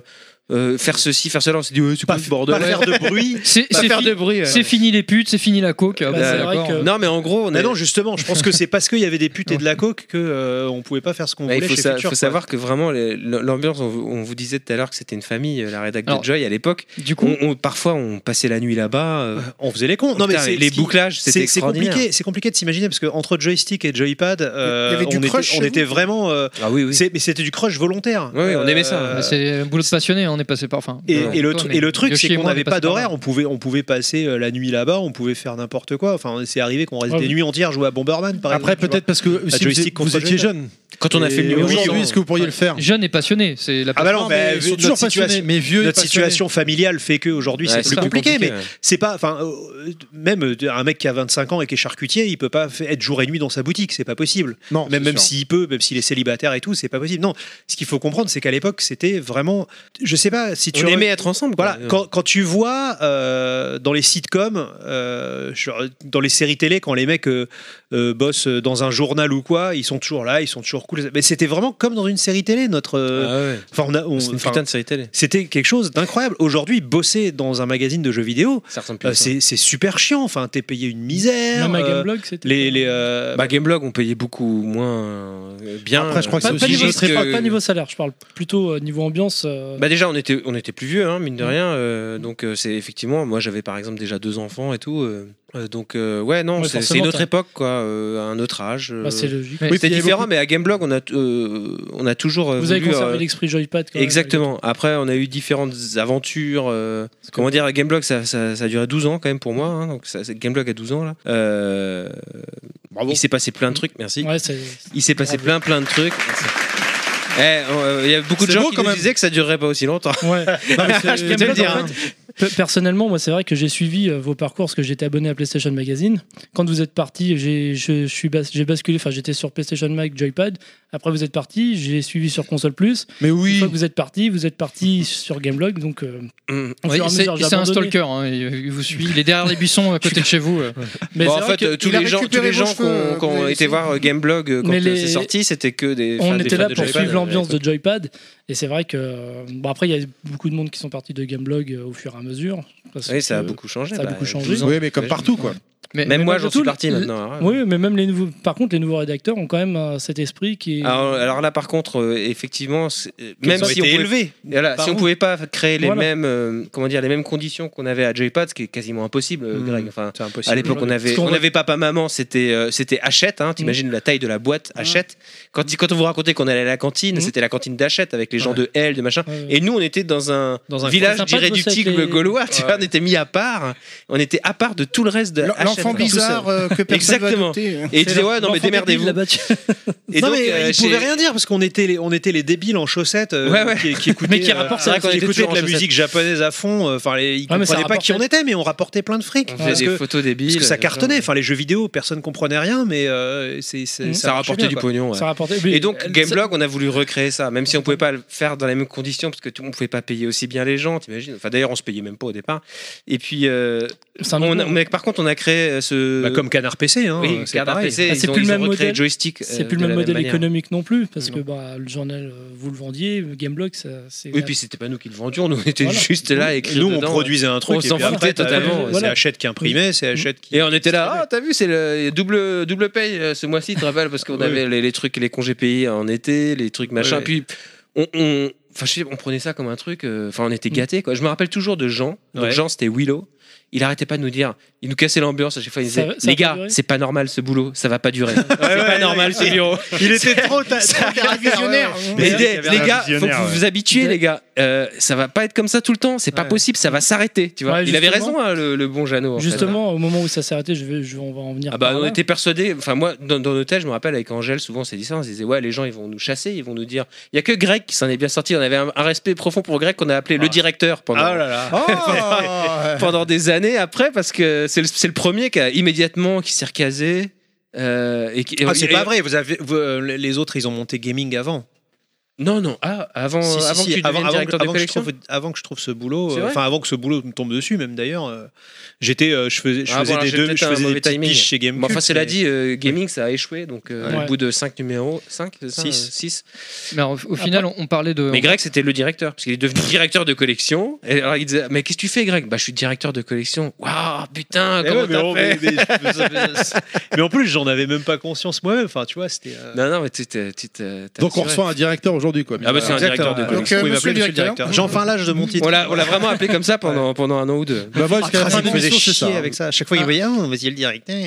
Speaker 8: euh, faire ceci, faire cela, on s'est dit ouais, c'est
Speaker 7: pas,
Speaker 8: pas bordel.
Speaker 7: pas faire de bruit.
Speaker 3: C'est
Speaker 7: Pas
Speaker 3: c'est
Speaker 7: faire
Speaker 3: fi-
Speaker 7: de bruit. ouais.
Speaker 3: c'est fini les putes, c'est fini la coke. ah
Speaker 6: Bah,
Speaker 3: bah,
Speaker 8: c'est
Speaker 6: vrai
Speaker 3: d'accord.
Speaker 6: que-
Speaker 8: Non, mais en gros, on
Speaker 7: Mais
Speaker 8: est-
Speaker 7: non, justement, je pense que c'est parce qu'il y avait des putes et de la coke que euh, on pouvait pas faire ce qu'on
Speaker 8: Ouais,
Speaker 7: voulait
Speaker 8: il faut,
Speaker 7: chez
Speaker 8: sa-
Speaker 7: Futur,
Speaker 8: faut
Speaker 7: quoi.
Speaker 8: savoir que vraiment les- l'ambiance, on, vous- on vous disait tout à l'heure que c'était une famille, euh, la rédac
Speaker 3: Alors,
Speaker 8: de Joy à l'époque.
Speaker 3: Du coup,
Speaker 8: On, on- parfois, on passait la nuit là-bas. euh,
Speaker 7: On faisait les cons. Non, mais
Speaker 8: putain,
Speaker 7: c'est-
Speaker 8: les
Speaker 7: ce qui-
Speaker 8: bouclages, c'était
Speaker 7: C'est c'est
Speaker 8: extraordinaire.
Speaker 7: compliqué, c'est compliqué de s'imaginer parce que entre joystick et joypad, euh,
Speaker 4: Il y avait du
Speaker 7: on, était,
Speaker 4: crush chez
Speaker 7: on
Speaker 4: vous
Speaker 7: était vraiment. euh,
Speaker 8: Ah oui, oui.
Speaker 7: c'est- Mais c'était du crush volontaire.
Speaker 8: Ouais, ouais, on aimait ça.
Speaker 7: Euh,
Speaker 3: bah, c'est un boulot de passionné, on est passé par. Enfin,
Speaker 7: Et,
Speaker 8: Ouais.
Speaker 7: et le,
Speaker 3: Toi,
Speaker 7: tru-
Speaker 3: mais
Speaker 7: et le truc,
Speaker 3: Yoshi
Speaker 7: c'est
Speaker 3: et
Speaker 7: qu'on
Speaker 3: moi, on est
Speaker 7: n'avait pas
Speaker 3: passé par là.
Speaker 7: d'horaire, on pouvait, on pouvait passer euh, la nuit là-bas, on pouvait faire n'importe quoi. Enfin, c'est arrivé qu'on reste
Speaker 6: Ouais,
Speaker 7: des
Speaker 6: vous-
Speaker 7: nuits entières jouer à Bomberman, par
Speaker 1: Après,
Speaker 7: exemple. tu
Speaker 1: peut-être parce que si vous,
Speaker 7: joystick
Speaker 1: êtes- vous
Speaker 7: contre
Speaker 1: étiez
Speaker 7: joypad.
Speaker 1: jeune.
Speaker 8: Quand on a fait le
Speaker 1: Et
Speaker 8: numéro
Speaker 1: aujourd'hui,
Speaker 8: cent,
Speaker 1: est-ce que vous pourriez le faire
Speaker 3: Jeune et passionné, c'est la
Speaker 7: Ah bah non, mais
Speaker 1: mais ils
Speaker 7: vu
Speaker 1: sont toujours
Speaker 7: notre
Speaker 1: passionnés,
Speaker 7: situation-
Speaker 1: mais vieux
Speaker 7: vois.
Speaker 1: et
Speaker 7: Notre
Speaker 1: passionnés.
Speaker 7: situation familiale fait que aujourd'hui
Speaker 8: ouais,
Speaker 7: c'est plus
Speaker 8: plus
Speaker 7: compliqué, mais
Speaker 8: ouais.
Speaker 7: c'est pas. Enfin, euh, même euh, un mec qui a 25 ans et qui est charcutier, il peut pas f- être jour et nuit dans sa boutique, c'est pas possible.
Speaker 1: Non,
Speaker 7: Même,
Speaker 1: c'est
Speaker 7: même
Speaker 1: sûr.
Speaker 7: s'il peut, même s'il est célibataire et tout, c'est pas possible. Non, ce qu'il faut comprendre, c'est qu'à l'époque, c'était vraiment. Je sais pas si tu
Speaker 8: on
Speaker 7: re-
Speaker 8: aimait être ensemble. quoi.
Speaker 7: Voilà, quand, quand tu vois euh, dans les sitcoms, euh, genre, dans les séries télé, quand les mecs euh, euh, bossent dans un journal ou quoi, ils sont toujours là, ils sont toujours cool. Mais c'était vraiment comme dans une série télé, notre. euh,
Speaker 8: Ah ouais.
Speaker 7: Enfin, on a- on-
Speaker 8: C'est une
Speaker 7: enfin,
Speaker 8: putain de série télé.
Speaker 7: c'était quelque chose d'incroyable. Aujourd'hui, bosser dans un magazine de jeux vidéo,
Speaker 8: Ça ressemble plus
Speaker 7: euh,
Speaker 8: à ça.
Speaker 7: c'est c'est super chiant. Enfin, t'es payé une misère.
Speaker 6: Même à
Speaker 7: euh,
Speaker 6: Gameblog, c'était.
Speaker 7: les, les, euh,
Speaker 8: Bah, Gameblog, on payait beaucoup moins euh, bien.
Speaker 1: Après, je crois que
Speaker 6: Pas,
Speaker 1: c'est
Speaker 6: pas
Speaker 1: aussi
Speaker 6: niveau,
Speaker 1: juste
Speaker 6: je parle
Speaker 8: que-
Speaker 6: pas niveau salaire, je parle plutôt euh, niveau ambiance. euh,
Speaker 8: Bah déjà on était on était plus vieux hein, mine de rien euh, donc euh, c'est effectivement moi j'avais par exemple déjà deux enfants et tout euh, euh, donc euh, ouais non
Speaker 6: Ouais,
Speaker 8: c'est- c'est
Speaker 6: forcément,
Speaker 8: une autre
Speaker 6: t'as-
Speaker 8: époque quoi euh, un autre âge euh.
Speaker 6: bah, c'est logique.
Speaker 8: oui,
Speaker 1: puis
Speaker 8: c'est
Speaker 1: il y avait
Speaker 8: différent
Speaker 1: beaucoup-
Speaker 8: mais à Gameblog on a t- euh, on a toujours euh,
Speaker 6: Vous avez
Speaker 8: voulu,
Speaker 6: conservé
Speaker 8: euh,
Speaker 6: l'esprit Joypad. quand même,
Speaker 8: Exactement. Après, on a eu différentes aventures. euh, comment dire, Gameblog, ça, ça, ça a duré 12 ans quand même pour moi. hein, donc, ça, c'est- Gameblog à 12 ans là. Euh, Il s'est passé plein de trucs, merci.
Speaker 6: malgré tout. Ouais, c'est.
Speaker 8: Il s'est
Speaker 6: Ah,
Speaker 8: passé plein plein de trucs. Eh, euh, Il y a beaucoup de
Speaker 1: C'est
Speaker 8: gens
Speaker 1: beau,
Speaker 8: qui
Speaker 1: quand
Speaker 8: nous
Speaker 1: même.
Speaker 8: disaient que ça durerait pas aussi longtemps.
Speaker 6: Ouais.
Speaker 8: Je peux te le
Speaker 6: Gameblog,
Speaker 8: dire. hein.
Speaker 6: en Pe- Personnellement, moi, c'est vrai que j'ai suivi euh, vos parcours parce que j'étais abonné à PlayStation Magazine. Quand vous êtes parti, j'ai je suis bas- j'ai basculé. Enfin, j'étais sur PlayStation Mag, Joypad. Après, vous êtes parti, j'ai suivi sur console plus.
Speaker 1: Mais
Speaker 6: Une
Speaker 1: oui,
Speaker 6: fois que vous êtes parti, vous êtes parti sur Gameblog. Donc, euh,
Speaker 8: Mm.
Speaker 6: au
Speaker 3: Ouais,
Speaker 6: fur et à
Speaker 3: c'est
Speaker 6: mesure, j'ai
Speaker 3: c'est un
Speaker 6: abandonné.
Speaker 3: stalker, hein, il il vous suit, il est derrière les buissons à côté de chez vous. euh.
Speaker 6: Mais
Speaker 8: Bon,
Speaker 6: c'est
Speaker 8: en
Speaker 6: vrai
Speaker 8: fait,
Speaker 6: que
Speaker 8: euh, tous
Speaker 4: il a
Speaker 8: les gens, tous
Speaker 4: récupéré
Speaker 8: les
Speaker 4: vos
Speaker 8: gens qui
Speaker 4: cheveux,
Speaker 8: ont qui ont
Speaker 4: vous avez
Speaker 8: été
Speaker 4: essayé.
Speaker 8: voir euh, Gameblog euh, quand
Speaker 6: hein, Mais
Speaker 8: euh,
Speaker 6: les-
Speaker 8: c'est sorti, c'était que des.
Speaker 6: on
Speaker 8: fans- des
Speaker 6: était
Speaker 8: fans
Speaker 6: là
Speaker 8: de
Speaker 6: pour
Speaker 8: Joypad,
Speaker 6: suivre
Speaker 8: euh,
Speaker 6: l'ambiance de Joypad. Et c'est vrai que. euh, Bon, après, il y a beaucoup de monde qui sont partis de Gameblog euh, au fur et à mesure. parce
Speaker 8: Oui, ça a
Speaker 6: que-
Speaker 8: beaucoup changé.
Speaker 6: Euh, ça a
Speaker 8: bah,
Speaker 6: beaucoup changé.
Speaker 8: 12 ans.
Speaker 1: oui, mais comme partout quoi.
Speaker 3: Mais,
Speaker 8: Même moi,
Speaker 6: malgré
Speaker 8: j'en
Speaker 6: tout,
Speaker 8: suis parti
Speaker 6: le-
Speaker 8: maintenant. hein.
Speaker 6: Ah Oui, mais même les nouveaux. Par contre, les nouveaux rédacteurs ont quand même euh, cet esprit qui est.
Speaker 8: Alors, alors là, par contre, euh, effectivement, c'est- euh, même
Speaker 7: ont
Speaker 8: si
Speaker 7: été
Speaker 8: on pouvait,
Speaker 7: élevés.
Speaker 8: voilà,
Speaker 7: par
Speaker 8: si on
Speaker 7: vous.
Speaker 8: pouvait pas créer les
Speaker 6: Voilà.
Speaker 8: mêmes, euh, comment dire, les mêmes conditions qu'on avait à Joypad, ce qui est quasiment impossible, euh,
Speaker 6: Hmm.
Speaker 7: Mm.
Speaker 8: Greg. Enfin,
Speaker 7: C'est impossible.
Speaker 8: à l'époque, on avait,
Speaker 6: Parce qu'on
Speaker 8: on
Speaker 6: va-
Speaker 8: avait papa maman, c'était, euh, c'était Hachette. Hein, T'imagines la taille de la boîte Hachette. Quand, quand on vous racontait qu'on allait à la cantine,
Speaker 6: Mm.
Speaker 8: c'était la cantine d'Hachette avec les gens de L, de machin.
Speaker 6: Ouais.
Speaker 8: Et nous, on était dans un,
Speaker 3: Dans un
Speaker 8: village
Speaker 6: coin euh, sympa de bosser
Speaker 8: d'irréductibles
Speaker 6: avec les-
Speaker 8: gaulois. Tu vois, on était mis à part. On était à part de tout le reste de Hachette.
Speaker 4: L'enfant
Speaker 8: quoi, tout
Speaker 4: bizarre euh, que personne veut
Speaker 8: Exactement.
Speaker 4: adopter.
Speaker 8: seul. Et ils disaient, ouais, non, mais
Speaker 6: L'enfant
Speaker 8: démerdez-vous.
Speaker 6: débile, là-bas.
Speaker 8: Et
Speaker 7: non,
Speaker 8: donc,
Speaker 7: mais
Speaker 8: euh,
Speaker 7: ils
Speaker 8: chez-
Speaker 7: pouvaient rien dire parce qu'on était les, on était les débiles en chaussettes euh,
Speaker 8: Ouais, ouais.
Speaker 7: Qui, qui écoutaient,
Speaker 6: Mais qui
Speaker 7: euh,
Speaker 6: rapportaient,
Speaker 7: c'est vrai qu'on
Speaker 8: on était
Speaker 7: écoutait
Speaker 8: toujours
Speaker 7: de la
Speaker 8: en chaussettes.
Speaker 7: musique japonaise à fond. euh, Enfin, les- ils
Speaker 6: Ouais, Ah, mais ça
Speaker 7: comprenaient pas qui on
Speaker 6: rapportait.
Speaker 7: était, mais on rapportait plein de fric.
Speaker 8: On faisait
Speaker 7: Parce
Speaker 8: des euh,
Speaker 7: que,
Speaker 8: photos
Speaker 7: parce
Speaker 8: débiles.
Speaker 7: que ça
Speaker 8: machin.
Speaker 7: cartonnait. Mm. Enfin, les jeux vidéo, personne comprenait rien, mais euh, c'est, c'est-
Speaker 6: Mhm.
Speaker 8: Mmh. Ça, rapportait du
Speaker 7: poids
Speaker 8: pognon. ouais.
Speaker 6: Ça rapportait.
Speaker 8: Et
Speaker 6: mais-
Speaker 8: donc Gameblog, on a voulu recréer ça, même si on pouvait pas le faire dans les mêmes conditions parce que tout, on pouvait pas payer aussi bien les gens, t'imagines. Enfin d'ailleurs, on se payait même pas au départ. Et puis, euh,
Speaker 6: c'est un
Speaker 8: on a-
Speaker 6: autre-
Speaker 8: mais par contre, on a créé euh, ce.
Speaker 7: comme Canard PC, hein,
Speaker 8: oui,
Speaker 7: c'est
Speaker 8: Canard
Speaker 7: pareil.
Speaker 8: PC,
Speaker 6: Ah,
Speaker 8: ils
Speaker 6: c'est
Speaker 8: ont-
Speaker 6: plus le
Speaker 8: ils ont
Speaker 6: même
Speaker 8: recréé
Speaker 6: modèle.
Speaker 8: joystick. euh,
Speaker 6: C'est plus
Speaker 8: de
Speaker 6: le même
Speaker 8: la
Speaker 6: modèle
Speaker 8: manière.
Speaker 6: économique non plus, parce
Speaker 8: Non.
Speaker 6: que bah, le journal, euh, vous le vendiez, Gameblog, ça- c'est.
Speaker 8: Oui, puis c'était pas nous qui le vendions, nous on était
Speaker 6: Voilà.
Speaker 8: juste là à écrire.
Speaker 7: Nous, on
Speaker 8: dedans.
Speaker 7: produisait un truc.
Speaker 8: On
Speaker 7: et
Speaker 8: s'en
Speaker 7: puis
Speaker 8: foutait
Speaker 7: après, t'as-
Speaker 8: totalement, Mmh.
Speaker 7: C'est
Speaker 6: voilà.
Speaker 7: Hachette qui imprimait, c'est Hachette qui.
Speaker 8: Et on était là, ah t'as vu, c'est le double double paye euh, ce mois-ci, tu te rappelles parce qu'on
Speaker 7: Oui.
Speaker 8: avait les, les trucs, les congés payés en été, les trucs machin.
Speaker 7: Oui.
Speaker 8: Puis on, on, enfin, je sais, on prenait ça comme un truc. euh, Enfin, on était gâtés quoi. Je me rappelle toujours de Jean. Donc
Speaker 7: Ouais.
Speaker 8: Jean, c'était Willow. Il arrêtait pas de nous dire, il nous cassait l'ambiance à chaque fois. Il disait,
Speaker 6: Ça va- ça va
Speaker 8: les
Speaker 6: pas
Speaker 8: gars,
Speaker 6: durer
Speaker 8: c'est pas normal ce boulot, ça va pas durer. c'est pas normal ce bureau.
Speaker 7: Il était trop. ta- trop
Speaker 4: Un
Speaker 7: caractère,
Speaker 4: visionnaire.
Speaker 8: Mais
Speaker 7: c'est vrai
Speaker 8: des-
Speaker 7: qu'il y avait
Speaker 8: les
Speaker 7: un
Speaker 8: gars, faut que
Speaker 2: visionnaire,
Speaker 8: vous vous habituiez, les gars. Euh, ça va pas être comme ça tout le temps. C'est pas
Speaker 7: Ouais.
Speaker 8: possible. Ça va s'arrêter. Tu vois.
Speaker 6: Ouais,
Speaker 8: il avait
Speaker 6: justement.
Speaker 8: raison, hein, le, le bon Jeannot. en fait.
Speaker 6: Justement, au moment où ça s'est arrêté, je vais, je, on va en venir.
Speaker 8: Ah bah,
Speaker 6: par
Speaker 8: on
Speaker 6: là.
Speaker 8: était persuadés, enfin moi dans, dans nos têtes, je me rappelle avec Angèle, souvent on s'est dit ça, on se disait ouais les gens ils vont nous chasser, ils vont nous dire, il y a que Greg qui s'en est bien sorti, on avait un, un respect profond pour Greg qu'on a appelé le directeur pendant,
Speaker 7: Ah là là.
Speaker 1: Ah,
Speaker 8: pendant des années après parce que c'est le, c'est le premier qui a immédiatement qui s'est recasé. euh, et qui-
Speaker 7: Ah,
Speaker 8: et-
Speaker 7: c'est
Speaker 8: et-
Speaker 7: pas vrai, vous avez, vous, euh, les autres ils ont monté gaming avant.
Speaker 8: Non non, ah, avant,
Speaker 7: Si, si,
Speaker 8: avant
Speaker 7: si,
Speaker 8: que tu deviennes directeur
Speaker 7: avant
Speaker 8: de
Speaker 7: que je
Speaker 8: collection.
Speaker 7: trouve- avant que je trouve ce boulot,
Speaker 8: C'est
Speaker 7: euh,
Speaker 8: vrai
Speaker 7: enfin avant que ce boulot me tombe dessus, même d'ailleurs, euh, j'étais, euh, je faisais, je
Speaker 8: Ah,
Speaker 7: faisais
Speaker 8: bon,
Speaker 7: des
Speaker 8: j'ai
Speaker 7: deux,
Speaker 8: peut-être
Speaker 7: je
Speaker 8: un
Speaker 7: faisais
Speaker 8: mauvais
Speaker 7: des petites
Speaker 8: timing.
Speaker 7: piches chez Gamecube.
Speaker 8: Bon, enfin cela
Speaker 7: mais-
Speaker 8: dit, euh, gaming ça a échoué donc euh,
Speaker 6: Ouais.
Speaker 8: au bout de 5 numéros, 5, 6,
Speaker 7: Six.
Speaker 3: mais au, au final, on, on parlait de.
Speaker 8: Mais Greg, c'était le directeur, parce qu'il est devenu directeur de collection. Et alors il disait Mais qu'est-ce que tu fais, Greg Bah, je suis directeur de collection. Waouh, putain,
Speaker 7: Eh
Speaker 8: comment
Speaker 7: ouais, mais,
Speaker 8: t'as
Speaker 7: bon,
Speaker 8: fait
Speaker 7: mais- mais- mais en plus, j'en avais même pas conscience moi-même. Enfin, tu vois, c'était. euh,
Speaker 8: Non, non, mais tu t'es- tu t'es- t'as
Speaker 1: Donc on
Speaker 8: assuré.
Speaker 1: reçoit un directeur aujourd'hui quoi.
Speaker 8: Ah, bah, c'est un directeur de
Speaker 7: euh,
Speaker 8: collection.
Speaker 4: Donc, euh,
Speaker 7: vous pouvez
Speaker 4: monsieur
Speaker 7: m'appeler
Speaker 4: le directeur.
Speaker 7: J'ai enfin l'âge de mon titre.
Speaker 8: On l'a on l'a vraiment appelé comme ça pendant, pendant un an ou deux.
Speaker 1: Bah voilà, jusqu'à la
Speaker 7: Ah,
Speaker 1: fin
Speaker 7: ça
Speaker 1: de
Speaker 7: me faisait
Speaker 1: l'émission, c'est ça.
Speaker 7: chier avec ça. À chaque fois, il voyait, ah,
Speaker 8: hein,
Speaker 7: vas-y, le directeur.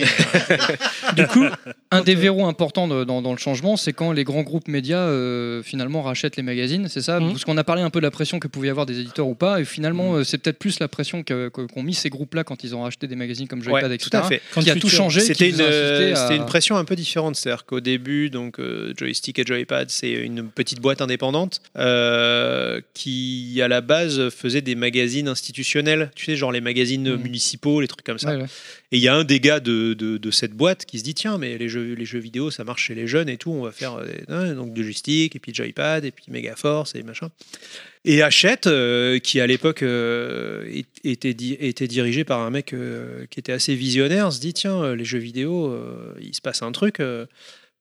Speaker 3: Du coup, un des verrous importants de- dans, dans le changement, c'est quand les grands groupes médias euh, finalement rachètent les magazines, c'est ça
Speaker 6: Mhm.
Speaker 3: Parce qu'on a parlé un peu de la pression que pouvait y avoir des éditeurs ou pas, et finalement, euh, c'est peut-être plus la pression que- que- qu'ont mis ces groupes-là quand ils ont racheté des magazines comme Joypad,
Speaker 7: Ouais,
Speaker 3: etc.
Speaker 7: tout à fait.
Speaker 6: Quand
Speaker 3: Qui a
Speaker 6: tu
Speaker 3: tout
Speaker 6: te-
Speaker 3: changé,
Speaker 7: C'était
Speaker 3: qui
Speaker 7: une,
Speaker 3: nous a incité
Speaker 7: euh,
Speaker 3: à-
Speaker 7: c'était une pression un peu différente. C'est-à-dire qu'au début, donc, euh, joystick et joypad, c'est une petite boîte indépendante euh, qui, à la base, faisait des magazines institutionnels, tu sais, genre les magazines
Speaker 3: Mhm.
Speaker 7: municipaux, les trucs comme ça.
Speaker 3: Ouais, ouais.
Speaker 7: Et il y a un des gars de, de- de cette boîte qui se dit tiens, mais les jeux, les jeux vidéo, ça marche chez les jeunes et tout, on va faire euh, des- hein, donc du joystick, et puis Joypad, et puis Megaforce, et machin. Et Hachette, euh, qui à l'époque euh, est- était, di- était dirigé par un mec euh, qui était assez visionnaire, se dit tiens, euh, les jeux vidéo, euh, il se passe un truc. euh,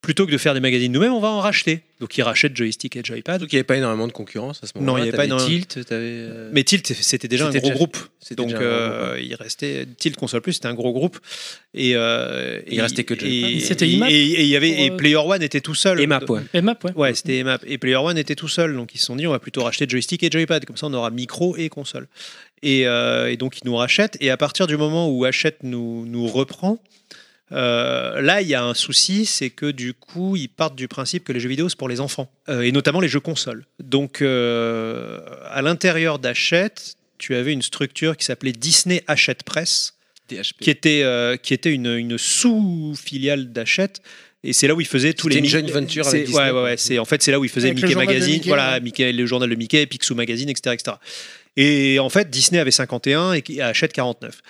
Speaker 7: plutôt que de faire des magazines nous-mêmes, on va en racheter. Donc il rachète joystick et joypad.
Speaker 8: Surtout qu'il n'y avait pas énormément de concurrence à ce moment-là.
Speaker 7: Non, il y avait pas
Speaker 8: T'avais
Speaker 7: énormément.
Speaker 8: Tilt, t'avais. euh,
Speaker 7: Mais Tilt, c'était déjà un
Speaker 8: C'était
Speaker 7: gros
Speaker 8: déjà-
Speaker 7: groupe.
Speaker 8: c'était
Speaker 7: Donc
Speaker 8: déjà un
Speaker 7: euh,
Speaker 8: groupe, ouais.
Speaker 7: il restait Tilt Console Plus, c'était un gros groupe et, euh,
Speaker 8: Il restait que Joypad.
Speaker 7: et,
Speaker 6: Et c'était
Speaker 7: et-
Speaker 6: IMAP
Speaker 7: et- et il y avait et
Speaker 6: pour, euh,
Speaker 7: Player One était tout seul.
Speaker 8: Et map, ouais.
Speaker 6: Et map, ouais.
Speaker 7: Ouais, c'était EMAP. Et Player One était tout seul, donc ils se sont dit on va plutôt racheter joystick et joypad, comme ça on aura micro et console. Et, euh, et donc ils nous rachètent, et à partir du moment où Hachette nous, nous reprend, euh, là il y a un souci, c'est que du coup ils partent du principe que les jeux vidéo c'est pour les enfants, Euh, et notamment les jeux consoles. Donc euh, à l'intérieur d'Hachette, tu avais une structure qui s'appelait Disney Hachette Press,
Speaker 8: DHP.
Speaker 7: qui était, euh, qui était une, une sous-filiale d'Hachette. Et c'est là où il faisait tous les.
Speaker 8: C'était une
Speaker 7: mi-
Speaker 8: joint venture
Speaker 7: c'est-
Speaker 8: avec Disney,
Speaker 7: ouais, ouais,
Speaker 8: quoi.
Speaker 7: ouais, c'est- en fait, c'est là où il faisait
Speaker 4: Avec le
Speaker 7: Mickey
Speaker 4: journal de
Speaker 7: Magazine,
Speaker 4: Mickey,
Speaker 7: voilà,
Speaker 4: ouais.
Speaker 7: Mickey, le journal de Mickey, Picsou Magazine, etc., etc. Et en fait, Disney avait 51 et qui- Hachette 49.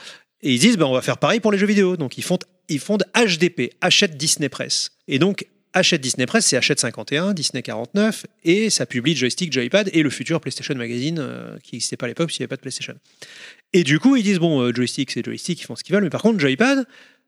Speaker 7: Et ils disent, ben, on va faire pareil pour les jeux vidéo. Donc, ils font ils fondent HDP, Hachette Disney Press. Et donc, Hachette Disney Press, c'est Hachette 51, Disney 49, et ça publie Joystick, Joypad et le futur PlayStation Magazine euh, qui n'existait pas à l'époque s'il n'y avait pas de PlayStation. Et du coup, ils disent bon, euh, Joystick, c'est Joystick, ils font ce qu'ils veulent, mais par contre, Joypad,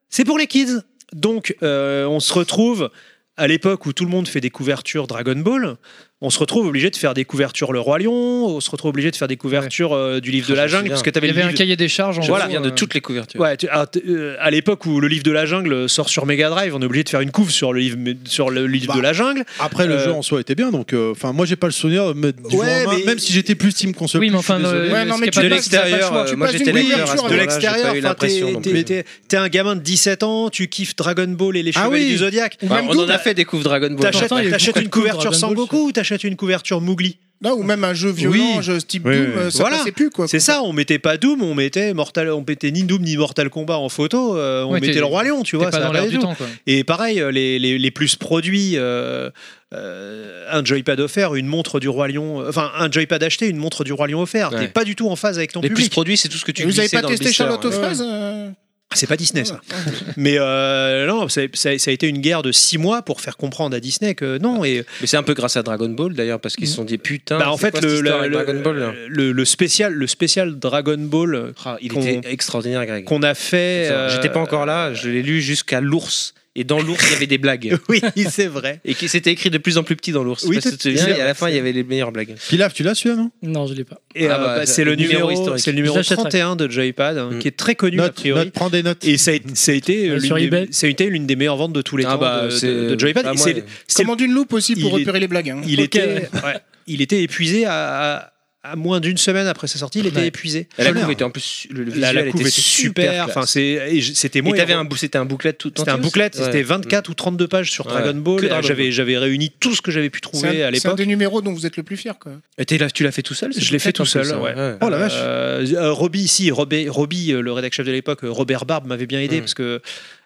Speaker 7: c'est pour les kids. Donc, euh, on se retrouve à l'époque où tout le monde fait des couvertures Dragon Ball. On se retrouve obligé de faire des couvertures Le Roi Lion, on se retrouve obligé de faire des couvertures euh, du livre de
Speaker 8: Ah,
Speaker 7: la
Speaker 8: je me
Speaker 7: jungle,
Speaker 8: souviens.
Speaker 7: parce que tu
Speaker 3: Il y
Speaker 7: avais
Speaker 3: avait un cahier des charges en euh.
Speaker 8: Je
Speaker 7: Voilà.
Speaker 8: me souviens de toutes les couvertures.
Speaker 7: Ouais, tu- alors, t- euh, à l'époque où le livre de la jungle sort sur Mega Drive, on est obligé de faire une couve sur le livre, sur le livre
Speaker 1: Bah,
Speaker 7: de la jungle.
Speaker 1: Après, le
Speaker 7: Euh,
Speaker 1: jeu en soi était bien, donc euh, enfin, moi j'ai pas le souvenir mais, du jour
Speaker 7: Ouais,
Speaker 1: au main,
Speaker 7: mais-
Speaker 1: même si j'étais plus team console.
Speaker 3: Oui, mais
Speaker 1: plus, je suis
Speaker 3: enfin,
Speaker 1: désolé.
Speaker 3: le-
Speaker 4: Ouais, non,
Speaker 3: ce qui
Speaker 4: mais
Speaker 3: est
Speaker 4: tu
Speaker 3: pas
Speaker 8: de
Speaker 4: passes-
Speaker 8: l'extérieur,
Speaker 4: t'as pas le choix,
Speaker 8: euh,
Speaker 4: tu
Speaker 8: moi,
Speaker 4: passes
Speaker 8: j'étais
Speaker 4: d'une
Speaker 8: lecteur à ce
Speaker 4: couverture à
Speaker 7: de
Speaker 8: moment-là,
Speaker 4: l'autre.
Speaker 8: j'ai pas
Speaker 7: l'extérieur,
Speaker 8: eu l'impression
Speaker 7: enfin,
Speaker 8: non
Speaker 7: t'es-
Speaker 8: plus. Bah,
Speaker 7: t'es t'es un gamin de 17 ans, tu kiffes Dragon Ball et les
Speaker 1: Ah
Speaker 7: Chevaliers
Speaker 1: oui.
Speaker 7: du Zodiac.
Speaker 4: Ou même
Speaker 8: on en
Speaker 4: Doom.
Speaker 8: a fait des couves Dragon Ball.
Speaker 7: T'achètes
Speaker 6: il y a eu
Speaker 7: t'achètes
Speaker 6: beaucoup
Speaker 7: une
Speaker 6: de coups de
Speaker 7: couverture
Speaker 6: Dragon
Speaker 7: sans
Speaker 6: Ball,
Speaker 7: Goku ou t'achètes une couverture Mowgli
Speaker 4: Là, ou même un jeu violent,
Speaker 1: Oui.
Speaker 4: jeu type
Speaker 1: Oui,
Speaker 4: Doom,
Speaker 1: oui.
Speaker 4: euh, ça
Speaker 7: Voilà.
Speaker 4: passait plus quoi.
Speaker 7: C'est ça, on mettait pas Doom, on mettait Mortal, on mettait ni Doom ni Mortal Kombat en photo, euh, on
Speaker 3: Ouais, t'es-
Speaker 7: mettait le Roi Lion, tu vois,
Speaker 3: pas
Speaker 7: ça
Speaker 3: dans l'air
Speaker 7: apparaît
Speaker 3: du
Speaker 7: tout.
Speaker 3: temps, quoi.
Speaker 7: Et pareil, euh, les, les, les plus produits, euh, euh, un joypad offert, une montre du roi lion, euh, enfin un joypad acheté, une montre du roi lion offert.
Speaker 8: Ouais.
Speaker 7: T'es pas du tout en phase avec ton
Speaker 8: Les plus
Speaker 7: public.
Speaker 8: produits, c'est tout ce que tu
Speaker 4: Et vous avez
Speaker 8: glissais
Speaker 4: pas
Speaker 8: dans le
Speaker 4: testé
Speaker 8: blister, hein.
Speaker 4: Charlotte aux
Speaker 8: ouais.
Speaker 4: fraises euh
Speaker 7: C'est pas Disney
Speaker 8: Ah
Speaker 7: ça. Mais euh, non, ça, ça- ça a été une guerre de six mois pour faire comprendre à Disney que non. Et
Speaker 8: Mais c'est un peu grâce à Dragon Ball d'ailleurs, parce qu'ils se sont dit putain.
Speaker 7: bah, en
Speaker 8: Ah. c'est
Speaker 7: fait,
Speaker 8: quoi cette
Speaker 7: le,
Speaker 8: histoire
Speaker 7: le-
Speaker 8: avec Dragon Ball. là
Speaker 7: le- le spécial, le spécial Dragon Ball euh,
Speaker 8: Ah, il
Speaker 7: qu'on-
Speaker 8: était extraordinaire, Greg.
Speaker 7: qu'on a fait. euh,
Speaker 8: J'étais pas encore là, je l'ai lu jusqu'à l'ours. Et dans l'ours, il y avait des blagues.
Speaker 7: euh, oui, c'est vrai.
Speaker 8: Et qui- c'était écrit de plus en plus petit dans l'ours.
Speaker 7: Oui,
Speaker 8: Parce que
Speaker 7: tout-
Speaker 8: tu te souviens,
Speaker 7: c'est-
Speaker 8: et à la fin, il y avait les meilleures blagues.
Speaker 1: Pilaf, tu l'as celui-là, non
Speaker 6: Non, je l'ai pas.
Speaker 7: Et,
Speaker 8: Ah
Speaker 7: euh,
Speaker 8: bah,
Speaker 7: bah, c'est le
Speaker 8: numéro
Speaker 7: numéro,
Speaker 8: historique.
Speaker 7: c'est le numéro
Speaker 6: Je l'achèterai.
Speaker 7: 31 de Joypad, hein,
Speaker 8: Mm.
Speaker 7: qui est très connu a
Speaker 1: Note,
Speaker 7: priori.
Speaker 1: note, prends des notes.
Speaker 7: Et ça a, ça a été euh,
Speaker 6: Sur
Speaker 7: l'une des-
Speaker 6: eBay.
Speaker 7: ça a été l'une des meilleures ventes de tous les temps de- de, de Joypad.
Speaker 8: Ah, bah,
Speaker 7: Et
Speaker 8: moi,
Speaker 7: c'est- c'est-
Speaker 4: Commande une loupe aussi pour
Speaker 7: Il est-
Speaker 4: repérer les blagues. hein.
Speaker 7: il,
Speaker 6: Ok.
Speaker 7: était, ouais, il était épuisé à, à- à moins d'une semaine après sa sortie. Il était
Speaker 3: Ouais.
Speaker 7: épuisé.
Speaker 8: la
Speaker 1: Chaleur.
Speaker 8: couve était en plus. Le, le
Speaker 7: La,
Speaker 8: visuel
Speaker 7: la couve
Speaker 8: était
Speaker 7: est super. Enfin,
Speaker 8: classe.
Speaker 7: c'est et je- c'était
Speaker 8: Et
Speaker 7: moi.
Speaker 8: t'avais un, bou- c'était un bouclet tout
Speaker 7: C'était un
Speaker 8: entier aussi
Speaker 7: booklet,
Speaker 8: Ouais.
Speaker 7: c'était 24 ou 32 pages sur
Speaker 8: Ouais.
Speaker 7: Mm. Dragon Ball.
Speaker 8: Que Dragon
Speaker 7: J'avais-
Speaker 8: Ball.
Speaker 7: J'avais réuni tout ce que j'avais pu
Speaker 4: C'est un-
Speaker 7: trouver à
Speaker 4: C'est un
Speaker 7: l'époque.
Speaker 4: des numéros dont vous êtes le plus fier. Quoi.
Speaker 8: Et t'es là- tu l'as fait tout seul ce
Speaker 7: Je l'ai fait
Speaker 8: booklet,
Speaker 7: tout
Speaker 8: en plus,
Speaker 7: seul,
Speaker 8: hein.
Speaker 7: ouais.
Speaker 1: Oh la vache.
Speaker 7: Euh, euh, Robbie ici, Robbie, Robbie, euh, le rédacteur chef de l'époque, euh, Robert Barbe m'avait bien
Speaker 1: Hmm.
Speaker 7: aidé
Speaker 8: Mm.
Speaker 7: parce que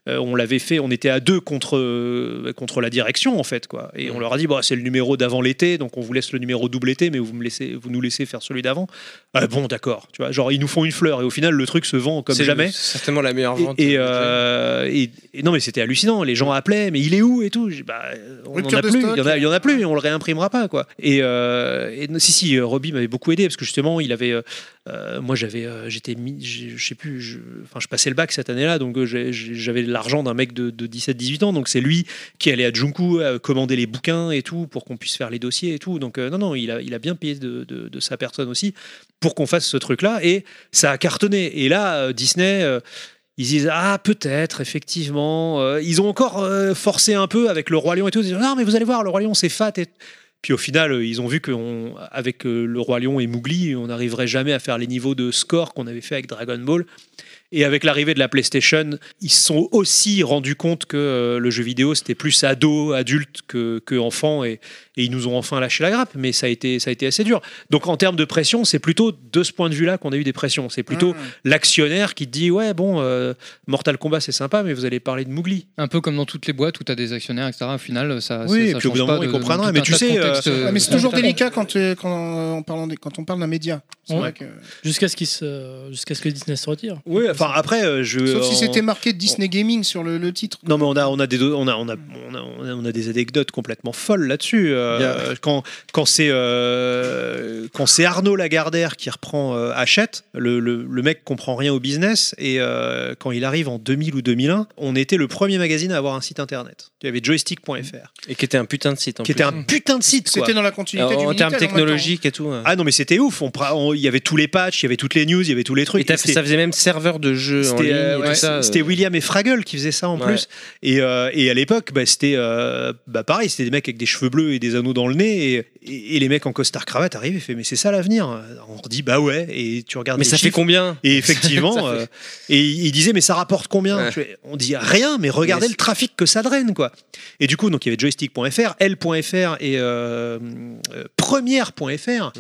Speaker 7: euh, on l'avait fait, on était à deux contre euh, contre la direction en fait quoi. Et
Speaker 1: Hmm.
Speaker 7: on
Speaker 8: Mm.
Speaker 7: leur a dit bah c'est le numéro d'avant l'été, donc on vous laisse le numéro double été, mais vous me laissez, vous nous laissez faire celui d'avant. Ah, bon d'accord, tu vois, genre ils nous font une fleur et au final le truc se vend comme
Speaker 8: C'est
Speaker 7: jamais.
Speaker 8: certainement la meilleure vente.
Speaker 7: Et, et, euh, et- et non mais c'était hallucinant les gens appelaient mais il est où et tout J'ai dit, bah, on en
Speaker 4: Rupture
Speaker 7: a
Speaker 4: de
Speaker 7: plus
Speaker 4: stock.
Speaker 7: il y en a il y en a plus et on le réimprimera pas quoi et, euh, et non, si si euh, Roby m'avait beaucoup aidé parce que justement il avait euh, euh, moi j'avais euh, j'étais mis- je je sais plus je- enfin je passais le bac cette année là donc euh, j'ai- j'ai- j'avais l'argent d'un mec de, de 17 18 ans donc c'est lui qui allait à Junku euh, commander les bouquins et tout pour qu'on puisse faire les dossiers et tout donc euh, non non il a il a bien payé de- de- de sa personne aussi pour qu'on fasse ce truc là et ça a cartonné. Et là, euh, Disney, euh, ils disent Ah, peut-être, effectivement. Euh, ils ont encore euh, forcé un peu avec le Roi Lion et tout. Ils disent Non, mais vous allez voir, le Roi Lion, c'est fat. Et... Puis au final, euh, ils ont vu qu'avec le Roi Lion et Mowgli, on n'arriverait jamais à faire les niveaux de score qu'on avait fait avec Dragon Ball. Et avec l'arrivée de la PlayStation, ils se sont aussi rendus compte que euh, le jeu vidéo, c'était plus ado, adulte que, que enfant. Et, et ils nous ont enfin lâché la grappe, mais ça a été, ça a été assez dur. Donc en termes de pression, c'est plutôt de ce point de vue-là qu'on a eu des pressions. C'est plutôt l'actionnaire qui te dit ouais bon, euh, Mortal Kombat c'est sympa, mais vous allez parler de Mowgli.
Speaker 3: Un peu comme dans toutes les boîtes où t'as des actionnaires, etc. Au final, ça.
Speaker 7: Oui,
Speaker 3: ça-
Speaker 7: et
Speaker 3: ça
Speaker 7: puis au
Speaker 3: change
Speaker 7: bout d'un
Speaker 3: pas
Speaker 7: moment,
Speaker 3: de-
Speaker 7: ils
Speaker 3: dans
Speaker 7: comprendront,
Speaker 3: tout
Speaker 7: mais
Speaker 3: un
Speaker 7: tu
Speaker 3: tas de
Speaker 7: sais, euh,
Speaker 3: contextes,
Speaker 7: ça-
Speaker 3: euh,
Speaker 4: Ah, mais c'est toujours
Speaker 3: différents.
Speaker 4: délicat quand, euh, quand, euh, on parle, en- quand on parle d'un média. C'est
Speaker 6: Ouais. Euh,
Speaker 4: vrai que-
Speaker 6: Jusqu'à ce, qu'il se... euh, jusqu'à ce que Disney se retire.
Speaker 7: Oui, enfin après, euh, je.
Speaker 4: Sauf si
Speaker 7: en-
Speaker 4: c'était marqué Disney Gaming sur le, le titre.
Speaker 7: Non mais on a on a des do- on a on a on a, on a- on a des anecdotes complètement folles là-dessus Euh,
Speaker 1: Il y
Speaker 7: quand quand c'est euh, quand c'est Arnaud Lagardère qui reprend euh, Hachette le, le, le mec comprend rien au business et euh, quand il arrive en 2000 ou 2001 on était le premier magazine à avoir un site internet il y avait joystick.fr
Speaker 8: Et qui était un putain de site en
Speaker 7: qui
Speaker 8: plus.
Speaker 7: était un putain de site quoi.
Speaker 4: C'était dans la continuité
Speaker 8: Alors,
Speaker 4: du
Speaker 8: en termes
Speaker 4: Minitel, même temps.
Speaker 8: technologiques et tout. hein.
Speaker 7: ah non mais c'était ouf on pra- on- il y avait tous les patchs il y avait toutes les news il y avait tous les trucs
Speaker 8: et t'as-
Speaker 7: Et c'était-
Speaker 8: ça faisait même serveur de jeu en
Speaker 7: C'était
Speaker 8: ligne.
Speaker 7: euh,
Speaker 8: et
Speaker 7: ouais,
Speaker 8: tout ça,
Speaker 7: c'était
Speaker 8: euh.
Speaker 7: William et Fraggle qui faisaient ça en
Speaker 8: Ouais.
Speaker 7: plus. Et, euh, et à l'époque, bah, c'était euh, bah, pareil, c'était des mecs avec des cheveux bleus et des anneaux dans le nez. Et, et- et les mecs en costard cravate arrivent et font Mais c'est ça l'avenir On redit Bah ouais. Et tu regardes
Speaker 8: Mais
Speaker 7: les
Speaker 8: ça fait
Speaker 7: chiffres.
Speaker 8: combien
Speaker 7: et effectivement,
Speaker 8: Ça fait-
Speaker 7: euh, et ils disaient mais ça rapporte combien
Speaker 8: Ouais.
Speaker 7: Tu vois, On dit rien, mais regardez
Speaker 8: Mais
Speaker 7: le trafic que ça draine quoi. Et du coup, donc il y avait joystick.fr, l.fr et euh, euh,
Speaker 8: Mm.
Speaker 7: première.fr.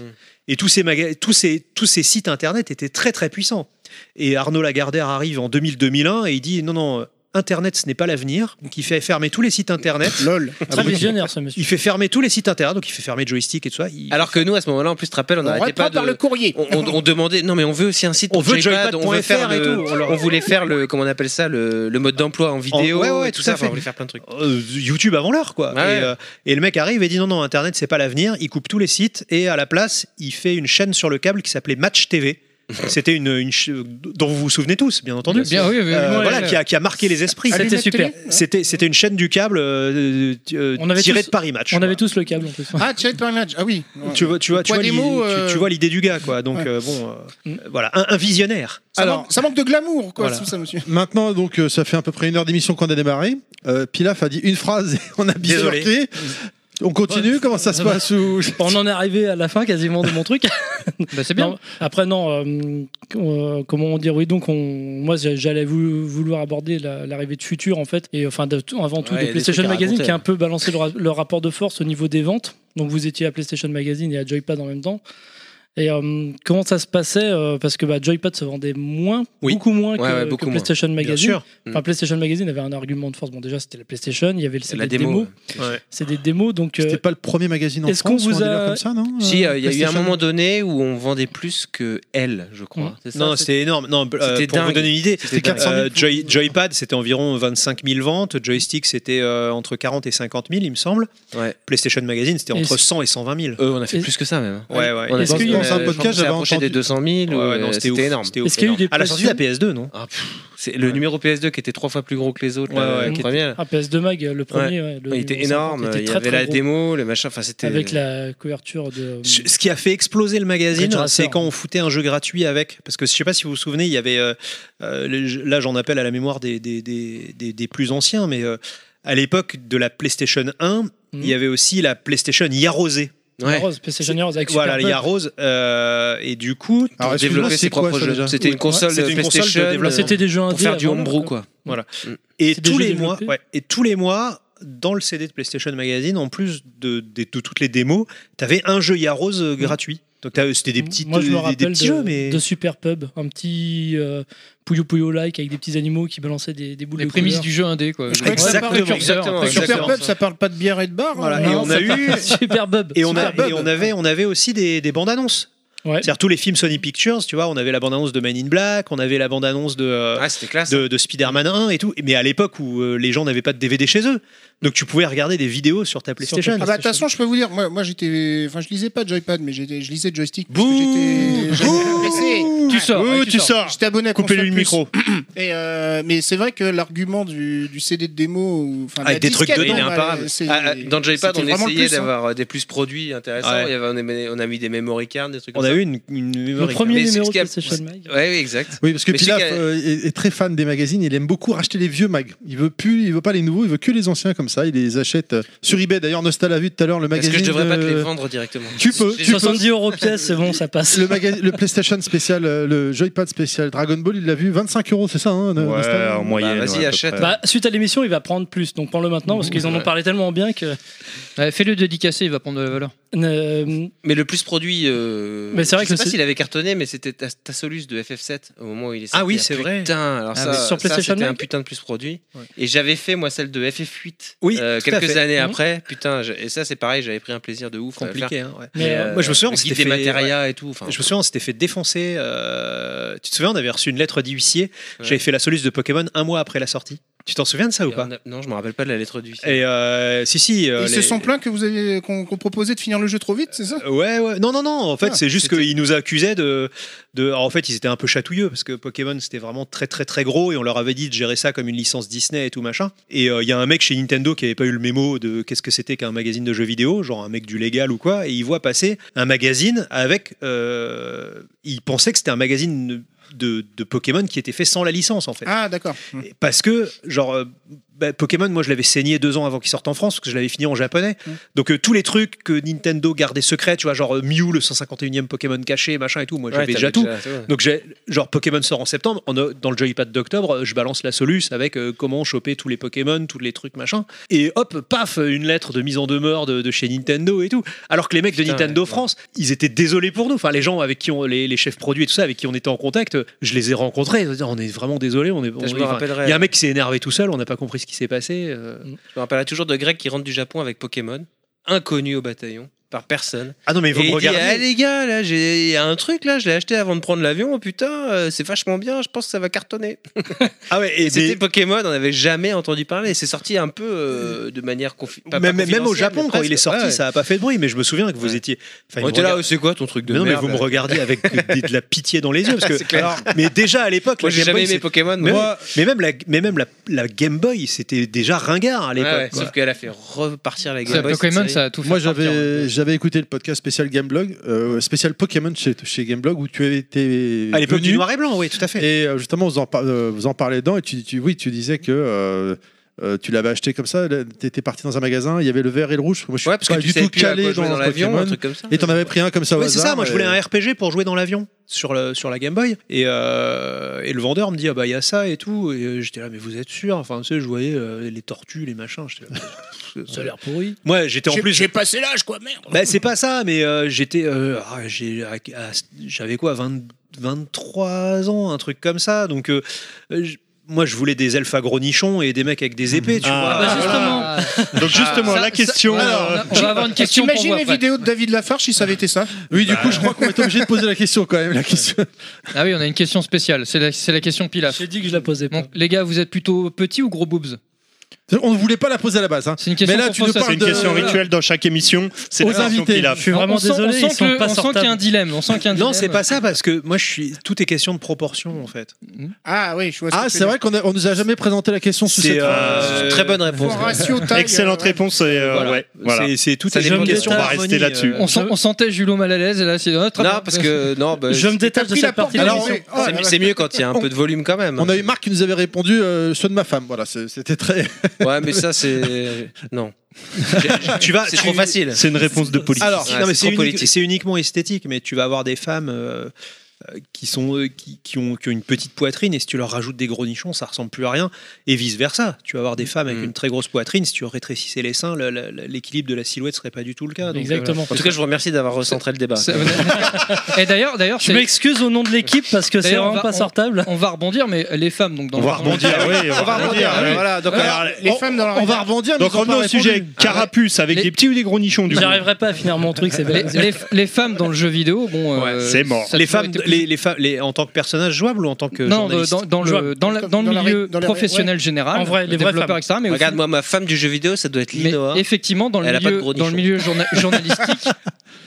Speaker 7: Et tous ces, maga- tous, ces, tous ces sites internet étaient très très puissants. Et Arnaud Lagardère arrive en 2000-2001 et il dit non, non, euh, internet ce n'est pas l'avenir. Donc il fait fermer tous les sites internet.
Speaker 4: LOL.
Speaker 8: Ah bah,
Speaker 6: Très visionnaire ce monsieur.
Speaker 7: Il fait fermer tous les sites internet, donc il fait fermer joystick et tout ça. Il-
Speaker 8: Alors que nous, à ce moment-là, en plus, tu te rappelles, on
Speaker 4: On
Speaker 8: n'arrêtait
Speaker 4: reprend
Speaker 8: pas
Speaker 4: par le
Speaker 8: de.
Speaker 4: courrier.
Speaker 8: On, on- on demandait, non mais on veut aussi un site
Speaker 7: On
Speaker 8: pour
Speaker 7: veut
Speaker 8: Joypad, on
Speaker 7: joypad.fr
Speaker 8: veut faire
Speaker 7: et
Speaker 8: le-
Speaker 7: tout, on leur-
Speaker 8: on voulait faire le, comment on appelle ça, le, le mode d'emploi en vidéo,
Speaker 7: ouais, ouais,
Speaker 8: et tout,
Speaker 7: tout
Speaker 8: ça,
Speaker 7: à
Speaker 8: enfin,
Speaker 7: fait.
Speaker 8: on voulait faire plein de trucs.
Speaker 7: euh, YouTube avant l'heure quoi.
Speaker 8: Ouais.
Speaker 7: Et, euh, et le mec arrive et dit non non internet c'est pas l'avenir, il coupe tous les sites et à la place il fait une chaîne sur le câble qui s'appelait Match TV. C'était une, une ch- dont vous vous souvenez tous bien entendu.
Speaker 3: Bien, oui, oui,
Speaker 7: Euh,
Speaker 3: oui,
Speaker 7: voilà
Speaker 3: oui.
Speaker 7: qui a, qui a marqué les esprits.
Speaker 6: C'était
Speaker 4: Allumette
Speaker 6: super.
Speaker 4: télé
Speaker 7: C'était c'était une chaîne du câble euh, euh,
Speaker 6: On avait
Speaker 7: tirée
Speaker 6: tous-
Speaker 7: de Paris Match.
Speaker 6: On
Speaker 7: Voilà.
Speaker 6: avait tous le câble en plus.
Speaker 4: Ah, Chat par image. Ah oui. Ouais.
Speaker 7: tu vois tu vois tu
Speaker 4: Poids
Speaker 7: vois
Speaker 4: des
Speaker 7: l'idée-
Speaker 4: mots,
Speaker 7: tu-
Speaker 4: euh,
Speaker 7: tu vois l'idée du gars quoi. Donc
Speaker 4: Ouais.
Speaker 7: euh, bon euh,
Speaker 6: Mm.
Speaker 7: voilà un, un visionnaire.
Speaker 4: Ça,
Speaker 1: Alors-
Speaker 4: manque, ça manque de glamour, quoi,
Speaker 7: Voilà.
Speaker 4: tout ça, monsieur.
Speaker 1: Maintenant, donc, euh, ça fait à peu près une heure d'émission qu'on a démarré. Euh, Pilaf a dit une phrase et on a
Speaker 7: Désolé.
Speaker 1: bifurqué. On continue Comment ça se passe ou-
Speaker 6: On en est arrivé à la fin quasiment de mon truc.
Speaker 3: Bah, c'est bien.
Speaker 6: Non, après, non, euh, euh, comment dire, oui, donc on, moi j'a- j'allais vou- vouloir aborder la- l'arrivée de Future en fait, et euh, enfin de- avant tout
Speaker 8: Ouais, y a
Speaker 6: de
Speaker 8: des
Speaker 6: PlayStation
Speaker 8: trucs à
Speaker 6: Magazine
Speaker 8: raconter,
Speaker 6: qui a
Speaker 8: hein.
Speaker 6: un peu balancé le, ra- le rapport de force au niveau des ventes. Donc vous étiez à PlayStation Magazine et à Joypad en même temps. Et euh, comment ça se passait euh, Parce que bah, Joypad se vendait moins,
Speaker 8: Oui.
Speaker 6: beaucoup moins que,
Speaker 8: Ouais, ouais,
Speaker 6: que
Speaker 8: beaucoup moins. Mm.
Speaker 6: PlayStation Magazine.
Speaker 7: sûr.
Speaker 6: Enfin, PlayStation Magazine avait un argument de force. Bon, déjà, c'était la PlayStation, il y avait le- c'est
Speaker 8: La
Speaker 6: des
Speaker 8: démo.
Speaker 6: démos.
Speaker 7: Ouais.
Speaker 6: C'est des démos, donc. euh,
Speaker 1: C'était pas le premier magazine en
Speaker 6: Est-ce qu'on
Speaker 1: France ou un
Speaker 6: vous a-
Speaker 1: délire comme ça, non
Speaker 8: Si, euh, il y a eu un
Speaker 1: PlayStation.
Speaker 8: moment donné où on vendait plus que elle, je crois.
Speaker 6: Mm.
Speaker 8: C'est ça,
Speaker 7: Mmh. Non,
Speaker 8: c'est-
Speaker 7: c'était énorme. Non, euh,
Speaker 8: C'était
Speaker 7: pour vous
Speaker 8: dingue.
Speaker 7: donner une idée,
Speaker 8: C'était dingue.
Speaker 7: Euh, Joy- Joypad, c'était environ 25 000 ventes. Joystick, c'était euh, entre 40 et 50 000, il me semble.
Speaker 8: Ouais.
Speaker 7: PlayStation Magazine, c'était entre
Speaker 6: Est-ce-
Speaker 7: 100 et 120 000.
Speaker 8: Eux, Euh, on a fait
Speaker 6: Et-
Speaker 8: plus que ça même.
Speaker 7: Ouais, ouais.
Speaker 8: On a
Speaker 6: Est-ce
Speaker 8: fait-
Speaker 6: qu'il y
Speaker 1: a-
Speaker 8: on a-
Speaker 1: dans un
Speaker 8: je pense
Speaker 1: podcast,
Speaker 8: qu'on s'est
Speaker 1: j'avais
Speaker 8: approché
Speaker 1: entendu-
Speaker 8: des 200 000.
Speaker 7: Ouais, ouais,
Speaker 8: euh,
Speaker 7: non, c'était
Speaker 8: C'était
Speaker 7: ouf,
Speaker 8: énorme.
Speaker 7: c'était ouf.
Speaker 6: Est-ce qu'il y a eu des
Speaker 7: À la sortie de la
Speaker 6: pressions
Speaker 7: PS2, non
Speaker 8: Ah, pff, c'est le numéro PS2 qui était trois fois plus gros que les autres.
Speaker 7: Ouais,
Speaker 8: là, euh,
Speaker 7: ouais,
Speaker 8: le
Speaker 6: qui
Speaker 8: premier, là.
Speaker 6: Ah, PS2 Mag, le premier. ouais, le
Speaker 8: il était
Speaker 6: numéro
Speaker 8: énorme.
Speaker 6: 50,
Speaker 8: Il y
Speaker 6: très,
Speaker 8: avait
Speaker 6: très
Speaker 8: la
Speaker 6: gros.
Speaker 8: démo, le machin. Enfin, c'était.
Speaker 6: Avec la couverture de.
Speaker 7: Ce ce qui a fait exploser le
Speaker 6: Ridge
Speaker 7: magazine,
Speaker 6: Racer.
Speaker 7: c'est quand on foutait un jeu gratuit avec. Parce que je sais pas si vous vous souvenez, il y avait. euh, euh, le jeu- là, j'en appelle à la mémoire des, des, des, des- des plus anciens, mais euh, à l'époque de la PlayStation 1,
Speaker 6: Hmm.
Speaker 7: il y avait aussi la PlayStation Yarosé.
Speaker 8: Ouais.
Speaker 6: Rose, PlayStation Heroes avec
Speaker 7: Voilà,
Speaker 6: Super
Speaker 7: la Yarose. euh, et du coup,
Speaker 1: Alors,
Speaker 8: Pour
Speaker 1: excuse-moi,
Speaker 8: développer
Speaker 1: c'est
Speaker 8: ses
Speaker 1: quoi,
Speaker 8: propres
Speaker 1: ça,
Speaker 8: jeux.
Speaker 1: déjà
Speaker 8: C'était une console
Speaker 7: C'était une console de
Speaker 8: PlayStation. euh,
Speaker 6: Pop.
Speaker 7: développement.
Speaker 6: Bah, C'était des jeux
Speaker 8: Pour
Speaker 6: indés.
Speaker 8: faire du
Speaker 6: avant,
Speaker 8: homebrew,
Speaker 6: là.
Speaker 8: quoi.
Speaker 7: Et
Speaker 6: C'est des
Speaker 7: tous
Speaker 6: jeux
Speaker 7: les mois,
Speaker 6: développés.
Speaker 7: ouais, et tous les mois, dans le CD de PlayStation Magazine, en plus de, de- de toutes les démos, t'avais un jeu Yarose euh, gratuit. Donc t'as- c'était des petites,
Speaker 6: Mm.
Speaker 7: euh,
Speaker 6: Moi, je me
Speaker 7: des- des,
Speaker 6: rappelle
Speaker 7: petits
Speaker 6: de,
Speaker 7: jeux, mais
Speaker 6: de Super Pub, un petit euh, Puyo Puyo like avec des petits animaux qui balançaient des, des boules
Speaker 3: Les
Speaker 6: de
Speaker 3: prémices
Speaker 6: couleur.
Speaker 3: du jeu indé, quoi.
Speaker 4: Je crois que ça
Speaker 3: Exactement,
Speaker 4: parle-
Speaker 8: exactement,
Speaker 3: précurseur.
Speaker 4: Super
Speaker 8: exactement.
Speaker 4: Pub, ça parle pas de bière et de bar.
Speaker 7: Voilà,
Speaker 4: hein.
Speaker 7: et on a eu.
Speaker 6: Super Pub.
Speaker 7: Et on, a-
Speaker 6: Super Pub.
Speaker 7: et on avait, on avait aussi des, des bandes annonces.
Speaker 6: Ouais.
Speaker 7: C'est-à-dire tous les films Sony Pictures, tu vois, on avait la bande annonce de Man in Black, on avait la bande annonce de, euh,
Speaker 8: Ah, c'était classe.
Speaker 7: de, de Spider-Man 1 et tout. Mais à l'époque où euh, les gens n'avaient pas de DVD chez eux, donc tu pouvais regarder des vidéos sur ta PlayStation.
Speaker 4: Ah bah, de toute façon, je peux vous dire, moi, moi j'étais. Enfin, je lisais pas Joypad, mais j'étais- je lisais Joystick. parce que j'étais- j'étais-
Speaker 3: Tu sors. ouais, tu sors.
Speaker 4: J'étais abonné à
Speaker 7: Coupez-lui
Speaker 4: Console
Speaker 7: le
Speaker 4: Plus.
Speaker 7: micro.
Speaker 4: Et euh, mais c'est vrai que l'argument du, du CD de démo, ou, enfin, de la
Speaker 7: Avec des trucs
Speaker 4: disquette,
Speaker 7: dedans,
Speaker 4: non,
Speaker 7: il est
Speaker 4: bah,
Speaker 8: imparable.
Speaker 4: c'est-
Speaker 8: Ah, ah, dans Joypad,
Speaker 4: c'était
Speaker 8: on
Speaker 4: vraiment le
Speaker 8: essayait
Speaker 4: plus, hein.
Speaker 8: d'avoir euh, des plus produits intéressants.
Speaker 7: Ouais.
Speaker 8: Il y avait- on, aimait- on a mis des memory cards, des trucs
Speaker 7: On
Speaker 8: comme
Speaker 7: a
Speaker 8: ça.
Speaker 7: eu une, une
Speaker 6: Le
Speaker 7: mémoire
Speaker 6: premier
Speaker 8: Mais c'est
Speaker 6: numéro
Speaker 8: ce
Speaker 6: de
Speaker 8: qu'il y a-
Speaker 6: PlayStation Mag.
Speaker 8: Ouais, oui, exact.
Speaker 1: Oui, parce que
Speaker 8: Mais je sais
Speaker 1: Pilaf
Speaker 8: qu'elle-
Speaker 1: euh, est, est très fan des magazines, il aime beaucoup racheter les vieux mags. Il veut plus, il veut pas les nouveaux, il veut que les anciens comme ça. Il les achète euh, sur eBay. D'ailleurs, Nostal a vu tout à l'heure le
Speaker 8: Est-ce
Speaker 1: magazine.
Speaker 8: que je devrais pas te
Speaker 1: euh,
Speaker 8: les vendre directement
Speaker 1: Tu peux, tu peux.
Speaker 6: 70 euros pièce, c'est bon, ça passe.
Speaker 1: Le, maga- le PlayStation spécial, euh, le Joypad spécial Dragon Ball, il l'a vu 25 euros, c'est ça hein, de-
Speaker 2: Ouais,
Speaker 1: d'installement
Speaker 2: en moyenne.
Speaker 8: vas-y,
Speaker 2: ouais, à peu
Speaker 8: achète.
Speaker 2: près.
Speaker 6: Bah, suite à l'émission, il va prendre plus, donc prends-le maintenant parce qu'ils en ont parlé tellement bien que.
Speaker 3: Ouais, Fais-le dédicacer, il va prendre de la valeur.
Speaker 6: Euh,
Speaker 8: Mais le plus produit. euh,
Speaker 6: Mais c'est vrai
Speaker 8: je
Speaker 6: que
Speaker 8: sais pas
Speaker 6: c'est-
Speaker 8: s'il avait cartonné, mais c'était Ta- Tassolus de FF7 au moment où il est
Speaker 7: Ah oui,
Speaker 8: sorti.
Speaker 7: c'est vrai.
Speaker 8: Putain, alors
Speaker 3: Ah,
Speaker 8: ça,
Speaker 3: mais
Speaker 6: sur
Speaker 8: ça,
Speaker 6: PlayStation
Speaker 8: c'était un
Speaker 6: Mag
Speaker 8: putain de plus produit.
Speaker 7: Ouais.
Speaker 8: Et j'avais fait moi celle de FF8
Speaker 7: Oui,
Speaker 8: euh,
Speaker 7: tout à
Speaker 8: quelques
Speaker 7: fait.
Speaker 8: années
Speaker 6: Mhm.
Speaker 8: après. Putain, j'ai- et ça c'est pareil, j'avais pris un plaisir de ouf. à le faire.
Speaker 7: Compliqué, hein, ouais.
Speaker 6: Mais, euh,
Speaker 7: moi, je me souviens, on
Speaker 8: le guide
Speaker 7: s'était
Speaker 8: des
Speaker 7: fait-
Speaker 8: matérias et tout. enfin,
Speaker 7: Je me souviens, on s'était fait défoncer. euh, Tu te souviens, on avait reçu une lettre d'huissier.
Speaker 8: Ouais.
Speaker 7: J'avais fait la soluce de Pokémon un mois après la sortie. Tu t'en souviens de ça ou
Speaker 8: et
Speaker 7: pas
Speaker 8: on a- Non, je me rappelle pas de la lettre du.
Speaker 7: Et euh, si, si. euh,
Speaker 4: Ils se
Speaker 7: les- Euh,
Speaker 4: sont plaints que vous aviez qu'on qu'on proposait de finir le jeu trop vite, c'est ça
Speaker 7: Ouais, ouais. Non, non, non. En fait,
Speaker 4: Ah,
Speaker 7: c'est juste
Speaker 4: c'était-
Speaker 7: qu'ils nous accusaient de. de... alors, en fait, ils étaient un peu chatouilleux parce que Pokémon, c'était vraiment très, très, très gros et on leur avait dit de gérer ça comme une licence Disney et tout machin. Et euh, il y a un mec chez Nintendo qui avait pas eu le mémo de qu'est-ce que c'était qu'un magazine de jeux vidéo, genre un mec du légal ou quoi. Et il voit passer un magazine avec. euh, Il pensait que c'était un magazine de, de Pokémon qui était fait sans la licence, en fait.
Speaker 4: Ah, d'accord. Hmm.
Speaker 7: Et Parce que, genre, euh, bah, Pokémon, moi je l'avais saigné deux ans avant qu'il sorte en France, parce que je l'avais fini en japonais.
Speaker 4: Mm.
Speaker 7: Donc euh, tous les trucs que Nintendo gardait secrets, tu vois, genre euh, Mew, le 151e Pokémon caché, machin et tout, moi j'avais déjà tout. Donc j'ai, genre Pokémon sort en septembre, en, o- dans le Joypad d'octobre, euh, je balance la Solus avec euh, comment choper tous les Pokémon, tous les trucs machin, et hop, paf, une lettre de mise en demeure de, de chez Nintendo et tout. Alors que les mecs de
Speaker 8: Putain,
Speaker 7: Nintendo
Speaker 8: ouais.
Speaker 7: France, ils étaient désolés pour nous. Enfin les gens avec qui on, les, les chefs produits et tout ça, avec qui on était en contact, euh, je les ai rencontrés. ils ont dit, Oh, On est vraiment désolés, on est, on
Speaker 8: Je
Speaker 7: est-
Speaker 8: me
Speaker 7: enfin,
Speaker 8: rappellerai.
Speaker 7: il y a un mec qui s'est énervé tout seul, on n'a pas compris ce qui s'est passé. euh.
Speaker 8: Je me rappellerai toujours de Greg qui rentre du Japon avec Pokémon, inconnu au bataillon, par personne.
Speaker 7: Ah non, mais
Speaker 8: Et
Speaker 7: vous me
Speaker 8: il dit,
Speaker 7: regardez.
Speaker 8: ah, les gars, là, j'ai il y a un truc, là, je l'ai acheté avant de prendre l'avion, putain, euh, c'est vachement bien, je pense que ça va cartonner.
Speaker 7: Ah ouais, et
Speaker 8: Et C'était
Speaker 7: des-
Speaker 8: Pokémon, on n'avait jamais entendu parler. C'est sorti un peu euh, de manière confi- pas- pas
Speaker 7: même, même au
Speaker 8: confidentielle,
Speaker 7: Japon,
Speaker 8: mais
Speaker 7: quand il est
Speaker 8: presque.
Speaker 7: sorti,
Speaker 8: Ouais, ouais.
Speaker 7: ça n'a pas fait de bruit, mais je me souviens que vous
Speaker 8: Ouais.
Speaker 7: étiez. enfin, il
Speaker 8: On
Speaker 7: me
Speaker 8: était là,
Speaker 7: regarde-
Speaker 8: oh, c'est quoi ton truc de
Speaker 7: Mais non, mais
Speaker 8: merde euh.
Speaker 7: vous me
Speaker 8: là
Speaker 7: regardez avec des- de la pitié dans les yeux. Parce que,
Speaker 8: C'est clair.
Speaker 7: alors, mais déjà à l'époque,
Speaker 8: Moi,
Speaker 7: la
Speaker 8: j'ai
Speaker 7: Game
Speaker 8: jamais
Speaker 7: Boy,
Speaker 8: aimé
Speaker 7: c'est-
Speaker 8: Pokémon.
Speaker 7: mais,
Speaker 8: moi.
Speaker 7: même- mais même, la, mais même la, la Game Boy, c'était déjà ringard à l'époque.
Speaker 8: Ouais, ouais,
Speaker 7: quoi.
Speaker 8: Sauf qu'elle a fait repartir
Speaker 3: Ça,
Speaker 8: la Game Boy. cette
Speaker 3: Pokémon,
Speaker 8: série.
Speaker 3: ça a tout fait.
Speaker 1: Moi
Speaker 3: partir, hein.
Speaker 1: j'avais j'avais écouté le podcast spécial Gameblog, euh, spécial Pokémon chez, chez Gameblog où tu étais
Speaker 8: Ah,
Speaker 7: à l'époque
Speaker 1: venu,
Speaker 7: du noir et blanc, oui, tout à fait.
Speaker 1: et euh, justement vous en, par- euh, vous en parlez dedans et tu, tu- oui tu disais que euh, euh, tu l'avais acheté comme ça, là, t'étais parti dans un magasin, il y avait le vert et le rouge. Moi je suis
Speaker 8: Ouais, parce
Speaker 1: pas
Speaker 8: que tu
Speaker 1: du
Speaker 8: savais
Speaker 1: tout
Speaker 8: plus à quoi
Speaker 1: calé
Speaker 8: jouer
Speaker 1: dans,
Speaker 8: dans l'avion,
Speaker 1: Pokémon.
Speaker 8: un truc comme ça.
Speaker 1: Et t'en avais pris un comme ça au
Speaker 7: Ouais, c'est
Speaker 1: hasard, euh,
Speaker 7: ça, moi je
Speaker 1: et-
Speaker 7: voulais un RPG pour jouer dans l'avion sur, le, sur la Game Boy. Et, euh, et le vendeur me dit, ah bah il y a ça et tout. Et euh, j'étais là, mais vous êtes sûr Enfin, tu sais, je voyais euh, les tortues, les machins. J'étais là,
Speaker 6: ça a l'air pourri.
Speaker 7: Moi, j'étais en
Speaker 4: J'ai-
Speaker 7: plus.
Speaker 4: J'ai passé l'âge, quoi, merde.
Speaker 7: Bah, c'est pas ça, mais euh, j'étais. euh, ah, j'ai- à- à- J'avais quoi 20 23 ans, un truc comme ça. Donc, euh, euh, j- moi, je voulais des elfes à gros nichons et des mecs avec des épées, tu
Speaker 2: Ah,
Speaker 7: vois.
Speaker 2: bah,
Speaker 3: justement.
Speaker 2: Donc justement,
Speaker 3: Ça-
Speaker 2: la
Speaker 3: ça-
Speaker 2: question.
Speaker 3: Alors,
Speaker 2: euh,
Speaker 3: on va avoir une question pour vous
Speaker 4: T'imagines les
Speaker 3: après.
Speaker 4: vidéos de David Lafarge si ça avait été ça
Speaker 1: Oui,
Speaker 8: Bah.
Speaker 1: du coup, je crois qu'on est obligé de poser la question quand même. La question.
Speaker 3: Ah oui, on a une question spéciale. C'est la, c'est la question Pilaf.
Speaker 6: J'ai dit que je la posais pas.
Speaker 3: Donc, les gars, vous êtes plutôt petit ou gros boobs
Speaker 1: On ne voulait pas la poser à la base. Hein.
Speaker 3: C'est une question.
Speaker 1: Mais là,
Speaker 3: qu'on
Speaker 1: tu
Speaker 3: pose
Speaker 1: nous
Speaker 3: à-
Speaker 1: parles
Speaker 2: c'est une
Speaker 1: de-
Speaker 2: question
Speaker 3: euh,
Speaker 2: rituelle dans chaque émission. C'est
Speaker 1: Aux
Speaker 2: la question
Speaker 1: invités.
Speaker 2: qu'il a.
Speaker 6: Je suis
Speaker 3: On-
Speaker 6: vraiment
Speaker 3: on sent-
Speaker 6: désolé,
Speaker 3: on
Speaker 6: ils
Speaker 3: sent
Speaker 6: sont
Speaker 3: que-
Speaker 6: pas
Speaker 3: on sent qu'il y a un
Speaker 6: sortables.
Speaker 3: dilemme. On sent qu'il y a un
Speaker 7: Non,
Speaker 3: dilemme.
Speaker 7: c'est pas ça, parce que moi, je suis. Tout est question de proportion, en fait.
Speaker 4: Ah oui, je vois ce que
Speaker 1: Ah,
Speaker 4: tu
Speaker 1: c'est
Speaker 4: veux
Speaker 1: vrai qu'on a- on nous a jamais présenté la question sous
Speaker 7: C'est,
Speaker 1: cette.
Speaker 7: euh,
Speaker 8: Euh, Très bonne
Speaker 4: dire.
Speaker 8: réponse.
Speaker 4: Pour ratio taille,
Speaker 2: Excellente
Speaker 4: euh, ouais.
Speaker 2: réponse. et, euh,
Speaker 8: Voilà.
Speaker 2: ouais, voilà.
Speaker 7: C'est- C'est tout
Speaker 8: Ça
Speaker 7: est
Speaker 8: dépend
Speaker 7: une
Speaker 8: des
Speaker 7: question
Speaker 8: gens.
Speaker 2: On va rester
Speaker 7: d'harmonie,
Speaker 2: là-dessus.
Speaker 7: euh.
Speaker 3: On, sent- on sentait Julio mal à l'aise et là c'est notre.
Speaker 8: Non, parce que. Non, bah,
Speaker 6: Je me
Speaker 8: c'est-
Speaker 6: détache de
Speaker 4: pris la
Speaker 6: cette partie.
Speaker 4: porte.
Speaker 6: de la
Speaker 1: Alors,
Speaker 6: maison.
Speaker 4: on- Ah, ouais,
Speaker 8: c'est mieux quand il y a un peu de volume quand même. hein.
Speaker 1: On a eu Marc qui nous avait répondu euh, ceux de ma femme. Voilà, c'est- c'était très.
Speaker 8: Ouais, mais ça, c'est. Non.
Speaker 7: Tu vas.
Speaker 8: C'est
Speaker 7: tu-
Speaker 8: trop facile.
Speaker 2: C'est une réponse de police.
Speaker 7: Alors,
Speaker 8: Ouais,
Speaker 7: non, mais
Speaker 8: c'est
Speaker 7: c'est
Speaker 8: trop
Speaker 7: unique-
Speaker 8: politique.
Speaker 7: c'est uniquement esthétique, mais tu vas avoir des femmes euh, euh, qui, sont, euh, qui, qui ont, qui ont une petite poitrine, et si tu leur rajoutes des gros nichons, ça ressemble plus à rien, et vice-versa. Tu vas avoir des femmes avec
Speaker 8: Mm.
Speaker 7: une très grosse poitrine, si tu rétrécissais les seins, le- le- le- l'équilibre de la silhouette serait pas du tout le cas. Donc,
Speaker 6: Exactement.
Speaker 3: euh,
Speaker 8: En tout cas, je vous remercie d'avoir recentré le débat.
Speaker 3: C'est- et d'ailleurs, d'ailleurs,
Speaker 6: Je
Speaker 3: c'est-
Speaker 6: m'excuse au nom de l'équipe parce que c'est
Speaker 3: D'ailleurs, on
Speaker 6: vraiment
Speaker 3: va-
Speaker 6: pas sortable.
Speaker 3: on va rebondir, mais les femmes donc dans
Speaker 2: On
Speaker 3: le-
Speaker 2: va rebondir. oui, on va rebondir.
Speaker 3: Ah oui.
Speaker 8: Voilà, donc alors,
Speaker 2: Alors,
Speaker 4: Les
Speaker 1: on-
Speaker 4: femmes dans la
Speaker 1: On va rebondir. mais
Speaker 2: Donc
Speaker 1: ils ont pas
Speaker 2: revenons au
Speaker 1: répondu.
Speaker 2: sujet. Carapuce avec
Speaker 3: Les-
Speaker 2: des petits ou des gros nichons du coup
Speaker 6: J'arriverai pas à finir mon truc, c'est
Speaker 3: Les,
Speaker 6: pas-
Speaker 3: les- les femmes dans le jeu vidéo, bon, euh,
Speaker 8: Ouais,
Speaker 2: c'est mort.
Speaker 3: ça a
Speaker 7: les
Speaker 3: toujours
Speaker 7: femmes,
Speaker 3: été plus-
Speaker 7: les, les femmes- les- en tant que personnage jouable ou en tant que
Speaker 3: non, dans,
Speaker 7: journaliste
Speaker 3: dans, dans le, dans, la-
Speaker 4: Comme
Speaker 3: dans le
Speaker 4: dans la ré-
Speaker 3: milieu
Speaker 4: dans la ré-
Speaker 3: professionnel général,
Speaker 6: En vrai, les vraies
Speaker 3: développeurs,
Speaker 6: femmes.
Speaker 3: etc. Mais, au
Speaker 8: regarde-moi ma femme du jeu vidéo, ça doit être
Speaker 3: fond- mais
Speaker 8: Lino. hein.
Speaker 3: effectivement, dans le
Speaker 8: Elle a pas de
Speaker 3: milieu,
Speaker 8: gros
Speaker 3: dans le
Speaker 8: nichons.
Speaker 3: milieu journa- journalistique,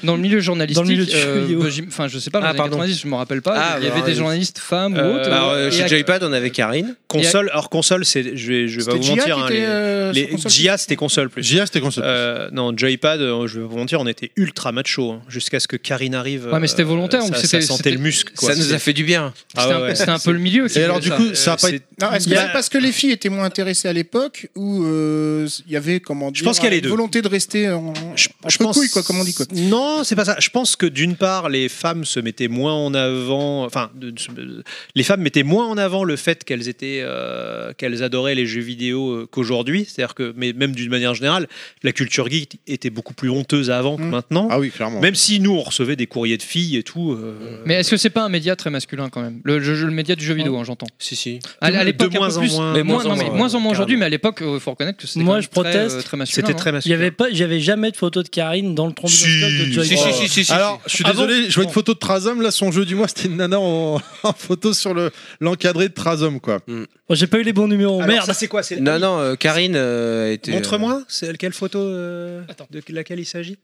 Speaker 3: dans le milieu journalistique,
Speaker 6: Dans le milieu du jeu
Speaker 3: euh,
Speaker 6: vidéo.
Speaker 3: bah, j'im- enfin, je sais pas, dans
Speaker 8: Ah,
Speaker 3: les années
Speaker 8: pardon.
Speaker 3: 90, je me rappelle pas,
Speaker 8: Ah,
Speaker 3: il y
Speaker 8: bah,
Speaker 3: avait des
Speaker 8: oui.
Speaker 3: journalistes femmes ou autres.
Speaker 8: Bah, euh,
Speaker 3: et
Speaker 8: chez
Speaker 3: ac-
Speaker 8: Joypad, on avait Karine.
Speaker 7: console. Or console, c'est, je vais, je vais pas vous
Speaker 4: C'était
Speaker 7: mentir,
Speaker 4: Gia qui
Speaker 7: hein,
Speaker 4: était, euh,
Speaker 7: les,
Speaker 4: sur
Speaker 7: les-
Speaker 4: console
Speaker 7: Gia, c'était console plus.
Speaker 1: JA, c'était concept.
Speaker 7: Euh, non, Joypad, euh, je vais pas vous mentir, on était ultra macho hein, jusqu'à ce que Karine arrive.
Speaker 3: Ouais, mais c'était
Speaker 7: euh,
Speaker 3: volontaire ou
Speaker 7: ça, ça
Speaker 3: c'était-
Speaker 7: sentait le
Speaker 3: c'était-
Speaker 7: muscle. quoi.
Speaker 8: ça nous a fait du bien.
Speaker 7: Ah
Speaker 3: C'était
Speaker 7: ouais,
Speaker 3: un,
Speaker 7: ouais.
Speaker 3: c'était un peu le milieu. qui
Speaker 1: Et alors
Speaker 3: faisait
Speaker 1: du
Speaker 3: ça.
Speaker 1: coup, ça a pas
Speaker 7: C'est-
Speaker 1: été.
Speaker 4: Non, est-ce que
Speaker 7: Bah-
Speaker 4: c'est parce que les filles étaient moins intéressées à l'époque ou euh, il y avait comment dire,
Speaker 7: pense qu'il y a les
Speaker 4: une
Speaker 7: deux.
Speaker 4: volonté de rester en,
Speaker 7: Je,
Speaker 4: entre couilles quoi comme on dit quoi.
Speaker 7: Non, Non, c'est pas ça. Je pense que d'une part, les femmes se mettaient moins en avant. Enfin, de- de- les femmes mettaient moins en avant le fait qu'elles étaient, euh, qu'elles adoraient les jeux vidéo euh, qu'aujourd'hui. C'est-à-dire que, mais même d'une manière générale, la culture geek était beaucoup plus honteuse avant que
Speaker 4: Mm.
Speaker 7: maintenant.
Speaker 1: Ah oui, clairement.
Speaker 7: Même si nous, on recevait des courriers de filles et tout. euh,
Speaker 3: Mais est-ce que c'est pas un média très masculin quand même le, jeu- le média du jeu vidéo, hein, j'entends.
Speaker 7: Ah. Si, si.
Speaker 3: À, à
Speaker 7: De
Speaker 3: l'époque, un peu
Speaker 7: moins en
Speaker 3: plus,
Speaker 7: moins.
Speaker 3: mais
Speaker 7: De
Speaker 3: moins,
Speaker 7: moins en
Speaker 3: non, mais
Speaker 7: moins,
Speaker 3: moins en moins
Speaker 7: carrément.
Speaker 3: aujourd'hui, mais à l'époque, il faut reconnaître que c'était
Speaker 6: Moi,
Speaker 3: quand même
Speaker 6: je proteste.
Speaker 3: Très, euh, très masculin.
Speaker 7: C'était
Speaker 3: non
Speaker 7: très
Speaker 5: Il y
Speaker 7: masculin.
Speaker 5: avait pas, j'avais jamais de photo de Karine dans le trombone de Joy.
Speaker 1: Si, si, si, Alors, je suis
Speaker 5: Ah
Speaker 1: désolé,
Speaker 5: bon
Speaker 1: je vois une photo de Trazom. Là, son jeu du mois, c'était une nana en, en photo sur le- l'encadré de Trazom, quoi.
Speaker 5: Bon, J'ai pas eu les bons
Speaker 6: Oh,
Speaker 5: numéros,
Speaker 7: Alors,
Speaker 5: merde.
Speaker 7: ça, c'est quoi c'est-
Speaker 8: Non, non, euh, Karine euh, était.
Speaker 7: Montre-moi, c'est quelle photo euh, de laquelle il s'agit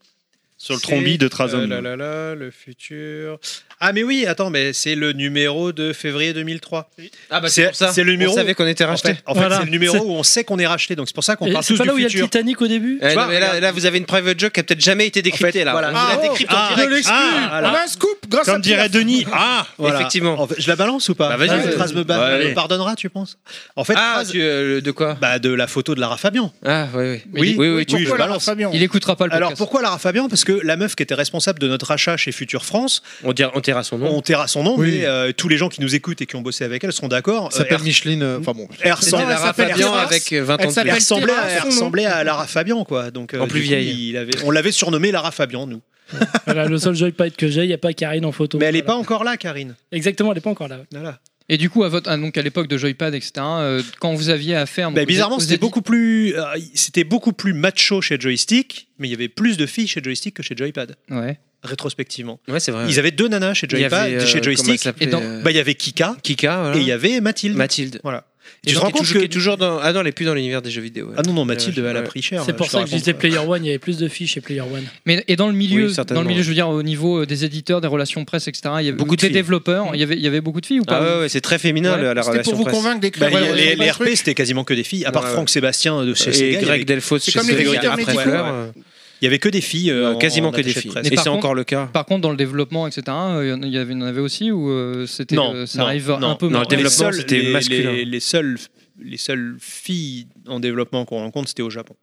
Speaker 2: Sur le
Speaker 7: C'est-
Speaker 2: trombi de Trazon.
Speaker 7: Euh, là, là, là, le futur. Ah, mais oui, attends, mais c'est le numéro de février 2003.
Speaker 8: Ah,
Speaker 7: bah, c'est pour ça.
Speaker 8: C'est le numéro.
Speaker 7: On savait
Speaker 8: qu'on était
Speaker 7: En fait, en fait,
Speaker 5: Voilà.
Speaker 7: c'est le numéro où on sait qu'on est racheté, donc c'est pour ça qu'on
Speaker 5: Et
Speaker 7: parle
Speaker 5: C'est
Speaker 7: tous
Speaker 5: pas
Speaker 7: du
Speaker 5: là où il y a le
Speaker 7: futur.
Speaker 5: Titanic au début
Speaker 7: Tu vois, regarde.
Speaker 8: Eh, là, là, vous avez une private joke qui a peut-être jamais été décryptée là.
Speaker 7: voilà.
Speaker 8: On vous
Speaker 7: Ah,
Speaker 8: la décrypte
Speaker 2: ah,
Speaker 8: en direct.
Speaker 7: Ah,
Speaker 4: On
Speaker 7: voilà.
Speaker 4: a un scoop grâce à
Speaker 2: Comme dirait
Speaker 4: Pierre.
Speaker 2: Denis. Ah
Speaker 7: Voilà.
Speaker 8: Effectivement.
Speaker 7: En fait, je la balance ou pas
Speaker 8: Bah, vas-y,
Speaker 7: Ah,
Speaker 8: vas-y.
Speaker 7: Traz me ba-
Speaker 8: Ouais, allez.
Speaker 7: me pardonnera, tu penses En fait,
Speaker 8: Ah,
Speaker 7: Traz-
Speaker 8: tu, euh, le- de quoi
Speaker 7: bah, de la photo de Lara Fabian.
Speaker 8: Ah, oui, oui.
Speaker 3: Mais Oui,
Speaker 8: oui, oui. tu-
Speaker 7: Oui, je
Speaker 4: Pourquoi la
Speaker 7: balance.
Speaker 4: Fabian
Speaker 3: Il écoutera pas le podcast.
Speaker 7: Alors pourquoi Lara Fabian Parce que la meuf qui était responsable de notre achat chez Future France,
Speaker 8: On, dira, on taira son nom.
Speaker 7: on taira son nom,
Speaker 1: Oui.
Speaker 7: mais euh, tous les gens qui nous écoutent et qui ont bossé avec elle sont d'accord.
Speaker 1: Ça s'appelle
Speaker 7: euh,
Speaker 1: Micheline. euh, Enfin bon.
Speaker 7: elle ressemble-
Speaker 8: C'était
Speaker 4: elle
Speaker 8: Lara
Speaker 4: s'appelle
Speaker 8: Fabian
Speaker 4: Terrace.
Speaker 8: avec euh, 20
Speaker 4: Elle
Speaker 8: ans de
Speaker 7: Elle
Speaker 4: s'appelle-
Speaker 8: plus.
Speaker 7: ressemblait, à,
Speaker 4: Terrace,
Speaker 7: elle
Speaker 4: son nom.
Speaker 7: ressemblait à Lara Fabian, quoi. Donc, euh,
Speaker 8: En
Speaker 7: du
Speaker 8: plus
Speaker 7: coup,
Speaker 8: vieille.
Speaker 7: il avait- on l'avait surnommée Lara Fabian, nous.
Speaker 5: Voilà, le seul joypad que j'ai, il n'y a pas Karine en photo.
Speaker 7: Mais elle n'est
Speaker 5: Voilà.
Speaker 7: pas hein. encore là, Karine.
Speaker 5: Exactement, elle est pas encore là.
Speaker 7: Voilà.
Speaker 3: Et du coup, à votre, ah, donc à l'époque de Joypad, etc., euh, quand vous aviez affaire. donc,
Speaker 7: Bah,
Speaker 3: vous-
Speaker 7: bizarrement,
Speaker 3: vous
Speaker 7: c'était
Speaker 3: étiez-
Speaker 7: beaucoup plus, euh, c'était beaucoup plus macho chez Joystick, mais il y avait plus de filles chez Joystick que chez Joypad,
Speaker 3: Ouais.
Speaker 7: rétrospectivement.
Speaker 8: Ouais, c'est vrai.
Speaker 7: Ils avaient deux nanas chez
Speaker 8: Il y
Speaker 7: Joypad,
Speaker 8: avait, euh,
Speaker 7: chez
Speaker 8: comment elle
Speaker 7: Joystick.
Speaker 8: s'appelait,
Speaker 3: et dans-
Speaker 8: euh,
Speaker 7: Bah, il y avait Kika
Speaker 8: Kika, voilà.
Speaker 7: et il y avait Mathilde.
Speaker 8: Mathilde.
Speaker 7: Voilà.
Speaker 8: Et
Speaker 7: Tu te
Speaker 8: genre
Speaker 7: rends
Speaker 8: qui est
Speaker 7: compte
Speaker 8: toujours-
Speaker 7: que
Speaker 8: qui est toujours dans. Ah non, elle est plus dans l'univers des jeux vidéo. ouais.
Speaker 7: ah non non Mathilde
Speaker 8: Ouais,
Speaker 7: elle a
Speaker 8: ouais.
Speaker 7: pris cher. euh,
Speaker 5: C'est
Speaker 7: je
Speaker 5: pour
Speaker 7: te
Speaker 5: ça que je
Speaker 7: raconte.
Speaker 5: disais Player One, il y avait plus de filles chez Player One.
Speaker 3: Mais et dans le milieu,
Speaker 8: Oui, certainement.
Speaker 3: dans le milieu, je veux dire au niveau euh, des éditeurs, des relations presse, etc. Il y avait
Speaker 8: Beaucoup de
Speaker 3: des
Speaker 8: filles.
Speaker 7: Mmh.
Speaker 3: développeurs. Il y avait, il y avait beaucoup de filles ou pas
Speaker 8: Ah ouais, ouais, c'est très féminin
Speaker 3: Ouais.
Speaker 8: le- la
Speaker 4: C'était
Speaker 8: relation
Speaker 4: pour vous
Speaker 8: presse.
Speaker 4: convaincre
Speaker 7: Bah,
Speaker 4: d'écrire.
Speaker 7: il y a-
Speaker 4: voilà,
Speaker 7: les,
Speaker 4: le
Speaker 7: les
Speaker 4: truc.
Speaker 7: RP c'était quasiment que des filles, à part
Speaker 8: Ouais, ouais.
Speaker 7: Franck Sébastien de chez
Speaker 8: Et
Speaker 7: Sega, il y
Speaker 8: Greg
Speaker 7: avait-
Speaker 8: Delfos,
Speaker 4: C'est comme les éditeurs
Speaker 8: après
Speaker 4: médicaux,
Speaker 8: Fleur,
Speaker 4: ouais.
Speaker 8: euh,
Speaker 7: il y avait que des filles, euh,
Speaker 8: euh,
Speaker 7: en-
Speaker 8: quasiment
Speaker 7: en
Speaker 8: que des
Speaker 7: attaché de
Speaker 8: filles.
Speaker 7: presse.
Speaker 8: Et
Speaker 3: par
Speaker 8: c'est
Speaker 3: contre-
Speaker 8: encore le cas.
Speaker 3: Par contre, dans le développement, etc., euh, il y en avait, il y en avait aussi où euh, c'était
Speaker 7: Non,
Speaker 3: euh, ça
Speaker 7: non,
Speaker 3: arrive un
Speaker 7: non,
Speaker 3: peu.
Speaker 8: non,
Speaker 3: moins.
Speaker 8: le développement,
Speaker 7: les seules-
Speaker 8: c'était
Speaker 7: les-
Speaker 8: masculin.
Speaker 7: Les, les seules, les seules filles en développement qu'on rencontre, c'était au Japon.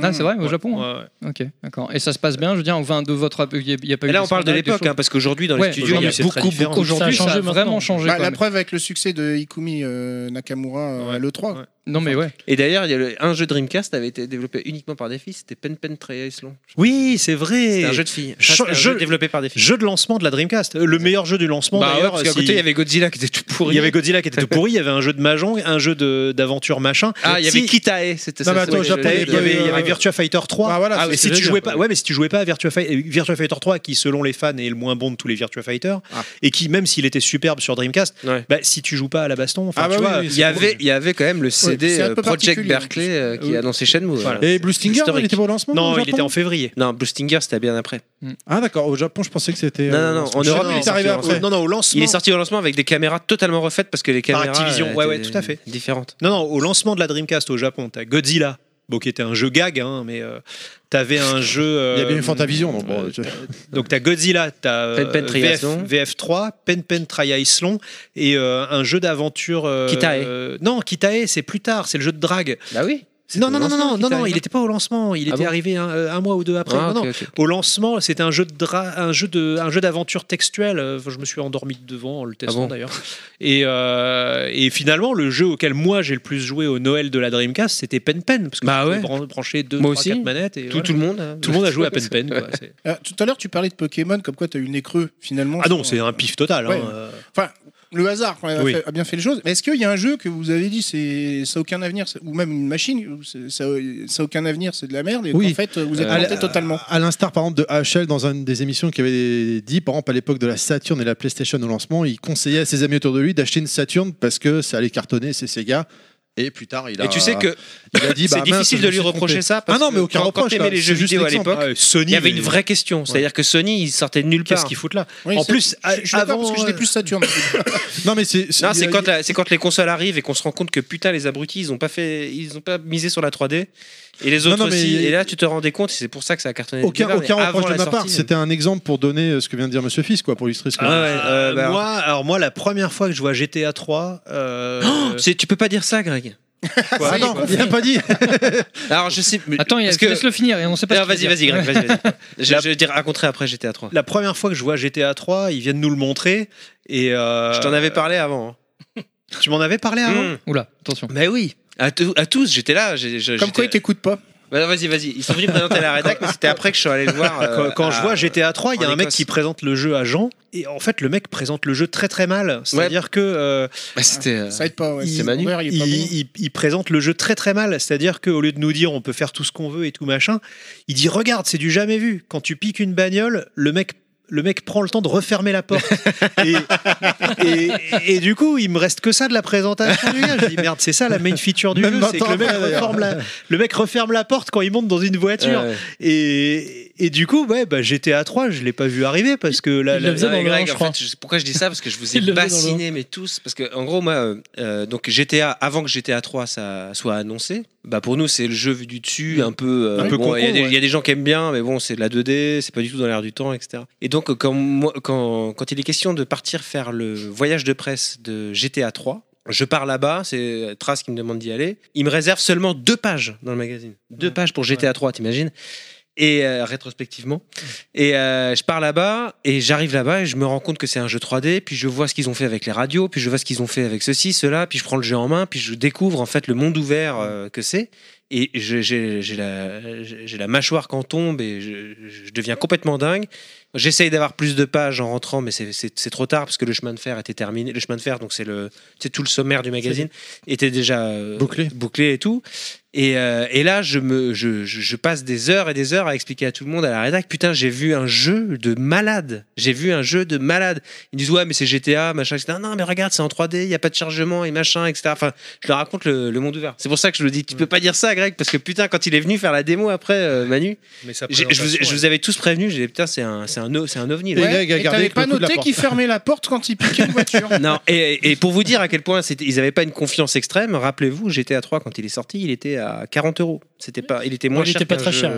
Speaker 3: Ah, c'est vrai, au
Speaker 7: Ouais,
Speaker 3: Japon. hein.
Speaker 7: ouais, ouais.
Speaker 3: Ok, d'accord. Et ça se passe bien, je veux dire, enfin, de votre. Il y a, il y a pas eu
Speaker 8: Et là, on
Speaker 3: de
Speaker 8: parle de
Speaker 3: scandale, des
Speaker 8: l'époque,
Speaker 3: choses.
Speaker 8: hein, parce qu'aujourd'hui, dans
Speaker 3: Ouais,
Speaker 8: les studios, il y a
Speaker 7: aujourd'hui, c'est très
Speaker 8: beaucoup,
Speaker 7: différent.
Speaker 8: beaucoup.
Speaker 3: Aujourd'hui, ça
Speaker 5: Ça a
Speaker 3: a,
Speaker 5: changé
Speaker 3: vraiment
Speaker 5: maintenant.
Speaker 3: changé.
Speaker 4: Bah,
Speaker 3: quand
Speaker 4: la
Speaker 3: même.
Speaker 4: preuve avec le succès de Ikumi euh, Nakamura euh,
Speaker 7: Ouais.
Speaker 4: à l'E3.
Speaker 7: Ouais.
Speaker 3: Non, mais ouais.
Speaker 8: Et d'ailleurs, il y a le- un jeu Dreamcast avait été développé uniquement par des filles, c'était Pen Pen Triathlon.
Speaker 7: Oui, c'est
Speaker 8: C'était
Speaker 7: vrai.
Speaker 8: un jeu de filles. Enfin,
Speaker 7: Je-
Speaker 8: c'était un
Speaker 7: je-
Speaker 8: jeu développé par des filles.
Speaker 7: Jeu de lancement de la Dreamcast, Euh, le meilleur jeu du lancement
Speaker 8: Bah ouais,
Speaker 7: d'ailleurs.
Speaker 8: parce qu'à
Speaker 7: si-
Speaker 8: côté, il y avait Godzilla qui était tout
Speaker 7: il
Speaker 8: pourri.
Speaker 7: y avait Godzilla qui était tout pourri, il y avait un jeu de Mahjong, un jeu de- d'aventure machin.
Speaker 8: Ah, il y avait
Speaker 7: Si-
Speaker 8: Kitae, c'était
Speaker 1: Non,
Speaker 8: ça.
Speaker 1: mais attends,
Speaker 8: c'était
Speaker 1: au
Speaker 8: le-
Speaker 1: Japon,
Speaker 7: Il y avait, il y avait
Speaker 1: Euh,
Speaker 7: Virtua Fighter 3.
Speaker 1: Ah, voilà,
Speaker 7: Ah,
Speaker 1: c'est
Speaker 7: mais
Speaker 1: ce
Speaker 7: si
Speaker 1: que
Speaker 7: tu
Speaker 1: j'allais
Speaker 7: jouais
Speaker 1: dire.
Speaker 7: pas, ouais, mais si tu jouais pas à Virtua, Fi- euh, Virtua Fighter 3, qui selon les fans est le moins bon de tous les Virtua Fighter,
Speaker 1: Ah.
Speaker 7: et qui même s'il était superbe sur Dreamcast,
Speaker 8: Ouais.
Speaker 7: bah, si tu joues pas à la baston, enfin,
Speaker 1: Ah, bah
Speaker 7: tu
Speaker 1: oui,
Speaker 7: vois,
Speaker 1: oui,
Speaker 8: Il y avait, il y avait quand même le CD
Speaker 4: c'est un
Speaker 8: euh,
Speaker 4: peu
Speaker 8: Project
Speaker 4: particulier.
Speaker 8: Berkeley euh, qui
Speaker 7: Oui.
Speaker 8: annonçait Shenmue.
Speaker 7: Voilà.
Speaker 8: Et-
Speaker 1: Et Blue Stinger,
Speaker 8: historique.
Speaker 1: il était pas au lancement au
Speaker 7: non, il
Speaker 1: Japon
Speaker 7: était en février.
Speaker 8: Non, Blue Stinger, c'était bien après.
Speaker 1: Ah d'accord, au Japon, je pensais que c'était.
Speaker 8: Non,
Speaker 1: euh,
Speaker 8: non, non,
Speaker 1: lancement.
Speaker 8: en
Speaker 1: Je sais
Speaker 8: Europe,
Speaker 1: pas,
Speaker 8: il
Speaker 1: il
Speaker 8: est
Speaker 1: est arrivé
Speaker 8: sorti en
Speaker 1: après.
Speaker 7: Non, non, au lancement.
Speaker 8: Il est sorti au lancement avec des caméras totalement refaites parce que les
Speaker 7: Par
Speaker 8: caméras.
Speaker 7: Activision,
Speaker 8: euh,
Speaker 7: ouais, ouais,
Speaker 8: étaient
Speaker 7: tout à fait.
Speaker 8: Différentes.
Speaker 7: Non, non, au lancement de la Dreamcast au Japon, t'as Godzilla, bon, qui était un jeu gag, hein, mais euh, t'avais un jeu. euh,
Speaker 1: Il y avait eu Fantavision, donc bon.
Speaker 7: euh,
Speaker 1: je-
Speaker 7: donc t'as Godzilla, t'as euh,
Speaker 8: Pen Pen Triathlon.
Speaker 7: VF, 3 Pen Pen Triathlon et euh, un jeu d'aventure. euh,
Speaker 8: Kitae.
Speaker 7: euh, non, Kitae, c'est plus tard, c'est le jeu de drague.
Speaker 8: Bah oui.
Speaker 7: Non,
Speaker 8: au
Speaker 7: non, non, non,
Speaker 8: lancement,
Speaker 7: non, non,
Speaker 8: Kitae,
Speaker 7: non, il
Speaker 8: non
Speaker 7: n'était pas au lancement, il
Speaker 8: Ah
Speaker 7: était
Speaker 8: bon
Speaker 7: arrivé un, euh, un mois ou deux après.
Speaker 8: Ah,
Speaker 7: Non,
Speaker 8: ok,
Speaker 7: non.
Speaker 8: ok.
Speaker 7: Au lancement, c'était un jeu de dra- un jeu de un jeu d'aventure textuelle. Euh, Je me suis endormi devant en le testant
Speaker 8: Ah bon
Speaker 7: d'ailleurs. Et, euh, et finalement, le jeu auquel moi j'ai le plus joué au Noël de la Dreamcast, c'était Pen Pen parce que
Speaker 8: Bah
Speaker 7: tu
Speaker 8: ouais.
Speaker 7: pouvais bran- brancher deux,
Speaker 8: Moi
Speaker 7: trois,
Speaker 8: aussi.
Speaker 7: quatre manettes et
Speaker 8: Tout,
Speaker 7: voilà.
Speaker 8: tout le monde. hein.
Speaker 7: Tout le monde euh, a joué à Pen Pen. quoi. C'est-
Speaker 4: Euh, tout à l'heure, tu parlais de Pokémon, comme quoi tu as eu le nez creux finalement.
Speaker 7: Ah non,
Speaker 4: sur-
Speaker 7: c'est un pif total. hein.
Speaker 4: Ouais.
Speaker 7: Euh,
Speaker 4: le hasard quand même, a
Speaker 7: Oui.
Speaker 4: fait- a bien fait les choses. Mais est-ce qu'il y a un jeu que vous avez dit c'est ça a aucun avenir c'est- ou même une machine où c'est- ça, ça a aucun avenir c'est de la merde et
Speaker 1: Oui.
Speaker 4: en fait vous êtes
Speaker 8: Euh,
Speaker 4: planté totalement.
Speaker 1: À l'instar par exemple de HL dans une des émissions qui avait dit par exemple à l'époque de la Saturn et la PlayStation au lancement, il conseillait à ses amis autour de lui d'acheter une Saturn parce que ça allait cartonner, c'est Sega. Et plus tard, il a.
Speaker 8: Et tu sais que
Speaker 1: il a dit,
Speaker 8: c'est
Speaker 1: bah, mince,
Speaker 8: difficile
Speaker 1: je
Speaker 8: de
Speaker 1: me
Speaker 8: lui
Speaker 1: suis
Speaker 8: reprocher
Speaker 1: trompé.
Speaker 8: ça. Parce
Speaker 1: Ah non,
Speaker 8: que
Speaker 1: mais aucun
Speaker 8: quand- quand
Speaker 1: reproche,
Speaker 7: hein.
Speaker 1: là,
Speaker 8: t'aimais les jeux
Speaker 1: c'est juste
Speaker 8: vidéo à
Speaker 1: l'exemple.
Speaker 8: l'époque,
Speaker 7: ah, Sony.
Speaker 8: il y avait une
Speaker 7: mais-
Speaker 8: vraie question. C'est-à-dire que Sony, il sortait de nulle
Speaker 7: Qu'est-ce
Speaker 8: part.
Speaker 7: qu'ils foutent là
Speaker 4: Oui,
Speaker 7: En
Speaker 4: c'est-
Speaker 7: plus,
Speaker 4: je, je suis d'accord
Speaker 7: avant,
Speaker 4: parce que j'étais
Speaker 7: euh,
Speaker 4: plus Saturne.
Speaker 1: Non, mais c'est.
Speaker 8: Non, c'est
Speaker 1: il-
Speaker 8: quand, la- c'est quand les consoles arrivent et qu'on se rend compte que putain, les abrutis, ils ont pas fait, ils ont pas misé sur la 3D et les
Speaker 1: Non,
Speaker 8: autres
Speaker 1: non, mais-
Speaker 8: aussi. Et là, tu te rendais compte, c'est pour ça que ça a cartonné. dès le
Speaker 1: Aucun,
Speaker 8: départ,
Speaker 1: aucun
Speaker 8: mais
Speaker 1: reproche
Speaker 8: avant
Speaker 1: de
Speaker 8: la
Speaker 1: ma part.
Speaker 8: sortie,
Speaker 1: C'était un exemple pour donner euh, ce que vient de dire Monsieur Fils, quoi, pour illustrer ce que.
Speaker 8: Ah ouais, euh, bah,
Speaker 7: moi, alors moi, la première fois que je vois GTA 3, euh,
Speaker 8: C'est- Tu peux pas dire ça, Greg.
Speaker 7: Quoi
Speaker 4: Attends,
Speaker 7: Quoi
Speaker 1: Ah Il n'a pas dit.
Speaker 8: Alors je sais. mais-
Speaker 3: Attends, il y a-
Speaker 8: parce que-
Speaker 3: laisse-le finir et on sait pas.
Speaker 8: Alors,
Speaker 3: ce qu'il
Speaker 8: vas-y,
Speaker 3: veut
Speaker 8: vas-y,
Speaker 3: dire.
Speaker 8: Greg, vas-y, vas-y. Je je vais te raconter après GTA 3.
Speaker 7: La première fois que je vois GTA 3, ils viennent nous le montrer. Et euh,
Speaker 8: Je t'en avais parlé avant.
Speaker 7: Tu m'en avais parlé
Speaker 8: hein.
Speaker 7: avant
Speaker 3: Oula, attention.
Speaker 8: Mais oui. À, tou- à tous, j'étais là. j'ai- je-
Speaker 4: Comme quoi, il
Speaker 8: j'étais-
Speaker 4: t'écoute pas.
Speaker 8: Bah, Vas-y, vas-y. Ils sont venus me présenter à la rédac, mais c'était après que je suis allé le voir. euh,
Speaker 7: Quand, quand je
Speaker 8: à-
Speaker 7: vois GTA 3, il y a
Speaker 8: en
Speaker 7: un mec
Speaker 8: Écosse.
Speaker 7: qui présente le jeu à Jean. Et en fait, le mec présente le jeu très très mal. C'est-à-dire que. euh,
Speaker 8: Bah, c'était. euh,
Speaker 4: Ça aide pas, ouais.
Speaker 7: il,
Speaker 4: Robert, Ah, il est pas
Speaker 7: il-
Speaker 4: bon.
Speaker 7: il- il présente le jeu très très mal. C'est-à-dire qu'au lieu de nous dire on peut faire tout ce qu'on veut et tout machin, il dit regarde, c'est du jamais vu. Quand tu piques une bagnole, le mec. Le mec prend le temps de refermer la porte. Et, et- et du coup, il me reste que ça de la présentation du gars. Je dis merde, c'est ça la main feature du
Speaker 1: Même
Speaker 7: jeu.
Speaker 1: 20
Speaker 7: C'est que
Speaker 1: ans
Speaker 7: le mec,
Speaker 1: après, d'ailleurs.
Speaker 7: referme la, le mec referme la porte quand il monte dans une voiture.
Speaker 8: ouais.
Speaker 7: Et, et du coup, ouais, bah, GTA 3, je l'ai pas vu arriver parce que là.
Speaker 6: Il
Speaker 7: là-
Speaker 6: le faisait
Speaker 8: Non, mais
Speaker 6: dans le
Speaker 8: Greg,
Speaker 6: un, je
Speaker 8: en
Speaker 6: crois.
Speaker 8: fait, je sais pourquoi je dis ça parce que je vous ai
Speaker 6: Il le faisait dans le
Speaker 8: bassiné mais tous parce que en gros moi euh, euh, donc GTA avant que GTA 3 ça soit annoncé, bah pour nous c'est le jeu vu du dessus un peu euh,
Speaker 4: Un peu
Speaker 8: bon, il y, a
Speaker 4: con-con,
Speaker 8: des-
Speaker 4: ouais.
Speaker 8: il y a des gens qui aiment bien mais bon c'est de la 2D, c'est pas du tout dans l'air du temps etc. Et donc euh, quand moi quand quand il est question de partir faire le voyage de presse de GTA 3 je pars là-bas, c'est euh, Trace qui me demande d'y aller. Il me réserve seulement deux pages dans le magazine. Deux pages pour GTA 3, t'imagines Et euh, rétrospectivement. Et euh, je pars là-bas et j'arrive là-bas et je me rends compte que c'est un jeu 3D. Puis je vois ce qu'ils ont fait avec les radios, puis je vois ce qu'ils ont fait avec ceci, cela. Puis je prends le jeu en main, puis je découvre en fait le monde ouvert euh, que c'est. Et je- j'ai j'ai la, j'ai- j'ai la mâchoire quand tombe et je, je deviens complètement dingue. J'essaye d'avoir plus de pages en rentrant, mais c'est- c'est c'est trop tard parce que le chemin de fer était terminé. Le chemin de fer, donc c'est le c'est tout le sommaire du magazine était déjà euh,
Speaker 1: Bouclé.
Speaker 8: et tout. Et, euh, et là, je, me, je, je- je passe des heures et des heures à expliquer à tout le monde à la rédac, putain, j'ai vu un jeu de malade. J'ai vu un jeu de malade. Ils disent, ouais, mais c'est GTA, machin, etc. Non, mais regarde, c'est en 3D, il n'y a pas de chargement et machin, etc. Enfin, je leur raconte le, le monde ouvert. C'est pour ça que je le dis, tu peux pas dire ça, Greg, parce que putain, quand il est venu faire la démo après, euh, Manu,
Speaker 7: Mais ça
Speaker 8: j'ai- je vous, je vous avais tous prévenu, j'ai dit, putain, c'est un, c'est un, o- c'est un ovni. là.
Speaker 1: Et Greg a
Speaker 4: Et
Speaker 1: gardé
Speaker 4: t'avais
Speaker 1: avec le
Speaker 4: pas
Speaker 1: coup de la
Speaker 4: noté
Speaker 1: porte.
Speaker 4: qu'il fermait la porte quand il piquait une voiture.
Speaker 8: Non, et, et pour vous dire à quel point c'était- ils n'avaient pas une confiance extrême, rappelez-vous, GTA 3, quand il est sorti, il était à 40 euros. C'était pas, il était moins
Speaker 6: Ouais, il
Speaker 8: cher.
Speaker 6: était pas
Speaker 8: qu'un
Speaker 6: très
Speaker 8: jeu.
Speaker 6: cher.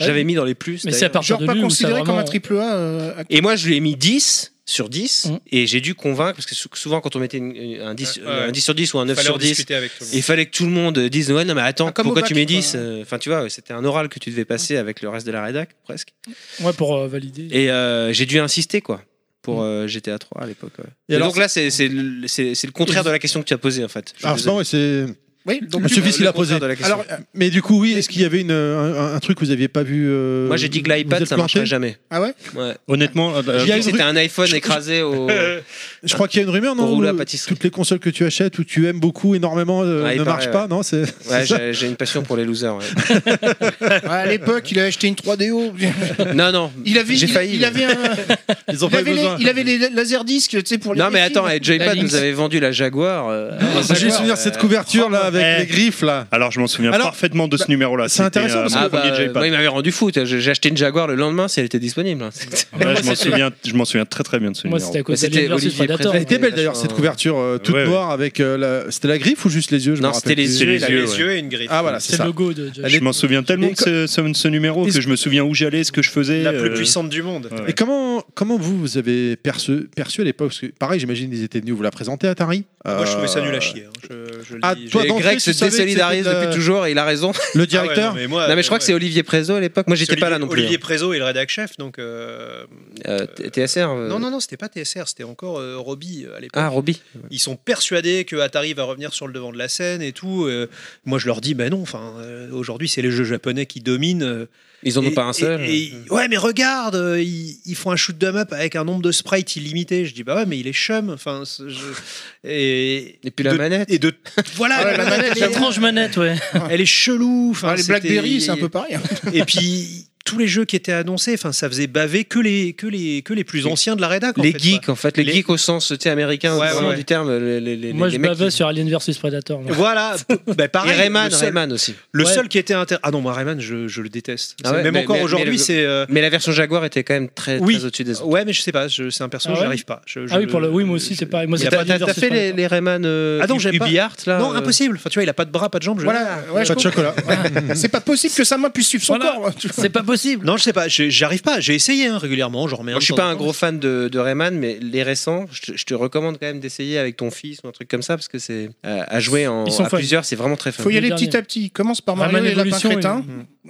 Speaker 8: J'avais mis dans les plus.
Speaker 6: Mais c'est à
Speaker 8: d'ailleurs.
Speaker 6: partir
Speaker 4: Genre
Speaker 6: de
Speaker 4: pas
Speaker 6: lui où ça
Speaker 4: considéré comme
Speaker 6: vraiment-
Speaker 4: un triple A. euh, à-
Speaker 8: Et moi, je lui ai mis 10 sur 10,
Speaker 6: Mm.
Speaker 8: et j'ai dû convaincre, parce que sou- souvent, quand on mettait une- une- un, 10,
Speaker 7: Ouais, ouais.
Speaker 8: un 10 sur 10 ou un 9 sur 10,
Speaker 7: avec tout
Speaker 8: il fallait que tout le monde dise Ouais, non, mais attends,
Speaker 4: Ah, comme
Speaker 8: pourquoi
Speaker 4: au bac,
Speaker 8: tu mets
Speaker 4: quoi.
Speaker 8: 10 Euh, Enfin, tu vois, c'était un oral que tu devais passer avec le reste de la rédac, presque.
Speaker 6: Ouais, pour euh, valider.
Speaker 8: Et euh, j'ai dû insister, quoi, pour euh, GTA 3 à l'époque. ouais.
Speaker 1: Et
Speaker 8: Et
Speaker 1: alors,
Speaker 8: donc là, c'est c'est le c'est- c'est le contraire de la question que tu as posée, en fait. Je suis
Speaker 7: Ah,
Speaker 1: Alors,
Speaker 8: désolé.
Speaker 1: non, c'est.
Speaker 4: Oui, donc
Speaker 1: Monsieur
Speaker 4: tu-
Speaker 1: Fils, il
Speaker 8: Le
Speaker 1: a posé.
Speaker 8: contraire de la question.
Speaker 1: Alors, euh, mais du coup, oui, est-ce qu'il y avait une, euh, un, un truc que vous n'aviez pas vu euh,
Speaker 8: Moi j'ai dit que
Speaker 1: vous
Speaker 8: l'iPad
Speaker 1: êtes
Speaker 8: ça marcherait
Speaker 1: planté
Speaker 8: jamais.
Speaker 4: Ah ouais
Speaker 8: Ouais.
Speaker 2: Honnêtement, euh, bah,
Speaker 1: Il y a une
Speaker 8: C'était
Speaker 1: ru-
Speaker 8: un iPhone écrasé au.
Speaker 1: Je crois qu'il y a une rumeur, non
Speaker 8: Pour rouler à
Speaker 1: où
Speaker 8: pâtisserie.
Speaker 1: Toutes les consoles que tu achètes ou tu aimes beaucoup énormément euh,
Speaker 8: Ouais, il
Speaker 1: ne
Speaker 8: paraît,
Speaker 1: marchent pas, non C'est c'est
Speaker 8: Ouais,
Speaker 1: ça
Speaker 8: j'ai j'ai une passion pour les losers. ouais.
Speaker 4: À l'époque, il a acheté une 3DO.
Speaker 8: non, non.
Speaker 4: Il avait,
Speaker 8: J'ai
Speaker 4: il,
Speaker 8: failli.
Speaker 4: il avait un-
Speaker 1: Ils ont
Speaker 4: il
Speaker 1: pas eu
Speaker 4: avait les,
Speaker 1: besoin.
Speaker 4: il avait les laserdiscs, tu sais, pour les.
Speaker 8: Non, mais attends, eh,
Speaker 3: La
Speaker 8: Joypad
Speaker 3: Lynx.
Speaker 8: nous avait vendu la Jaguar. euh,
Speaker 1: J'ai juste souvenir de cette couverture là avec
Speaker 2: Eh.
Speaker 1: les griffes là.
Speaker 2: Alors je m'en souviens
Speaker 1: Alors,
Speaker 2: parfaitement de ce
Speaker 1: bah,
Speaker 2: numéro-là.
Speaker 1: c'est
Speaker 2: C'était,
Speaker 1: intéressant
Speaker 2: euh,
Speaker 1: parce
Speaker 2: mon
Speaker 8: Ah,
Speaker 2: premier
Speaker 8: bah,
Speaker 2: J-Pad.
Speaker 8: moi, il m'avait rendu fou. t'as- J'ai j'ai acheté une Jaguar le lendemain si elle était disponible.
Speaker 2: Ouais, je m'en souviens, je m'en souviens très très bien de ce
Speaker 6: Moi,
Speaker 2: numéro.
Speaker 6: c'était à cause
Speaker 8: Mais c'était
Speaker 6: d'Alien versus
Speaker 8: Olivier
Speaker 6: Predator.
Speaker 8: Prézat.
Speaker 1: Elle était belle d'ailleurs
Speaker 8: Ouais,
Speaker 1: cette
Speaker 8: ouais.
Speaker 1: couverture euh, toute
Speaker 2: Ouais, ouais.
Speaker 1: noire avec euh, la... c'était la griffe ou juste les yeux je me
Speaker 8: Non,
Speaker 1: rappelle
Speaker 8: c'était les
Speaker 1: plus.
Speaker 8: yeux.
Speaker 2: les
Speaker 8: il avait
Speaker 2: yeux,
Speaker 8: les
Speaker 2: ouais.
Speaker 8: yeux et une griffe.
Speaker 1: Ah voilà, c'est
Speaker 6: C'est le
Speaker 1: ça.
Speaker 6: logo de Josh.
Speaker 1: Elle
Speaker 2: Je m'en souviens tellement
Speaker 1: Et
Speaker 2: de ce, ce- ce numéro
Speaker 1: Et-
Speaker 2: que je me souviens où j'allais, ce que je faisais.
Speaker 7: La plus
Speaker 2: euh,
Speaker 7: puissante du monde.
Speaker 2: ouais.
Speaker 1: Et comment comment vous vous avez perçu perçu à l'époque parce que pareil, j'imagine ils étaient venus vous la présenter Atari.
Speaker 7: Moi, je trouvais ça nul
Speaker 1: Euh,
Speaker 7: à chier. hein. Je, je le
Speaker 1: Ah,
Speaker 7: dis,
Speaker 1: toi,
Speaker 7: j'ai-
Speaker 8: Et
Speaker 1: d'entrée,
Speaker 8: Greg
Speaker 1: tu
Speaker 8: se
Speaker 1: savais que
Speaker 8: désolidarise
Speaker 1: c'était de la-
Speaker 8: depuis toujours et il a raison.
Speaker 1: Le
Speaker 7: Ah ouais,
Speaker 1: directeur
Speaker 7: non, mais moi,
Speaker 8: non, mais je crois
Speaker 7: ouais.
Speaker 8: que c'est Olivier Prezo à l'époque. Moi, j'étais
Speaker 7: Olivier-
Speaker 8: pas là non plus. hein.
Speaker 7: Olivier Prézo est le rédac chef, donc. euh,
Speaker 8: Euh, T- TSR. euh,
Speaker 7: Non, non, non, c'était pas TSR, c'était encore euh, Roby euh, à l'époque.
Speaker 8: Ah, Roby.
Speaker 7: Ils sont persuadés que Atari va revenir sur le devant de la scène et tout. euh, moi, je leur dis, ben non, enfin, euh, aujourd'hui, c'est les jeux japonais qui dominent. euh,
Speaker 8: Ils en ont
Speaker 7: et-
Speaker 8: pas un
Speaker 7: et-
Speaker 8: seul.
Speaker 7: et- ouais, mais regarde, euh, ils, ils font un shoot 'em up avec un nombre de sprites illimité. Je dis, bah ouais, mais il est chum. Enfin, ce jeu- et,
Speaker 8: Et puis la
Speaker 7: de-
Speaker 8: manette.
Speaker 7: Et de voilà,
Speaker 4: Ouais,
Speaker 7: Ah la manette, elle est-
Speaker 6: Étrange manette, ouais.
Speaker 7: elle est chelou. Enfin,
Speaker 4: Enfin, Ah, les
Speaker 7: c'était-
Speaker 4: Blackberry, c'est un peu pareil.
Speaker 7: Et puis tous les jeux qui étaient annoncés, enfin, ça faisait baver que les que les que les plus anciens de la rédac. en
Speaker 8: les
Speaker 7: fait, quoi.
Speaker 8: geeks en fait les,
Speaker 7: Les-
Speaker 8: geeks au sens tu sais, américain
Speaker 7: Ouais,
Speaker 8: vraiment
Speaker 7: ouais.
Speaker 8: du terme les, les- les-
Speaker 6: Moi,
Speaker 8: les
Speaker 6: je
Speaker 8: mecs
Speaker 6: bavais
Speaker 8: qui-
Speaker 6: sur Alien versus Predator. moi.
Speaker 7: Voilà, bah,
Speaker 8: et
Speaker 7: pareil.
Speaker 8: Rayman,
Speaker 7: le seul,
Speaker 8: Rayman aussi
Speaker 7: le
Speaker 6: Ouais.
Speaker 7: seul qui était inter... ah non, moi Rayman, je, je le déteste.
Speaker 8: Ah
Speaker 7: C'est-
Speaker 8: ouais,
Speaker 7: Même
Speaker 8: mais-
Speaker 7: encore
Speaker 8: mais- mais
Speaker 7: aujourd'hui,
Speaker 8: le-
Speaker 7: c'est euh,
Speaker 8: mais la version Jaguar était quand même très,
Speaker 7: Oui.
Speaker 8: très au-dessus des autres
Speaker 7: ouais, mais je sais pas, je- c'est un perso,
Speaker 6: Ah ouais
Speaker 7: j'arrive pas. Je- je-
Speaker 6: Ah oui, pour le... oui, moi aussi, c'est pareil. Moi,
Speaker 7: Il
Speaker 6: c'est
Speaker 7: a
Speaker 6: pas
Speaker 8: t'as t'as-
Speaker 6: Alien
Speaker 8: t'as
Speaker 6: versus
Speaker 8: fait les,
Speaker 6: Predator.
Speaker 8: les Rayman euh,
Speaker 7: hein. Ah non, j'ai pas.
Speaker 8: UbiArt là
Speaker 7: Non,
Speaker 8: euh,
Speaker 7: impossible. Enfin, tu vois, il a pas de bras, pas de jambes. je-
Speaker 4: Voilà, ouais, je
Speaker 1: Pas de
Speaker 4: comprends.
Speaker 1: chocolat.
Speaker 4: C'est pas possible que sa main puisse suivre son
Speaker 6: Voilà.
Speaker 4: corps. ouais, tu vois.
Speaker 6: C'est pas
Speaker 12: possible.
Speaker 7: Non, je sais pas, j'ai- j'arrive pas. J'ai essayé hein, régulièrement, j'en remets
Speaker 8: Moi,
Speaker 7: un
Speaker 8: je suis
Speaker 7: de temps
Speaker 8: pas
Speaker 7: en
Speaker 8: un
Speaker 7: temps.
Speaker 8: gros fan de, de Rayman, mais les récents, je te, je te recommande quand même d'essayer avec ton fils ou un truc comme ça, parce que c'est euh, à jouer en,
Speaker 6: Ils sont
Speaker 8: à
Speaker 6: fun.
Speaker 8: plusieurs, c'est vraiment très fun.
Speaker 4: Faut y
Speaker 6: Le
Speaker 4: aller
Speaker 6: dernier.
Speaker 4: petit à petit. Commence par
Speaker 6: Rayman
Speaker 4: Mario et les lapins
Speaker 6: Evolution,
Speaker 4: crétins.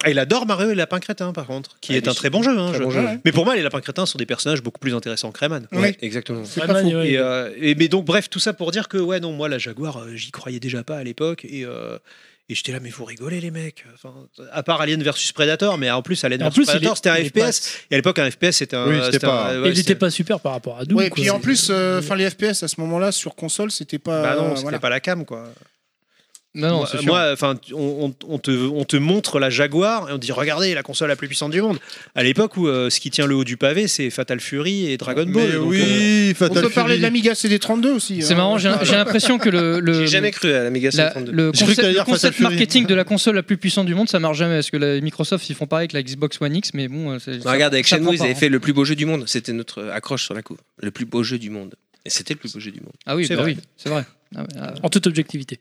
Speaker 7: Ah, il adore Mario et les lapins crétins, par contre, qui
Speaker 8: Ah,
Speaker 7: est un
Speaker 8: oui,
Speaker 7: très bon jeu. hein,
Speaker 8: Très
Speaker 7: je-
Speaker 8: bon jeu.
Speaker 4: Ouais.
Speaker 7: Mais pour moi, les lapins crétins sont des personnages beaucoup plus intéressants que Rayman.
Speaker 4: Oui.
Speaker 8: Ouais, exactement.
Speaker 4: C'est pas
Speaker 6: Rayman,
Speaker 4: faux.
Speaker 6: ouais.
Speaker 7: Et, euh, et- mais donc bref, tout ça pour dire que ouais non moi la Jaguar euh, j'y croyais déjà pas à l'époque et, euh, et j'étais là mais vous rigolez les mecs. Enfin, à part Alien versus Predator mais en plus Alien
Speaker 6: En
Speaker 7: versus
Speaker 6: plus, il est-
Speaker 7: Predator c'était un
Speaker 6: il est
Speaker 7: FPS et à l'époque un FPS c'était un
Speaker 1: Oui, c'était
Speaker 7: un-
Speaker 1: pas-
Speaker 7: ouais,
Speaker 6: il
Speaker 7: c'était-
Speaker 6: était pas super par rapport à Doom.
Speaker 4: Ouais, et
Speaker 6: quoi.
Speaker 4: puis en
Speaker 6: C'est-
Speaker 4: plus, enfin les FPS à ce moment-là sur console, c'était pas.
Speaker 7: bah non,
Speaker 4: euh,
Speaker 7: c'était
Speaker 4: voilà.
Speaker 7: pas la cam quoi.
Speaker 3: Non,
Speaker 6: Ah
Speaker 3: non,
Speaker 7: moi, euh,
Speaker 3: c'est sûr.
Speaker 7: moi, enfin, tu- on, on- on te, on te montre la Jaguar et on te dit regardez la console la plus puissante du monde. À l'époque où euh, ce qui tient le haut du pavé c'est Fatal Fury et Dragon Ball.
Speaker 1: Mais
Speaker 7: donc, euh,
Speaker 1: oui,
Speaker 4: On
Speaker 1: Fatal
Speaker 4: peut parler
Speaker 1: Fury.
Speaker 4: de l'Amiga CD32 aussi.
Speaker 3: C'est
Speaker 4: hein.
Speaker 3: marrant, j'ai j'ai l'impression que le, le,
Speaker 8: J'ai jamais cru à la Mega
Speaker 3: la-
Speaker 8: 62.
Speaker 3: le
Speaker 1: J'ai cru que
Speaker 3: concept,
Speaker 1: t'allais
Speaker 3: le
Speaker 1: dire Fatal
Speaker 3: concept
Speaker 1: Fury.
Speaker 3: marketing de la console la plus puissante du monde, ça marche jamais. Parce que la- Microsoft, ils font pareil avec la Xbox One X, mais bon. euh, c'est-
Speaker 8: Non,
Speaker 3: ça-
Speaker 8: regarde, avec
Speaker 3: ça prend
Speaker 8: Shenmue, ils
Speaker 3: pas,
Speaker 8: avaient
Speaker 3: hein.
Speaker 8: fait le plus beau jeu du monde. C'était notre euh, accroche sur la couve. Le plus beau jeu du monde. Et c'était le plus beau jeu du monde.
Speaker 3: Ah oui,
Speaker 7: C'est
Speaker 3: bah
Speaker 7: vrai.
Speaker 3: oui, c'est vrai. Ah, ouais, ah,
Speaker 6: En toute objectivité.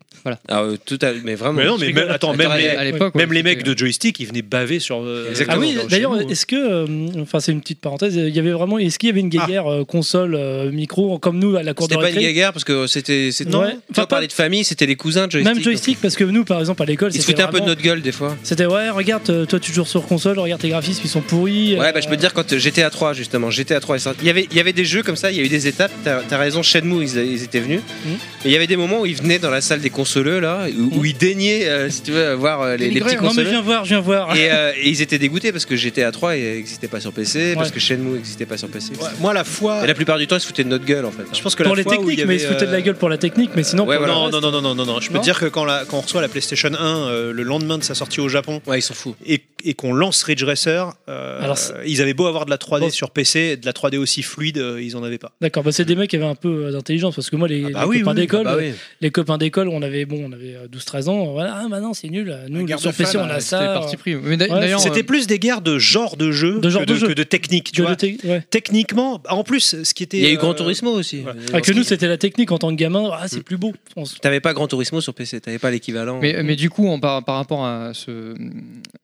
Speaker 8: Ah, euh, total, mais vraiment.
Speaker 7: Mais non, mais même, attends, même
Speaker 3: à
Speaker 7: les,
Speaker 3: l'époque,
Speaker 7: même
Speaker 3: ouais,
Speaker 7: les mecs
Speaker 3: c'était-
Speaker 7: de joystick, ils venaient baver sur. euh,
Speaker 8: Exactement.
Speaker 6: Ah oui,
Speaker 7: dans- chez
Speaker 6: d'ailleurs,
Speaker 7: nous.
Speaker 6: est-ce que, euh, enfin, c'est une petite parenthèse. Il y avait vraiment, est-ce qu'il y avait une guéguerre euh, console, euh, micro, comme nous à la cour de
Speaker 8: Ah. C'était pas une
Speaker 6: récré
Speaker 8: guerre parce que c'était. c'était-
Speaker 6: Non. Ouais.
Speaker 8: Tu
Speaker 6: Enfin,
Speaker 8: vois, parler de famille, c'était les cousins de joystick.
Speaker 6: Même joystick, parce que nous, par exemple, à l'école,
Speaker 8: Ils se
Speaker 6: c'était
Speaker 8: foutaient un peu de
Speaker 6: vraiment-
Speaker 8: notre gueule des fois.
Speaker 6: C'était ouais, regarde, euh, toi tu joues sur console, regarde tes graphismes, ils sont pourris. euh,
Speaker 8: Ouais, bah je peux te dire quand GTA 3 justement, GTA 3 est sorti. Il y avait, il y avait des jeux comme ça, il y a eu des étapes. T'as as raison, Shenmue ils, ils étaient venus.
Speaker 6: Mhm.
Speaker 8: Et il y avait des moments où ils venaient dans la salle des consoleux là, où, où ils daignaient, euh, si tu veux, voir euh, les, les petits
Speaker 6: Hmm. Non mais
Speaker 8: consoleux.
Speaker 6: viens voir, viens voir.
Speaker 8: Et, euh, et ils étaient dégoûtés parce que GTA 3 n'existait pas sur PC, parce que Shenmue n'existait pas sur PC.
Speaker 7: Ouais, moi, la fois.
Speaker 8: Et la plupart du temps ils se foutaient de notre gueule en fait. hein.
Speaker 7: Je pense que
Speaker 6: pour
Speaker 7: la
Speaker 6: les
Speaker 7: fois où
Speaker 6: techniques,
Speaker 7: il y
Speaker 6: mais ils se
Speaker 7: avait, euh,
Speaker 6: foutaient de la gueule pour la technique, mais sinon
Speaker 8: euh, ouais,
Speaker 6: pour
Speaker 8: voilà.
Speaker 6: le
Speaker 7: Non,
Speaker 6: reste-
Speaker 7: non, non, non, non, non, non. Je peux
Speaker 6: Non
Speaker 7: te dire que quand, la, quand on reçoit la PlayStation 1 euh, le lendemain de sa sortie au Japon
Speaker 8: Ouais, ils sont fous.
Speaker 7: et, et qu'on lance Ridge Racer, euh,
Speaker 6: Alors, c'est-
Speaker 7: ils avaient beau avoir de la 3D
Speaker 6: Bon.
Speaker 7: sur PC, de la 3D aussi fluide, euh, ils en avaient pas.
Speaker 6: D'accord, bah c'est des mecs qui avaient un peu euh, d'intelligence parce que moi les,
Speaker 7: Ah bah
Speaker 6: les
Speaker 7: oui,
Speaker 6: copains
Speaker 7: oui, oui.
Speaker 6: d'école, euh,
Speaker 8: Ah bah oui.
Speaker 6: les copains d'école, on avait bon, on avait euh, 12-13 ans, euh, voilà, ah bah non, c'est nul, euh, nous
Speaker 4: guerre
Speaker 6: sur
Speaker 4: de
Speaker 6: PC
Speaker 4: fans,
Speaker 6: on
Speaker 4: euh,
Speaker 6: a
Speaker 3: C'était
Speaker 6: ça.
Speaker 3: parti pris. Mais d'a-
Speaker 6: Ouais,
Speaker 3: d'ailleurs,
Speaker 7: C'était
Speaker 3: euh,
Speaker 7: plus des guerres de genre de jeu,
Speaker 6: De genre
Speaker 7: que, de,
Speaker 6: de jeu.
Speaker 7: que de technique, tu
Speaker 6: que
Speaker 7: vois.
Speaker 6: le tec- ouais.
Speaker 7: Techniquement, en plus, ce qui était.
Speaker 8: Il y a eu Gran
Speaker 7: euh,
Speaker 8: Turismo aussi.
Speaker 7: voilà.
Speaker 6: Ah, que nous c'était la technique en tant que gamin, ah c'est
Speaker 8: Mm.
Speaker 6: plus beau. On se-
Speaker 8: T'avais pas Gran Turismo sur PC, t'avais pas l'équivalent.
Speaker 3: Mais, mais du coup, en par, par rapport à ce.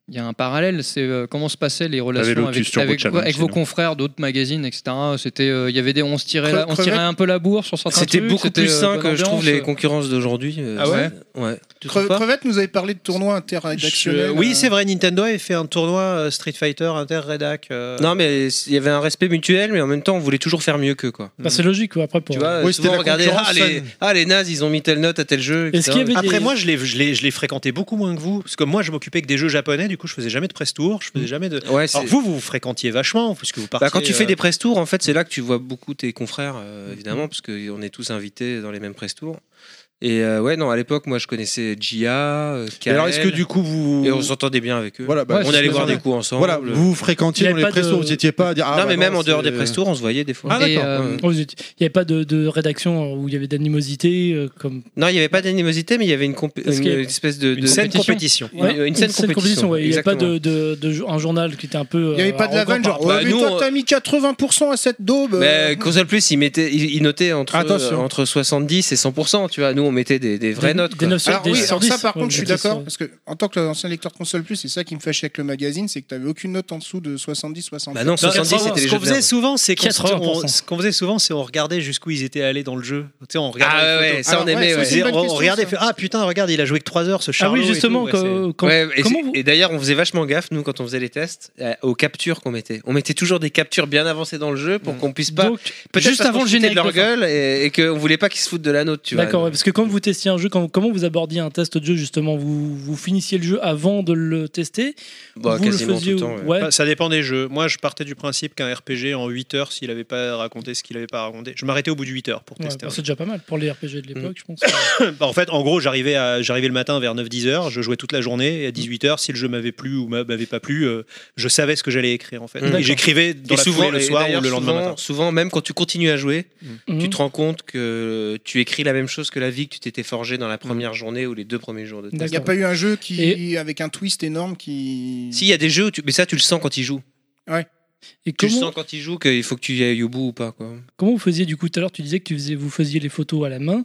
Speaker 3: Il y a un parallèle, c'est euh, comment se passaient les relations
Speaker 2: Lotus
Speaker 3: avec,
Speaker 2: Turbo
Speaker 3: avec-
Speaker 2: Challenge,
Speaker 3: avec
Speaker 2: chez
Speaker 3: vos
Speaker 2: nous.
Speaker 3: confrères d'autres magazines, etc. C'était, euh, il y avait des, on se tirait,
Speaker 4: Cre-
Speaker 3: la- on se tirait
Speaker 4: crevette.
Speaker 3: un peu la bourre sur certains
Speaker 8: C'était
Speaker 3: trucs,
Speaker 8: beaucoup plus
Speaker 3: euh,
Speaker 8: sain
Speaker 3: bonne
Speaker 8: que je trouve
Speaker 3: ambiance.
Speaker 8: les concurrences d'aujourd'hui. euh,
Speaker 3: Ah ouais
Speaker 8: Ouais. Tu
Speaker 4: Cre-
Speaker 8: trouves pas
Speaker 4: Crevette nous avait parlé de tournois
Speaker 7: Je-
Speaker 4: interrédactionnels.
Speaker 7: oui,
Speaker 4: euh,
Speaker 7: c'est vrai, Nintendo avait fait un tournoi euh, Street Fighter Inter-Redac. euh,
Speaker 8: Non, mais il y avait un respect mutuel, mais en même temps, on voulait toujours faire mieux qu'eux, quoi.
Speaker 6: Bah, c'est logique quoi, après pour.
Speaker 8: Mm. Tu vois,
Speaker 1: Oui, c'était
Speaker 8: souvent,
Speaker 1: la
Speaker 8: regardez,
Speaker 1: concurrence
Speaker 8: ah les,
Speaker 1: saine.
Speaker 8: ah, les nazes, ils ont mis telle note à tel jeu.
Speaker 6: Est-ce qu'il
Speaker 8: etc.
Speaker 6: y avait
Speaker 7: Après,
Speaker 6: des-
Speaker 7: moi, je les, je les, je les fréquentais beaucoup moins que vous. Parce que moi, je m'occupais que des jeux japonais. Du coup, je faisais jamais de press tour. Je faisais jamais de.
Speaker 8: Ouais, c'est-
Speaker 7: Alors, vous, vous vous fréquentiez vachement. Parce que vous partiez,
Speaker 8: Bah, quand tu
Speaker 7: euh,
Speaker 8: fais des press tours, en fait, c'est là que tu vois beaucoup tes confrères, euh, évidemment, parce qu'on est tous invités dans les mêmes press tours. Et euh, ouais, non, à l'époque, moi, je connaissais Gia, euh,
Speaker 1: Et alors, est-ce que
Speaker 8: Kael,
Speaker 1: du coup, vous.
Speaker 8: et on s'entendait bien avec eux.
Speaker 1: Voilà, bah,
Speaker 3: Ouais,
Speaker 8: on
Speaker 3: c'est
Speaker 8: allait voir
Speaker 3: ça.
Speaker 8: des coups ensemble. euh,
Speaker 1: Voilà, vous vous fréquentiez
Speaker 6: Il y
Speaker 1: dans les
Speaker 6: avait pas de-
Speaker 1: press tours, vous n'étiez pas à dire.
Speaker 7: Ah,
Speaker 1: bah
Speaker 7: bah
Speaker 8: non, mais même en dehors des press tours, on se voyait des fois.
Speaker 1: Ah,
Speaker 3: Et,
Speaker 1: d'accord.
Speaker 3: euh,
Speaker 8: Ouais.
Speaker 6: Oh, vous étiez- Il n'y avait pas de, de rédaction où il y avait d'animosité euh, comme
Speaker 8: Non, il n'y avait pas d'animosité, mais il y avait une, compé-
Speaker 6: Parce
Speaker 8: une-
Speaker 6: qu'il y a-
Speaker 8: une espèce de, de-
Speaker 7: une saine
Speaker 6: compétition.
Speaker 7: compétition.
Speaker 8: Une- une saine compétition,
Speaker 6: ouais. Il n'y avait pas
Speaker 8: exactement.
Speaker 6: de, de- de jo- un journal qui était un peu. euh,
Speaker 4: Il n'y avait pas de la vanne, genre,
Speaker 8: Bah,
Speaker 4: ouais, mais
Speaker 8: nous,
Speaker 4: toi,
Speaker 8: on-
Speaker 4: t'as mis 80% à cette daube. euh.
Speaker 8: Mais Console Plus, ils, mettaient, ils, ils notaient entre, euh,
Speaker 1: Attention.
Speaker 8: entre 70 et 100%. Tu vois, nous, on mettait des, des vraies notes.
Speaker 6: Des
Speaker 8: quoi.
Speaker 6: 9 sur,
Speaker 4: Alors
Speaker 6: des
Speaker 4: oui,
Speaker 6: sur
Speaker 4: alors
Speaker 6: 10,
Speaker 4: ça par
Speaker 6: ouais,
Speaker 4: contre, je suis
Speaker 6: des 10 sur-
Speaker 4: d'accord parce que en tant que ancien lecteur de console plus, c'est ça qui me fait chier avec le magazine, c'est que t'avais aucune note en dessous de 70 70.
Speaker 8: Bah non,
Speaker 7: Non,
Speaker 8: 70, c'était
Speaker 7: ce
Speaker 8: les
Speaker 7: qu'on
Speaker 8: jeux de
Speaker 7: faisait
Speaker 8: merde.
Speaker 7: souvent, c'est qu'on
Speaker 6: 80%.
Speaker 7: on- ce qu'on faisait souvent, c'est on regardait jusqu'où ils étaient allés dans le jeu. Tu sais, on regardait.
Speaker 8: Ah
Speaker 7: les
Speaker 8: ouais,
Speaker 7: photos.
Speaker 8: ouais, ça on
Speaker 4: Alors,
Speaker 8: aimait.
Speaker 4: ouais,
Speaker 8: ouais.
Speaker 4: ça, c'est une
Speaker 7: On-
Speaker 4: bonne
Speaker 7: on
Speaker 4: question,
Speaker 7: regardait.
Speaker 4: ça.
Speaker 7: fait, Ah putain, regarde, il a joué que 3 heures ce
Speaker 6: Ah
Speaker 7: Charlot.
Speaker 6: oui,
Speaker 7: et tout.
Speaker 6: justement,
Speaker 7: Ouais,
Speaker 6: quand, quand-
Speaker 8: Ouais, et,
Speaker 6: comment
Speaker 8: c'est-
Speaker 6: vous-
Speaker 8: et d'ailleurs, on faisait vachement gaffe, nous, quand on faisait les tests, euh, aux captures qu'on mettait. On mettait toujours des captures bien avancées dans le jeu
Speaker 7: Mm.
Speaker 8: pour qu'on puisse pas.
Speaker 6: Donc,
Speaker 8: Peut-être
Speaker 3: juste
Speaker 8: parce
Speaker 3: avant
Speaker 8: qu'on
Speaker 3: le
Speaker 8: se foutait
Speaker 3: générique
Speaker 8: de leur
Speaker 3: de fin.
Speaker 8: gueule et, et qu'on voulait pas qu'ils se foutent de la nôtre, tu vois.
Speaker 6: D'accord, ouais, parce que quand vous testiez un jeu, quand- comment vous abordiez un test de jeu justement vous, vous finissiez le jeu avant de le tester
Speaker 8: Bah,
Speaker 6: vous
Speaker 8: quasiment
Speaker 6: le faisiez
Speaker 8: tout le temps.
Speaker 6: ou-
Speaker 8: ouais.
Speaker 6: ouais.
Speaker 7: Bah, Ça dépend des jeux. Moi, je partais du principe qu'un RPG en 8 heures, s'il avait pas raconté ce qu'il avait pas raconté, je m'arrêtais au bout de 8 heures pour
Speaker 6: Ouais,
Speaker 7: tester.
Speaker 6: bah,
Speaker 7: un
Speaker 6: c'est déjà pas mal pour les RPG
Speaker 8: Mm.
Speaker 6: de l'époque, je pense.
Speaker 7: Bah, en fait, en gros, j'arrivais à- j'arrivais le matin vers 9-10 heures, je jouais toute la journée,
Speaker 6: Mm.
Speaker 7: et à 18 heures, si le jeu m'avait plu ou m'a- m'avait pas plu, euh, je savais ce que j'allais écrire, en fait.
Speaker 8: Mm.
Speaker 7: Et
Speaker 8: D'accord.
Speaker 7: j'écrivais dans
Speaker 8: et
Speaker 7: la
Speaker 8: souvent,
Speaker 7: souvent, le
Speaker 8: et
Speaker 7: soir ou
Speaker 8: d'ailleurs,
Speaker 7: le lendemain
Speaker 8: souvent,
Speaker 7: matin.
Speaker 8: souvent, même quand tu continues à jouer, tu
Speaker 6: Mhm.
Speaker 8: te rends compte que tu écris la même chose que la vie que tu t'étais forgée dans la première journée ou les deux premiers jours de
Speaker 4: Il
Speaker 6: Hmm. D'accord.
Speaker 8: test.
Speaker 4: n'y a pas eu un jeu qui
Speaker 6: Et-
Speaker 4: avec un twist énorme qui.
Speaker 8: S'il y a des jeux où tu... Mais ça, tu le sens quand ils jouent.
Speaker 6: Et
Speaker 8: Tu le
Speaker 6: comment,
Speaker 8: sens quand ils jouent qu'il faut que tu y ailles au bout ou pas, quoi.
Speaker 6: comment vous faisiez du coup tout à l'heure Tu disais que tu faisais, vous faisiez les photos à la main.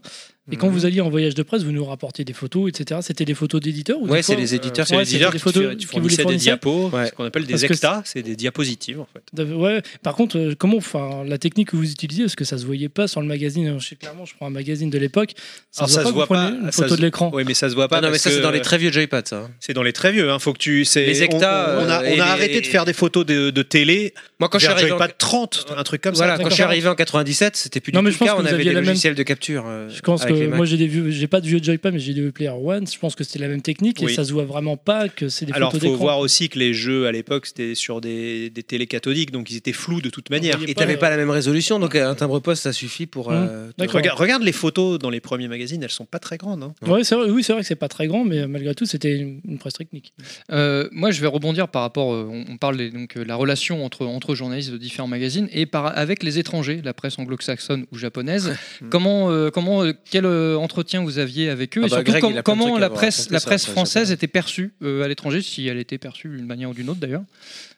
Speaker 6: Et
Speaker 8: Mm.
Speaker 6: quand vous alliez en voyage de presse, vous nous rapportiez des photos, etc. C'était des photos d'éditeurs ou des
Speaker 8: Ouais, c'est
Speaker 6: fois-
Speaker 8: les éditeurs, c'est
Speaker 6: ouais,
Speaker 8: les
Speaker 6: c'était
Speaker 8: éditeurs
Speaker 6: des
Speaker 8: qui ah,
Speaker 6: photos
Speaker 8: font-
Speaker 6: qui
Speaker 7: Tu
Speaker 6: vous les
Speaker 7: fournissais des
Speaker 6: fournissaient
Speaker 7: diapos,
Speaker 8: Ouais.
Speaker 7: ce qu'on appelle des
Speaker 6: Parce que
Speaker 7: extas, c'est des diapositives en fait.
Speaker 6: De- Ouais, par contre, euh, comment, enfin, la technique que vous utilisez, parce que ça se voyait pas sur le magazine. euh, Je sais clairement, je prends un magazine de l'époque. Ça
Speaker 7: Alors,
Speaker 6: se
Speaker 7: ça se
Speaker 6: voit pas. que vous
Speaker 7: voit pas,
Speaker 6: prenez une
Speaker 7: ça
Speaker 6: photo
Speaker 7: se-
Speaker 6: de l'écran.
Speaker 7: Oui, mais ça se voit pas.
Speaker 8: Ah non, mais
Speaker 7: parce
Speaker 8: ça, c'est
Speaker 7: que-
Speaker 8: dans les très vieux joypads, ça.
Speaker 7: C'est dans les très vieux. Hein. Faut que tu. c'est-
Speaker 8: Les hectas,
Speaker 7: On, on- on a,
Speaker 8: euh, et
Speaker 7: on a
Speaker 8: les-
Speaker 7: arrêté de faire des photos de, de télé.
Speaker 8: Moi, quand je suis
Speaker 7: vers
Speaker 8: arrivé en,
Speaker 7: Joypad 30, un truc comme
Speaker 8: voilà,
Speaker 7: ça.
Speaker 8: quand je suis arrivé en 97, c'était plus du
Speaker 6: Non, mais
Speaker 8: tout
Speaker 6: je
Speaker 8: le
Speaker 6: pense
Speaker 8: cas.
Speaker 6: que
Speaker 8: On
Speaker 6: vous
Speaker 8: avait
Speaker 6: aviez
Speaker 8: des
Speaker 6: la même-
Speaker 8: logiciels de capture. euh,
Speaker 6: Je pense
Speaker 8: avec les
Speaker 6: que
Speaker 8: Macs.
Speaker 6: moi j'ai des vieux, j'ai pas de vieux Joypad, mais j'ai des Player One. Je pense que c'était la même technique
Speaker 7: Oui.
Speaker 6: et ça se voit vraiment pas que c'est des
Speaker 7: Alors,
Speaker 6: photos
Speaker 7: faut
Speaker 6: d'écran.
Speaker 7: voir aussi que les jeux à l'époque c'était sur des, des télé cathodiques, donc ils étaient flous de toute manière.
Speaker 6: voyait
Speaker 8: Et
Speaker 6: pas,
Speaker 8: t'avais
Speaker 6: euh,
Speaker 8: pas la même résolution, donc euh, un timbre-poste, ça suffit pour.
Speaker 6: Hum,
Speaker 8: euh, te-
Speaker 6: d'accord.
Speaker 7: Regarde, regarde les photos dans les premiers magazines, elles sont pas très grandes. hein.
Speaker 6: Ouais, c'est vrai, oui, c'est vrai que c'est pas très grand, mais euh, malgré tout, c'était une, une presse technique.
Speaker 3: Euh, moi, je vais rebondir par rapport. euh, on, on parle des- donc euh, la relation entre entre journalistes de différents magazines et par avec les étrangers, la presse anglo-saxonne ou japonaise.
Speaker 7: Hmm.
Speaker 3: comment euh, comment euh, quel euh, entretien vous aviez avec eux
Speaker 8: Ah
Speaker 3: et
Speaker 8: bah,
Speaker 3: surtout
Speaker 8: Greg,
Speaker 3: com-
Speaker 8: il a plein de
Speaker 3: comment
Speaker 8: trucs à
Speaker 3: la
Speaker 8: vous
Speaker 3: presse
Speaker 8: raconter
Speaker 3: la
Speaker 8: sur la
Speaker 3: presse
Speaker 8: presse
Speaker 3: française
Speaker 8: japonaise.
Speaker 3: était perçue euh, à l'étranger, si elle était perçue d'une manière ou d'une autre d'ailleurs.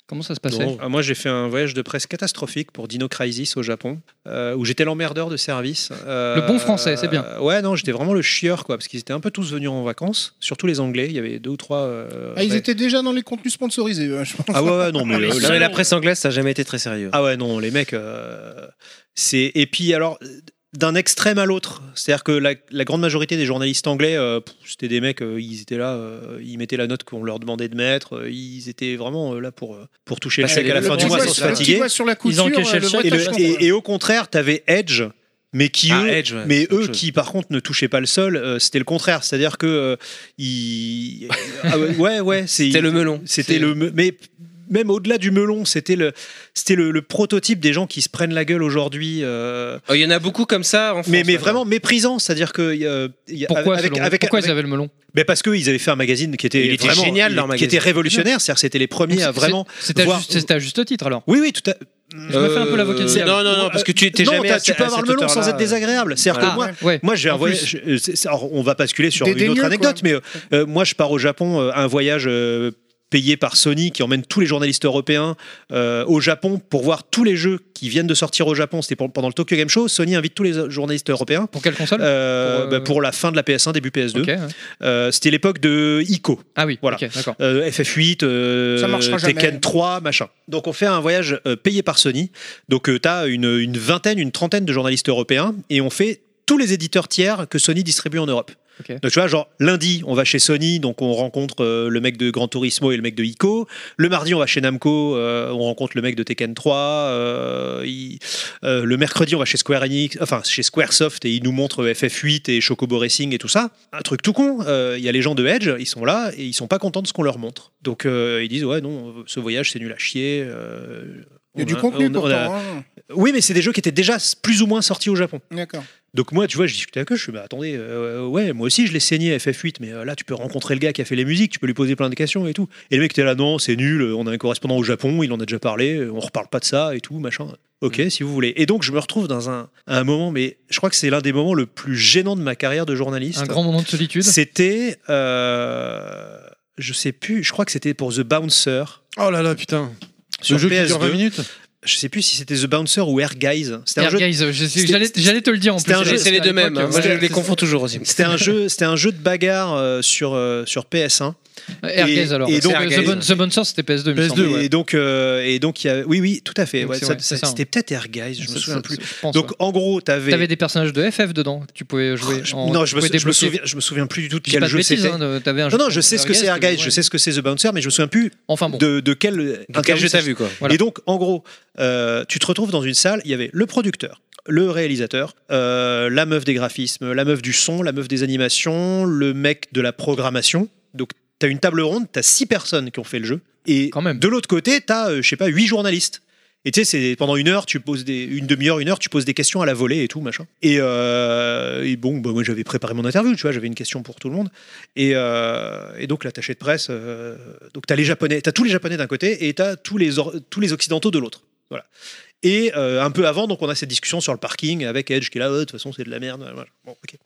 Speaker 3: Comment ça se passait
Speaker 8: Non.
Speaker 7: Ah, moi, j'ai fait un voyage de presse catastrophique pour Dino Crisis au Japon, euh, où j'étais l'emmerdeur de service. Euh,
Speaker 3: Le bon français, c'est bien.
Speaker 7: euh, ouais, non, j'étais vraiment le chieur, quoi, parce qu'ils étaient un peu tous venus en vacances, surtout les Anglais. Il y avait deux ou trois. euh,
Speaker 4: Ah, ils
Speaker 7: ouais.
Speaker 4: étaient déjà dans les contenus sponsorisés, euh, je pense.
Speaker 7: Ah ouais, ouais, non, mais. euh,
Speaker 8: Non, mais la presse anglaise, ça a jamais été très sérieux.
Speaker 7: Ah ouais, non, les mecs, euh, c'est. Et puis alors, euh, d'un extrême à l'autre, c'est-à-dire que la, la grande majorité des journalistes anglais, euh, pff, c'était des mecs, euh, ils étaient là, euh, ils mettaient la note qu'on leur demandait de mettre, euh, ils étaient vraiment euh, là pour, euh, pour toucher
Speaker 8: Bah,
Speaker 7: le
Speaker 8: c'est
Speaker 7: chèque à la
Speaker 8: les-
Speaker 7: fin
Speaker 8: le
Speaker 7: du
Speaker 8: petit
Speaker 7: mois
Speaker 8: doigt
Speaker 7: sans se
Speaker 8: sur- le
Speaker 7: fatiguer.
Speaker 4: sur la
Speaker 6: Ils
Speaker 4: couture,
Speaker 6: encaissaient
Speaker 4: euh,
Speaker 6: le
Speaker 4: le vrai
Speaker 7: Et, le-
Speaker 4: patron,
Speaker 7: et-
Speaker 4: quoi.
Speaker 7: et au contraire, t'avais Edge, mais qui
Speaker 8: Ah,
Speaker 7: eux,
Speaker 8: Edge, ouais,
Speaker 7: mais
Speaker 8: autre
Speaker 7: eux
Speaker 8: chose.
Speaker 7: qui par contre ne touchaient pas le sol, euh, c'était le contraire, c'est-à-dire que euh, ils, Ah ouais, ouais, ouais, c'est-
Speaker 8: C'était le melon.
Speaker 7: c'était
Speaker 3: C'est-
Speaker 7: le me- mais même au-delà du melon, c'était le c'était le, le prototype des gens qui se prennent la gueule aujourd'hui. euh,
Speaker 8: Oh, Il y en a beaucoup comme ça en France.
Speaker 7: mais mais
Speaker 8: maintenant.
Speaker 7: vraiment méprisant, c'est-à-dire que euh, il y a-
Speaker 3: Pourquoi,
Speaker 7: avec,
Speaker 3: selon vous
Speaker 7: avec-
Speaker 3: Pourquoi
Speaker 7: avec-
Speaker 3: ils avaient le melon
Speaker 7: ben parce qu'ils avaient fait un magazine qui était,
Speaker 8: Il était
Speaker 7: vraiment-
Speaker 8: génial, leur
Speaker 7: qui
Speaker 8: magazine.
Speaker 7: était révolutionnaire, c'est-à-dire que c'était les premiers à
Speaker 3: C'est-
Speaker 7: vraiment.
Speaker 3: C'était à,
Speaker 7: voir-
Speaker 3: juste- c'était à juste titre alors.
Speaker 7: Oui oui tout à.
Speaker 3: Je me fais un peu l'avocat du
Speaker 8: Euh,
Speaker 3: diable.
Speaker 8: Non, non, non, parce que tu étais
Speaker 7: non,
Speaker 8: jamais.
Speaker 7: t'as-
Speaker 8: à
Speaker 7: tu
Speaker 8: ce-
Speaker 7: peux
Speaker 8: à
Speaker 7: avoir le
Speaker 8: cette
Speaker 7: melon sans
Speaker 8: hauteur-là.
Speaker 7: être désagréable. C'est-à-dire que
Speaker 3: Ah,
Speaker 7: moi,
Speaker 3: ouais.
Speaker 7: Moi, j'ai un
Speaker 3: En
Speaker 7: voyage. euh, c'est- c'est- alors, on va basculer sur une
Speaker 4: Dédaigneux,
Speaker 7: autre
Speaker 4: quoi.
Speaker 7: anecdote, mais euh, euh, moi, je pars au Japon, euh, un voyage. euh, payé par Sony qui emmène tous les journalistes européens euh, au Japon pour voir tous les jeux qui viennent de sortir au Japon. C'était pour- pendant le Tokyo Game Show. Sony invite tous les euh, journalistes européens
Speaker 3: Pour quelle console
Speaker 7: euh,
Speaker 3: Pour,
Speaker 7: bah,
Speaker 3: euh,
Speaker 7: pour la fin de la PS1, début PS2.
Speaker 3: Ok, ouais.
Speaker 7: Euh, C'était l'époque de ICO.
Speaker 3: Ah oui,
Speaker 7: Voilà.
Speaker 3: ok, d'accord.
Speaker 7: Euh, FF8, euh,
Speaker 4: Ça marchera jamais.
Speaker 7: Tekken 3, machin. Donc on fait un voyage euh, payé par Sony. Donc tu as une, une vingtaine, une trentaine de journalistes européens et on fait tous les éditeurs tiers que Sony distribue en Europe.
Speaker 3: Ok.
Speaker 7: Donc tu vois, genre lundi, on va chez Sony, donc on rencontre euh, le mec de Gran Turismo et le mec de ICO. Le mardi, on va chez Namco, euh, on rencontre le mec de Tekken 3. euh, il- euh, le mercredi, on va chez Square Enix, enfin chez Squaresoft et ils nous montrent FF8 et Chocobo Racing et tout ça. Un truc tout con. euh, Il y a les gens de Edge, ils sont là et ils sont pas contents de ce qu'on leur montre. Donc euh, ils disent ouais non, ce voyage c'est nul à chier. euh,
Speaker 4: Il y a
Speaker 7: on
Speaker 4: du
Speaker 7: a-
Speaker 4: contenu
Speaker 7: on a- on a-
Speaker 4: pourtant. hein.
Speaker 7: Oui, mais c'est des jeux qui étaient déjà plus ou moins sortis au Japon.
Speaker 4: D'accord.
Speaker 7: Donc moi, tu vois, je discutais avec eux, je suis, mais attendez, euh, ouais, moi aussi je l'ai saigné à FF8, mais euh, là tu peux rencontrer le gars qui a fait les musiques, tu peux lui poser plein de questions et tout. Et le mec était là, non, c'est nul, on a un correspondant au Japon, il en a déjà parlé, euh, on reparle pas de ça et tout, machin. Ok,
Speaker 1: Mm.
Speaker 7: si vous voulez. Et donc je me retrouve dans un, à un moment, mais je crois que c'est l'un des moments le plus gênant de ma carrière de journaliste.
Speaker 3: Un grand moment de solitude.
Speaker 7: C'était, euh, je sais plus, je crois que c'était pour The Bouncer.
Speaker 1: Oh là là, putain.
Speaker 7: Sur
Speaker 1: le jeu qui dure 20
Speaker 7: PS2,
Speaker 1: minutes
Speaker 7: je sais plus si c'était The Bouncer ou Air Guys. C'était un
Speaker 3: Air
Speaker 7: jeu
Speaker 3: Guys, euh, je-
Speaker 7: c'était-
Speaker 3: j'allais j'allais te le dire en
Speaker 7: c'était
Speaker 3: plus.
Speaker 7: un jeu,
Speaker 8: Et C'est les deux mêmes. hein. Moi, je
Speaker 7: C'était-
Speaker 8: les confonds toujours aussi.
Speaker 7: C'était un jeu, c'était un jeu de bagarre euh, sur euh, sur PS1.
Speaker 3: Air
Speaker 7: Et-
Speaker 3: Gaze, alors.
Speaker 7: et donc-
Speaker 3: The
Speaker 7: Air Gaze.
Speaker 3: Bon- The Bouncer c'était PS2. il me
Speaker 7: PS2.
Speaker 3: semble, ouais.
Speaker 7: Et donc euh, et donc il y a, oui oui tout à fait.
Speaker 3: Donc,
Speaker 7: ouais,
Speaker 3: c'est
Speaker 7: ça-
Speaker 3: vrai,
Speaker 7: ça-
Speaker 3: c'est ça. hein.
Speaker 7: c'était peut-être Air Guys, je me
Speaker 3: Ça-
Speaker 7: souviens
Speaker 3: ça-
Speaker 7: plus.
Speaker 3: je pense,
Speaker 7: Donc
Speaker 3: ouais.
Speaker 7: en gros t'avais
Speaker 3: T'avais des personnages de FF dedans que tu pouvais jouer.
Speaker 7: Je-
Speaker 3: en-
Speaker 7: non
Speaker 3: tu
Speaker 7: je me,
Speaker 3: pouvais
Speaker 7: je me
Speaker 3: débloquer.
Speaker 7: souviens je me souviens plus du tout de
Speaker 3: Je dis
Speaker 7: quel
Speaker 3: pas de
Speaker 7: jeu
Speaker 3: bêtises,
Speaker 7: c'était.
Speaker 3: hein, de- t'avais un
Speaker 7: non
Speaker 3: jeu
Speaker 7: non je sais ce que c'est Air Guys,
Speaker 3: ouais.
Speaker 7: je sais ce que c'est The Bouncer, mais je me souviens plus
Speaker 3: Enfin bon.
Speaker 7: de, de quel
Speaker 8: Dans quel jeu t'as vu, quoi
Speaker 3: Voilà.
Speaker 7: Et donc, en gros, euh, tu te retrouves dans une salle, il y avait le producteur, le réalisateur, euh, la meuf des graphismes, la meuf du son, la meuf des animations, le mec de la programmation. Donc, tu as une table ronde, tu as six personnes qui ont fait le jeu. Et
Speaker 3: Quand même.
Speaker 7: de l'autre côté, tu as, je sais pas, huit journalistes. Et tu sais, c'est pendant une heure, tu poses des, une demi-heure, une heure, tu poses des questions à la volée et tout, machin. Et, euh, et bon, bah, moi j'avais préparé mon interview, tu vois, j'avais une question pour tout le monde. Et, euh, et donc l'attaché de presse, euh, donc t'as les japonais, t'as tous les japonais d'un côté et t'as tous les or- tous les occidentaux de l'autre. Voilà. Et euh, un peu avant, donc on a cette discussion sur le parking avec Edge qui est là, Ouais, de toute façon c'est de la merde. Voilà. Bon, ok.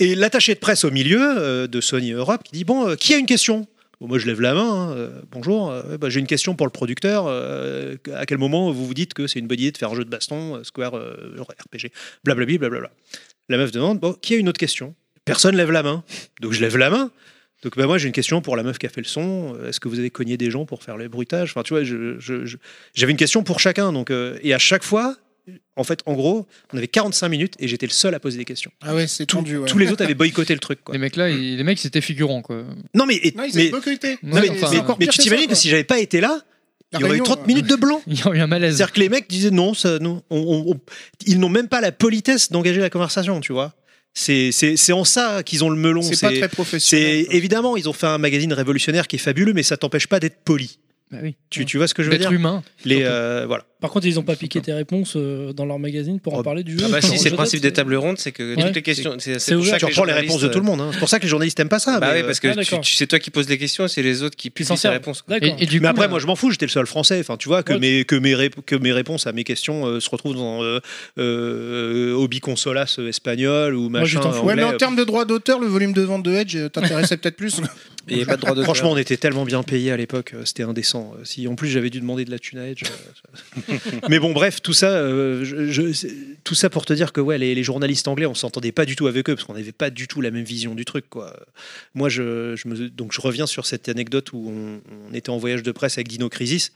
Speaker 7: Et l'attaché de presse au milieu euh, de Sony Europe qui dit bon, euh, qui a une question Bon, moi, je lève la main. hein, euh, bonjour. euh, bah, J'ai une question pour le producteur. euh, à quel moment vous vous dites que c'est une bonne idée de faire un jeu de baston, euh, Square, euh, genre RPG, blablabli, blablabla. La meuf demande bon, qui a une autre question Personne lève la main. Donc je lève la main. Donc bah, moi j'ai une question pour la meuf qui a fait le son. Euh, Est-ce que vous avez cogné des gens pour faire les bruitages Enfin tu vois, je- je- je- j'avais une question pour chacun. Donc euh, et à chaque fois, en fait, en gros, on avait 45 minutes et j'étais le seul à poser des questions.
Speaker 4: Ah ouais, c'est
Speaker 7: Tout-
Speaker 4: tendu. Ouais.
Speaker 7: Tous les autres avaient boycotté le truc. Quoi.
Speaker 3: Les mecs là, ils- les mecs c'était figurant quoi.
Speaker 7: Non mais, et-
Speaker 4: Non, ils
Speaker 7: mais,
Speaker 4: avaient boycotté.
Speaker 3: Non, mais-
Speaker 4: C'est
Speaker 3: enfin,
Speaker 4: encore
Speaker 7: mais
Speaker 4: pire
Speaker 7: tu
Speaker 4: ça,
Speaker 7: t'imagines que
Speaker 4: quoi.
Speaker 7: si j'avais pas été là,
Speaker 4: La
Speaker 7: il y aurait eu
Speaker 4: réunion, euh,
Speaker 7: 30 minutes de blanc.
Speaker 3: Il y a eu un malaise.
Speaker 7: C'est-à-dire que les mecs disaient non, ça, non, on- on- on- ils n'ont même pas la politesse d'engager la conversation, tu vois. C'est c'est- c'est en ça qu'ils ont le melon.
Speaker 4: euh, C'est pas très
Speaker 7: C'est
Speaker 4: professionnel. quoi.
Speaker 7: évidemment, ils ont fait un magazine révolutionnaire qui est fabuleux, mais ça t'empêche pas d'être poli.
Speaker 3: Bah oui.
Speaker 7: Tu, tu vois ce que je veux
Speaker 3: D'être
Speaker 7: dire
Speaker 3: humain.
Speaker 7: Les euh, voilà.
Speaker 6: Par contre, ils ont pas piqué tes réponses euh, dans leur magazine pour en
Speaker 7: Oh,
Speaker 6: parler du jeu.
Speaker 8: Ah bah
Speaker 6: Genre,
Speaker 8: si, c'est
Speaker 6: je
Speaker 8: le principe
Speaker 6: note,
Speaker 8: des tables rondes, c'est que
Speaker 6: Ouais.
Speaker 8: toutes les questions. C'est
Speaker 6: C'est
Speaker 8: c'est pour
Speaker 6: ouvert.
Speaker 8: ça
Speaker 7: Tu
Speaker 8: que
Speaker 7: reprends les réponses de tout le monde. hein. C'est pour ça que les journalistes aiment pas ça.
Speaker 8: euh. Bah
Speaker 7: mais,
Speaker 8: oui,
Speaker 7: euh,
Speaker 8: parce que
Speaker 6: Ah,
Speaker 8: tu-
Speaker 6: d'accord.
Speaker 8: tu- c'est toi qui poses les questions et c'est les autres qui publient les
Speaker 6: Sincère.
Speaker 8: réponses. quoi.
Speaker 6: D'accord.
Speaker 3: Et, et du
Speaker 7: mais
Speaker 3: coup,
Speaker 7: après,
Speaker 3: là-
Speaker 7: moi, je m'en fous, j'étais le seul français. Enfin, tu vois, que,
Speaker 6: euh, Ouais.
Speaker 7: mes, que, mes, rép- que mes réponses à mes questions euh, se retrouvent dans euh, euh, Hobby Consolas euh, espagnol ou
Speaker 6: je
Speaker 7: machin.
Speaker 6: t'en fous.
Speaker 7: anglais.
Speaker 4: Ouais, mais en termes de droits d'auteur, le volume de vente de Edge euh, t'intéressait peut-être plus.
Speaker 8: Il n'y a pas de droit de.
Speaker 7: Franchement, on était tellement bien payés à l'époque, euh, c'était indécent. Euh, Si en plus j'avais dû demander de la thune à Edge. euh, ça- Mais bon, bref, tout ça, euh, je- je- c'est- tout ça pour te dire que ouais, les, les journalistes anglais, on s'entendait pas du tout avec eux parce qu'on n'avait pas du tout la même vision du truc. Quoi. Moi, je, je me- donc je reviens sur cette anecdote où on, on était en voyage de presse avec Dino Crisis.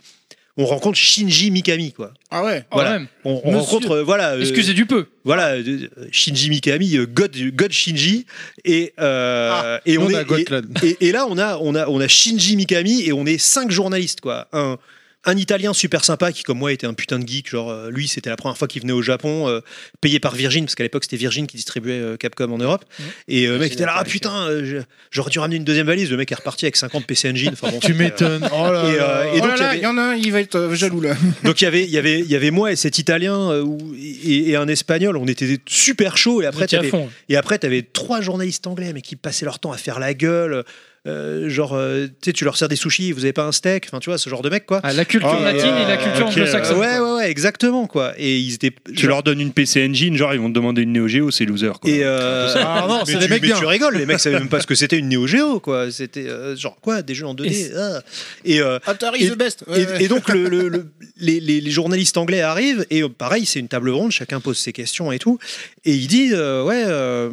Speaker 7: On rencontre Shinji Mikami, quoi.
Speaker 4: Ah ouais.
Speaker 3: Ah,
Speaker 7: voilà.
Speaker 3: quand même.
Speaker 7: On, on
Speaker 6: Monsieur-
Speaker 7: rencontre, euh, voilà. euh,
Speaker 3: Excusez du peu.
Speaker 7: voilà, euh, Shinji Mikami, euh, God, God Shinji, et, euh, et on
Speaker 1: Nous, on a
Speaker 7: est, et-
Speaker 1: Gotland.
Speaker 7: et, et là, on a, on, a, on a Shinji Mikami et on est cinq journalistes, quoi. Un, un Italien super sympa qui, comme moi, était un putain de geek. Genre, euh, lui, c'était la première fois qu'il venait au Japon, euh, payé par Virgin, parce qu'à l'époque, c'était Virgin qui distribuait euh, Capcom en Europe. Et euh, le mec
Speaker 8: Virgin
Speaker 7: était là, ah
Speaker 8: Interactive.
Speaker 7: putain, euh, je- j'aurais dû ramener une deuxième valise. Le mec est reparti avec 50 PC Engine. Enfin, bon,
Speaker 1: Tu
Speaker 7: c'était, euh,
Speaker 1: m'étonnes. Oh là
Speaker 7: Et,
Speaker 1: là.
Speaker 7: euh, et
Speaker 4: oh
Speaker 7: donc, il y
Speaker 4: là là,
Speaker 7: avait-
Speaker 4: il y en a un, il va être euh, jaloux là.
Speaker 7: donc il y avait, il y avait, il y avait moi et cet Italien euh, ou- et, et un Espagnol. On était super chaud. Et
Speaker 6: Vous
Speaker 7: après,
Speaker 6: étiez à
Speaker 7: t'avais-
Speaker 6: fond. ouais.
Speaker 7: et après, t'avais trois journalistes anglais, mais qui passaient leur temps à faire la gueule. Euh, genre, euh, tu sais, tu leur sers des sushis, vous avez pas un steak, enfin, tu vois, ce genre de mec, quoi.
Speaker 3: Ah, la culture
Speaker 2: Ah,
Speaker 3: latine
Speaker 2: euh,
Speaker 3: et la culture
Speaker 2: ok,
Speaker 3: anglo-saxonne.
Speaker 2: euh,
Speaker 7: ouais, ouais, ouais, exactement, quoi. Et ils étaient.
Speaker 2: Tu leur donnes une PC Engine, genre ils vont te demander une Neo Geo, c'est loser. Quoi.
Speaker 7: Et euh, ah non,
Speaker 1: c'est
Speaker 7: mais
Speaker 1: des
Speaker 7: tu-
Speaker 1: mecs
Speaker 7: mais
Speaker 1: bien.
Speaker 7: tu rigoles, les mecs savaient même pas ce que c'était une Neo Geo, quoi. C'était euh, genre quoi, des jeux en 2D. ah. Et, euh,
Speaker 4: Atari
Speaker 7: Et-
Speaker 4: the best. Ouais,
Speaker 7: et,
Speaker 4: ouais.
Speaker 7: et donc le- le- le- les, les- les journalistes anglais arrivent et euh, pareil, c'est une table ronde, chacun pose ses questions et tout. Et il dit euh, ouais, euh,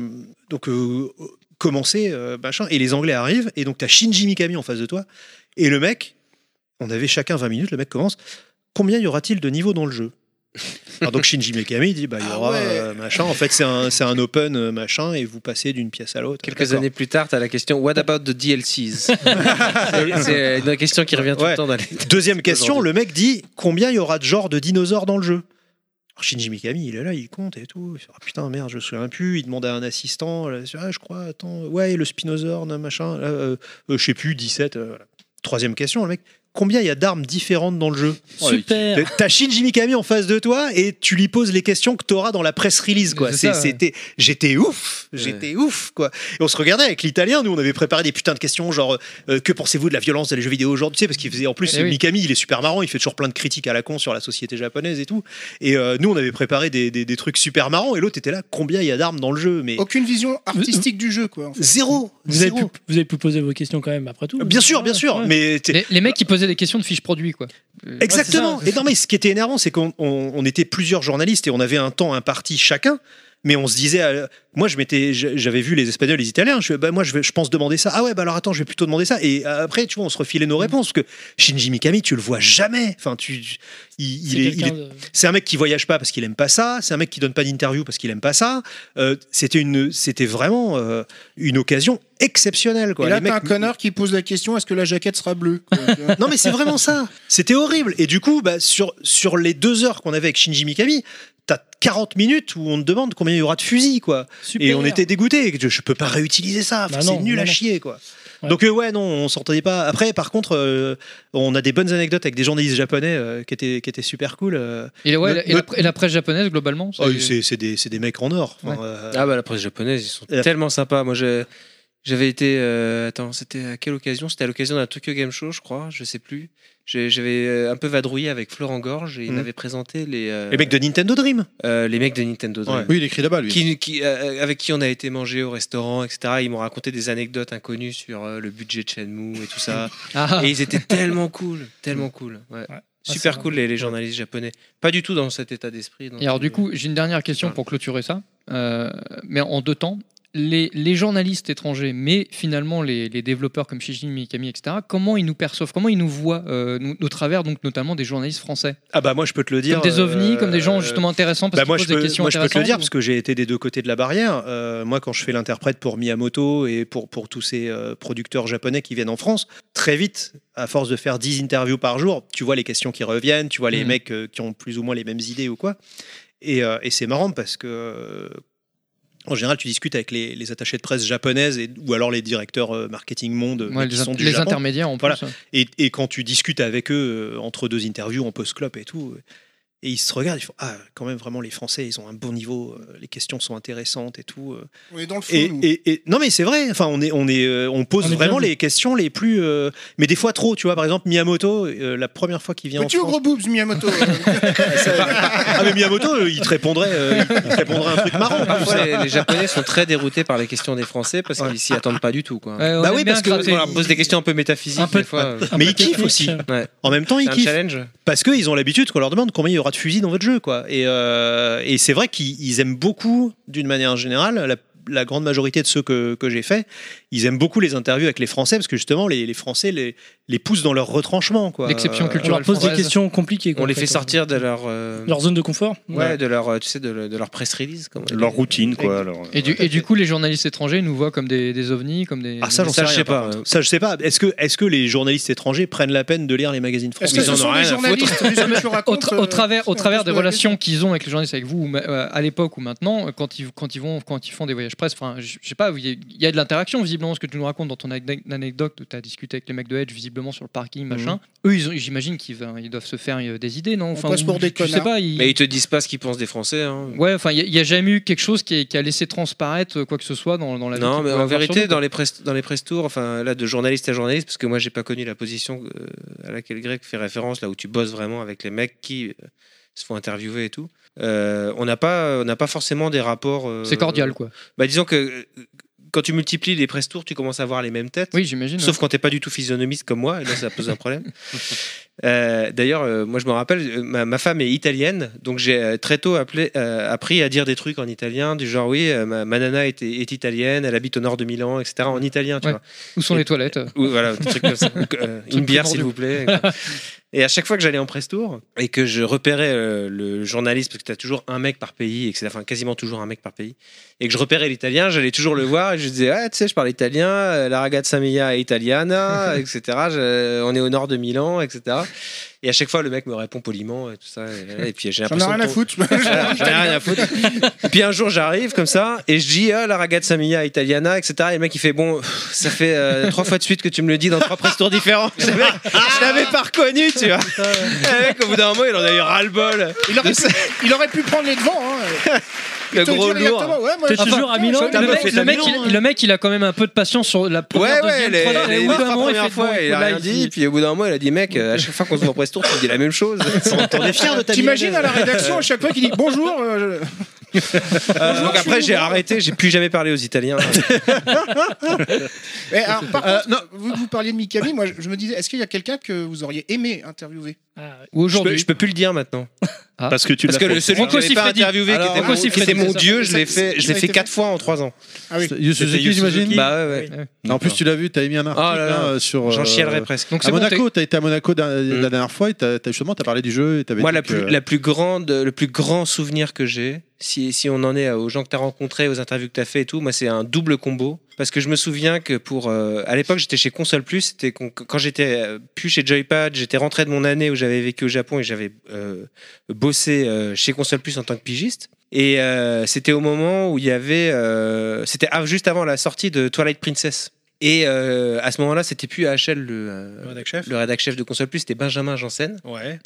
Speaker 7: donc euh, commencez euh, machin. Et les Anglais arrivent et donc t'as Shinji Mikami en face de toi et le mec, on avait chacun 20 minutes. Le mec commence combien y aura-t-il de niveaux dans le jeu alors donc Shinji Mikami dit bah il y
Speaker 4: Ah
Speaker 7: aura
Speaker 4: ouais.
Speaker 7: euh, machin en fait c'est un, c'est un open euh, machin et vous passez d'une pièce à l'autre
Speaker 8: Quelques
Speaker 7: D'accord.
Speaker 8: années plus tard, t'as la question What about the DLCs C'est- C'est une question qui revient tout
Speaker 7: Ouais.
Speaker 8: le temps dans les.
Speaker 7: Deuxième question,
Speaker 8: Aujourd'hui.
Speaker 7: le mec dit combien il y aura de genres de dinosaures dans le jeu Alors Shinji Mikami, il est là, il compte et tout. Il fait, Ah, putain, merde, je me souviens plus. Il demande à un assistant, là, il fait, Ah, je crois, attends, ouais, et le spinosaure, non, machin, là, euh, euh, je sais plus, 17. euh, voilà. Troisième question, le mec, combien il y a d'armes différentes dans le jeu
Speaker 6: Super.
Speaker 7: T'as Shinji Mikami en face de toi et tu lui poses les questions que t'auras dans la presse release, quoi.
Speaker 3: C'est
Speaker 7: C'est-
Speaker 3: ça, ouais.
Speaker 7: C'était, j'étais ouf, j'étais ouf, quoi. Et on se regardait avec l'italien, nous, on avait préparé des putains de questions, genre euh, que pensez-vous de la violence dans les jeux vidéo aujourd'hui, tu sais, parce qu'il faisait en plus
Speaker 3: Eh oui.
Speaker 7: Mikami, il est super marrant, il fait toujours plein de critiques à la con sur la société japonaise et tout. Et euh, nous, on avait préparé des, des- des trucs super marrants et l'autre était là, combien il y a d'armes dans le jeu, mais
Speaker 4: Aucune vision artistique du jeu quoi. en fait.
Speaker 7: zéro,
Speaker 6: Vous avez, pu,
Speaker 7: zéro.
Speaker 6: vous avez pu poser vos questions quand même après tout.
Speaker 7: Bien sûr, bien
Speaker 6: Ouais,
Speaker 7: sûr,
Speaker 6: ouais.
Speaker 7: mais t'es-
Speaker 3: Les, les mecs qui posaient des questions de fiches produits quoi. Euh,
Speaker 7: Exactement.
Speaker 6: Ouais, c'est ça.
Speaker 7: et non, mais ce qui était énervant, c'est qu'on on- on était plusieurs journalistes et on avait un temps imparti chacun. Mais on se disait, euh, moi je m'étais, je- j'avais vu les Espagnols, les Italiens. Je, fais, bah, moi je, vais- je pense demander ça. Ah ouais, bah alors attends, je vais plutôt demander ça. Et euh, après, tu vois, on se refilait
Speaker 6: Mm.
Speaker 7: nos réponses parce que Shinji Mikami, tu le vois jamais. Enfin, tu, il,
Speaker 6: C'est
Speaker 7: il est, il est-
Speaker 6: quelqu'un de-
Speaker 7: c'est un mec qui voyage pas parce qu'il aime pas ça. C'est un mec qui donne pas d'interview parce qu'il aime pas ça. Euh, c'était une, c'était vraiment euh, une occasion exceptionnelle. Quoi.
Speaker 4: Et là
Speaker 7: Les mecs-
Speaker 4: t'as un connard qui pose la question est-ce que la jaquette sera bleue quoi, tu vois.
Speaker 7: non mais c'est vraiment ça. C'était horrible. Et du coup, bah, sur, sur les deux heures qu'on avait avec Shinji Mikami, t'as 40 minutes où on te demande combien il y aura de fusils, quoi.
Speaker 6: Super.
Speaker 7: Et on était dégoûté. Je, je peux pas réutiliser ça. Enfin,
Speaker 6: Bah
Speaker 7: c'est
Speaker 6: non,
Speaker 7: nul
Speaker 6: non,
Speaker 7: à
Speaker 6: non.
Speaker 7: chier, quoi.
Speaker 6: Ouais.
Speaker 7: Donc euh, ouais, non, on s'entendait pas. Après, par contre, euh, on a des bonnes anecdotes avec des journalistes japonais euh, qui étaient qui étaient super cool. euh.
Speaker 3: Et, ouais,
Speaker 7: Le-
Speaker 3: et, la, et la presse japonaise globalement. c'est-
Speaker 7: Oh, c'est c'est des c'est des mecs en or. Enfin, euh,
Speaker 8: Ah bah la presse japonaise, ils sont
Speaker 7: Et la-
Speaker 8: tellement sympas. Moi je- j'avais été euh, attends, c'était à quelle occasion C'était à l'occasion d'un Tokyo Game Show, je crois, je sais plus. j'ai- j'avais euh, un peu vadrouillé avec Florent Gorge et il
Speaker 7: Mhm.
Speaker 8: m'avait présenté les, euh,
Speaker 7: Les mecs de Nintendo Dream.
Speaker 8: euh, les mecs de Nintendo Dream.
Speaker 1: Oui, il écrit là-bas, lui.
Speaker 8: Qui, qui- euh, avec qui on a été manger au restaurant, etc. Ils m'ont raconté des anecdotes inconnues sur euh, le budget de Shenmue et tout ça.
Speaker 3: Ah,
Speaker 8: Et ils étaient tellement cool, tellement cool. ouais. Super
Speaker 6: c'est
Speaker 8: cool les, les journalistes japonais. Pas du tout dans cet état d'esprit. donc,
Speaker 3: Et alors
Speaker 8: euh,
Speaker 3: du coup, j'ai une dernière question pour clôturer ça, Euh, mais en deux temps. Les, les journalistes étrangers, mais finalement les, les développeurs comme Shijin Mikami, etc., comment ils nous perçoivent, comment ils nous voient euh, nous- au travers donc notamment des journalistes français
Speaker 7: Ah bah moi je peux te le dire.
Speaker 3: Comme des ovnis,
Speaker 7: euh,
Speaker 3: comme des gens justement intéressants parce
Speaker 7: Bah, moi,
Speaker 3: qu'ils
Speaker 7: je
Speaker 3: posent des
Speaker 7: peux,
Speaker 3: questions
Speaker 7: moi, je peux te le dire
Speaker 3: intéressantes
Speaker 7: parce que j'ai été des deux côtés de la barrière. Euh, moi, quand je fais l'interprète pour Miyamoto et pour, pour tous ces euh, producteurs japonais qui viennent en France, très vite, à force de faire 10 interviews par jour, tu vois les questions qui reviennent, tu vois les
Speaker 3: Mhm.
Speaker 7: mecs euh, qui ont plus ou moins les mêmes idées ou quoi. Et, euh, et c'est marrant parce que. euh, en général, tu discutes avec les, les attachés de presse japonaises et- ou alors les directeurs euh, marketing monde euh,
Speaker 3: Ouais,
Speaker 7: qui
Speaker 3: les,
Speaker 7: sont
Speaker 3: int-
Speaker 7: du
Speaker 3: les
Speaker 7: Japon.
Speaker 3: intermédiaires en
Speaker 7: Voilà.
Speaker 3: plus.
Speaker 7: Et, et quand tu discutes avec eux euh, entre deux interviews en post-clop et tout, euh, et ils se regardent, ils font Ah, quand même, vraiment, les Français, ils ont un bon niveau, euh, les questions sont intéressantes et tout. euh.
Speaker 4: On est dans le fond.
Speaker 7: Et,
Speaker 4: nous.
Speaker 7: et- et- non, mais c'est vrai, enfin, on, est, on, est, euh, on pose
Speaker 6: On est bien
Speaker 7: vraiment
Speaker 6: vu.
Speaker 7: les questions les plus. euh, mais des fois trop, tu vois, par exemple, Miyamoto, euh, la première fois qu'il vient en
Speaker 4: Peux-tu au
Speaker 7: France.
Speaker 4: gros boobs, Miyamoto
Speaker 7: Ah, mais Miyamoto, euh, il te répondrait, euh, il te répondrait un truc marrant.
Speaker 6: Ah,
Speaker 8: Parfois, les, les Japonais sont très déroutés par les questions des Français parce qu'ils s'y attendent pas du tout. Quoi.
Speaker 3: Ouais, on
Speaker 7: Bah
Speaker 3: aime
Speaker 7: oui,
Speaker 3: bien
Speaker 7: parce que-
Speaker 3: gratter.
Speaker 8: On leur pose des questions un peu métaphysiques
Speaker 3: Un peu
Speaker 8: des
Speaker 3: de-
Speaker 8: fois. euh,
Speaker 7: Mais
Speaker 6: peu
Speaker 7: ils kiffent
Speaker 6: technique,
Speaker 7: aussi.
Speaker 6: euh,
Speaker 8: ouais.
Speaker 7: En même temps, ils
Speaker 8: C'est un
Speaker 7: kiffent.
Speaker 8: challenge.
Speaker 7: parce qu'ils ont l'habitude qu'on leur demande combien il y aura de fusils dans votre jeu. Quoi. Et, euh, et c'est vrai qu'ils ils aiment beaucoup, d'une manière générale, la, la grande majorité de ceux que, que j'ai fait, ils aiment beaucoup les interviews avec les Français, parce que justement, les, les Français les, les poussent dans leur retranchement. quoi.
Speaker 3: L'exception
Speaker 7: Euh,
Speaker 3: culturelle.
Speaker 6: On leur pose des
Speaker 3: française.
Speaker 6: questions compliquées. quoi,
Speaker 8: On les
Speaker 6: en
Speaker 8: fait sortir de leur, euh,
Speaker 6: Leur zone de confort
Speaker 8: ouais, de leur, euh, tu sais, de, le- de leur press release. Comme
Speaker 12: Leur routine, quoi.
Speaker 2: euh,
Speaker 12: Alors,
Speaker 3: Et, du, et du coup, les journalistes étrangers nous voient comme des, des ovnis, comme des.
Speaker 7: Ah, ça, j'en sais
Speaker 8: Ça, je
Speaker 7: rien,
Speaker 8: sais
Speaker 7: par
Speaker 8: pas,
Speaker 7: contre.
Speaker 8: euh.
Speaker 7: Ça, je sais pas. Est-ce que, est que les journalistes étrangers prennent la peine de lire les magazines
Speaker 4: Est-ce
Speaker 7: français
Speaker 4: que
Speaker 8: Ils en
Speaker 4: ce
Speaker 8: ont
Speaker 4: sont
Speaker 8: rien
Speaker 4: des
Speaker 8: à
Speaker 4: journalistes les gens que tu
Speaker 3: au,
Speaker 4: racontes,
Speaker 3: tra- au
Speaker 4: euh,
Speaker 3: travers, au
Speaker 4: on
Speaker 3: travers
Speaker 4: se
Speaker 3: des
Speaker 4: pose la
Speaker 3: relations qu'ils ont avec les journalistes, avec vous, ou ma- euh, à l'époque ou maintenant, euh, quand ils, quand ils vont, quand ils font des voyages presse, enfin, je je sais pas, il y a- il y a de l'interaction visiblement, ce que tu nous racontes dans ton ane- anecdote, tu as discuté avec les mecs de Edge visiblement sur le
Speaker 8: Mhm.
Speaker 3: parking, machin. Eux, ils ont- j'imagine qu'ils va- ils doivent se faire euh, des idées, non
Speaker 4: passe
Speaker 3: ou-
Speaker 4: pour des
Speaker 3: je sais
Speaker 4: connards.
Speaker 3: pas, ils-
Speaker 8: Mais ils te disent pas ce qu'ils pensent des Français. hein.
Speaker 3: Ouais, enfin, il n'y a, jamais eu quelque chose qui, est- qui a laissé transparaître euh, quoi que ce soit dans, dans la vie
Speaker 8: Non,
Speaker 3: qu'ils
Speaker 8: mais
Speaker 3: pouvaient
Speaker 8: en
Speaker 3: avoir sur
Speaker 8: vérité,
Speaker 3: nous,
Speaker 8: dans les press, dans les press tours, enfin là de journaliste à journaliste, parce que moi j'ai pas connu la position euh, à laquelle Greg fait référence, là où tu bosses vraiment avec les mecs qui euh, se font interviewer et tout. Euh, on n'a pas, on n'a pas forcément des rapports. euh,
Speaker 3: quoi. C'est cordial, quoi.
Speaker 8: Bah disons que euh, quand tu multiplies les press tours, tu commences à voir les mêmes têtes.
Speaker 3: Oui, j'imagine. hein.
Speaker 8: Sauf quand t'es pas du tout physionomiste comme moi, et là ça pose un problème. Euh, D'ailleurs, euh, moi je me rappelle, euh, ma, ma femme est italienne, donc j'ai euh, très tôt appelé- euh, appris à dire des trucs en italien, du genre oui, euh, ma, ma nana est, est italienne, elle habite au nord de Milan, etc. En italien, tu
Speaker 3: Ouais.
Speaker 8: vois.
Speaker 3: Où sont les toilettes euh
Speaker 8: Ou, voilà, des trucs comme ça. Donc, euh,
Speaker 3: Truc
Speaker 8: une bière s'il
Speaker 3: primordial.
Speaker 8: vous plaît. Et à chaque fois que j'allais en press tour et que je repérais euh, le journaliste, parce que tu as toujours un mec par pays, et que c'est enfin, quasiment toujours un mec par pays, et que je repérais l'italien, j'allais toujours le voir et je disais Ah, tu sais, je parle italien, euh, la ragazza mia est italiana, etc. Je- on est au nord de Milan, etc. Et à chaque fois, le mec me répond poliment et tout ça. Et, et puis j'ai
Speaker 4: J'en ai
Speaker 8: l'impression.
Speaker 4: rien
Speaker 8: de
Speaker 4: à
Speaker 8: ton-
Speaker 4: foutre.
Speaker 8: voilà, J'en ai rien à foutre. Puis un jour, j'arrive comme ça et je dis ah, la ragazza mia italiana, etc. Et le mec, il fait Bon, pff, ça fait euh, trois fois de suite que tu me le dis dans trois presse tours différents.
Speaker 3: Ah.
Speaker 8: Je l'avais- je l'avais pas reconnu, tu vois. Et le mec, au bout d'un moment, il en a eu ras-le-bol.
Speaker 4: Il aurait,
Speaker 8: De
Speaker 4: pu, il aurait pu prendre les devants. Hein.
Speaker 8: Le
Speaker 4: Te
Speaker 8: gros
Speaker 4: dire exactement,
Speaker 8: lourd.
Speaker 4: ouais, moi,
Speaker 6: T'es
Speaker 4: je-
Speaker 6: toujours à Milan
Speaker 8: t'as
Speaker 3: le
Speaker 8: pas
Speaker 3: mec,
Speaker 8: fait
Speaker 3: le,
Speaker 8: ta
Speaker 3: mec,
Speaker 8: maison,
Speaker 4: hein.
Speaker 3: il, le mec, il a quand même un peu de patience sur la
Speaker 8: Ouais,
Speaker 3: première,
Speaker 8: ouais,
Speaker 3: deuxième,
Speaker 8: les,
Speaker 3: troisième,
Speaker 8: les
Speaker 3: et au bout
Speaker 8: deux,
Speaker 3: d'un
Speaker 8: trois
Speaker 3: moment, il
Speaker 8: premières
Speaker 3: fait de-
Speaker 8: fois, il a
Speaker 3: voilà,
Speaker 8: rien
Speaker 3: il
Speaker 8: dit. Puis au bout d'un moment, il a dit Mec, euh, à chaque fois qu'on se voit en presse tour, tu me dis la même chose.
Speaker 7: T'en es fier de ta
Speaker 4: T'imagines
Speaker 7: Milanese
Speaker 4: à la rédaction à chaque fois qu'il dit bonjour. euh, je-
Speaker 8: Euh, donc après, j'ai arrêté, j'ai plus jamais parlé aux Italiens.
Speaker 4: Eh, alors, par contre, vous, vous parliez de Mikami, moi je, je me disais, est-ce qu'il y a quelqu'un que vous auriez aimé interviewer
Speaker 6: Ah, ouais.
Speaker 3: Ou
Speaker 8: Je peux,
Speaker 3: aujourd'hui.
Speaker 8: je peux plus le dire maintenant.
Speaker 12: parce que tu
Speaker 8: Parce
Speaker 12: l'as
Speaker 8: que le,
Speaker 12: fait.
Speaker 8: celui
Speaker 3: Rocco
Speaker 8: que j'avais pas
Speaker 3: Siffredi.
Speaker 8: interviewé,
Speaker 3: Alors,
Speaker 8: qui était,
Speaker 3: Rocco
Speaker 8: mon- qui était
Speaker 3: Siffredi,
Speaker 8: mon
Speaker 3: c'est
Speaker 8: dieu,
Speaker 4: ça.
Speaker 8: je l'ai fait, je l'ai
Speaker 4: Ça a
Speaker 8: fait
Speaker 4: été
Speaker 8: quatre fois en trois ans.
Speaker 4: Ah oui.
Speaker 1: Yu Suzuki, j'imagine
Speaker 8: Bah ouais, ouais.
Speaker 1: En plus, tu l'as vu, t'avais mis un article
Speaker 8: Ah là là.
Speaker 1: hein, sur.
Speaker 8: J'en
Speaker 1: euh,
Speaker 8: chialerais presque.
Speaker 3: Donc
Speaker 1: à
Speaker 3: c'est bon, t'es-
Speaker 1: Monaco, t'as été à Monaco d'un-
Speaker 8: Mm.
Speaker 1: la dernière fois et t'as, t'as- justement t'as parlé du jeu et t'avais
Speaker 8: Moi,
Speaker 1: dit
Speaker 8: la
Speaker 1: que-
Speaker 8: plus, la plus grande, le plus grand souvenir que j'ai, si, si on en est à- aux gens que tu as rencontrés, aux interviews que tu as fait et tout, moi, c'est un double combo. Parce que je me souviens que pour. euh, à l'époque, j'étais chez Console Plus. C'était qu'on- quand j'étais euh, plus chez Joypad, j'étais rentré de mon année où j'avais vécu au Japon et j'avais euh, bossé euh, chez Console Plus en tant que pigiste. Et euh, c'était au moment où il y avait. euh, c'était av- juste avant la sortie de Twilight Princess. Et euh, à ce moment-là, c'était plus AHL le, euh,
Speaker 7: Le rédac chef
Speaker 8: le rédac chef de Console Plus, c'était Benjamin Janssen.
Speaker 7: Ouais.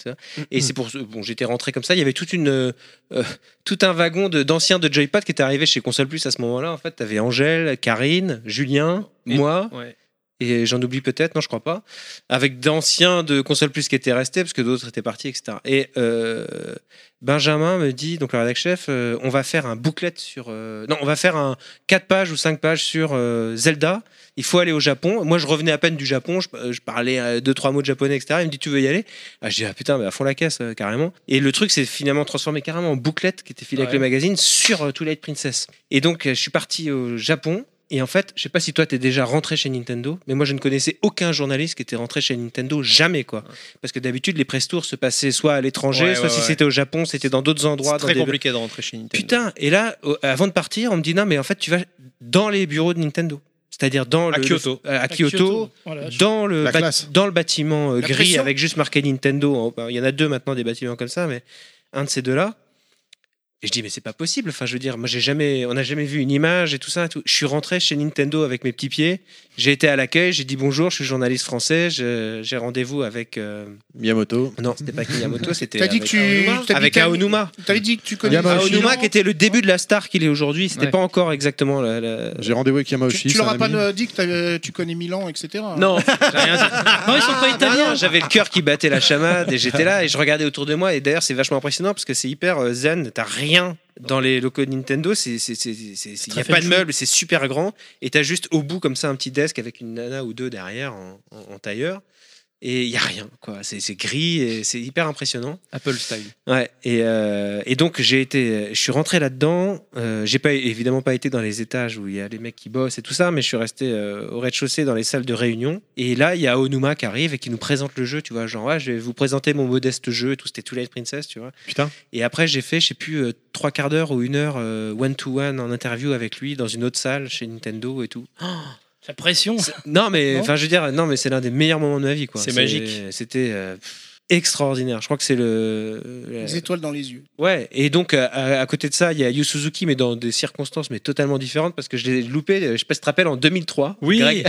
Speaker 8: Et c'est pour ce- bon, j'étais rentré comme ça. Il y avait toute une, euh, euh, tout un wagon de- d'anciens de, Joypad qui étaient arrivés chez Console Plus à ce moment-là. En fait, t'avais Angèle, Karine, Julien,
Speaker 7: Et-
Speaker 8: moi.
Speaker 7: ouais.
Speaker 8: et j'en oublie peut-être, non, je crois pas, avec d'anciens de console plus qui étaient restés parce que d'autres étaient partis, etc. Et euh, Benjamin me dit, donc le rédac chef, euh, on va faire un booklet sur. euh, non, on va faire un 4 pages ou 5 pages sur euh, Zelda. Il faut aller au Japon. Moi, je revenais à peine du Japon, je, je parlais euh, deux, trois mots de japonais, etc. Il me dit, tu veux y aller ah, Je dis, ah putain, mais à fond la caisse, euh, carrément. Et le truc, c'est finalement transformé carrément en booklet qui était filé avec
Speaker 3: Ouais.
Speaker 8: le magazine sur euh, Twilight Princess. Et donc, euh, je suis parti au Japon. Et en fait, je sais pas si toi t'es déjà rentré chez Nintendo, mais moi je ne connaissais aucun journaliste qui était rentré chez Nintendo jamais quoi. Parce que d'habitude les press tours se passaient soit à l'étranger,
Speaker 7: Ouais,
Speaker 8: soit
Speaker 7: ouais,
Speaker 8: si
Speaker 7: ouais.
Speaker 8: c'était au Japon, c'était dans d'autres endroits.
Speaker 7: C'est
Speaker 8: dans
Speaker 7: très
Speaker 8: des-
Speaker 7: compliqué de rentrer chez Nintendo.
Speaker 8: Putain, et là, au- avant de partir, on me dit non, mais en fait, tu vas dans les bureaux de Nintendo. C'est-à-dire dans
Speaker 7: À
Speaker 8: le,
Speaker 7: Kyoto.
Speaker 8: le- à, Kyoto, dans le,
Speaker 1: La
Speaker 8: bat-
Speaker 1: classe.
Speaker 8: dans le bâtiment
Speaker 4: La
Speaker 8: euh, gris
Speaker 4: pression.
Speaker 8: avec juste marqué Nintendo. En- ben, Il y en a deux maintenant des bâtiments comme ça, mais un de ces deux-là. Et je dis mais c'est pas possible. Enfin, je veux dire, moi j'ai jamais, on n'a jamais vu une image et tout ça. et tout. Je suis rentré chez Nintendo avec mes petits pieds. J'ai été à l'accueil, j'ai dit bonjour, je suis journaliste français, je- j'ai rendez-vous avec. euh,
Speaker 2: Miyamoto.
Speaker 8: Non, c'était pas Kiyamoto, c'était
Speaker 4: T'as dit
Speaker 8: avec
Speaker 4: que tu-
Speaker 8: Aonuma.
Speaker 4: t'as dit
Speaker 8: Avec
Speaker 4: que t'as-
Speaker 8: Aonuma.
Speaker 4: T'avais dit que tu
Speaker 1: Il y
Speaker 4: connais.
Speaker 1: a ma- Yamauchi,
Speaker 8: Aonuma qui Euh, était le début de la star qu'il est aujourd'hui, c'était
Speaker 3: Ouais.
Speaker 8: pas encore exactement la, la-
Speaker 1: J'ai rendez-vous avec
Speaker 4: Tu,
Speaker 1: Yamauchi.
Speaker 4: tu
Speaker 1: c'est
Speaker 4: leur
Speaker 1: un
Speaker 4: as pas
Speaker 1: ami.
Speaker 4: euh, dit que t'avais- tu connais Milan, etc.
Speaker 8: Non, j'ai rien dit.
Speaker 3: Non, ils sont pas
Speaker 8: Non, non,
Speaker 3: italiens.
Speaker 8: j'avais le cœur qui battait la chamade et j'étais là et je regardais autour de moi et d'ailleurs c'est vachement impressionnant parce que c'est hyper euh, zen, t'as rien dans les locaux de Nintendo, il n'y a pas de meubles, c'est super grand et t'as juste au bout comme ça un petit desk avec une nana ou deux derrière en, en- en tailleur et il y a rien quoi, c'est c'est gris et c'est hyper impressionnant.
Speaker 3: Apple style.
Speaker 8: Ouais, et, euh, et donc j'ai été, je suis rentré là-dedans. euh, j'ai pas évidemment pas été dans les étages où il y a les mecs qui bossent et tout ça, mais je suis resté euh, au rez-de-chaussée dans les salles de réunion. Et là, il y a Onuma qui arrive et qui nous présente le jeu, tu vois, genre ouais, je vais vous présenter mon modeste jeu et tout. C'était Twilight Princess, tu vois.
Speaker 1: Putain.
Speaker 8: Et après, j'ai fait, je sais plus, euh, trois quarts d'heure ou une heure euh, one-to-one en interview avec lui dans une autre salle chez Nintendo et tout.
Speaker 6: La pression.
Speaker 8: C'est- Non, mais
Speaker 6: Non
Speaker 8: enfin, je veux dire, non, mais c'est l'un des meilleurs moments de ma vie, quoi.
Speaker 7: C'est magique.
Speaker 8: C'était euh, extraordinaire. Je crois que c'est le.
Speaker 4: Les étoiles dans les yeux.
Speaker 8: Ouais, et donc à- à, à côté de ça, il y a Yu Suzuki, mais dans des circonstances mais totalement différentes parce que je l'ai loupé. euh, Je sais pas si tu te rappelles en 2003.
Speaker 7: Oui,
Speaker 8: Greg.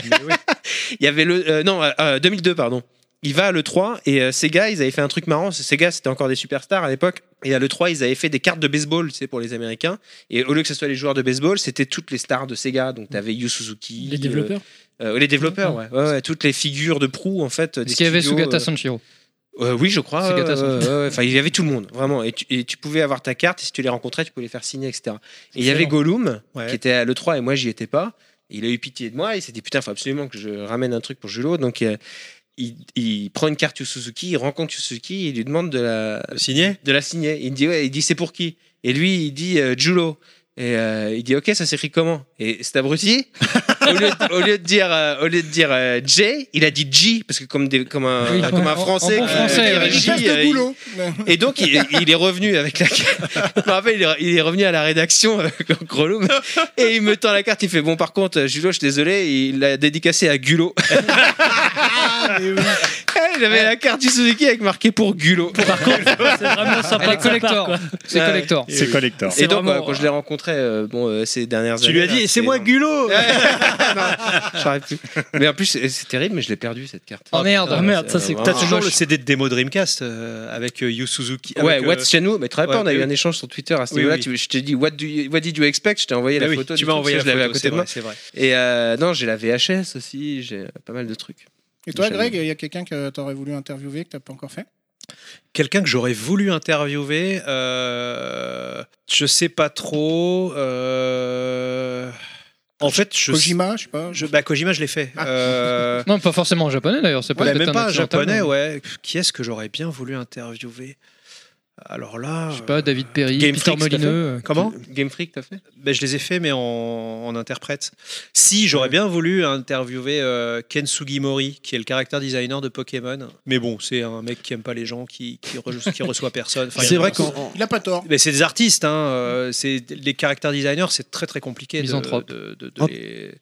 Speaker 8: il y avait le euh, non euh, euh, 2002 pardon. Il va à le 3 et euh, Sega, ils avaient fait un truc marrant. c'est- Sega, c'était encore des superstars à l'époque. Et à le 3, ils avaient fait des cartes de baseball, tu sais, pour les Américains. Et au lieu que ce soit les joueurs de baseball, c'était toutes les stars de Sega. Donc t'avais Yu Suzuki,
Speaker 6: Les développeurs.
Speaker 8: euh, euh, les développeurs, ouais. Ouais, ouais, toutes les figures de proue en fait. euh, des
Speaker 3: Est-ce qu'il y avait
Speaker 8: studios,
Speaker 3: Sugata
Speaker 8: euh,
Speaker 3: Sanchiro
Speaker 8: euh, oui, je crois.
Speaker 3: C'est
Speaker 8: ouais,
Speaker 3: Gata, ça.
Speaker 8: ouais, ouais, ouais. Enfin, il y avait tout le monde, vraiment. Et tu, et tu pouvais avoir ta carte, et si tu les rencontrais, tu pouvais les faire signer, etc. Et il y avait Gollum, qui était à l'E3, et moi, j'y étais pas. Et il a eu pitié de moi, il s'est dit, putain, faut absolument que je ramène un truc pour Julo. Donc, euh, il, il prend une carte Yu Suzuki, il rencontre Yu Suzuki, il lui demande de la,
Speaker 7: Signé
Speaker 8: de la signer. Il dit, ouais, il dit, c'est pour qui Et lui, il dit, euh, Julo. Et euh, il dit, ok, ça s'écrit comment Et cet abruti, au, lieu, de- au lieu de dire, euh, au lieu de dire euh, J, il a dit G, parce que comme, des, comme, un,
Speaker 3: Oui,
Speaker 8: comme un
Speaker 3: en- en
Speaker 8: français,
Speaker 3: bon
Speaker 8: qui-
Speaker 3: français,
Speaker 8: qui-
Speaker 3: oui.
Speaker 8: J,
Speaker 4: Espèce
Speaker 8: euh,
Speaker 4: de
Speaker 8: il-
Speaker 4: boulot.
Speaker 8: et donc, il, il est revenu avec la carte. Je me rappelle, il est- il est revenu à la rédaction, euh, Grelot, et il me tend la carte. Il fait Bon, par contre, euh, Julo, je suis désolé, il l'a dédicacé à Gulot.
Speaker 7: Ah,
Speaker 8: Eh, J'avais la carte du Suzuki avec marqué pour Gulot.
Speaker 6: Par contre, c'est
Speaker 3: Elle est
Speaker 6: vraiment sympa. de sa part,
Speaker 3: collector.
Speaker 6: quoi.
Speaker 3: C'est
Speaker 8: Ouais.
Speaker 3: collector.
Speaker 12: C'est
Speaker 8: Ah,
Speaker 12: collector.
Speaker 8: Et donc,
Speaker 6: vraiment-
Speaker 8: ouais, quand je l'ai rencontré euh, bon, euh, ces dernières années.
Speaker 7: Tu lui as dit,
Speaker 8: là,
Speaker 7: et c'est moi
Speaker 8: c'était-
Speaker 7: Gulot
Speaker 8: Non, j'arrive plus. Mais en plus, c'est c'est terrible, mais je l'ai perdu cette carte.
Speaker 3: Oh, merde.
Speaker 6: Ah, merde, ça, c'est-
Speaker 8: euh, vraiment-
Speaker 7: T'as toujours le CD de démo Dreamcast euh, avec euh, Yu Suzuki.
Speaker 8: Ouais,
Speaker 7: avec, euh,
Speaker 8: What's Shenmue, mais très
Speaker 7: ouais, bah
Speaker 8: pas, on a eu
Speaker 7: oui.
Speaker 8: un échange sur Twitter à ce
Speaker 7: Oui,
Speaker 8: niveau-là.
Speaker 7: oui.
Speaker 8: tu- Je t'ai dit, what, do you- what did you expect Je t'ai envoyé
Speaker 7: ah
Speaker 8: la
Speaker 7: oui,
Speaker 8: photo.
Speaker 7: tu
Speaker 8: du
Speaker 7: m'as
Speaker 8: truc,
Speaker 7: envoyé
Speaker 8: parce que
Speaker 7: la
Speaker 8: je l'avais
Speaker 7: photo,
Speaker 8: à côté
Speaker 7: c'est
Speaker 8: de moi.
Speaker 7: vrai, c'est vrai.
Speaker 8: Et euh, non, j'ai la VHS aussi, j'ai euh, pas mal de trucs.
Speaker 4: Et toi,
Speaker 8: Jamais.
Speaker 4: Greg, il y a quelqu'un que t'aurais voulu interviewer que t'as pas encore fait
Speaker 7: Quelqu'un que j'aurais voulu interviewer, euh, je sais pas trop. euh, En fait, je,
Speaker 4: Kojima, je sais pas.
Speaker 7: je- bah, Kojima, je l'ai fait. Euh,
Speaker 3: Non, pas forcément en japonais d'ailleurs. C'est pas
Speaker 7: ouais,
Speaker 3: peut-être
Speaker 7: même
Speaker 3: un
Speaker 7: pas un
Speaker 3: occidental,
Speaker 7: japonais,
Speaker 3: mais-
Speaker 7: ouais. Qui est-ce que j'aurais bien voulu interviewer Alors là.
Speaker 3: Je sais pas, David Perry,
Speaker 7: Game
Speaker 3: Peter
Speaker 7: Freak, tout à fait.
Speaker 3: Molineux.
Speaker 7: Comment
Speaker 8: Game Freak, t'as fait
Speaker 7: Ben, Je les ai fait, mais en, en interprète. Si, j'aurais bien voulu interviewer euh, Ken Sugimori, qui est le caractère designer de Pokémon. Mais bon, c'est un mec qui aime pas les gens, qui, qui, re- qui reçoit personne. Enfin,
Speaker 1: C'est
Speaker 7: il-
Speaker 1: vrai qu'en.
Speaker 4: Il a pas tort.
Speaker 7: Mais c'est des artistes, hein. euh, c'est les caractères designers, c'est très très compliqué. De,
Speaker 3: Misanthrope.
Speaker 7: de, de- de
Speaker 1: Oh.
Speaker 7: les-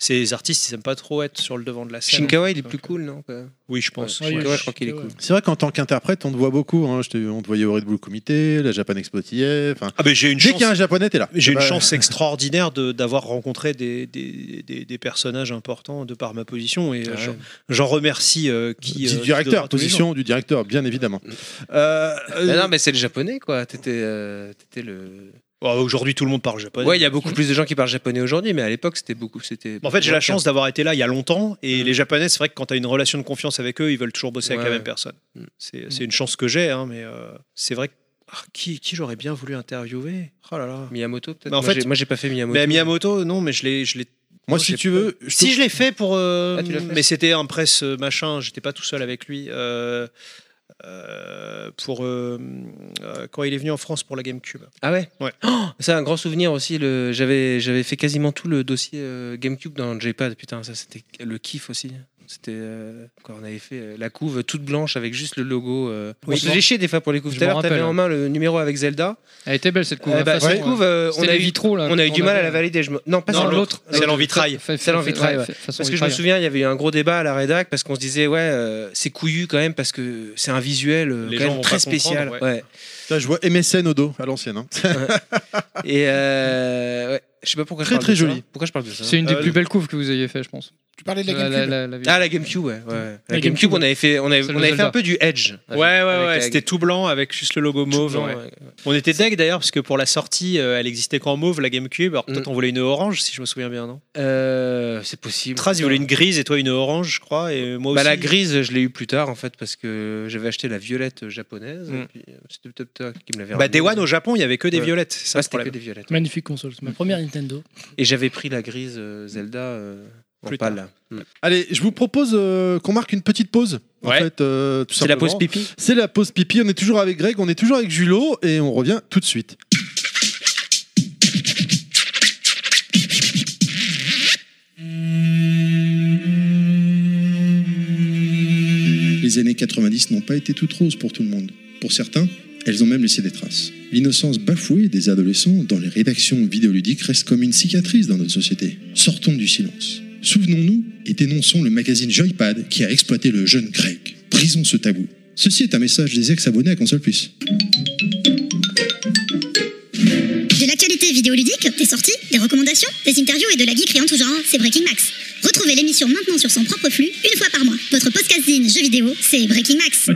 Speaker 7: Ces artistes, ils aiment pas trop être sur le devant de la scène.
Speaker 8: Shinkawa, il est plus cool, non
Speaker 7: Oui, je pense.
Speaker 6: Ouais,
Speaker 7: ouais.
Speaker 8: Shinkawa, je crois qu'il est cool.
Speaker 1: C'est vrai qu'en tant qu'interprète, on te voit beaucoup. hein. Je t'ai- on te voyait au Red Bull Comité, la Japan Expo TIE, enfin,
Speaker 7: Ah, ben j'ai une
Speaker 1: Dès
Speaker 7: chance.
Speaker 1: qu'il y a un japonais, t'es là.
Speaker 7: J'ai une
Speaker 1: Bah,
Speaker 7: chance extraordinaire de- d'avoir rencontré des, des, des- des personnages importants de par ma position et euh, j'en- j'en remercie euh, qui. euh,
Speaker 1: Du
Speaker 7: qui Euh,
Speaker 1: directeur,
Speaker 7: donnera tous les jours.
Speaker 1: position du directeur, bien évidemment.
Speaker 8: Bah Mais non, mais c'est le japonais, quoi. T'étais euh, t'étais le.
Speaker 7: Oh, Aujourd'hui, tout le monde parle japonais.
Speaker 8: Ouais, il y a beaucoup plus de gens qui parlent japonais aujourd'hui, mais à l'époque, c'était beaucoup. C'était.
Speaker 7: En fait, j'ai la chance d'avoir été là il y a longtemps, et les Japonais, c'est vrai que quand tu as une relation de confiance avec eux, ils veulent toujours bosser avec
Speaker 8: Ouais.
Speaker 7: la même personne.
Speaker 8: Mm.
Speaker 7: C'est c'est une chance que j'ai, hein, mais euh, c'est vrai que ah, qui, qui j'aurais bien voulu interviewer Oh là là.
Speaker 8: Miyamoto, peut-être.
Speaker 7: Mais en
Speaker 8: Moi,
Speaker 7: fait-
Speaker 8: j'ai- moi, j'ai pas fait Miyamoto.
Speaker 7: Mais Miyamoto, non, mais je l'ai. je l'ai- non,
Speaker 1: Moi, si
Speaker 7: j'ai
Speaker 1: tu
Speaker 7: pas-
Speaker 1: veux, je te-
Speaker 7: Si je l'ai fait pour. euh,
Speaker 8: Ah, tu l'as fait.
Speaker 7: mais c'était un presse euh, machin, j'étais pas tout seul avec lui. euh, euh, pour euh, euh, quand il est venu en France pour la GameCube.
Speaker 8: Ah ouais.
Speaker 7: Ouais.
Speaker 8: Oh, c'est un grand souvenir aussi. Le... J'avais, j'avais fait quasiment tout le dossier euh, GameCube dans J-Pad. Putain, ça c'était le kiff aussi. C'était euh, quand on avait fait euh, la couve toute blanche avec juste le logo. euh.
Speaker 3: Oui.
Speaker 8: on se faisait chier des fois pour les couves.
Speaker 3: Je
Speaker 8: Tout à
Speaker 3: m'en
Speaker 8: l'heure, t'avais
Speaker 3: rappelle.
Speaker 8: en main le numéro avec Zelda.
Speaker 3: Elle était belle cette couve.
Speaker 8: Eh
Speaker 3: hein,
Speaker 8: bah,
Speaker 3: façon,
Speaker 8: cette
Speaker 3: euh,
Speaker 8: couve, euh,
Speaker 3: c'était
Speaker 8: on a
Speaker 3: les
Speaker 8: eu,
Speaker 3: vitraux là.
Speaker 8: on a eu du
Speaker 3: qu'on
Speaker 8: mal à
Speaker 3: avait.
Speaker 8: la valider. Je me- Non, pas
Speaker 7: Non,
Speaker 8: celle-là.
Speaker 3: l'autre.
Speaker 7: Celle en vitrail.
Speaker 3: Fa- fa-
Speaker 8: Celle en
Speaker 3: fa-
Speaker 8: vitrail,
Speaker 3: ouais,
Speaker 8: ouais.
Speaker 3: fa- façon
Speaker 8: Parce que je me
Speaker 3: vitrail.
Speaker 8: souviens, il y avait eu un gros débat à la rédac parce qu'on se disait, ouais, euh, c'est couillu quand même parce que c'est un visuel euh,
Speaker 7: Les
Speaker 8: quand
Speaker 7: gens
Speaker 8: même
Speaker 7: vont
Speaker 8: très
Speaker 7: pas comprendre,
Speaker 8: spécial.
Speaker 7: ouais.
Speaker 8: Ouais.
Speaker 1: Là, je vois MSN au dos, à l'ancienne. hein.
Speaker 8: Et euh, ouais, je sais pas pourquoi
Speaker 1: Très,
Speaker 8: je parle
Speaker 1: très
Speaker 8: de ça.
Speaker 1: joli.
Speaker 8: Pourquoi je parle de ça
Speaker 3: C'est une des
Speaker 7: Euh,
Speaker 3: plus belles couves que vous ayez fait, je pense.
Speaker 4: Tu parlais de la
Speaker 3: La-
Speaker 4: GameCube
Speaker 3: la- la- la-
Speaker 8: Ah, la GameCube, ouais. ouais. La,
Speaker 6: La
Speaker 8: GameCube,
Speaker 6: GameCube,
Speaker 8: on avait fait, on avait,
Speaker 3: Celle
Speaker 8: on
Speaker 3: de
Speaker 8: avait fait un
Speaker 3: Zelda.
Speaker 8: peu du Edge.
Speaker 7: Ouais, ouais,
Speaker 8: Avec
Speaker 7: ouais.
Speaker 8: la-
Speaker 7: C'était tout blanc avec juste le logo mauve.
Speaker 8: Tout blanc,
Speaker 7: ouais.
Speaker 8: ouais.
Speaker 7: On était deg d'ailleurs parce que pour la sortie, euh, elle existait qu'en mauve la GameCube. Alors peut-être
Speaker 8: Mm.
Speaker 7: on voulait une orange si je me souviens bien, non
Speaker 8: Euh, c'est possible.
Speaker 7: Traz, il voulait une grise et toi une orange, je crois. Et moi
Speaker 8: Bah,
Speaker 7: aussi.
Speaker 8: la grise, je l'ai eu plus tard en fait parce que j'avais aché la violette japonaise.
Speaker 7: Mm.
Speaker 8: et puis, euh, C'était peut-être toi qui me l'avais.
Speaker 7: Bah, Day
Speaker 8: ramenée.
Speaker 7: One au Japon, il y avait que des
Speaker 8: Ouais.
Speaker 7: violettes. c'est Ça,
Speaker 8: Ouais,
Speaker 7: le
Speaker 8: c'était que
Speaker 7: problème.
Speaker 8: des violettes.
Speaker 6: Magnifique console, c'est ma première Nintendo.
Speaker 8: Et j'avais pris la grise euh, Zelda euh, en
Speaker 7: Plus
Speaker 8: pâle. là. Mm.
Speaker 1: Allez, je vous propose euh, qu'on marque une petite pause. En
Speaker 7: Ouais.
Speaker 1: fait, euh, tout
Speaker 8: C'est la
Speaker 1: simplement.
Speaker 8: pause pipi.
Speaker 1: C'est la pause pipi. On est toujours avec Greg, on est toujours avec Julo et on revient tout de suite. Les années 90 n'ont pas été toutes roses pour tout le monde. Pour certains, elles ont même laissé des traces. L'innocence bafouée des adolescents dans les rédactions vidéoludiques reste comme une cicatrice dans notre société. Sortons du silence. Souvenons-nous et dénonçons le magazine Joypad qui a exploité le jeune Greg. Brisons ce tabou. Ceci est un message des ex-abonnés à Console Plus.
Speaker 13: De l'actualité vidéoludique, des sorties, des recommandations, des interviews et de la geekerie en tout genre, c'est Breaking Max. Retrouvez l'émission maintenant sur son propre flux, une fois par mois. Votre podcast zine jeux vidéo, c'est Breaking Max.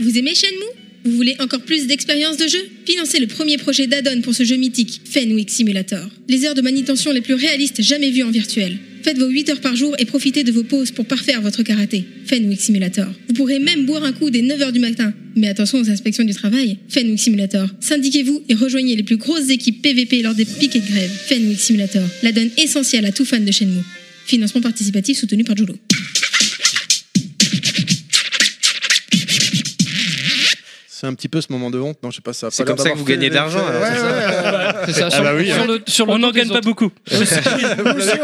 Speaker 14: Vous aimez Shenmue Vous voulez encore plus d'expérience de jeu Financez le premier projet d'add-on pour ce jeu mythique, Fenwick Simulator. Les heures de manutention les plus réalistes jamais vues en virtuel. Faites vos 8 heures par jour et profitez de vos pauses pour parfaire votre karaté. Fenwick Simulator. Vous pourrez même boire un coup dès 9h du matin. Mais attention aux inspections du travail. Fenwick Simulator. Syndiquez-vous et rejoignez les plus grosses équipes PVP lors des piquets de grève. Fenwick Simulator. La donne essentielle à tout fan de Shenmue. Financement participatif soutenu par Julo.
Speaker 1: C'est un petit peu ce moment de honte, non Je sais pas ça. a
Speaker 8: C'est
Speaker 1: pas l'air
Speaker 8: comme ça que
Speaker 1: d'avoir
Speaker 8: vous
Speaker 1: fait-
Speaker 8: gagnez de l'argent.
Speaker 4: hein.
Speaker 8: alors, c'est ça
Speaker 3: C'est ça,
Speaker 12: Ah
Speaker 3: sur-
Speaker 12: bah oui,
Speaker 3: sur
Speaker 12: hein.
Speaker 3: le- sur le
Speaker 6: On
Speaker 3: dos
Speaker 6: n'en
Speaker 3: des
Speaker 6: gagne pas
Speaker 3: autres.
Speaker 6: beaucoup.
Speaker 4: Nous aussi,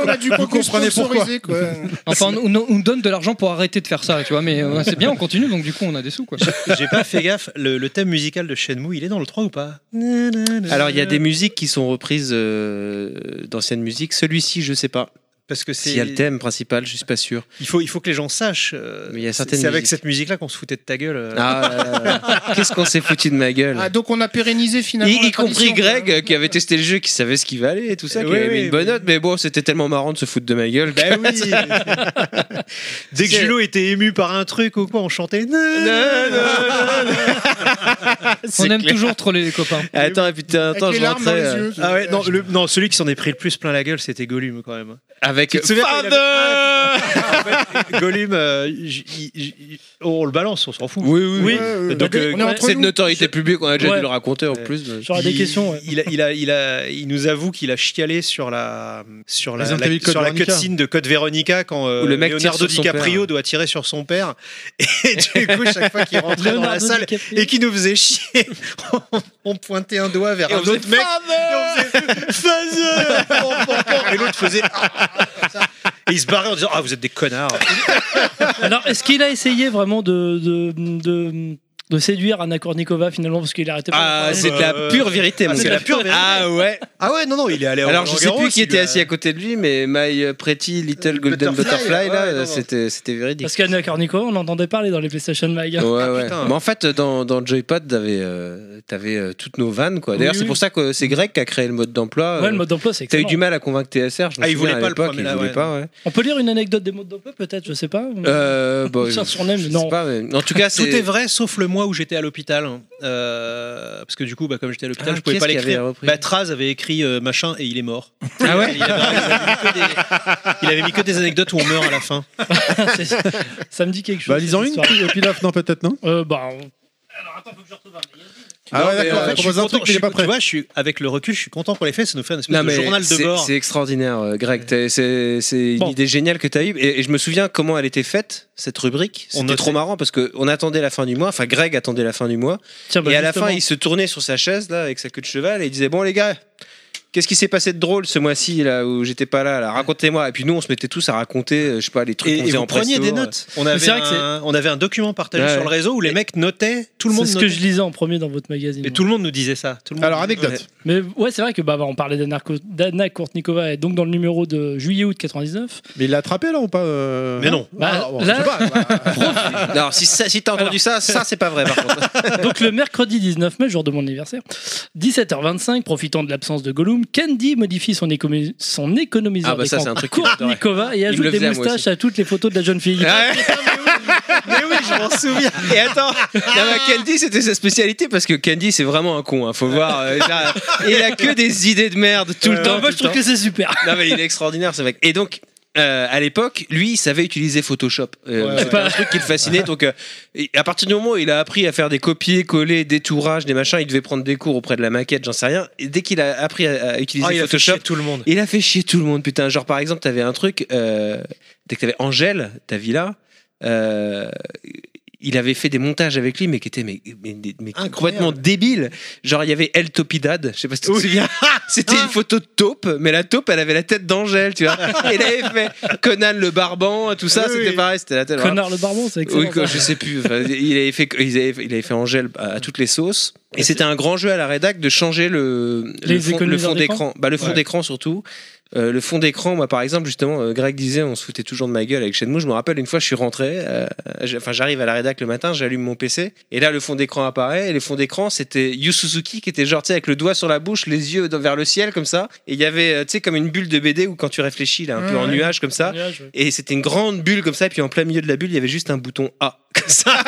Speaker 4: on a du
Speaker 1: Vous
Speaker 4: contenu
Speaker 1: comprenez pourquoi.
Speaker 4: sponsorisé, quoi.
Speaker 7: Bah,
Speaker 3: Enfin, on, on- on donne de l'argent pour arrêter de faire ça, tu vois. Mais euh, c'est bien, on continue, donc du coup, on a des sous, quoi.
Speaker 7: J'ai pas fait gaffe. Le, le thème musical de Shenmue, il est dans le 3 ou pas
Speaker 8: Alors, il y a des musiques qui sont reprises euh, d'anciennes musiques. Celui-ci, je sais pas.
Speaker 7: Parce que c'est.
Speaker 8: S'il y a le thème principal, je suis pas sûr.
Speaker 7: Il faut, il faut que les gens sachent. euh,
Speaker 8: Mais il y a
Speaker 7: c'est-
Speaker 8: certaines
Speaker 7: C'est avec
Speaker 8: musiques.
Speaker 7: cette musique-là qu'on se foutait de ta gueule. euh.
Speaker 8: Ah, là, là, là. qu'est-ce qu'on s'est foutu de ma gueule
Speaker 4: Ah, donc on a pérennisé finalement.
Speaker 8: y,
Speaker 4: la
Speaker 8: y compris
Speaker 4: tradition,
Speaker 8: Greg
Speaker 4: quoi.
Speaker 8: euh, qui avait testé le jeu, qui savait ce qu'il valait et tout ça,
Speaker 7: Euh,
Speaker 8: qui
Speaker 7: oui,
Speaker 8: avait mis
Speaker 7: oui,
Speaker 8: une bonne
Speaker 7: mais-
Speaker 8: note, mais bon, c'était tellement marrant de se foutre de ma gueule. que-
Speaker 7: Bah oui. Dès que
Speaker 8: C'est-
Speaker 7: Julo était ému par un truc ou quoi, on chantait.
Speaker 3: On
Speaker 8: C'est
Speaker 3: aime
Speaker 8: clair.
Speaker 3: toujours troller les copains.
Speaker 8: Attends, et puis de temps en
Speaker 4: Avec
Speaker 8: temps,
Speaker 4: les
Speaker 8: je
Speaker 4: larmes dans
Speaker 8: rentrais
Speaker 4: les
Speaker 8: euh,
Speaker 4: yeux.
Speaker 7: Ah ouais, non, le- non, celui qui s'en est pris le plus plein la gueule, c'était Gollum quand même.
Speaker 8: euh, avec
Speaker 7: Tu te souviens quand il
Speaker 8: Father
Speaker 7: Gollum, euh, j- j- j- on le balance, on s'en fout.
Speaker 8: Oui, oui, oui.
Speaker 7: Oui.
Speaker 4: Ouais, ouais,
Speaker 7: Donc,
Speaker 4: ouais.
Speaker 7: euh,
Speaker 4: On est entre
Speaker 8: C'est de
Speaker 4: nous.
Speaker 8: notoriété publique, on a déjà
Speaker 6: Ouais.
Speaker 8: dû le raconter en
Speaker 7: Ouais.
Speaker 8: plus. mais-
Speaker 6: J'aurais des
Speaker 7: Il-
Speaker 6: questions. ouais.
Speaker 7: Il, a- il, a- il, a- il nous avoue qu'il a chialé sur la sur la,
Speaker 1: Ils ont
Speaker 7: la-
Speaker 1: vu Code
Speaker 7: sur la
Speaker 1: Veronica.
Speaker 7: cutscene de Code Veronica quand euh,
Speaker 8: Où le mec tire
Speaker 7: Leonardo
Speaker 8: sur son
Speaker 7: DiCaprio
Speaker 8: père.
Speaker 7: doit tirer sur son père et du coup chaque fois qu'il rentrait dans la
Speaker 6: Leonardo
Speaker 7: salle
Speaker 6: DiCaprio.
Speaker 7: et qui nous faisait chier on, on pointait un doigt vers
Speaker 8: Et
Speaker 7: un
Speaker 8: on faisait
Speaker 7: autre mec et on faisait Father Pom, pom, pom. et l'autre faisait Ah, ah, ah, comme ça. et il se barrait en disant ah vous êtes des connards
Speaker 6: Alors, est-ce qu'il a essayé vraiment de, de, de- de séduire Anna Kournikova finalement parce qu'il arrêtait
Speaker 8: Ah, c'est de la pure vérité, mon
Speaker 6: bah, C'est
Speaker 8: gars.
Speaker 6: la pure vérité.
Speaker 8: Ah ouais.
Speaker 7: Ah ouais, non, non, il est allé
Speaker 8: Alors, je sais plus qui était
Speaker 7: assis
Speaker 8: assis à côté de lui, mais My Pretty Little Golden
Speaker 6: Butterfly,
Speaker 8: Butterfly, là,
Speaker 6: ouais, non, non.
Speaker 8: c'était c'était véridique.
Speaker 6: Parce qu'Anna Kournikova, on entendait parler dans les PlayStation Mag.
Speaker 7: Ah,
Speaker 8: Ouais, ouais. Mais en fait, dans, dans Joypad, t'avais euh, t'avais, euh, toutes nos vannes, quoi. D'ailleurs,
Speaker 6: Oui,
Speaker 8: c'est
Speaker 6: oui.
Speaker 8: pour ça que c'est Greg qui a créé le mode d'emploi. euh,
Speaker 6: Ouais, le mode d'emploi, c'est
Speaker 8: T'as eu
Speaker 6: excellent.
Speaker 8: du mal à convaincre TSR, je me
Speaker 7: Ah, il
Speaker 8: souviens,
Speaker 7: voulait
Speaker 8: à
Speaker 7: pas le
Speaker 8: l'époque,
Speaker 7: premier,
Speaker 8: il
Speaker 7: là,
Speaker 8: voulait
Speaker 7: ouais.
Speaker 8: pas, ouais.
Speaker 6: On peut lire une anecdote des modes d'emploi peut-être, je sais pas.
Speaker 8: Euh, bon,
Speaker 6: Ça,
Speaker 8: je-
Speaker 6: son aime,
Speaker 8: je sais
Speaker 6: non.
Speaker 8: pas, mais en tout cas,
Speaker 7: tout
Speaker 8: c'est.
Speaker 7: est vrai sauf le mois où j'étais à l'hôpital hein. Euh, parce que du coup bah, comme j'étais à l'hôpital
Speaker 8: Ah,
Speaker 7: je pouvais
Speaker 8: qui
Speaker 7: pas
Speaker 8: est-ce qui avait
Speaker 7: l'écrire
Speaker 8: repris
Speaker 7: bah, Traz avait écrit euh, machin et il est mort
Speaker 8: Ah ouais
Speaker 7: il, avait, il avait mis que des, il avait mis que des anecdotes où on meurt à la fin
Speaker 6: Ça me dit quelque chose.
Speaker 1: Bah, lisons
Speaker 6: cette
Speaker 1: une,
Speaker 6: histoire.
Speaker 1: puis- Pilaf, non, peut-être, non
Speaker 6: Euh, bah,
Speaker 1: Ah ouais,
Speaker 7: Non, mais,
Speaker 1: d'accord,
Speaker 7: euh,
Speaker 1: on
Speaker 7: je suis
Speaker 1: propose un
Speaker 7: content-
Speaker 1: truc, mais il
Speaker 7: je
Speaker 1: est
Speaker 7: suis-
Speaker 1: pas prêt.
Speaker 7: tu vois, je suis- avec le recul je suis content pour les faits ça nous fait un espèce
Speaker 8: Non,
Speaker 7: de
Speaker 8: mais
Speaker 7: journal de
Speaker 8: c'est-
Speaker 7: bord
Speaker 8: C'est extraordinaire, euh, Greg. T'es- C'est c'est une idée géniale que tu as eue. Et, et je me souviens comment elle était faite, cette rubrique. C'était trop marrant parce qu'on attendait la fin du mois. Enfin, Greg attendait la fin du mois.
Speaker 6: Tiens, bah,
Speaker 8: et à la
Speaker 6: justement.
Speaker 8: fin, il se tournait sur sa chaise, là, avec sa queue de cheval, et il disait Bon, les gars. Qu'est-ce qui s'est passé de drôle ce mois-ci là où j'étais pas là, là Racontez-moi. Et puis nous on se mettait tous à raconter, euh, je sais pas les trucs
Speaker 7: et,
Speaker 8: qu'on
Speaker 7: et
Speaker 8: faisait
Speaker 7: vous
Speaker 8: en
Speaker 7: preniez
Speaker 8: presto. euh.
Speaker 7: des notes on
Speaker 6: Mais
Speaker 7: avait,
Speaker 6: c'est vrai que
Speaker 7: un, on avait un document partagé
Speaker 8: Ouais.
Speaker 7: sur le réseau où les mecs notaient tout le
Speaker 6: C'est
Speaker 7: monde
Speaker 6: ce que je lisais en premier dans votre magazine.
Speaker 7: et tout le monde nous disait ça tout le monde
Speaker 1: Alors, anecdote.
Speaker 6: Mais ouais, c'est vrai que bah, bah, on parlait d'Anna Ko- d'Anna Kourtnikova et donc dans le numéro de juillet-août 99.
Speaker 1: Mais il l'a attrapé là ou pas euh,
Speaker 6: Mais non. Bah,
Speaker 1: Ah, bon, je
Speaker 6: là-
Speaker 1: sais pas, bah,
Speaker 8: Alors si, ça- si t'as entendu ça, ça c'est pas vrai par contre.
Speaker 6: Donc le mercredi 19 mai, jour de mon anniversaire, 17h25, profitant de l'absence de Gollum, Candy modifie son, économi- son économiseur
Speaker 8: Ah bah ça,
Speaker 6: d'écran
Speaker 8: c'est un truc qu'il adorait.
Speaker 6: Kourtnikova
Speaker 8: Il
Speaker 6: et
Speaker 8: me
Speaker 6: ajoute
Speaker 8: le
Speaker 6: des
Speaker 8: faisait à moi
Speaker 6: moustaches
Speaker 8: aussi.
Speaker 6: à toutes les photos de la jeune fille.
Speaker 8: Mais oui, je m'en souviens. Et attends, non, mais Candy, c'était sa spécialité parce que Candy, c'est vraiment un con. hein, faut voir. euh, ça- il a que des idées de merde tout le
Speaker 6: Euh,
Speaker 8: temps.
Speaker 6: moi,
Speaker 8: tout
Speaker 6: je
Speaker 8: le
Speaker 6: trouve que
Speaker 8: temps.
Speaker 6: c'est super.
Speaker 8: Non, mais il est extraordinaire ce mec. Et donc. euh, à l'époque, lui, il savait utiliser Photoshop. Euh,
Speaker 6: Ouais,
Speaker 8: C'était un truc qui le fascinait. Donc, euh, et à partir du moment où il a appris à faire des copier-coller, des tourages, des machins, il devait prendre des cours auprès de la maquette, j'en sais rien. Et dès qu'il a appris à, à utiliser
Speaker 7: Ah, il a fait
Speaker 8: Photoshop,
Speaker 7: chier tout le monde.
Speaker 8: il a fait chier tout le monde, putain. Genre, par exemple, t'avais un truc, euh, dès que t'avais Angèle, ta villa, euh, il avait fait des montages avec lui, mais qui étaient mais, mais- mais- mais
Speaker 7: Incroyable.
Speaker 8: complètement débiles. Genre, il y avait El Topidad, je sais pas si tu te souviens. C'était
Speaker 6: Hein
Speaker 8: une photo de taupe, mais la taupe, elle avait la tête d'Angèle, tu vois. Il avait fait Conan le Barban, tout ça,
Speaker 6: Oui,
Speaker 8: c'était
Speaker 6: oui.
Speaker 8: pareil, c'était la tête.
Speaker 6: Connard le barbon, c'est excellent.
Speaker 8: Oui, quoi,
Speaker 6: ça.
Speaker 8: je sais plus. Enfin, il, avait fait, il, avait, il avait fait Angèle à, à toutes les sauces. Et c'était un grand jeu à la rédac de changer le,
Speaker 6: Les
Speaker 8: le fond, le
Speaker 6: économiseurs
Speaker 8: fond d'écran.
Speaker 6: d'écran
Speaker 8: Bah, le fond
Speaker 6: Ouais.
Speaker 8: d'écran surtout. Euh, le fond d'écran, moi par exemple, justement, euh, Greg disait, on se foutait toujours de ma gueule avec Shenmue. Je me rappelle une fois, je suis rentré, euh, j'ai- enfin j'arrive à la rédac le matin, j'allume mon PC, et là le fond d'écran apparaît. Et le fond d'écran, c'était Yu Suzuki qui était genre tu sais, avec le doigt sur la bouche, les yeux dans- vers le ciel comme ça. Et il y avait, euh, tu sais, comme une bulle de BD où quand tu réfléchis, là, un peu
Speaker 6: Ouais,
Speaker 8: en
Speaker 6: ouais.
Speaker 8: nuage comme ça.
Speaker 6: En nuage, ouais.
Speaker 8: Et c'était une grande bulle comme ça, et puis en plein milieu de la bulle, il y avait juste un bouton A. Comme ça.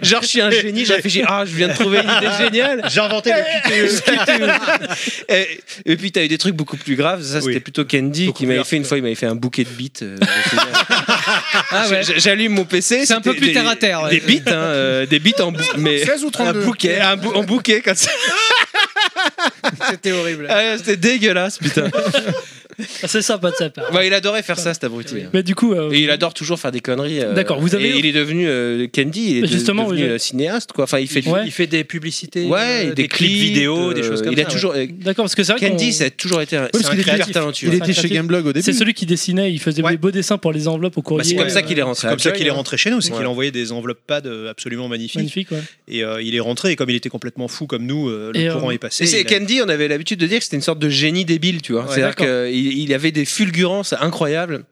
Speaker 8: Genre, je suis un génie, j'ai réfléchi, ah, je viens de trouver une idée géniale.
Speaker 2: J'ai inventé le
Speaker 8: et, et puis, t'as eu des trucs beaucoup plus graves. Ça, c'était plutôt Candy qui m'avait fait une fois, il m'avait fait un bouquet de bites. euh, je me souviens. J- J'allume mon PC.
Speaker 3: Ah C'est un peu
Speaker 8: c'était
Speaker 3: plus
Speaker 8: des-
Speaker 3: terre à terre, ouais.
Speaker 8: Des bites, hein, euh, des bites en bou- mais
Speaker 4: 16 ou 32.
Speaker 8: Un bouquet, un bou- en bouquet, comme ça.
Speaker 3: C'était horrible.
Speaker 8: Ah, c'était dégueulasse, putain.
Speaker 6: Ah, C'est sympa de sa part.
Speaker 8: Ouais, il adorait faire ça, cet abruti. hein.
Speaker 6: Mais du coup, euh,
Speaker 8: Et il adore toujours faire des conneries. euh,
Speaker 6: D'accord, vous avez-
Speaker 8: et il est devenu euh, Candy, il est de-
Speaker 6: Justement,
Speaker 8: devenu
Speaker 6: oui, je-
Speaker 8: euh, cinéaste quoi. Enfin, il fait du-
Speaker 6: Ouais.
Speaker 8: il
Speaker 7: il
Speaker 8: fait
Speaker 7: fait des publicités
Speaker 8: ouais,
Speaker 7: euh,
Speaker 8: des, clips,
Speaker 7: vidéo
Speaker 8: euh,
Speaker 7: des choses comme
Speaker 8: il
Speaker 7: ça
Speaker 8: a toujours
Speaker 7: ouais.
Speaker 8: euh,
Speaker 6: d'accord, parce que c'est vrai qu'on-
Speaker 8: Candy, ça a toujours été un,
Speaker 1: parce
Speaker 8: c'est un
Speaker 1: qu'il était-
Speaker 8: créatif talentueux.
Speaker 1: il était chez Gameblog au début.
Speaker 6: C'est celui qui dessinait, il faisait des beaux dessins pour les enveloppes au
Speaker 7: Bah,
Speaker 6: courrier.
Speaker 7: c'est comme ça
Speaker 6: euh,
Speaker 7: qu'il est rentré.
Speaker 8: à
Speaker 7: comme ça
Speaker 8: Joy,
Speaker 7: qu'il est
Speaker 8: hein.
Speaker 7: rentré chez nous, c'est
Speaker 8: Ouais.
Speaker 7: qu'il a envoyé des enveloppes pad euh, absolument magnifiques.
Speaker 6: Magnifique, ouais.
Speaker 7: Et euh, il est rentré et comme il était complètement fou comme nous, euh, le
Speaker 6: Et,
Speaker 7: courant
Speaker 6: euh,
Speaker 7: est
Speaker 8: Et
Speaker 7: passé.
Speaker 8: c'est
Speaker 7: il a-
Speaker 8: Candy, on avait l'habitude de dire que c'était une sorte de génie débile, tu vois.
Speaker 7: Ouais,
Speaker 8: C'est-à-dire
Speaker 7: d'accord.
Speaker 8: qu'il il avait des fulgurances incroyables.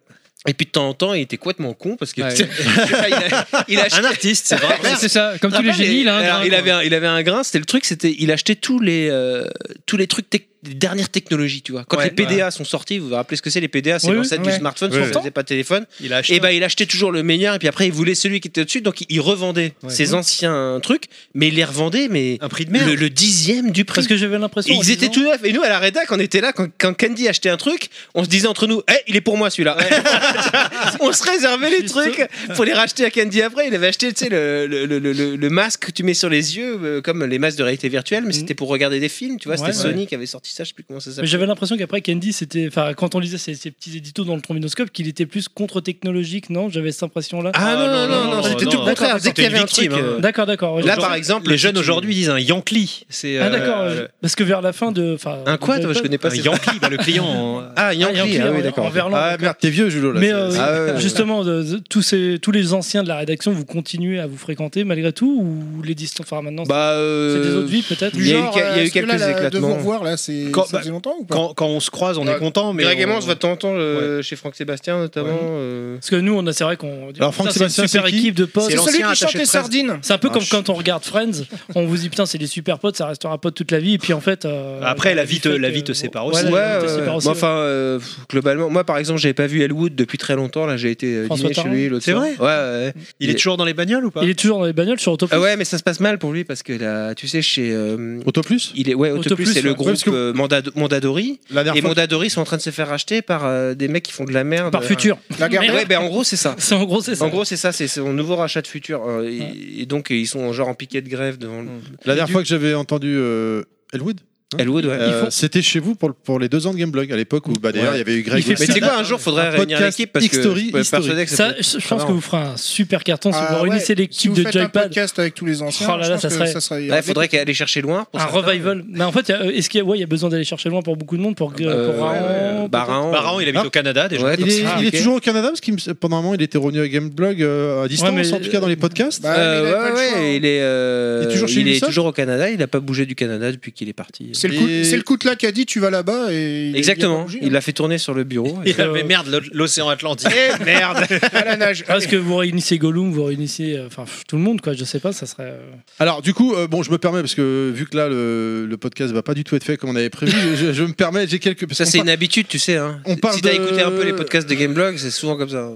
Speaker 8: Et puis de temps en temps, il était complètement con parce que
Speaker 3: Ouais.
Speaker 8: tu sais, il a, il a
Speaker 7: un
Speaker 8: acheté-
Speaker 7: artiste, c'est vrai.
Speaker 3: C'est ça, comme tous les
Speaker 8: Ah, mais-
Speaker 3: génies, hein, il a un
Speaker 8: alors,
Speaker 3: grain,
Speaker 8: il
Speaker 3: quoi.
Speaker 8: avait un, il avait un grain, c'était le truc, c'était il achetait tous les euh, tous les trucs tec- les dernières technologies, tu vois. Quand
Speaker 7: Ouais.
Speaker 8: les PDA sont sortis, vous vous rappelez ce que c'est les PDA, c'est
Speaker 6: Oui,
Speaker 8: l'ancêtre
Speaker 6: ouais.
Speaker 8: du smartphone,
Speaker 1: Oui,
Speaker 8: sauf
Speaker 1: oui.
Speaker 8: que c'était pas de téléphone.
Speaker 7: Il a acheté.
Speaker 8: Et ben il achetait toujours le meilleur et puis après il voulait celui qui était au-dessus, donc il- il revendait ses anciens trucs, mais il les revendait mais
Speaker 7: un prix de Ah. merde.
Speaker 8: le, le dixième du prix.
Speaker 6: Parce que j'avais l'impression.
Speaker 8: Et
Speaker 6: en
Speaker 8: ils étaient
Speaker 6: lisant-
Speaker 8: tout neufs. Et nous, à la rédac, on était là. Quand, quand Candy achetait un truc, on se disait entre nous Eh, il est pour moi celui-là. on se réservait les trucs pour les racheter à Candy après. Il avait acheté tu sais, le, le, le, le- le masque que tu mets sur les yeux, euh, comme les masques de réalité virtuelle, mais c'était pour regarder des films. Tu vois,
Speaker 6: Ouais,
Speaker 8: c'était
Speaker 6: Mm. ouais.
Speaker 8: Sony qui avait sorti ça, je sais plus comment ça
Speaker 6: Mais
Speaker 8: s'appelle.
Speaker 6: j'avais l'impression qu'après Candy, c'était, enfin, quand on lisait ces, ces petits éditos dans le trombinoscope, qu'il était plus contre-technologique, non J'avais cette impression-là.
Speaker 8: Ah non, non, non, non, c'était tout le contraire. Dès qu'il y avait un truc. euh,
Speaker 6: D'accord, d'accord. ouais,
Speaker 8: Là,
Speaker 6: genre-
Speaker 8: par exemple,
Speaker 7: Les jeunes aujourd'hui disent un Yankli. C'est,
Speaker 6: Ah
Speaker 7: euh,
Speaker 6: d'accord.
Speaker 7: le-
Speaker 6: Parce que vers la fin de, enfin.
Speaker 8: Un quoi
Speaker 6: de-
Speaker 8: toi, Je connais pas.
Speaker 7: Un
Speaker 8: ces-
Speaker 7: Yankli, bah, le client. en-
Speaker 8: Ah,
Speaker 6: Yankee,
Speaker 8: Yankee, ah
Speaker 6: en-
Speaker 8: oui, d'accord.
Speaker 6: en verlan,
Speaker 8: Ah merde, t'es vieux, Julo. là.
Speaker 6: Mais euh,
Speaker 8: C'est- Ah, ouais, ouais, ouais.
Speaker 6: justement, de- de- tous ces, tous les anciens de la rédaction, vous continuez à vous fréquenter malgré tout ou les distances, enfin maintenant.
Speaker 8: Bah, euh,
Speaker 6: c'est des autres vies peut-être.
Speaker 8: il y a eu
Speaker 6: Genre,
Speaker 8: que- il y a eu
Speaker 6: euh, est-ce que
Speaker 8: quelques
Speaker 6: là, la-
Speaker 8: éclats.
Speaker 4: De
Speaker 8: Non.
Speaker 4: vous revoir, là, c'est
Speaker 8: Quand-
Speaker 4: ça faisait longtemps ou pas
Speaker 7: Quand, quand on se croise, on
Speaker 8: Ah,
Speaker 7: est content. Mais
Speaker 8: Greg et
Speaker 7: on-
Speaker 8: moi, on se voit de temps en temps euh, chez Franck Sébastien, notamment. euh,
Speaker 6: Parce que nous, on a, c'est vrai qu'on.
Speaker 8: Alors, Franck
Speaker 6: Putain, c'est une
Speaker 8: Sébastien,
Speaker 6: super
Speaker 8: c'est qui
Speaker 6: équipe de potes.
Speaker 8: C'est C'est l'ancien celui qui attaché
Speaker 4: chante de les presse. sardines.
Speaker 6: C'est un peu
Speaker 8: Ah,
Speaker 6: comme
Speaker 8: je-
Speaker 6: quand on regarde Friends, on vous dit putain, c'est des super potes, ça restera potes toute la vie. Et puis en fait. euh,
Speaker 7: Après, la vie te,
Speaker 6: fait
Speaker 7: la
Speaker 6: que-
Speaker 7: vie te sépare
Speaker 6: Ouais,
Speaker 7: aussi.
Speaker 6: la vie
Speaker 8: Ouais,
Speaker 6: te
Speaker 8: ouais,
Speaker 6: sépare
Speaker 8: ouais.
Speaker 6: aussi,
Speaker 8: Moi,
Speaker 6: ouais.
Speaker 8: enfin, euh, pff, globalement, moi par exemple, j'avais pas vu Elwood depuis très longtemps. Là, j'ai été euh,
Speaker 6: François
Speaker 8: dîner chez
Speaker 6: Tarand.
Speaker 8: lui l'autre
Speaker 7: C'est
Speaker 8: soir.
Speaker 7: vrai
Speaker 8: Ouais, ouais.
Speaker 7: Il est toujours dans les bagnoles ou pas
Speaker 6: Il est toujours dans les bagnoles sur Autoplus.
Speaker 8: Ah ouais, mais ça se passe mal pour lui parce que là, tu sais, chez. euh,
Speaker 1: Autoplus
Speaker 8: il est, ouais, Autoplus,
Speaker 6: Autoplus,
Speaker 8: c'est le
Speaker 6: ouais.
Speaker 8: groupe
Speaker 6: Parce que-
Speaker 8: euh, Mandado- Mondadori.
Speaker 1: La dernière
Speaker 8: Et
Speaker 1: fois-
Speaker 8: Mondadori sont en train de se faire racheter par euh, des mecs qui font de la merde.
Speaker 6: Par futur.
Speaker 4: La garde-
Speaker 8: Euh, Ouais, ben en gros, c'est ça.
Speaker 6: C'est en gros, c'est ça.
Speaker 8: En gros, c'est ça, c'est son nouveau rachat de futur. euh, et, et donc, ils sont genre en piquet de grève devant le.
Speaker 1: La dernière fois que j'avais entendu euh, Elwood,
Speaker 8: Elwood, ouais.
Speaker 1: euh, c'était chez vous pour, le- pour les deux ans de Gameblog à l'époque où bah, d'ailleurs il
Speaker 8: Ouais.
Speaker 1: y avait eu Greg.
Speaker 6: Il fait
Speaker 8: Mais tu sais quoi, un jour, faudrait
Speaker 1: Un
Speaker 8: réunir
Speaker 1: podcast
Speaker 8: l'équipe parce que
Speaker 1: History,
Speaker 8: je peux
Speaker 1: History.
Speaker 8: persuader que ça
Speaker 6: Ça,
Speaker 8: peut être
Speaker 6: je je pense
Speaker 8: marrant.
Speaker 6: que vous ferez un super carton si
Speaker 4: Ah
Speaker 6: vous
Speaker 4: ouais,
Speaker 6: réunissez
Speaker 4: si
Speaker 6: l'équipe
Speaker 4: vous
Speaker 6: de
Speaker 4: faites un
Speaker 6: Joypad.
Speaker 4: podcast avec tous les anciens,
Speaker 6: Oh là
Speaker 4: je
Speaker 6: là,
Speaker 4: pense
Speaker 6: ça
Speaker 4: que
Speaker 6: serait-
Speaker 4: ça serait.
Speaker 8: Ouais, faudrait qu'elle aller chercher loin. Pour
Speaker 6: Un
Speaker 8: certains.
Speaker 6: revival. Mais en fait, y a- euh, est-ce qu'il y a, ouais, il y a besoin d'aller chercher loin pour beaucoup de monde pour,
Speaker 8: Euh,
Speaker 6: pour Raon,
Speaker 8: ouais, ouais,
Speaker 6: pour-
Speaker 8: Baran.
Speaker 7: Baran, Bah, il habite
Speaker 1: Ah.
Speaker 7: au Canada déjà.
Speaker 8: Ouais,
Speaker 1: Il
Speaker 8: donc
Speaker 1: est,
Speaker 8: c'est
Speaker 1: il est
Speaker 8: compliqué.
Speaker 1: toujours au Canada parce qu'il pendant un moment il était revenu à Gameblog euh, à distance
Speaker 6: mais-
Speaker 1: en tout cas dans les podcasts.
Speaker 4: Bah, mais il avait
Speaker 8: Euh,
Speaker 4: pas
Speaker 8: ouais,
Speaker 4: le choix,
Speaker 8: ouais,
Speaker 4: hein.
Speaker 8: il est, euh,
Speaker 1: Il est toujours chez
Speaker 8: il est
Speaker 1: Ubisoft
Speaker 8: toujours au Canada. Il n'a pas bougé du Canada depuis qu'il est parti.
Speaker 4: C'est le coup,
Speaker 1: Et-
Speaker 4: c'est le coup de là qui a dit tu vas là-bas et. il est- il
Speaker 8: Exactement.
Speaker 4: est pas bougé,
Speaker 1: hein.
Speaker 8: Il l'a fait tourner sur le bureau.
Speaker 7: Il
Speaker 6: euh,
Speaker 7: avait merde l'o- l'océan Atlantique. merde.
Speaker 4: hein. à la nage.
Speaker 6: Ah, Est-ce que vous réunissez Gollum, vous réunissez euh, enfin pff, tout le monde quoi, je sais pas, ça serait euh,
Speaker 1: Alors du coup, euh, bon, je me permets parce que vu que là le, le podcast va pas du tout être fait comme on avait prévu, je, je me permets, j'ai quelques. parce
Speaker 8: Ça,
Speaker 1: qu'on
Speaker 8: c'est
Speaker 1: par-
Speaker 8: une habitude, tu sais. Hein.
Speaker 1: on parle
Speaker 8: si t'as
Speaker 1: de-
Speaker 8: écouté un peu les podcasts de Gameblog, c'est souvent comme ça.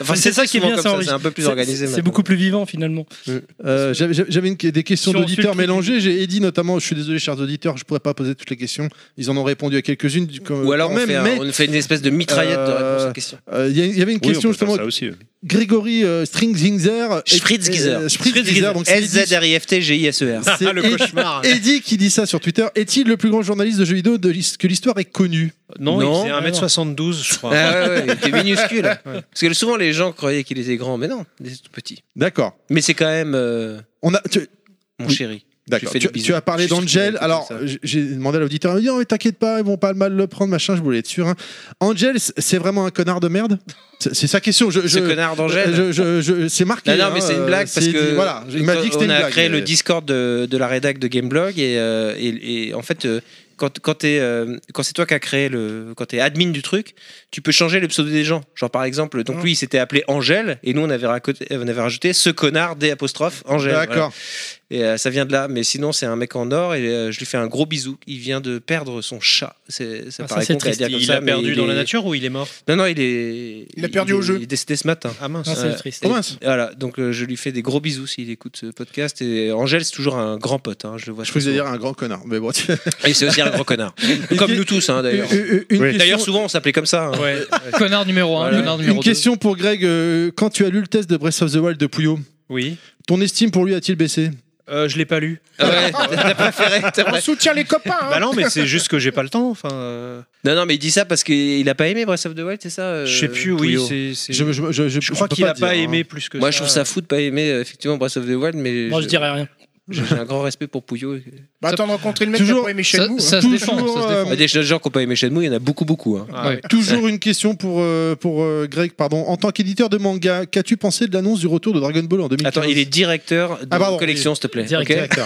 Speaker 8: Enfin, c'est ça qui est
Speaker 6: bien,
Speaker 8: bien,
Speaker 6: c'est
Speaker 8: comme ça.
Speaker 6: enrichi-
Speaker 8: C'est un peu plus
Speaker 6: c'est-
Speaker 8: organisé.
Speaker 6: C'est
Speaker 8: maintenant.
Speaker 6: beaucoup plus vivant finalement.
Speaker 1: Euh, J'avais j'avais- j'avais une- des questions
Speaker 6: Si on suit le
Speaker 1: d'auditeurs
Speaker 6: truc-
Speaker 1: mélangées. J'ai Eddy notamment. Je suis désolé, chers auditeurs, je pourrais pas poser toutes les questions. Ils en ont répondu à quelques-unes. du- quand-
Speaker 8: Ou alors,
Speaker 1: quand
Speaker 8: on,
Speaker 1: même,
Speaker 8: fait un-
Speaker 1: mais,
Speaker 8: on fait une espèce de mitraillette de réponses
Speaker 1: Euh,
Speaker 8: aux questions.
Speaker 1: euh, il y, a- il y avait une
Speaker 12: Oui, on
Speaker 1: question
Speaker 12: peut faire
Speaker 1: justement.
Speaker 12: ça aussi. euh.
Speaker 1: Grégory euh, Stringzinger.
Speaker 8: Spritzgizer.
Speaker 1: euh, Spritzgizer, donc c'est Eddy-
Speaker 8: S-Z-R-I-F-T-G-I-S-E-R.
Speaker 1: c'est
Speaker 7: Le
Speaker 1: Ed-
Speaker 7: cauchemar.
Speaker 1: Eddy qui dit ça sur Twitter. Est-il le plus grand journaliste de jeux vidéo de l'his- que l'histoire ait connu
Speaker 7: Non,
Speaker 8: Non.
Speaker 7: il faisait 1m72, je crois.
Speaker 8: Ah ouais, ouais, il était minuscule. Parce que souvent, les gens croyaient qu'il était grand, mais non, il était tout petit.
Speaker 1: D'accord.
Speaker 8: Mais c'est quand même euh,
Speaker 1: On a. tu-
Speaker 8: mon
Speaker 1: Oui.
Speaker 8: chéri.
Speaker 1: D'accord.
Speaker 8: Je fais
Speaker 1: Tu,
Speaker 8: des bisous.
Speaker 1: tu as parlé
Speaker 8: Juste
Speaker 1: d'Angel.
Speaker 8: qu'il a
Speaker 1: Alors,
Speaker 8: écouté
Speaker 1: j- j'ai demandé à l'auditeur, il m'a dit, oh, mais t'inquiète pas, ils vont pas mal le prendre, machin, je voulais être sûr. hein. Angel, c- c'est vraiment un connard de merde C'est c'est sa question. Je,
Speaker 8: Ce
Speaker 1: je-
Speaker 8: connard d'Angèle.
Speaker 1: je- je- je- c'est marqué.
Speaker 8: Non, non, mais
Speaker 1: hein,
Speaker 8: c'est une
Speaker 1: euh,
Speaker 8: blague parce
Speaker 1: c'est-
Speaker 8: que
Speaker 1: Voilà, il m'a dit que
Speaker 8: on
Speaker 1: c'était une
Speaker 8: a
Speaker 1: blague.
Speaker 8: créé le
Speaker 1: mais-
Speaker 8: Discord de, de la rédac de Gameblog et, euh, et, et en fait, euh, quand, quand, t'es, euh, quand c'est toi qui as créé le, quand t'es admin du truc, tu peux changer le pseudo des gens. Genre par exemple,
Speaker 1: Ah.
Speaker 8: donc lui il s'était appelé Angèle et nous on avait, racoté- on avait rajouté ce connard des apostrophes Angèle.
Speaker 1: D'accord.
Speaker 8: voilà. Et euh, ça vient de là, mais sinon c'est un mec en or et euh, je lui fais un gros bisou. Il vient de perdre son chat. C'est, ça
Speaker 6: Ah, ça,
Speaker 8: paraît
Speaker 6: c'est
Speaker 8: con à
Speaker 6: triste.
Speaker 8: dire comme
Speaker 7: Il
Speaker 8: ça,
Speaker 7: a
Speaker 8: mais
Speaker 7: perdu
Speaker 8: il
Speaker 7: dans
Speaker 8: est-
Speaker 7: la nature ou il est mort
Speaker 8: Non, non, il est.
Speaker 4: Il a perdu
Speaker 8: est-
Speaker 4: au jeu.
Speaker 8: Il est décédé ce matin.
Speaker 7: Ah mince.
Speaker 6: Non, c'est
Speaker 8: Ouais.
Speaker 6: triste.
Speaker 1: Oh mince.
Speaker 8: Voilà, donc euh, je lui fais des gros bisous s'il écoute ce podcast. Et Angèle, c'est toujours un grand pote, hein, je le vois.
Speaker 1: Je
Speaker 8: très
Speaker 1: faisais
Speaker 8: souvent.
Speaker 1: dire un grand connard. Mais bon, tu-
Speaker 8: Et c'est aussi un grand connard. Comme nous tous, hein,
Speaker 1: une,
Speaker 8: d'ailleurs.
Speaker 1: une- une
Speaker 12: Oui.
Speaker 8: D'ailleurs,
Speaker 1: question,
Speaker 8: souvent, on s'appelait comme ça. hein.
Speaker 7: Ah,
Speaker 3: euh, Connard numéro 1,
Speaker 8: Voilà.
Speaker 3: connard
Speaker 1: une
Speaker 3: numéro 2.
Speaker 1: question pour Greg. euh, quand tu as lu le test de Breath of the Wild de Puyo,
Speaker 7: Oui.
Speaker 1: ton estime pour lui a-t-il baissé
Speaker 7: Euh, je l'ai pas lu.
Speaker 8: Ah ouais, t'as préféré, t'as
Speaker 4: On
Speaker 8: préféré.
Speaker 4: Ah, soutient les copains. hein.
Speaker 7: Bah non, mais c'est juste que j'ai pas le temps. Enfin, euh,
Speaker 8: Non, non, mais il dit ça parce qu'il a pas aimé Breath of the Wild, c'est ça euh,
Speaker 7: je sais plus. Oui,
Speaker 8: Pouillot
Speaker 7: c'est. c'est-
Speaker 1: je, je- je- je-
Speaker 7: Je
Speaker 1: je
Speaker 7: crois
Speaker 1: peux
Speaker 7: qu'il a pas
Speaker 1: dire,
Speaker 7: aimé
Speaker 1: hein.
Speaker 7: plus que
Speaker 8: Moi,
Speaker 7: ça.
Speaker 8: je trouve ça fou de pas aimer euh, effectivement Breath of the Wild, mais
Speaker 6: Moi je
Speaker 8: je-
Speaker 6: dirais rien.
Speaker 8: j'ai j'ai un grand respect pour Pouillot.
Speaker 4: Bah, attends de rencontrer le mec qui
Speaker 1: Toujours-
Speaker 4: a pas aimé
Speaker 3: Ça,
Speaker 4: Shenmue, hein.
Speaker 3: ça se défend,
Speaker 1: Toujours,
Speaker 3: ça se défend.
Speaker 8: Bah, Des gens qui n'ont pas aimé Shenmue, il y en a beaucoup, beaucoup. hein.
Speaker 7: Ah,
Speaker 3: Ouais.
Speaker 7: ouais.
Speaker 1: Toujours une question pour, euh, pour euh, Greg, pardon. En tant qu'éditeur de manga, qu'as-tu pensé de l'annonce du retour de Dragon Ball en 2015
Speaker 8: Attends, il est directeur de
Speaker 1: Ah, pardon,
Speaker 8: collection, s'il te plaît.
Speaker 6: Direct,
Speaker 8: ok
Speaker 6: direct.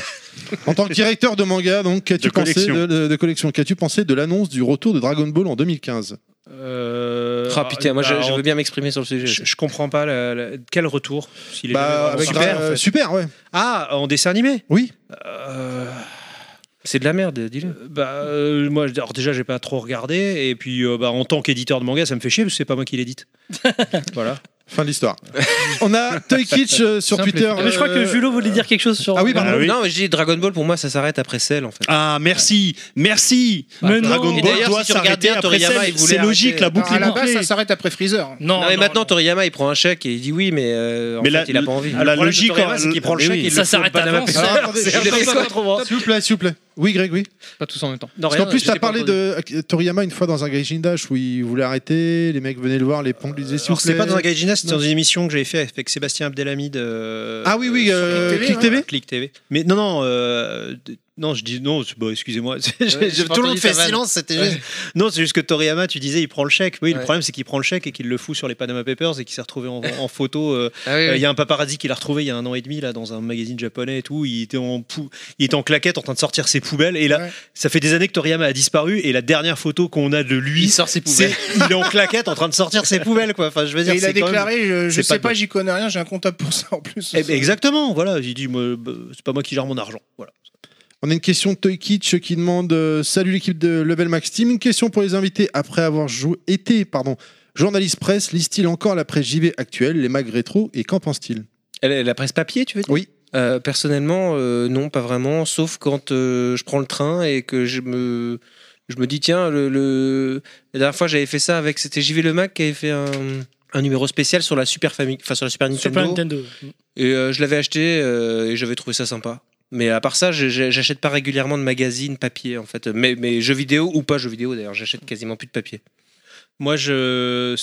Speaker 1: En tant que directeur de manga, donc, qu'as-tu
Speaker 12: De
Speaker 1: pensé
Speaker 12: collection.
Speaker 1: de, de- de collection Qu'as-tu pensé de l'annonce du retour de Dragon Ball en 2015
Speaker 7: Euh,
Speaker 8: Ah, putain, moi, je-
Speaker 7: bah,
Speaker 8: je,
Speaker 7: en-
Speaker 8: veux bien m'exprimer sur le sujet.
Speaker 7: Je, je comprends pas la- la- quel retour. s'il est jamais vraiment
Speaker 1: Bah, avec
Speaker 7: sorti.
Speaker 1: super,
Speaker 7: en fait.
Speaker 1: super, ouais.
Speaker 7: Ah, en dessin animé.
Speaker 1: Oui.
Speaker 7: Euh,
Speaker 8: C'est de la merde, dis-le.
Speaker 7: bah, euh, moi, alors déjà, j'ai pas trop regardé, et puis euh, bah, en tant qu'éditeur de manga, ça me fait chier parce que c'est pas moi qui l'édite. voilà.
Speaker 1: Fin de l'histoire. On a Toy Kitsch euh, sur
Speaker 3: Simple et
Speaker 1: Twitter.
Speaker 3: efficace.
Speaker 6: Ah, mais je crois que
Speaker 1: euh,
Speaker 6: Julo voulait dire quelque chose sur
Speaker 1: Ah oui, pardon.
Speaker 12: Ah oui.
Speaker 8: Non, mais je dis Dragon Ball, pour moi, ça s'arrête après Cell, en fait.
Speaker 2: Ah, merci, merci.
Speaker 12: Bah,
Speaker 6: Mais non.
Speaker 2: Dragon
Speaker 8: Et
Speaker 2: Ball
Speaker 8: d'ailleurs,
Speaker 2: doit
Speaker 8: si tu regardes
Speaker 2: s'arrêter
Speaker 8: bien,
Speaker 2: après
Speaker 8: Toriyama,
Speaker 2: celle.
Speaker 8: il voulait
Speaker 2: C'est logique,
Speaker 8: arrêter.
Speaker 2: la boucle
Speaker 4: Alors, à la
Speaker 2: est
Speaker 4: base,
Speaker 2: bouclée.
Speaker 4: ça s'arrête après Freezer.
Speaker 8: Non,
Speaker 6: Non,
Speaker 8: mais
Speaker 6: Ah, non,
Speaker 8: maintenant,
Speaker 6: non.
Speaker 8: Toriyama, il prend un chèque et il dit oui, mais euh, en
Speaker 12: Mais
Speaker 8: fait,
Speaker 12: la-
Speaker 8: il a pas envie.
Speaker 12: La
Speaker 7: Le problème de
Speaker 12: logique,
Speaker 7: Toriyama,
Speaker 12: en-
Speaker 2: Eh
Speaker 7: c'est qu'il prend le
Speaker 8: mais
Speaker 7: chèque
Speaker 8: oui.
Speaker 7: et il
Speaker 6: ça
Speaker 7: le fout au
Speaker 6: s'arrête
Speaker 7: Panama
Speaker 6: avant.
Speaker 7: Paper. Ah,
Speaker 1: Alors, attendez,
Speaker 8: C'est-
Speaker 1: s'il vous plaît, s'il vous plaît. Oui, Greg, oui.
Speaker 3: Pas tous en même temps.
Speaker 1: Parce qu'en plus, t'as parlé de euh, Toriyama une fois dans un Gaijin Dash où il voulait arrêter, les mecs venaient le voir, les ponts lui disaient si
Speaker 7: Alors, c'était pas dans un Gaijin Dash, c'était dans une émission que j'avais fait avec Sébastien Abdelhamid. euh,
Speaker 1: Ah oui, oui,
Speaker 7: sur
Speaker 1: euh, Click TV, ouais.
Speaker 7: Click TV. Mais non, non, euh, d- non, je dis non, c'est- bah, excusez-moi. j'ai-
Speaker 1: Ouais,
Speaker 7: j'ai-
Speaker 1: j'ai pas
Speaker 7: tout le monde
Speaker 1: entendu
Speaker 7: fait
Speaker 1: ta vanne.
Speaker 7: silence, c'était
Speaker 1: Ouais.
Speaker 7: juste. Non, c'est juste que Toriyama, tu disais, il prend le chèque. Oui, le
Speaker 1: Ouais.
Speaker 7: problème, c'est qu'il prend le chèque et qu'il le fout sur les Panama Papers et qu'il s'est retrouvé en, en photo. euh, euh, Il
Speaker 3: Ah oui, oui.
Speaker 7: y a un paparazzi qui l'a retrouvé il y a un an et demi, là, dans un magazine japonais et tout. Il était en, pou... il était en claquette en train de sortir ses poubelles. Et là, ça fait des années que Toriyama a disparu et la dernière photo qu'on a de lui. Il sort ses
Speaker 4: poubelles.
Speaker 7: Il est en claquette en train de sortir ses poubelles, quoi. Enfin, je veux dire,
Speaker 4: Et il a
Speaker 7: c'est quand même-
Speaker 4: déclaré, je, je
Speaker 7: c'est
Speaker 4: sais
Speaker 7: de
Speaker 4: pas,
Speaker 7: bol.
Speaker 4: j'y connais rien, j'ai un comptable pour ça en plus.
Speaker 7: Eh ben, exactement, voilà, j'ai dit, moi, bah, c'est pas moi qui gère mon argent. Voilà.
Speaker 1: On a une question de Toy Kitsch qui demande euh, Salut l'équipe de Level Max Team, une question pour les invités. Après avoir joué, été, pardon, journaliste presse, lisent-ils encore la presse JV actuelle, les mags rétro et qu'en pensent-ils
Speaker 8: La la presse papier, tu veux dire
Speaker 1: Oui.
Speaker 8: Euh, personnellement, euh, non, pas vraiment, sauf quand euh, je prends le train et que je me, je me dis, tiens, le, le- la dernière fois j'avais fait ça avec, c'était JV Le Mac qui avait fait un, un numéro spécial sur la Super, Famicom, enfin, sur la Super Nintendo.
Speaker 6: Super Nintendo.
Speaker 8: Et euh, je l'avais acheté euh, et j'avais trouvé ça sympa. Mais à part ça, je- je- j'achète pas régulièrement de magazines papier en fait. Mais, mais jeux vidéo ou pas jeux vidéo d'ailleurs, j'achète quasiment plus de papier.
Speaker 7: Moi, je...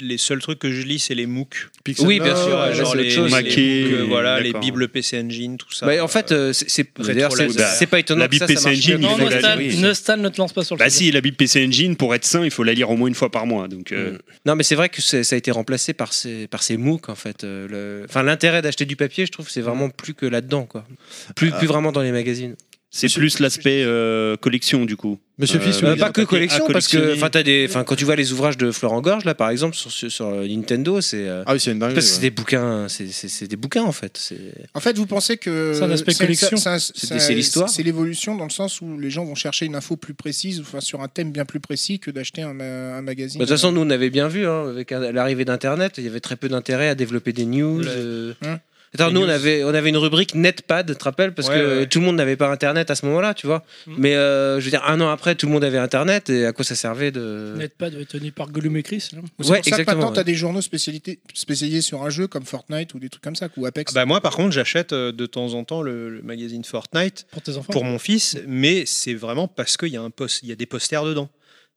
Speaker 7: les seuls trucs que je lis, c'est les MOOC.
Speaker 8: Pixel Oui, bien sûr,
Speaker 7: genre
Speaker 8: ouais, c'est autre
Speaker 7: les,
Speaker 8: chose.
Speaker 7: les
Speaker 8: Maquis,
Speaker 7: MOOC, euh, voilà, les
Speaker 8: d'accord.
Speaker 7: bibles PC Engine, tout ça.
Speaker 8: Bah, en fait, euh, c'est- c'est
Speaker 7: Rétro
Speaker 8: d'ailleurs, c'est-
Speaker 7: Lab.
Speaker 8: c'est pas étonnant.
Speaker 12: La
Speaker 8: que ça,
Speaker 12: Bible
Speaker 8: ça marche
Speaker 12: PC Engine,
Speaker 8: bien.
Speaker 12: il faut la lire. Oui, c'est-
Speaker 6: Nostal ne te lance pas sur le
Speaker 12: Bah
Speaker 6: sujet.
Speaker 12: si, la Bible PC Engine, pour être sain, il faut la lire au moins une fois par mois. Donc, euh,
Speaker 8: Non, mais c'est vrai que c'est- ça a été remplacé par ces, par ces MOOC en fait. Euh, le- Enfin, l'intérêt d'acheter du papier, je trouve, c'est vraiment plus que là-dedans quoi. Plus,
Speaker 12: Ah.
Speaker 8: plus vraiment dans les magazines.
Speaker 12: c'est plus l'aspect euh, collection du coup.
Speaker 8: Monsieur
Speaker 12: Euh,
Speaker 8: Fils,
Speaker 12: euh,
Speaker 8: bah, pas que collection,
Speaker 12: à
Speaker 8: parce que
Speaker 12: collectionner.
Speaker 8: enfin t'as des, enfin quand tu vois les ouvrages de Florent Gorge là, par exemple sur, sur, sur Nintendo, c'est euh,
Speaker 1: ah oui c'est une dinguerie.
Speaker 8: Parce que c'est
Speaker 1: ouais.
Speaker 8: des bouquins, c'est- c'est c'est des bouquins en fait. c'est-
Speaker 4: En fait, vous pensez que
Speaker 8: C'est un aspect collection.
Speaker 4: c'est un-
Speaker 8: C'est-
Speaker 4: c'est-
Speaker 8: c'est l'histoire.
Speaker 4: C'est l'évolution dans le sens où les gens vont chercher une info plus précise, enfin sur un thème bien plus précis que d'acheter un, ma- un magazine.
Speaker 8: Bah, De toute façon, nous on avait bien vu hein, avec euh, l'arrivée d'Internet, il y avait très peu d'intérêt à développer des news. euh.
Speaker 4: Hein
Speaker 8: Attends,
Speaker 4: Les
Speaker 8: nous on
Speaker 4: news.
Speaker 8: avait on avait une rubrique Netpad, tu te rappelles, parce
Speaker 7: Ouais,
Speaker 8: que
Speaker 7: ouais.
Speaker 8: tout le monde n'avait pas Internet à ce moment-là, tu vois.
Speaker 4: Hmm.
Speaker 8: Mais euh, je veux dire, un an après, tout le monde avait Internet et à quoi ça servait
Speaker 7: Euh,
Speaker 8: de
Speaker 6: N'êtes pas de tenu par Gollum et Chris. hein, non
Speaker 4: C'est
Speaker 8: Ouais,
Speaker 4: pour ça que maintenant,
Speaker 8: exactement,
Speaker 4: tu as
Speaker 8: ouais.
Speaker 4: des journaux spécialités- spécialisés sur un jeu comme Fortnite ou des trucs comme ça, ou Apex.
Speaker 7: Bah, moi, par contre, j'achète euh, de temps en temps le, le magazine Fortnite
Speaker 6: Pour tes enfants
Speaker 7: pour mon fils, mais c'est vraiment parce qu'il y, a un post- il y a des posters dedans.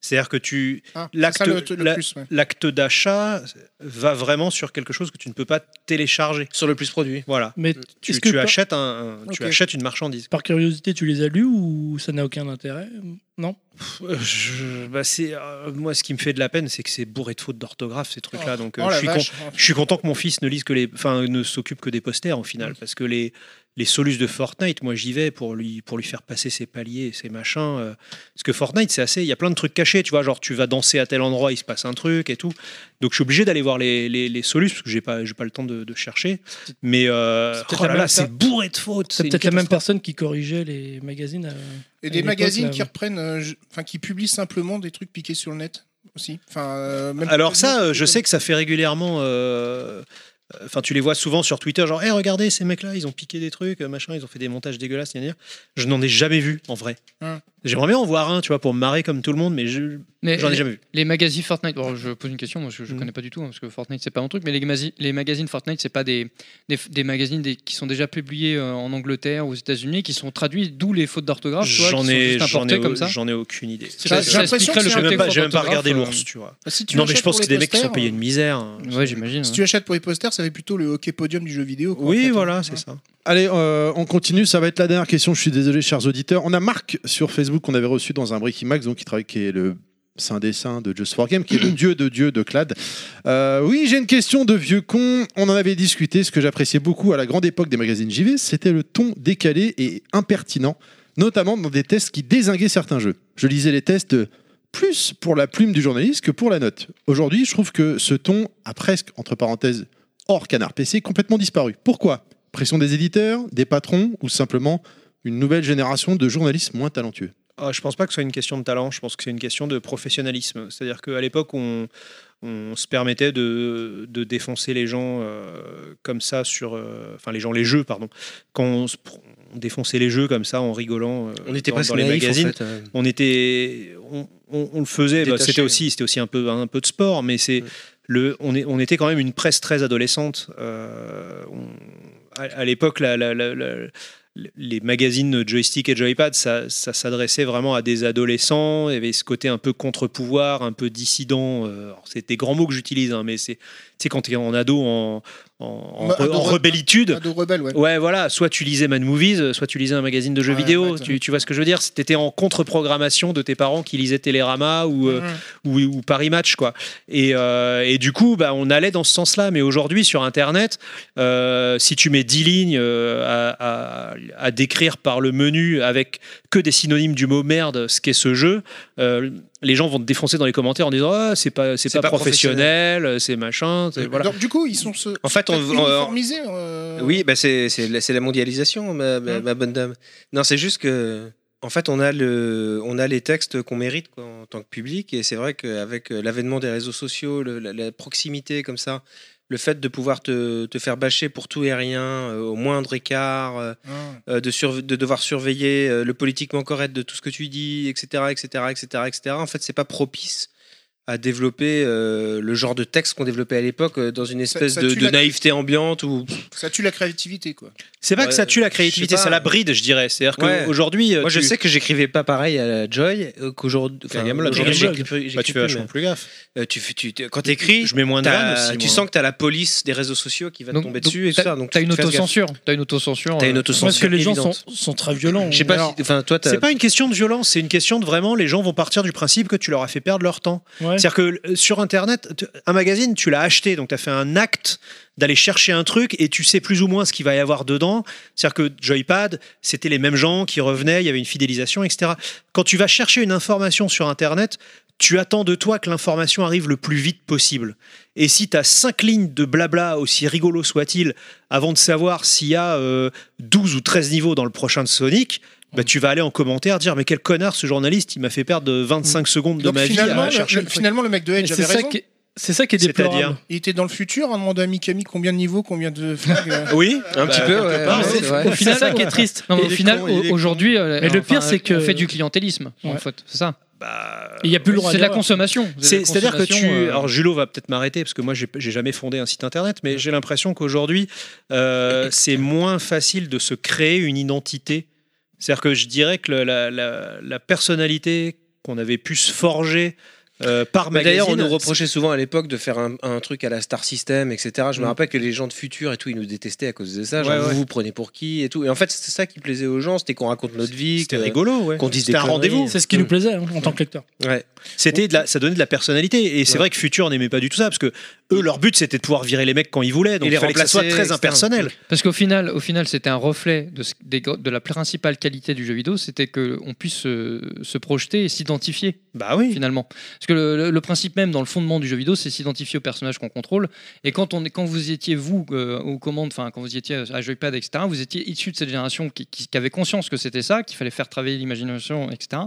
Speaker 7: C'est-à-dire que tu
Speaker 4: Ah, c'est
Speaker 7: l'acte
Speaker 4: ça le- le
Speaker 7: la-
Speaker 4: plus, ouais.
Speaker 7: l'acte d'achat va vraiment sur quelque chose que tu ne peux pas télécharger.
Speaker 8: Sur le plus produit.
Speaker 7: Voilà.
Speaker 6: Mais
Speaker 7: tu,
Speaker 6: est-ce que
Speaker 7: tu
Speaker 6: par-
Speaker 7: achètes un, un- tu
Speaker 6: Ok.
Speaker 7: achètes une marchandise.
Speaker 6: Par curiosité, tu les as lus ou ça n'a aucun intérêt Non
Speaker 7: Euh, je- bah, c'est, euh, moi, ce qui me fait de la peine, c'est que c'est bourré de fautes d'orthographe ces trucs-là. Donc, euh,
Speaker 4: oh la
Speaker 7: je, suis con-
Speaker 4: vache.
Speaker 7: je suis content que mon fils ne lise que les, enfin, ne s'occupe que des posters en final, parce que les les solus de Fortnite, moi, j'y vais pour lui pour lui faire passer ses paliers, ses machins. euh, parce que Fortnite, c'est assez, il y a plein de trucs cachés, tu vois, genre tu vas danser à tel endroit, il se passe un truc et tout. Donc, je suis obligé d'aller voir les, les, les solus parce que j'ai pas j'ai pas le temps de, de chercher. Mais euh,
Speaker 6: peut-être
Speaker 7: oh
Speaker 6: la
Speaker 7: là
Speaker 6: même
Speaker 7: là,
Speaker 6: per-
Speaker 7: c'est bourré de fautes.
Speaker 6: C'est
Speaker 7: une
Speaker 6: peut-être la même
Speaker 7: catastrophe.
Speaker 6: personne qui corrigeait les magazines. euh, à- à
Speaker 4: Et des
Speaker 6: l'époque,
Speaker 4: magazines
Speaker 6: là.
Speaker 4: qui reprennent, euh, je- enfin qui publient simplement des trucs piqués sur le net aussi. Enfin, euh, même-
Speaker 7: Alors ça, euh, je sais que ça fait régulièrement. euh, Enfin, tu les vois souvent sur Twitter, genre, hé, regardez ces mecs-là, ils ont piqué des trucs, euh, machin, ils ont fait des montages dégueulasses, gna gna. Je n'en ai jamais vu, en vrai.
Speaker 4: Hein.
Speaker 7: J'aimerais bien en voir un, tu vois, pour me marrer comme tout le monde, mais je-
Speaker 3: Mais
Speaker 7: j'en ai
Speaker 3: les-
Speaker 7: jamais vu.
Speaker 3: Les magazines Fortnite, bon, je pose une question, moi je, je connais pas du tout, hein, parce que Fortnite c'est pas mon truc, mais les, gamasi- les magazines Fortnite c'est pas des, des, des magazines des- qui sont déjà publiés euh, en Angleterre, aux États-Unis, qui sont traduits, d'où les fautes d'orthographe, tu vois,
Speaker 7: J'en
Speaker 3: qui
Speaker 7: ai,
Speaker 3: sont juste
Speaker 7: j'en ai,
Speaker 3: importées comme ça.
Speaker 7: j'en ai aucune idée.
Speaker 3: C'est pas-
Speaker 7: J'ai
Speaker 3: ça
Speaker 7: l'impression
Speaker 3: expliquerait
Speaker 7: que
Speaker 3: le
Speaker 7: j'ai même
Speaker 3: côté
Speaker 7: pas, j'ai même pas
Speaker 3: orthographe,
Speaker 7: regardé
Speaker 3: euh,
Speaker 7: l'ours, tu vois.
Speaker 4: Bah, si tu
Speaker 7: non, mais je
Speaker 4: l'achètes
Speaker 7: pense
Speaker 4: pour
Speaker 7: que
Speaker 4: les
Speaker 7: c'est des mecs qui sont
Speaker 4: posters, euh,
Speaker 7: payés une misère. hein.
Speaker 3: Ouais, j'imagine.
Speaker 4: Si tu achètes pour les posters, ça fait plutôt le hockey podium du jeu vidéo. quoi, en
Speaker 7: Oui,
Speaker 4: fait. hein.
Speaker 7: voilà, c'est ça.
Speaker 1: Allez, euh, on continue. Ça va être la dernière question. Je suis désolé, chers auditeurs. On a Marc sur Facebook qu'on avait reçu dans un Breaking Max, donc qui travaille, qui est le saint dessin de Just for Game, qui est le dieu de dieu de Clad. Euh, oui, j'ai une question de vieux con. On en avait discuté. Ce que j'appréciais beaucoup à la grande époque des magazines JV, c'était le ton décalé et impertinent, notamment dans des tests qui désinguaient certains jeux. Je lisais les tests plus pour la plume du journaliste que pour la note. Aujourd'hui, je trouve que ce ton a presque, entre parenthèses, hors canard PC, complètement disparu. Pourquoi Pression des éditeurs, des patrons ou simplement une nouvelle génération de journalistes moins talentueux
Speaker 7: Ah, je pense pas que ce soit une question de talent, je pense que c'est une question de professionnalisme. C'est-à-dire qu'à l'époque, on, on se permettait de, de défoncer les gens euh, comme ça sur. euh, Enfin, les gens, les jeux, pardon. Quand on, se pr- on défonçait les jeux comme ça en rigolant euh,
Speaker 8: On était
Speaker 7: dans,
Speaker 8: presque
Speaker 7: dans les
Speaker 8: naïfs, en
Speaker 7: magazines,
Speaker 8: fait, euh.
Speaker 7: on était. On, on- on le faisait, bah,
Speaker 8: Détaché.
Speaker 7: c'était aussi, c'était aussi un, peu, un peu de sport, mais c'est. Le, on, est, on était quand même une presse très adolescente. Euh, on- à, à l'époque, la- la- la- la- les magazines joystick et joypad, ça, ça s'adressait vraiment à des adolescents. Il y avait ce côté un peu contre-pouvoir, un peu dissident. euh, alors, C'est des grands mots que j'utilise, hein, mais c'est tu sais, quand tu es en ado, en, en, en
Speaker 4: Bah,
Speaker 7: re-
Speaker 4: ado
Speaker 7: en
Speaker 4: re-
Speaker 7: rebellitude.
Speaker 4: Ado rebelle, ouais.
Speaker 7: Ouais, voilà, soit tu lisais Mad Movies, euh, soit tu lisais un magazine de jeux
Speaker 4: Ouais,
Speaker 7: vidéo.
Speaker 4: ouais,
Speaker 7: tu, tu vois ce que je veux dire T'étais en contre-programmation de tes parents qui lisaient Télérama ou, euh,
Speaker 4: Mmh.
Speaker 8: Mhm.
Speaker 7: ou, ou Paris Match, quoi. Et, euh, et du coup, bah, on allait dans ce sens-là. Mais aujourd'hui, sur Internet, euh, si tu mets 10 lignes euh, à, à- à décrire par le menu avec que des synonymes du mot merde, ce qu'est ce jeu, euh, les gens vont te défoncer dans les commentaires en disant Ah, c'est pas, c'est pas,
Speaker 8: pas
Speaker 7: professionnel, euh, c'est machin. c'est- Voilà. euh,
Speaker 4: Donc du coup, ils sont se-
Speaker 8: En fait, on-
Speaker 4: peut-être
Speaker 8: on-
Speaker 4: uniformisés. euh, Hein
Speaker 8: Oui, bah c'est c'est la, c'est la mondialisation, ma, ma- ma bonne dame. Non, c'est juste que, en fait, on a, le, on a les textes qu'on mérite quoi, en tant que public. Et c'est vrai qu'avec l'avènement des réseaux sociaux, le- la, la proximité comme ça, le fait de pouvoir te, te faire bâcher pour tout et rien, euh, au moindre écart, euh,
Speaker 4: Ah
Speaker 8: euh, de, surv- de devoir surveiller euh, le politiquement correct de tout ce que tu dis, etc., etc., etc., etc. En fait, c'est pas propice à développer euh, le genre de texte qu'on développait à l'époque euh, dans une
Speaker 4: Ça-
Speaker 8: espèce
Speaker 4: ça
Speaker 8: de,
Speaker 4: tue
Speaker 8: de
Speaker 4: la-
Speaker 8: naïveté ambiante ou
Speaker 4: Ça tue la créativité, quoi.
Speaker 7: C'est pas
Speaker 8: Ouais,
Speaker 7: que ça tue la
Speaker 8: je sais
Speaker 7: créativité,
Speaker 8: pas.
Speaker 7: ça la bride, je dirais. C'est-à-dire euh,
Speaker 8: Ouais.
Speaker 7: qu'aujourd'hui.
Speaker 8: Moi, je sais que j'écrivais pas pareil à la Joy euh, qu'aujourd'hui.
Speaker 7: Qu'à
Speaker 8: Enfin,
Speaker 7: Gamelot.
Speaker 8: aujourd'hui,
Speaker 7: Qu'à Gamelot.
Speaker 8: j'écris plus-
Speaker 7: Bah,
Speaker 8: j'écris
Speaker 7: tu fais
Speaker 8: plus,
Speaker 7: vachement
Speaker 8: mais-
Speaker 7: plus gaffe.
Speaker 8: Euh, tu, fais- tu, t'es- quand t'écris,
Speaker 7: Je mets moins de
Speaker 8: t'as-
Speaker 7: vannes aussi,
Speaker 8: Tu
Speaker 7: moi.
Speaker 8: sens que t'as la police des réseaux sociaux qui va te tomber dessus et tout
Speaker 3: t'as-
Speaker 8: ça. Donc
Speaker 3: t'as
Speaker 8: tu
Speaker 3: une
Speaker 8: fais gaffe.
Speaker 3: autocensure. T'as une autocensure.
Speaker 8: T'as une
Speaker 3: euh,
Speaker 8: autocensure
Speaker 3: parce que les gens
Speaker 8: évidente.
Speaker 3: sont-
Speaker 6: sont très violents.
Speaker 8: Je sais pas si- Enfin, toi, t'as-
Speaker 7: C'est pas une question de violence, c'est une question de vraiment, les gens vont partir du principe que tu leur as fait perdre leur temps.
Speaker 6: Ouais.
Speaker 7: C'est-à-dire que euh, sur Internet, tu- un magazine, tu l'as acheté, donc tu as fait un acte d'aller chercher un truc et tu sais plus ou moins ce qu'il va y avoir dedans. C'est-à-dire que Joypad, c'était les mêmes gens qui revenaient, il y avait une fidélisation, etc. Quand tu vas chercher une information sur Internet, tu attends de toi que l'information arrive le plus vite possible. Et si tu as cinq lignes de blabla, aussi rigolo soit-il, avant de savoir s'il y a euh, 12 ou 13 niveaux dans le prochain de Sonic, bah, tu vas aller en commentaire dire mais quel connard ce journaliste, il m'a fait perdre 25 secondes de
Speaker 4: Mm. Donc
Speaker 7: ma vie
Speaker 4: finalement,
Speaker 7: à
Speaker 4: le,
Speaker 7: chercher
Speaker 4: le-
Speaker 7: le truc.
Speaker 4: finalement, le mec de
Speaker 6: Et
Speaker 4: Edge
Speaker 6: C'est
Speaker 4: avait
Speaker 6: ça
Speaker 4: raison.
Speaker 6: qui est- c'est ça qui est
Speaker 7: C'est-à-dire
Speaker 6: déplorable.
Speaker 4: Il était dans le futur, on demandait à Mikami combien de niveaux, combien de flags. euh.
Speaker 7: Oui,
Speaker 8: un petit peu. ouais, ouais, bah, c'est vrai.
Speaker 6: Au final,
Speaker 3: C'est ça qui est
Speaker 6: triste.
Speaker 3: Non, mais
Speaker 6: Et
Speaker 3: au
Speaker 6: il est
Speaker 3: final,
Speaker 6: con,
Speaker 3: au-
Speaker 6: il est con.
Speaker 3: aujourd'hui, euh,
Speaker 6: Mais le
Speaker 3: enfin,
Speaker 6: pire, c'est que-
Speaker 3: on fait du clientélisme en
Speaker 6: Ouais.
Speaker 3: fait, c'est ça.
Speaker 7: Bah,
Speaker 6: Il n'y a plus le hein. droit
Speaker 3: C'est de
Speaker 6: à
Speaker 3: la
Speaker 6: l'erreur.
Speaker 3: consommation. de la
Speaker 7: C'est- C'est-à-dire que tu.
Speaker 3: consommation, euh,
Speaker 7: Alors, Julo va peut-être m'arrêter parce que moi, j'ai j'ai jamais fondé un site internet, mais j'ai l'impression qu'aujourd'hui, euh, c'est moins facile de se créer une identité. C'est-à-dire que je dirais que le- la, la- la personnalité qu'on avait pu se forger euh, par
Speaker 8: Mais
Speaker 7: magazine.
Speaker 8: D'ailleurs, on nous reprochait souvent à l'époque de faire un, un truc à la Star System, etc. Je me
Speaker 7: Mm.
Speaker 8: rappelle que les gens de Futur et tout, ils nous détestaient à cause de ça. Genre,
Speaker 7: Ouais,
Speaker 8: vous
Speaker 7: ouais.
Speaker 8: vous prenez pour qui et tout. Et en fait, c'était ça qui plaisait aux gens, c'était qu'on raconte notre vie,
Speaker 7: C'était
Speaker 8: que-
Speaker 7: rigolo, ouais.
Speaker 8: qu'on dise des
Speaker 7: C'était un
Speaker 8: conneries.
Speaker 7: rendez-vous.
Speaker 6: C'est ce qui nous plaisait hein, en tant que lecteur.
Speaker 8: Ouais.
Speaker 7: C'était de la- ça donnait de la personnalité et c'est
Speaker 8: Ouais.
Speaker 7: vrai que Future n'aimait pas du tout ça parce que eux leur but c'était de pouvoir virer les mecs quand ils voulaient donc
Speaker 8: Et les
Speaker 7: il fallait que ça soit
Speaker 8: remplacer,
Speaker 7: très
Speaker 8: etc.
Speaker 7: impersonnel.
Speaker 3: Parce qu'au final, au final, c'était un reflet de, ce- des gro- de la principale qualité du jeu vidéo, c'était que on puisse euh, se projeter et s'identifier
Speaker 7: Bah oui.
Speaker 3: finalement. Parce que le, le- le principe même dans le fondement du jeu vidéo, c'est s'identifier au personnage qu'on contrôle. Et quand on est, quand vous étiez vous euh, aux commandes, enfin quand vous étiez à joypad, etc., vous étiez issu de cette génération qui, qui- qui avait conscience que c'était ça, qu'il fallait faire travailler l'imagination, etc.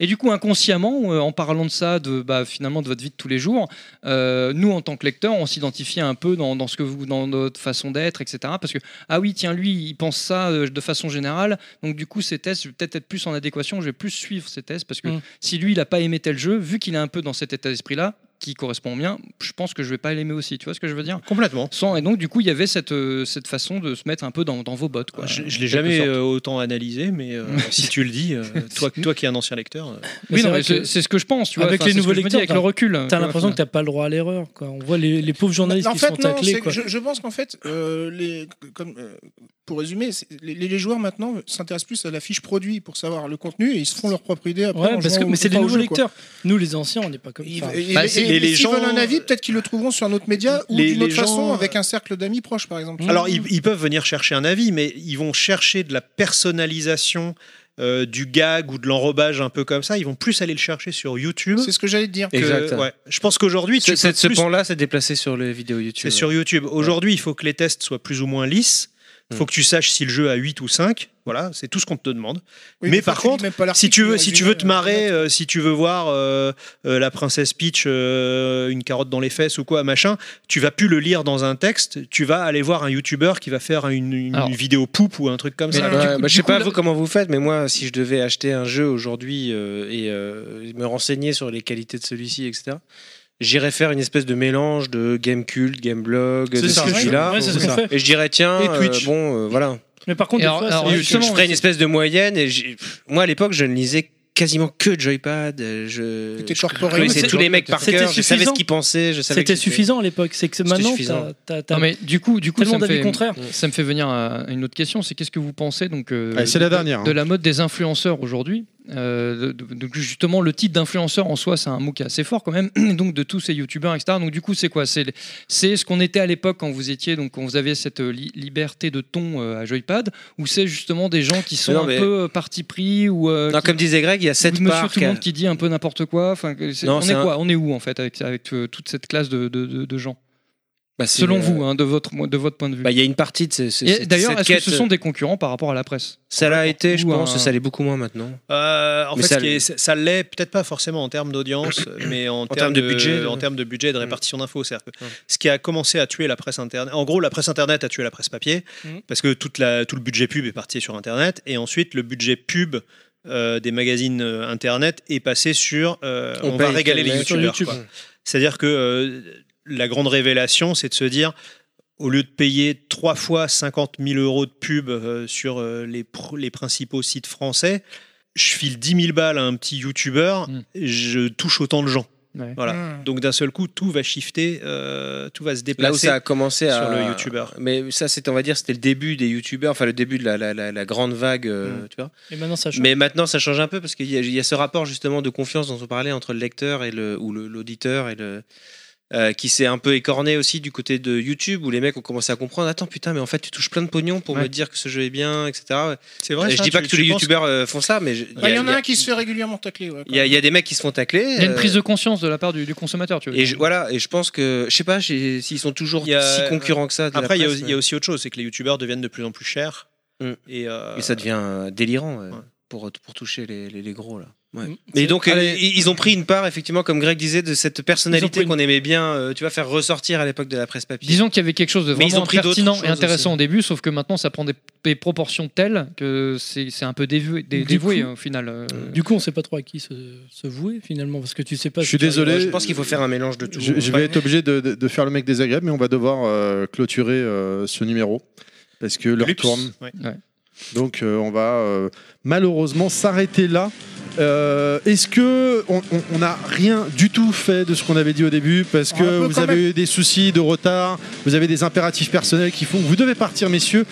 Speaker 3: Et du coup, inconsciemment, euh, en parlant de ça, de bah, finalement de votre vie de tous les jours, euh, nous en tant que lecteurs, on s'identifiait un peu dans, dans ce que vous, dans notre façon d'être, etc. Parce que ah oui, tiens, lui, il pense ça euh, de façon générale. Donc du coup, ces tests, je vais peut-être être plus en adéquation, je vais plus suivre ces tests parce que
Speaker 6: Mm.
Speaker 3: si lui, il n'a pas aimé tel jeu, vu qu'il est un peu dans cet état d'esprit-là, qui correspond bien, je pense que je vais pas l'aimer aussi. Tu vois ce que je veux dire
Speaker 7: Complètement.
Speaker 3: Sans, et donc du coup, il y avait cette, euh, cette façon de se mettre un peu dans, dans vos bottes. Quoi,
Speaker 7: Je,
Speaker 3: en
Speaker 7: je l'ai
Speaker 3: quelque
Speaker 7: jamais
Speaker 3: sorte.
Speaker 7: euh, autant analysé, mais euh, si tu le dis, euh, toi, toi qui es un ancien lecteur, euh,
Speaker 3: Oui, non,
Speaker 6: vrai
Speaker 3: mais c'est
Speaker 6: que-
Speaker 3: c'est ce que je pense. Tu vois,
Speaker 6: Avec
Speaker 3: Enfin,
Speaker 6: les
Speaker 3: c'est ce
Speaker 6: nouveaux
Speaker 3: que je me dis
Speaker 6: lecteurs,
Speaker 3: avec le recul. tu
Speaker 6: T'as
Speaker 3: vois,
Speaker 6: l'impression
Speaker 3: enfin.
Speaker 6: que t'as pas le droit à l'erreur. quoi. On voit les, les pauvres journalistes
Speaker 4: En
Speaker 6: qui
Speaker 4: fait,
Speaker 6: sont
Speaker 4: non,
Speaker 6: taclés.
Speaker 4: c'est-
Speaker 6: quoi.
Speaker 4: je, je pense qu'en fait, euh, les, comme, euh, pour résumer, c'est- les, les joueurs maintenant s'intéressent plus à la fiche produit pour savoir le contenu et ils se font leur propre idée après.
Speaker 6: Ouais,
Speaker 4: en
Speaker 6: parce que
Speaker 4: jouant
Speaker 6: mais
Speaker 4: au-
Speaker 6: c'est les
Speaker 4: au
Speaker 6: nouveaux
Speaker 4: jeu, quoi.
Speaker 6: lecteurs. Nous, les anciens, on n'est pas comme
Speaker 4: Ils-
Speaker 6: ça.
Speaker 4: et-
Speaker 7: Bah,
Speaker 4: et-
Speaker 7: c'est-
Speaker 4: et-
Speaker 7: les- les
Speaker 4: s'ils
Speaker 7: gens-
Speaker 4: veulent un avis, peut-être qu'ils le trouveront sur un autre média ou
Speaker 7: les-
Speaker 4: d'une autre
Speaker 7: les
Speaker 4: façon
Speaker 7: gens,
Speaker 4: avec un cercle d'amis proches, par exemple.
Speaker 7: alors ils, ils peuvent venir chercher un avis, mais ils vont chercher de la personnalisation euh, du gag ou de l'enrobage un peu comme ça. Ils vont plus aller le chercher sur YouTube.
Speaker 4: C'est ce que j'allais te dire.
Speaker 7: que-
Speaker 8: Exact.
Speaker 7: ouais. Je pense qu'aujourd'hui, tu
Speaker 8: Ce,
Speaker 7: peux
Speaker 8: ce- ce
Speaker 7: plus-
Speaker 8: pan-là, c'est déplacé sur les vidéos YouTube.
Speaker 7: c'est sur YouTube. Aujourd'hui, il faut que les tests soient plus ou moins lisses. Il faut que tu saches si le jeu a 8 ou 5. Voilà, c'est tout ce qu'on te demande.
Speaker 4: Oui,
Speaker 7: mais
Speaker 4: des fois,
Speaker 7: par
Speaker 4: tu lis
Speaker 7: contre,
Speaker 4: même pas
Speaker 7: Si
Speaker 4: l'article
Speaker 7: tu veux,
Speaker 4: du
Speaker 7: si tu
Speaker 4: résumé,
Speaker 7: veux te
Speaker 4: euh,
Speaker 7: marrer, euh, si tu veux voir euh, euh, la princesse Peach, euh, une carotte dans les fesses ou quoi, machin, tu vas plus le lire dans un texte, tu vas aller voir un youtubeur qui va faire une, une-
Speaker 3: Alors-
Speaker 7: une vidéo poupe ou un truc comme
Speaker 3: Mais
Speaker 7: ça.
Speaker 3: du
Speaker 8: Ouais,
Speaker 3: coup- du
Speaker 8: bah, je sais
Speaker 3: coup,
Speaker 8: pas
Speaker 3: là-
Speaker 8: vous comment vous faites, mais moi, si je devais acheter un jeu aujourd'hui euh, et euh, me renseigner sur les qualités de celui-ci, etc., j'irais faire une espèce de mélange de game culte, game blog, de
Speaker 7: C'est ça.
Speaker 8: celui-là.
Speaker 6: Ouais, c'est ce qu'on fait.
Speaker 8: Et je dirais, tiens,
Speaker 7: Et Twitch.
Speaker 8: euh, bon, euh, voilà.
Speaker 6: Mais par contre,
Speaker 8: Et
Speaker 6: des
Speaker 8: alors-
Speaker 6: fois,
Speaker 8: alors,
Speaker 6: c'est vrai
Speaker 8: je
Speaker 6: que-
Speaker 8: ferais une espèce de moyenne. Et j'ai- pff, moi, à l'époque, je ne lisais quasiment que de Joypad. euh, Je,
Speaker 6: C'était
Speaker 8: je
Speaker 6: corporel.
Speaker 8: connaissais
Speaker 6: C'était-
Speaker 8: tous les mecs par
Speaker 6: c'était
Speaker 8: cœur. Je savais ce
Speaker 6: suffisant.
Speaker 8: qu'ils pensaient. je savais
Speaker 6: C'était
Speaker 8: qui c'était.
Speaker 6: suffisant à l'époque. C'est que
Speaker 8: C'était
Speaker 6: maintenant,
Speaker 8: suffisant.
Speaker 6: t'as- t'as t'as
Speaker 3: Non, mais du coup, du coup, ça
Speaker 6: tellement
Speaker 3: me,
Speaker 6: d'avis
Speaker 3: fait, Mm.
Speaker 6: contraires.
Speaker 3: ça me fait venir à une autre question. C'est qu'est-ce que vous pensez donc euh,
Speaker 1: Allez, c'est la
Speaker 3: de-
Speaker 1: dernière, hein.
Speaker 3: de la mode des influenceurs aujourd'hui Euh, de- de- donc justement le titre d'influenceur en soi c'est un mot qui est assez fort quand même Et donc de tous ces youtubeurs etc donc du coup c'est quoi c'est les- c'est ce qu'on était à l'époque quand vous étiez donc quand vous aviez cette euh, li- liberté de ton euh, à Joypad ou c'est justement des gens qui sont
Speaker 8: Non,
Speaker 3: un
Speaker 8: mais-
Speaker 3: peu euh, parti pris ou euh,
Speaker 8: Non,
Speaker 3: qui-
Speaker 8: comme disait Greg, il y a sept
Speaker 3: ou monsieur
Speaker 8: parcs.
Speaker 3: tout le monde qui dit un peu n'importe quoi enfin que c'est-
Speaker 8: Non,
Speaker 3: on
Speaker 8: c'est
Speaker 3: est
Speaker 8: un-
Speaker 3: quoi on est où en fait avec, avec euh, toute cette classe de, de- de- de gens
Speaker 8: Bah, c'est
Speaker 3: selon
Speaker 8: le-
Speaker 3: vous hein, de votre de votre point de vue
Speaker 8: Bah, il y a une partie de ces. ces-
Speaker 3: et
Speaker 8: cette-
Speaker 3: D'ailleurs,
Speaker 8: cette
Speaker 3: est-ce que
Speaker 8: quête-
Speaker 3: ce
Speaker 8: euh,
Speaker 3: sont des concurrents par rapport à la presse
Speaker 8: Ça l'a été, je
Speaker 3: Ou un-
Speaker 8: pense. Ça l'est beaucoup moins maintenant.
Speaker 7: Euh, en
Speaker 8: Mais
Speaker 7: fait,
Speaker 8: ça
Speaker 7: ce qui
Speaker 8: l'est.
Speaker 7: est- ça l'est peut-être pas forcément en termes d'audience, mais en,
Speaker 8: termes de budget, euh. de-
Speaker 7: en termes de budget, et de répartition d'infos. C'est-à-dire que ce qui a commencé à tuer la presse internet. En gros, la presse internet a tué la presse papier
Speaker 8: Mm.
Speaker 6: Mhm.
Speaker 7: parce que toute la, tout le budget pub est parti sur internet, et ensuite le budget pub. euh, des magazines euh, internet est passé sur euh,
Speaker 8: On
Speaker 7: on, va
Speaker 8: paye
Speaker 7: régaler les
Speaker 8: quel- sur
Speaker 7: youtubeurs
Speaker 8: YouTube.
Speaker 7: quoi. c'est-à-dire que euh, la grande révélation c'est de se dire au lieu de payer trois fois 50 000 euros de pub euh, sur euh, les, pr- les principaux sites français, je file 10 000 balles à un petit youtubeur,
Speaker 1: Mm.
Speaker 7: je touche autant de gens.
Speaker 3: Ouais.
Speaker 7: Voilà.
Speaker 3: Mm.
Speaker 7: Donc d'un seul coup, tout va shifter, euh, tout va se déplacer
Speaker 8: Là où ça a commencé à...
Speaker 7: sur le youtubeur.
Speaker 8: Mais ça, c'était, on va dire, c'était le début des youtubeurs, enfin le début de la, la- la- la grande vague, euh,
Speaker 3: Mm.
Speaker 8: tu vois.
Speaker 6: Et maintenant, ça change.
Speaker 8: Mais maintenant, ça change un peu parce qu'il y, a- il y a ce rapport justement de confiance dont on parlait entre le lecteur et le, ou le- l'auditeur et le. euh, qui s'est un peu écorné aussi du côté de YouTube où les mecs ont commencé à comprendre attends putain mais en fait tu touches plein de pognon pour
Speaker 7: Ouais.
Speaker 8: me dire que ce jeu est bien etc
Speaker 7: c'est vrai,
Speaker 8: je
Speaker 7: ça,
Speaker 8: dis pas
Speaker 7: tu-
Speaker 8: que tous
Speaker 7: tu
Speaker 8: les
Speaker 7: penses-
Speaker 8: youtubeurs euh, font ça mais je-
Speaker 4: Bah, Il y en a un qui se fait régulièrement tacler. ouais, quand
Speaker 8: il y, a- il y a des mecs qui se font tacler
Speaker 3: Il y a une
Speaker 8: euh,
Speaker 3: prise de conscience de la part du, du consommateur, tu veux
Speaker 8: et
Speaker 3: dire.
Speaker 8: je- voilà et je pense que je sais pas j'ai- s'ils sont toujours
Speaker 7: Il y a-
Speaker 8: si concurrents que ça de la
Speaker 7: Après, il y a-
Speaker 8: presse,
Speaker 7: il y, a aussi autre chose, c'est que les youtubeurs deviennent de plus en plus chers. Et, euh,
Speaker 8: Et ça devient euh, délirant euh, pour, pour toucher les, les- les gros là. Ouais.
Speaker 7: Mm.
Speaker 8: Et donc euh,
Speaker 7: Allez.
Speaker 8: ils ils ont pris une part effectivement comme Greg disait de cette personnalité qu'on aimait bien euh, tu vas faire ressortir à l'époque de la presse papier.
Speaker 3: Disons qu'il y avait quelque chose de
Speaker 8: Mais ils
Speaker 3: vraiment
Speaker 8: ont pris d'autres
Speaker 3: pertinent
Speaker 8: choses
Speaker 3: et intéressant
Speaker 8: aussi.
Speaker 3: au début, sauf que maintenant ça prend des, des proportions telles que c'est c'est un peu dévoué, dé-
Speaker 6: Du
Speaker 3: dévoué,
Speaker 6: coup-
Speaker 3: au final. euh.
Speaker 6: Du coup, on sait pas trop à qui se, se vouer finalement parce que tu sais pas.
Speaker 1: Je suis désolé. Je pense qu'il
Speaker 8: faut faire un mélange de tout.
Speaker 1: Je, je vais être obligé de, de- de faire le mec désagréable, mais on va devoir euh, clôturer euh, ce numéro parce que l'heure
Speaker 7: Luxe.
Speaker 1: tourne.
Speaker 7: Ouais.
Speaker 1: Donc euh, on va euh, malheureusement s'arrêter là. Euh, Est-ce que on, on- on a rien du tout fait de ce qu'on avait dit au début parce
Speaker 4: Un peu
Speaker 1: que vous
Speaker 4: quand
Speaker 1: avez
Speaker 4: même.
Speaker 1: eu des soucis de retard, vous avez des impératifs personnels qui font que vous devez partir, messieurs.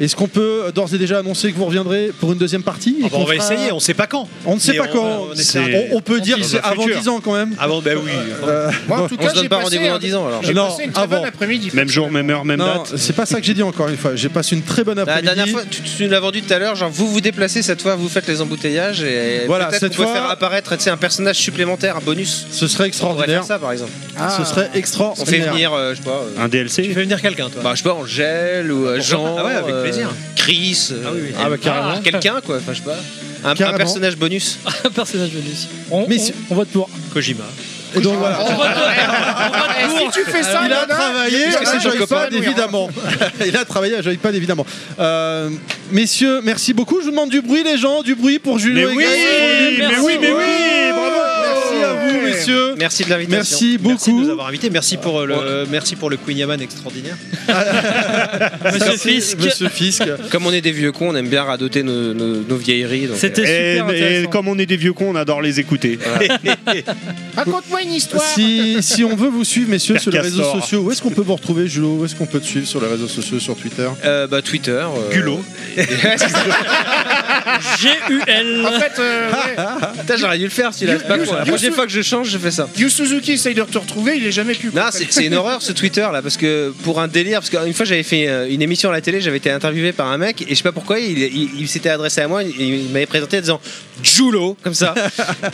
Speaker 1: Est-ce qu'on peut euh, d'ores et déjà annoncer que vous reviendrez pour une deuxième partie et
Speaker 7: Ah bah, on
Speaker 1: qu'on
Speaker 7: va
Speaker 1: fera-
Speaker 7: essayer, on sait pas quand.
Speaker 1: On ne sait
Speaker 7: Mais
Speaker 1: pas quand.
Speaker 7: on
Speaker 1: C'est-
Speaker 7: essaie-
Speaker 1: on, on peut dire que
Speaker 7: dans
Speaker 1: c'est
Speaker 7: un
Speaker 1: avant
Speaker 7: futur.
Speaker 1: 10 ans quand même.
Speaker 7: Avant, ben oui.
Speaker 4: Moi, en
Speaker 1: On
Speaker 4: tout cas,
Speaker 1: se donne
Speaker 4: j'ai
Speaker 1: pas
Speaker 4: passé
Speaker 1: rendez-vous dans
Speaker 4: un-
Speaker 1: 10 ans, alors.
Speaker 4: J'ai
Speaker 1: Non,
Speaker 4: passé une très
Speaker 1: avant.
Speaker 4: bonne après-midi.
Speaker 12: Même jour, même heure, même
Speaker 1: Non,
Speaker 12: date.
Speaker 1: c'est pas ça que j'ai dit encore une fois. J'ai passé une très bonne
Speaker 8: La
Speaker 1: après-midi.
Speaker 8: dernière fois tu, tu nous l'as vendu tout à l'heure genre vous vous déplacez cette fois vous faites les embouteillages et
Speaker 1: Voilà,
Speaker 8: peut-être
Speaker 1: cette
Speaker 8: qu'on peut
Speaker 1: fois-
Speaker 8: faire apparaître tu sais, un personnage supplémentaire un bonus.
Speaker 1: Ce serait
Speaker 8: On pourrait
Speaker 1: extraordinaire.
Speaker 8: faire ça par exemple.
Speaker 1: Ce serait
Speaker 8: On fait
Speaker 1: extraordinaire.
Speaker 8: venir euh, je sais pas euh,
Speaker 12: Un DLC
Speaker 7: Tu fais venir quelqu'un, toi
Speaker 8: bah je sais pas Angèle ou euh,
Speaker 7: Pourquoi
Speaker 8: Jean
Speaker 7: pas Ah ouais, avec
Speaker 8: euh,
Speaker 7: plaisir.
Speaker 8: Chris euh,
Speaker 7: Ah oui, oui.
Speaker 1: Ah bah, carrément.
Speaker 8: quelqu'un quoi enfin je sais pas un- un
Speaker 1: Carrément.
Speaker 8: personnage bonus.
Speaker 6: Un personnage bonus. On,
Speaker 1: Mais
Speaker 6: on-
Speaker 1: c'est-
Speaker 6: on vote pour.
Speaker 7: Kojima.
Speaker 1: Et donc voilà.
Speaker 4: si tu fais ça,
Speaker 1: Il a
Speaker 4: Nana,
Speaker 1: travaillé
Speaker 4: parce que
Speaker 1: à
Speaker 4: c'est ton copain,
Speaker 1: Joypad,
Speaker 4: oui, hein.
Speaker 1: évidemment. Il a travaillé à Joypad, évidemment. Euh, messieurs, merci beaucoup. Je vous demande du bruit, les gens. Du bruit pour Julien.
Speaker 12: Mais oui, mais oui, mais oui, bravo.
Speaker 1: Merci à vous, messieurs.
Speaker 8: Merci de l'invitation.
Speaker 1: Merci
Speaker 7: Merci de nous
Speaker 1: beaucoup.
Speaker 7: avoir invités. Merci pour euh, le, merci pour le Queen Yaman extraordinaire.
Speaker 1: Monsieur
Speaker 6: Fisk.
Speaker 1: Monsieur Fisk.
Speaker 8: Comme on est des vieux cons, on aime bien radoter nos, nos- nos vieilleries. donc,
Speaker 6: C'était
Speaker 8: euh,
Speaker 12: Et,
Speaker 6: super
Speaker 12: Eh, mais
Speaker 6: intéressant.
Speaker 12: comme on est des vieux cons, on adore les écouter.
Speaker 4: Raconte-moi une histoire.
Speaker 1: Si, si on veut vous suivre, messieurs,
Speaker 12: Père
Speaker 1: sur les réseaux
Speaker 12: Castor.
Speaker 1: sociaux, où est-ce qu'on peut vous retrouver, Julo Où est-ce qu'on peut te suivre sur les réseaux sociaux, sur Twitter
Speaker 8: euh, bah, Twitter. euh,
Speaker 12: Gulot.
Speaker 6: GUL.
Speaker 4: En fait, euh, ouais,
Speaker 8: Putain, j'aurais dû le faire celui-là. c'est pas con. La
Speaker 4: Youssou-
Speaker 8: prochaine fois que je change, je fais ça.
Speaker 4: Yu Suzuki essaye de te retrouver, il est jamais plus.
Speaker 8: Non, c'est c'est une horreur ce Twitter là, parce que pour un délire, parce qu'une fois j'avais fait euh, une émission à la télé, j'avais été interviewé par un mec, et je sais pas pourquoi, il, il- il s'était adressé à moi, et il m'avait présenté en disant Julo, comme ça.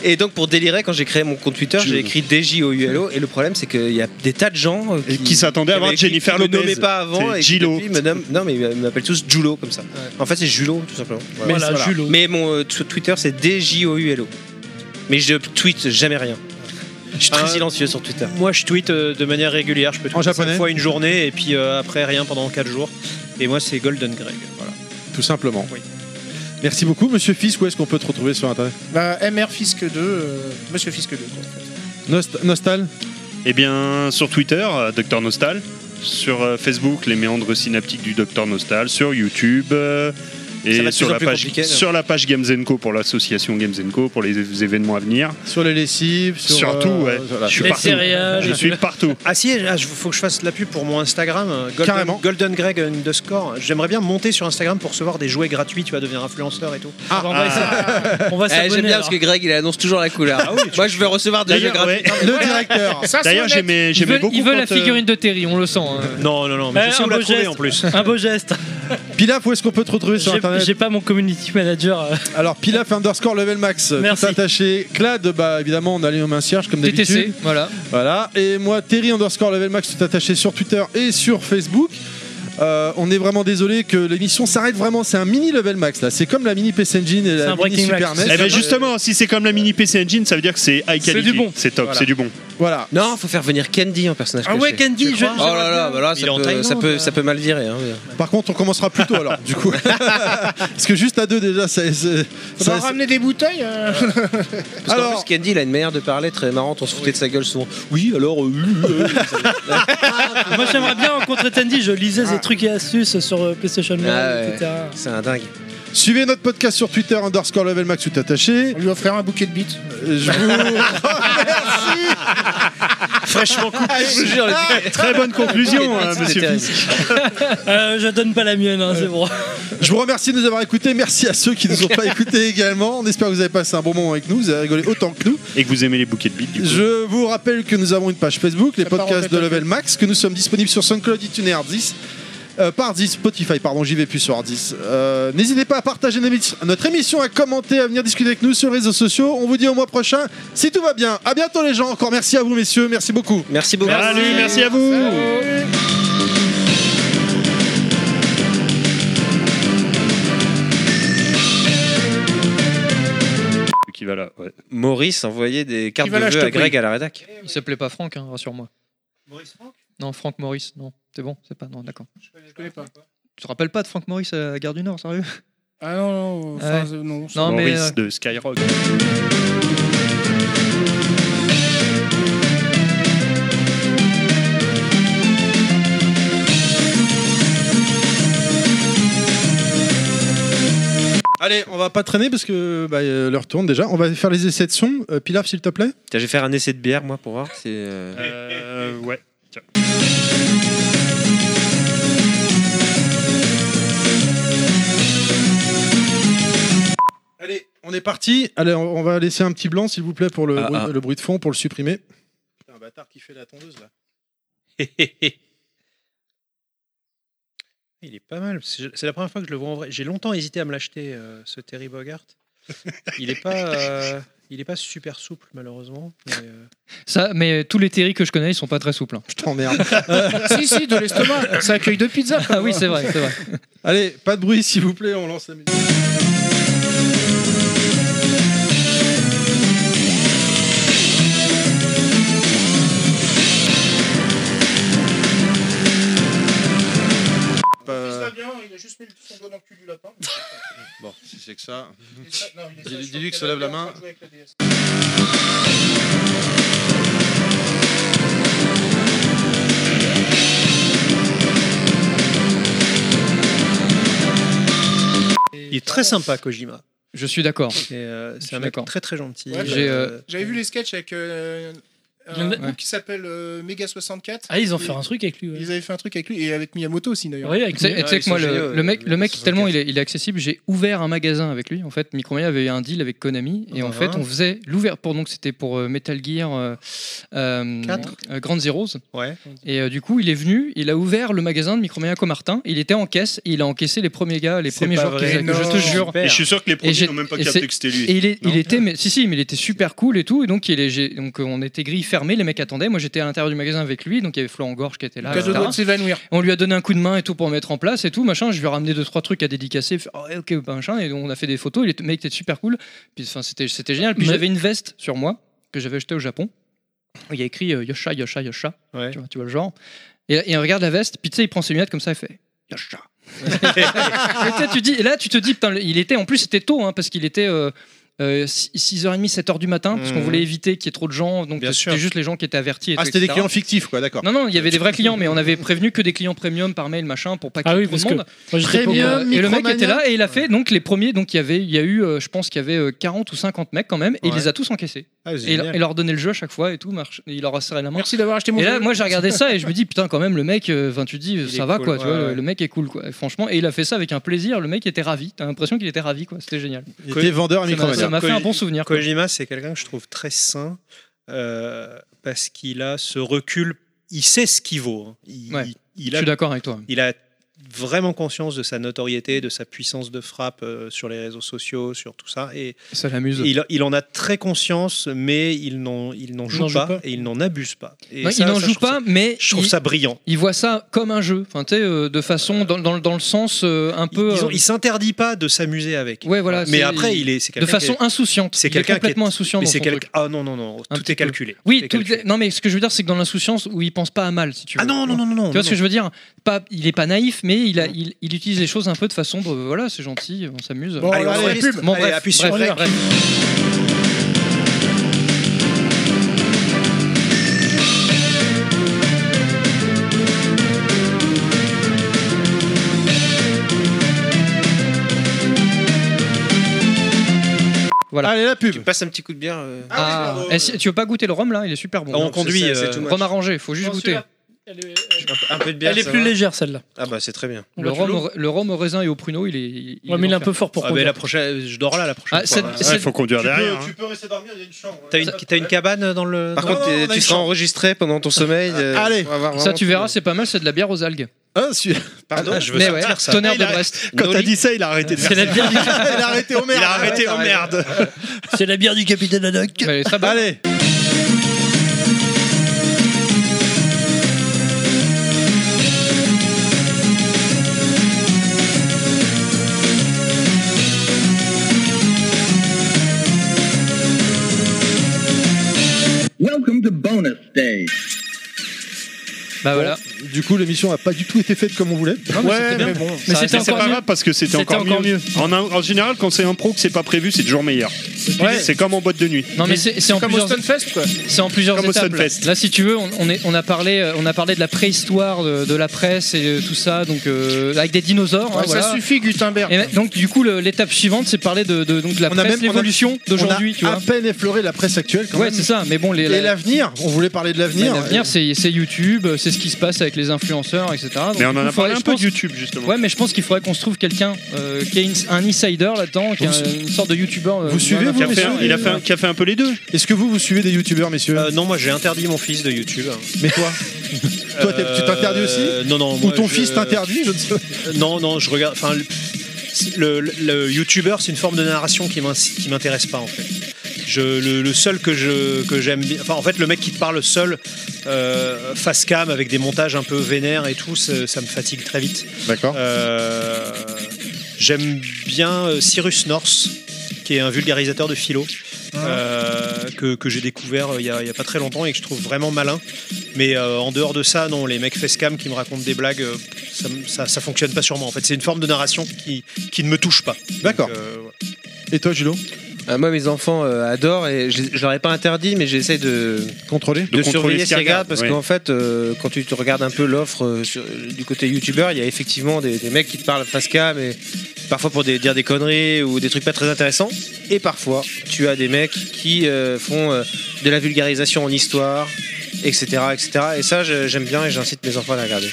Speaker 8: et donc pour délirer, quand j'ai créé mon compte Twitter, j'ai écrit D-J-O-U-L-O, et le problème c'est qu'il y a des tas de gens euh,
Speaker 12: Qui s'attendaient à
Speaker 8: avaient
Speaker 12: voir
Speaker 8: écrit
Speaker 12: Jennifer
Speaker 8: qu'ils
Speaker 12: Lopez.
Speaker 8: Me nommaient pas avant,
Speaker 12: C'est
Speaker 8: et
Speaker 12: Gilo.
Speaker 8: Julo. Me nomment- non, mais ils m'appellent tous Julo, comme ça. En fait, c'est Julo, tout simplement. Voilà.
Speaker 6: Voilà,
Speaker 1: voilà.
Speaker 6: Julo.
Speaker 8: Mais mon euh, tw- Twitter c'est D-J-O-U-L-O. Mais je tweete jamais rien. Je suis très
Speaker 7: Ah.
Speaker 8: silencieux sur Twitter.
Speaker 7: Moi, je tweete euh, de manière régulière. Je peux tweeter
Speaker 1: japonais
Speaker 7: cinq fois une journée et puis euh, après rien pendant 4 jours. Et moi, c'est Golden Greg. Voilà.
Speaker 1: Tout simplement.
Speaker 7: Oui.
Speaker 1: Merci beaucoup, monsieur Fisk. Où est-ce qu'on peut te retrouver sur Internet
Speaker 4: Bah, MR Fisk 2, euh, Monsieur Fisk 2. quoi, en fait.
Speaker 1: Nost- Nostal
Speaker 12: Eh bien, sur Twitter, euh, Docteur Nostal. sur euh, Facebook, les méandres synaptiques du Docteur Nostal, sur YouTube. euh,
Speaker 8: Ça va de
Speaker 12: et
Speaker 8: plus
Speaker 12: sur
Speaker 8: en
Speaker 12: la,
Speaker 8: plus
Speaker 12: page,
Speaker 8: compliqué, là.
Speaker 12: sur la page Games Co pour l'association Games Co pour les é- événements à venir.
Speaker 1: Sur les lessives, sur.
Speaker 12: Surtout,
Speaker 1: euh,
Speaker 12: ouais.
Speaker 1: voilà.
Speaker 12: Je suis partout. Je suis partout.
Speaker 7: Ah si, il faut que je fasse de la pub pour mon Instagram, euh, Golden,
Speaker 1: Carrément.
Speaker 7: Golden Greg underscore. J'aimerais bien monter sur Instagram pour recevoir des jouets gratuits, tu vas devenir influenceur et tout. Ah,
Speaker 3: on va essayer.
Speaker 8: Eh,
Speaker 3: On va
Speaker 7: s'abonner,
Speaker 15: Eh, J'aime bien
Speaker 7: alors.
Speaker 15: parce que Greg il annonce toujours la couleur.
Speaker 8: Ah
Speaker 15: Moi je veux recevoir des jeux
Speaker 7: D'ailleurs,
Speaker 15: gratuits.
Speaker 7: ouais. Le directeur. Ça, c'est D'ailleurs, honnête. j'aimais-
Speaker 3: Il
Speaker 7: j'aimais
Speaker 3: veut-
Speaker 7: beaucoup
Speaker 3: Il veut la
Speaker 7: quand, euh,
Speaker 3: figurine de Terry, on le sent. hein.
Speaker 7: Non, non, non, mais
Speaker 6: Eh,
Speaker 7: je sais
Speaker 6: un
Speaker 7: où la
Speaker 6: beau
Speaker 7: trouver
Speaker 6: geste.
Speaker 7: en plus.
Speaker 6: Un beau geste.
Speaker 1: Pilaf, où est-ce qu'on peut te retrouver sur
Speaker 6: J'ai-
Speaker 1: Internet
Speaker 6: J'ai pas mon community manager. euh.
Speaker 1: Alors Pilaf underscore level max,
Speaker 6: Merci.
Speaker 1: tout attaché. Clad, bah évidemment on a les mains cierges comme d'habitude.
Speaker 3: TTC, voilà.
Speaker 1: Voilà. Et moi Terry underscore level max, tout attaché sur Twitter et sur Facebook. Euh, on est vraiment désolé que l'émission s'arrête vraiment. C'est un mini level max là. C'est comme la mini PC Engine et la
Speaker 6: un
Speaker 1: mini
Speaker 6: Breaking
Speaker 1: Super E
Speaker 6: Max.
Speaker 1: NES.
Speaker 12: Eh ben justement, si c'est comme la mini PC Engine, ça veut dire que c'est high
Speaker 1: C'est
Speaker 12: quality.
Speaker 1: du bon.
Speaker 12: C'est top,
Speaker 1: Voilà.
Speaker 12: c'est du bon.
Speaker 1: Voilà.
Speaker 8: Non, faut faire venir Candy en personnage.
Speaker 7: Ah
Speaker 8: caché.
Speaker 7: ouais, Candy,
Speaker 8: Tu
Speaker 7: je-
Speaker 8: crois
Speaker 7: j'aimerais
Speaker 8: Oh là là,
Speaker 7: bien.
Speaker 8: bah là,
Speaker 7: Il est
Speaker 8: ça
Speaker 7: en
Speaker 8: peut,
Speaker 7: Thaïlande,
Speaker 8: ça peut-
Speaker 7: là.
Speaker 8: ça peut mal virer. hein.
Speaker 1: Par contre, on commencera plus tôt alors. Du coup, parce que juste à deux déjà, ça. ça-
Speaker 4: On
Speaker 1: ça-
Speaker 4: va ramener des bouteilles euh.
Speaker 8: Parce qu'en plus, Candy, il a une manière de parler très marrante. On se foutait de sa gueule souvent. Oui, alors. euh, euh, euh.
Speaker 6: Moi j'aimerais bien rencontrer Tandy, je lisais ses trucs et astuces sur euh, PlayStation One,
Speaker 8: Ah ouais,
Speaker 6: etc.
Speaker 8: C'est un dingue.
Speaker 1: Suivez notre podcast sur Twitter underscore level max tout attaché.
Speaker 4: On lui offrir un bouquet de bites.
Speaker 1: Je vous-
Speaker 12: Fraîchement coupé.
Speaker 7: Ah,
Speaker 8: je vous jure, les-
Speaker 12: Très bonne conclusion, hein,
Speaker 8: C'était
Speaker 12: monsieur
Speaker 8: Ah. terrible.
Speaker 12: Fisk.
Speaker 6: Euh, je donne pas la mienne, hein, c'est bon.
Speaker 1: Je vous remercie de nous avoir écoutés. Merci à ceux qui ne nous ont pas écoutés également. On espère que vous avez passé un bon moment avec nous. Vous avez rigolé autant que nous.
Speaker 12: Et que vous aimez les bouquets de bites, du coup.
Speaker 1: Je vous rappelle que nous avons une page Facebook, les
Speaker 4: Ça part en
Speaker 1: podcasts
Speaker 4: tête
Speaker 1: de
Speaker 4: à
Speaker 1: Level Max, que nous sommes disponibles sur SoundCloud, iTunes et Hard 10. Euh, par 10, Spotify, pardon, j'y vais plus sur Hard 10. Euh, N'hésitez pas à partager nos- notre émission, à commenter, à venir discuter avec nous sur les réseaux sociaux. On vous dit au mois prochain, si tout va bien. À bientôt les gens, encore merci à vous messieurs, merci beaucoup.
Speaker 8: Merci beaucoup.
Speaker 12: Salut, merci à vous. Qui va là, ouais.
Speaker 8: Maurice envoyait des cartes
Speaker 6: Qui
Speaker 8: de
Speaker 6: va là, je
Speaker 8: vœux
Speaker 6: te
Speaker 8: à Greg
Speaker 6: prie.
Speaker 8: à la rédac.
Speaker 3: Il s'appelait pas Franck, hein, rassure-moi. Non, Franck Maurice, non. C'est bon, c'est pas. Non, d'accord.
Speaker 4: Je connais pas.
Speaker 3: Tu te rappelles pas de Franck Maurice euh, à Gare du Nord, sérieux
Speaker 4: Ah non, non, enfin, euh, non.
Speaker 3: Non, mais.
Speaker 12: Maurice
Speaker 3: euh,
Speaker 12: de Skyrock.
Speaker 1: Allez, on va pas traîner parce que bah, euh, l'heure tourne déjà. On va faire les essais de son. Euh, Pilaf, s'il te plaît.
Speaker 8: Tiens, Je vais faire un essai de bière, moi, pour voir. C'est. euh,
Speaker 12: Euh, ouais. Tiens.
Speaker 1: Allez, on est parti. Allez, on on va laisser un petit blanc, s'il vous plaît, pour le,
Speaker 8: Ah,
Speaker 1: bruit,
Speaker 8: ah.
Speaker 1: le bruit de fond, pour le supprimer. Putain, un bâtard qui fait la tondeuse là.
Speaker 7: Il est pas mal. parce que je- C'est la première fois que je le vois en vrai. J'ai longtemps hésité à me l'acheter, euh, ce Terry Bogart. Il est pas, euh, il est pas super souple malheureusement. mais, euh,
Speaker 3: Ça, mais tous les Terry que je connais, ils sont pas très souples. hein.
Speaker 1: Je t'emmerde.
Speaker 4: si, si, de l'estomac. Ça accueille deux pizzas.
Speaker 3: Ah oui, c'est vrai, c'est vrai.
Speaker 1: Allez, pas de bruit, s'il vous plaît, on lance la musique. Euh,
Speaker 4: il a juste mis son doigt dans le cul du lapin.
Speaker 1: Bon, si c'est que ça. Dis- Dis-lui que se lève la main.
Speaker 7: il est très sympa Kojima.
Speaker 3: Je suis d'accord.
Speaker 7: Et, euh, c'est
Speaker 3: suis
Speaker 7: un mec
Speaker 3: d'accord.
Speaker 7: très très gentil.
Speaker 4: Ouais,
Speaker 3: J'ai, euh,
Speaker 7: Euh,
Speaker 4: J'avais vu les sketchs avec euh, un
Speaker 6: Ouais.
Speaker 4: groupe qui s'appelle euh, Mega 64.
Speaker 6: Ah, ils ont fait un truc avec lui. ouais.
Speaker 4: Ils avaient fait un truc avec lui et avec Miyamoto aussi d'ailleurs.
Speaker 6: Ouais, avec
Speaker 3: Tu sais
Speaker 6: lui.
Speaker 3: tu sais
Speaker 8: ils
Speaker 3: que moi,
Speaker 8: sont
Speaker 3: le,
Speaker 8: géniaux,
Speaker 3: le mec,
Speaker 8: euh,
Speaker 3: le mec
Speaker 8: Microsoft
Speaker 3: tellement il est, il est accessible, j'ai ouvert un magasin avec lui. En fait, Micromania avait eu un deal avec Konami et en
Speaker 7: Ah.
Speaker 3: fait, on faisait l'ouvert pour donc c'était pour euh, Metal Gear, euh, euh,
Speaker 7: Quatre.
Speaker 3: euh, Grand Zeroes.
Speaker 7: Ouais.
Speaker 3: Et euh, du coup, il est venu, il a ouvert le magasin de Micromania Comartin. Il était en caisse et il a encaissé les premiers gars, les
Speaker 7: C'est
Speaker 3: premiers
Speaker 7: pas
Speaker 3: joueurs qu'il
Speaker 7: vrai,
Speaker 3: faisait, que Je te
Speaker 7: non.
Speaker 3: jure.
Speaker 7: Super.
Speaker 12: Et je suis sûr que les produits
Speaker 3: j'ai-
Speaker 12: n'ont même pas
Speaker 3: et
Speaker 12: capté
Speaker 3: c'est-
Speaker 12: que c'était lui.
Speaker 3: Et il, est- il
Speaker 12: Non
Speaker 3: était, mais, si, si, mais il était super cool et tout. Et donc, il est, j'ai- donc euh, on était grilles fermées, les mecs attendaient. Moi, j'étais à l'intérieur du magasin avec lui, donc il y avait Florent Gorge qui était là.
Speaker 4: L'occasion
Speaker 3: etc.
Speaker 4: de s'évanouir.
Speaker 3: On lui a donné un coup de main et tout pour mettre en place et tout, machin. Je lui ai ramené deux, trois trucs à dédicacer. il fait, Ah ouais, ok, bah, machin. Et on a fait des photos. Il était, mec, était super cool. Puis, enfin, c'était, c'était génial. Puis,
Speaker 6: Mais-
Speaker 3: j'avais une veste sur moi que j'avais achetée au Japon. Il y a écrit euh, Yosha, Yosha, Yosha.
Speaker 7: Ouais.
Speaker 3: Tu, vois, tu vois le genre. Et, et on regarde la veste. Puis, tu sais, il prend ses lunettes comme ça. Il fait Yosha. et, tu sais, tu dis, et là, tu te dis, putain, le- il était, en plus, c'était tôt, hein, parce qu'il était. euh, euh, six- 6h30, 7h du matin, parce qu'on
Speaker 1: Mhm.
Speaker 3: voulait éviter qu'il y ait trop de gens. Donc
Speaker 1: Bien
Speaker 3: c'était
Speaker 1: sûr.
Speaker 3: juste les gens qui étaient avertis. et
Speaker 1: Ah,
Speaker 3: tout,
Speaker 1: c'était des
Speaker 3: etc.
Speaker 1: clients fictifs, quoi, d'accord.
Speaker 3: Non, non, il y avait des vrais clients, mais on avait prévenu que des clients premium par mail, machin, pour pas qu'il y
Speaker 1: Ah
Speaker 3: ait
Speaker 1: oui,
Speaker 3: trop de
Speaker 1: parce que
Speaker 3: monde.
Speaker 1: moi, j'étais pas au
Speaker 3: et, euh,
Speaker 1: courant.
Speaker 3: et le mec
Speaker 1: Micromania.
Speaker 3: était là et il a fait donc les premiers. Donc il y avait, il y a eu, euh, je pense qu'il y avait euh, 40 ou 50 mecs quand même, et il
Speaker 1: Ouais.
Speaker 3: les a tous encaissés.
Speaker 1: Ah, c'est
Speaker 3: et, il-
Speaker 1: génial.
Speaker 3: il leur donnait le jeu à chaque fois et tout, marche, et il leur a serré la main.
Speaker 6: Merci d'avoir acheté mon
Speaker 3: Et là,
Speaker 6: jeu.
Speaker 3: moi j'ai regardé ça et je me dis putain quand même le mec, euh, enfin tu dis
Speaker 6: est
Speaker 3: ça va
Speaker 6: cool,
Speaker 3: quoi, tu
Speaker 6: ouais,
Speaker 3: vois, le-
Speaker 6: ouais.
Speaker 3: le mec est cool quoi, Et franchement. Et il a fait ça avec un plaisir. Le mec était ravi. T'as l'impression qu'il était ravi quoi, c'était génial.
Speaker 1: Il était vendeur à
Speaker 3: Ça m'a-
Speaker 1: Micromania.
Speaker 3: Ça m'a fait un bon
Speaker 7: Koji-
Speaker 3: souvenir. quoi.
Speaker 7: Kojima, c'est quelqu'un que je trouve très sain euh, parce qu'il a ce recul. Il sait ce qu'il vaut. hein. Il,
Speaker 3: Ouais.
Speaker 7: il
Speaker 3: Je
Speaker 7: a-
Speaker 3: suis d'accord avec toi.
Speaker 7: Il a vraiment conscience de sa notoriété, de sa puissance de frappe euh, sur les réseaux sociaux, sur tout ça. Et
Speaker 3: Ça l'amuse.
Speaker 7: il, il en a très conscience, mais il n'en il n'en joue,
Speaker 3: joue
Speaker 7: pas,
Speaker 3: pas.
Speaker 7: et il n'en abuse pas. Et
Speaker 3: Non,
Speaker 7: ça,
Speaker 3: il n'en
Speaker 7: ça, je
Speaker 3: joue
Speaker 7: trouve
Speaker 3: pas,
Speaker 7: ça-
Speaker 3: mais
Speaker 7: je trouve
Speaker 3: il-
Speaker 7: ça brillant.
Speaker 3: Il voit ça comme un jeu, enfin, tu sais, euh, de façon dans, dans, le- dans le sens euh, un peu.
Speaker 7: Disons,
Speaker 3: euh,
Speaker 7: il s'interdit pas de s'amuser avec.
Speaker 3: Ouais, voilà,
Speaker 7: mais
Speaker 3: c'est-
Speaker 7: après, il est, c'est
Speaker 3: de
Speaker 7: quelqu'un
Speaker 3: façon
Speaker 7: qui est-
Speaker 3: insouciante.
Speaker 7: C'est
Speaker 3: Il est
Speaker 7: quelqu'un qui est-
Speaker 3: complètement insouciant.
Speaker 7: mais
Speaker 3: dans
Speaker 7: c'est
Speaker 3: son
Speaker 7: quelqu'un-
Speaker 3: truc.
Speaker 7: Ah non non non, tout est calculé. Tout
Speaker 3: Oui,
Speaker 7: est
Speaker 3: tout
Speaker 7: calculé.
Speaker 3: est- non mais ce que je veux dire c'est que dans l'insouciance où il pense pas à mal si tu veux.
Speaker 7: Ah non, non, non, non, non,
Speaker 3: Tu vois
Speaker 7: non,
Speaker 3: ce que
Speaker 7: non.
Speaker 3: je veux dire Pas, il est pas naïf mais il, a, il, il utilise les choses un peu de façon de voilà c'est gentil, on s'amuse.
Speaker 7: Bon, Allez, on allez, enregistre. pub.
Speaker 3: Bon,
Speaker 7: Allez,
Speaker 3: bref,
Speaker 7: appuie sur
Speaker 3: bref,
Speaker 7: rec.
Speaker 3: bref. Voilà.
Speaker 1: Allez la pub.
Speaker 8: Tu me passes un petit coup de bière. euh.
Speaker 3: Ah, eh, si- tu veux pas goûter le rhum là Il est super bon.
Speaker 8: Ah, on conduit,
Speaker 3: c'est ça,
Speaker 8: euh,
Speaker 3: c'est tout match. rhum arrangé, faut juste
Speaker 8: Non,
Speaker 3: goûter.
Speaker 8: celui-là. Un peu de bière.
Speaker 3: Elle est
Speaker 8: ça
Speaker 3: plus
Speaker 8: va
Speaker 3: légère, celle-là.
Speaker 8: Ah bah c'est très bien.
Speaker 3: Le rhum, au- le rhum au raisin et au pruneau, il est. il-
Speaker 8: Ouais, mais il est un
Speaker 3: enfer.
Speaker 8: peu fort pour Ah, mais conduire. la
Speaker 7: prochaine, euh, je dors là la prochaine
Speaker 3: Ah,
Speaker 7: fois.
Speaker 3: cette-
Speaker 7: Ouais,
Speaker 3: cette-
Speaker 7: faut conduire
Speaker 3: tu peux-
Speaker 7: derrière,
Speaker 3: tu
Speaker 7: hein.
Speaker 1: Tu peux rester dormir, il y a une chambre.
Speaker 7: T'as une, t'as une cabane dans le.
Speaker 8: Par contre, t'es- tu seras enregistré pendant ton sommeil. euh, on va voir
Speaker 3: ça
Speaker 8: vraiment
Speaker 3: tu
Speaker 8: tout.
Speaker 3: verras, c'est pas mal, c'est de la bière aux algues.
Speaker 1: Ah,
Speaker 8: Pardon, je veux
Speaker 3: Mais
Speaker 8: sortir
Speaker 3: ouais,
Speaker 8: ça.
Speaker 3: Tonnerre
Speaker 8: Ah, il
Speaker 3: de
Speaker 8: a-
Speaker 3: Brest.
Speaker 8: quand t'as dit
Speaker 1: ça, il a arrêté
Speaker 8: de faire ça.
Speaker 1: Il a arrêté au merde.
Speaker 8: Il a arrêté
Speaker 1: Ouais,
Speaker 8: au
Speaker 1: t'as
Speaker 8: merde.
Speaker 1: raison.
Speaker 3: C'est la bière du capitaine Haddock.
Speaker 1: Allez.
Speaker 4: Welcome to bonus day.
Speaker 3: Bah voilà.
Speaker 1: Du coup, l'émission a pas du tout été faite comme on voulait.
Speaker 2: ouais, mais bon, Ah, mais c'est pas grave parce que c'était encore, mieux. En, un- en général, quand c'est un pro que c'est pas prévu, c'est toujours meilleur. C'est comme en boîte de nuit.
Speaker 3: Non mais c'est c'est en
Speaker 2: comme
Speaker 3: plusieurs. C'est en plusieurs
Speaker 2: Comme au
Speaker 3: étapes.
Speaker 2: Stunfest.
Speaker 3: Là, si tu veux, on, on est- on a parlé, euh, on a parlé de la préhistoire de, de la presse et euh, tout ça, donc euh, avec des dinosaures. hein,
Speaker 16: Ouais,
Speaker 3: voilà.
Speaker 16: Ça suffit, Gutenberg.
Speaker 3: Et donc du coup, le- l'étape suivante, c'est de parler de, de- donc de la
Speaker 1: hein. On a
Speaker 3: presse,
Speaker 1: même- on a-
Speaker 3: l'évolution d'aujourd'hui.
Speaker 1: on
Speaker 3: tu
Speaker 1: a
Speaker 3: vois.
Speaker 1: à peine effleuré la presse actuelle quand
Speaker 3: Ouais,
Speaker 1: même.
Speaker 3: c'est ça, mais bon, les-
Speaker 1: et
Speaker 3: la-
Speaker 1: l'avenir, on voulait parler de
Speaker 3: Mais
Speaker 1: l'avenir.
Speaker 3: L'avenir, c'est c'est YouTube, c'est ce qui se passe avec les influenceurs, etc. Donc,
Speaker 2: Mais on
Speaker 3: du
Speaker 2: en
Speaker 3: coup,
Speaker 2: a
Speaker 3: faudrait-
Speaker 2: parlé
Speaker 3: je
Speaker 2: un peu de
Speaker 3: pense-
Speaker 2: YouTube justement.
Speaker 3: Ouais, mais je pense qu'il faudrait qu'on se trouve quelqu'un euh, qui est une- un insider là-dedans, qui est une sorte de youtubeur. euh,
Speaker 1: Vous suivez,
Speaker 3: voilà.
Speaker 1: vous, Qui a fait messieurs, un- il a fait un-
Speaker 2: qui a fait un peu les deux.
Speaker 1: Est-ce que vous vous suivez des youtubeurs, messieurs
Speaker 7: Euh, Non, moi j'ai interdit mon fils de YouTube.
Speaker 1: Mais toi Toi, t'es- tu t'interdis aussi
Speaker 7: Euh, Non, non.
Speaker 1: Ou
Speaker 7: moi,
Speaker 1: ton
Speaker 7: je-
Speaker 1: fils t'interdit Je ne sais pas.
Speaker 7: Euh, Non, non, je regarde. Enfin, le, le, le youtubeur, c'est une forme de narration qui m'inci- qui m'intéresse pas en fait. Je, le, le seul que je que j'aime bien, enfin en fait le mec qui te parle seul, euh, face cam avec des montages un peu vénères et tout, ça, ça me fatigue très vite.
Speaker 1: D'accord.
Speaker 7: Euh, J'aime bien euh, Cyrus North, qui est un vulgarisateur de philo, euh, que, que j'ai découvert euh, il y, a, il y a pas très longtemps et que je trouve vraiment malin. Mais euh, en dehors de ça, non, les mecs facecam qui me racontent des blagues, euh, ça, me- ça, ça fonctionne pas sur moi. En fait, c'est une forme de narration qui, qui ne me touche pas.
Speaker 1: D'accord.
Speaker 7: Donc, euh,
Speaker 1: Et toi, Julo
Speaker 8: Ah, moi, mes enfants euh, adorent et je, je leur ai pas interdit, mais j'essaie de
Speaker 1: Contrôler.
Speaker 8: de, surveiller ce qu'ils regardent parce
Speaker 1: oui.
Speaker 8: qu'en fait, euh, quand tu te regardes un peu l'offre euh, sur- du côté youtubeur, il y a effectivement des, des mecs qui te parlent face cam et parfois pour des- dire des conneries ou des trucs pas très intéressants. Et parfois, tu as des mecs qui euh, font euh, de la vulgarisation en histoire, etc., etc. Et ça, je- j'aime bien et j'incite mes enfants à la regarder.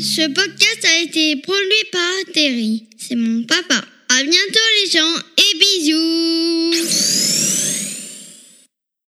Speaker 14: Ce podcast a été produit par Terry. C'est mon papa. À bientôt les gens et bisous.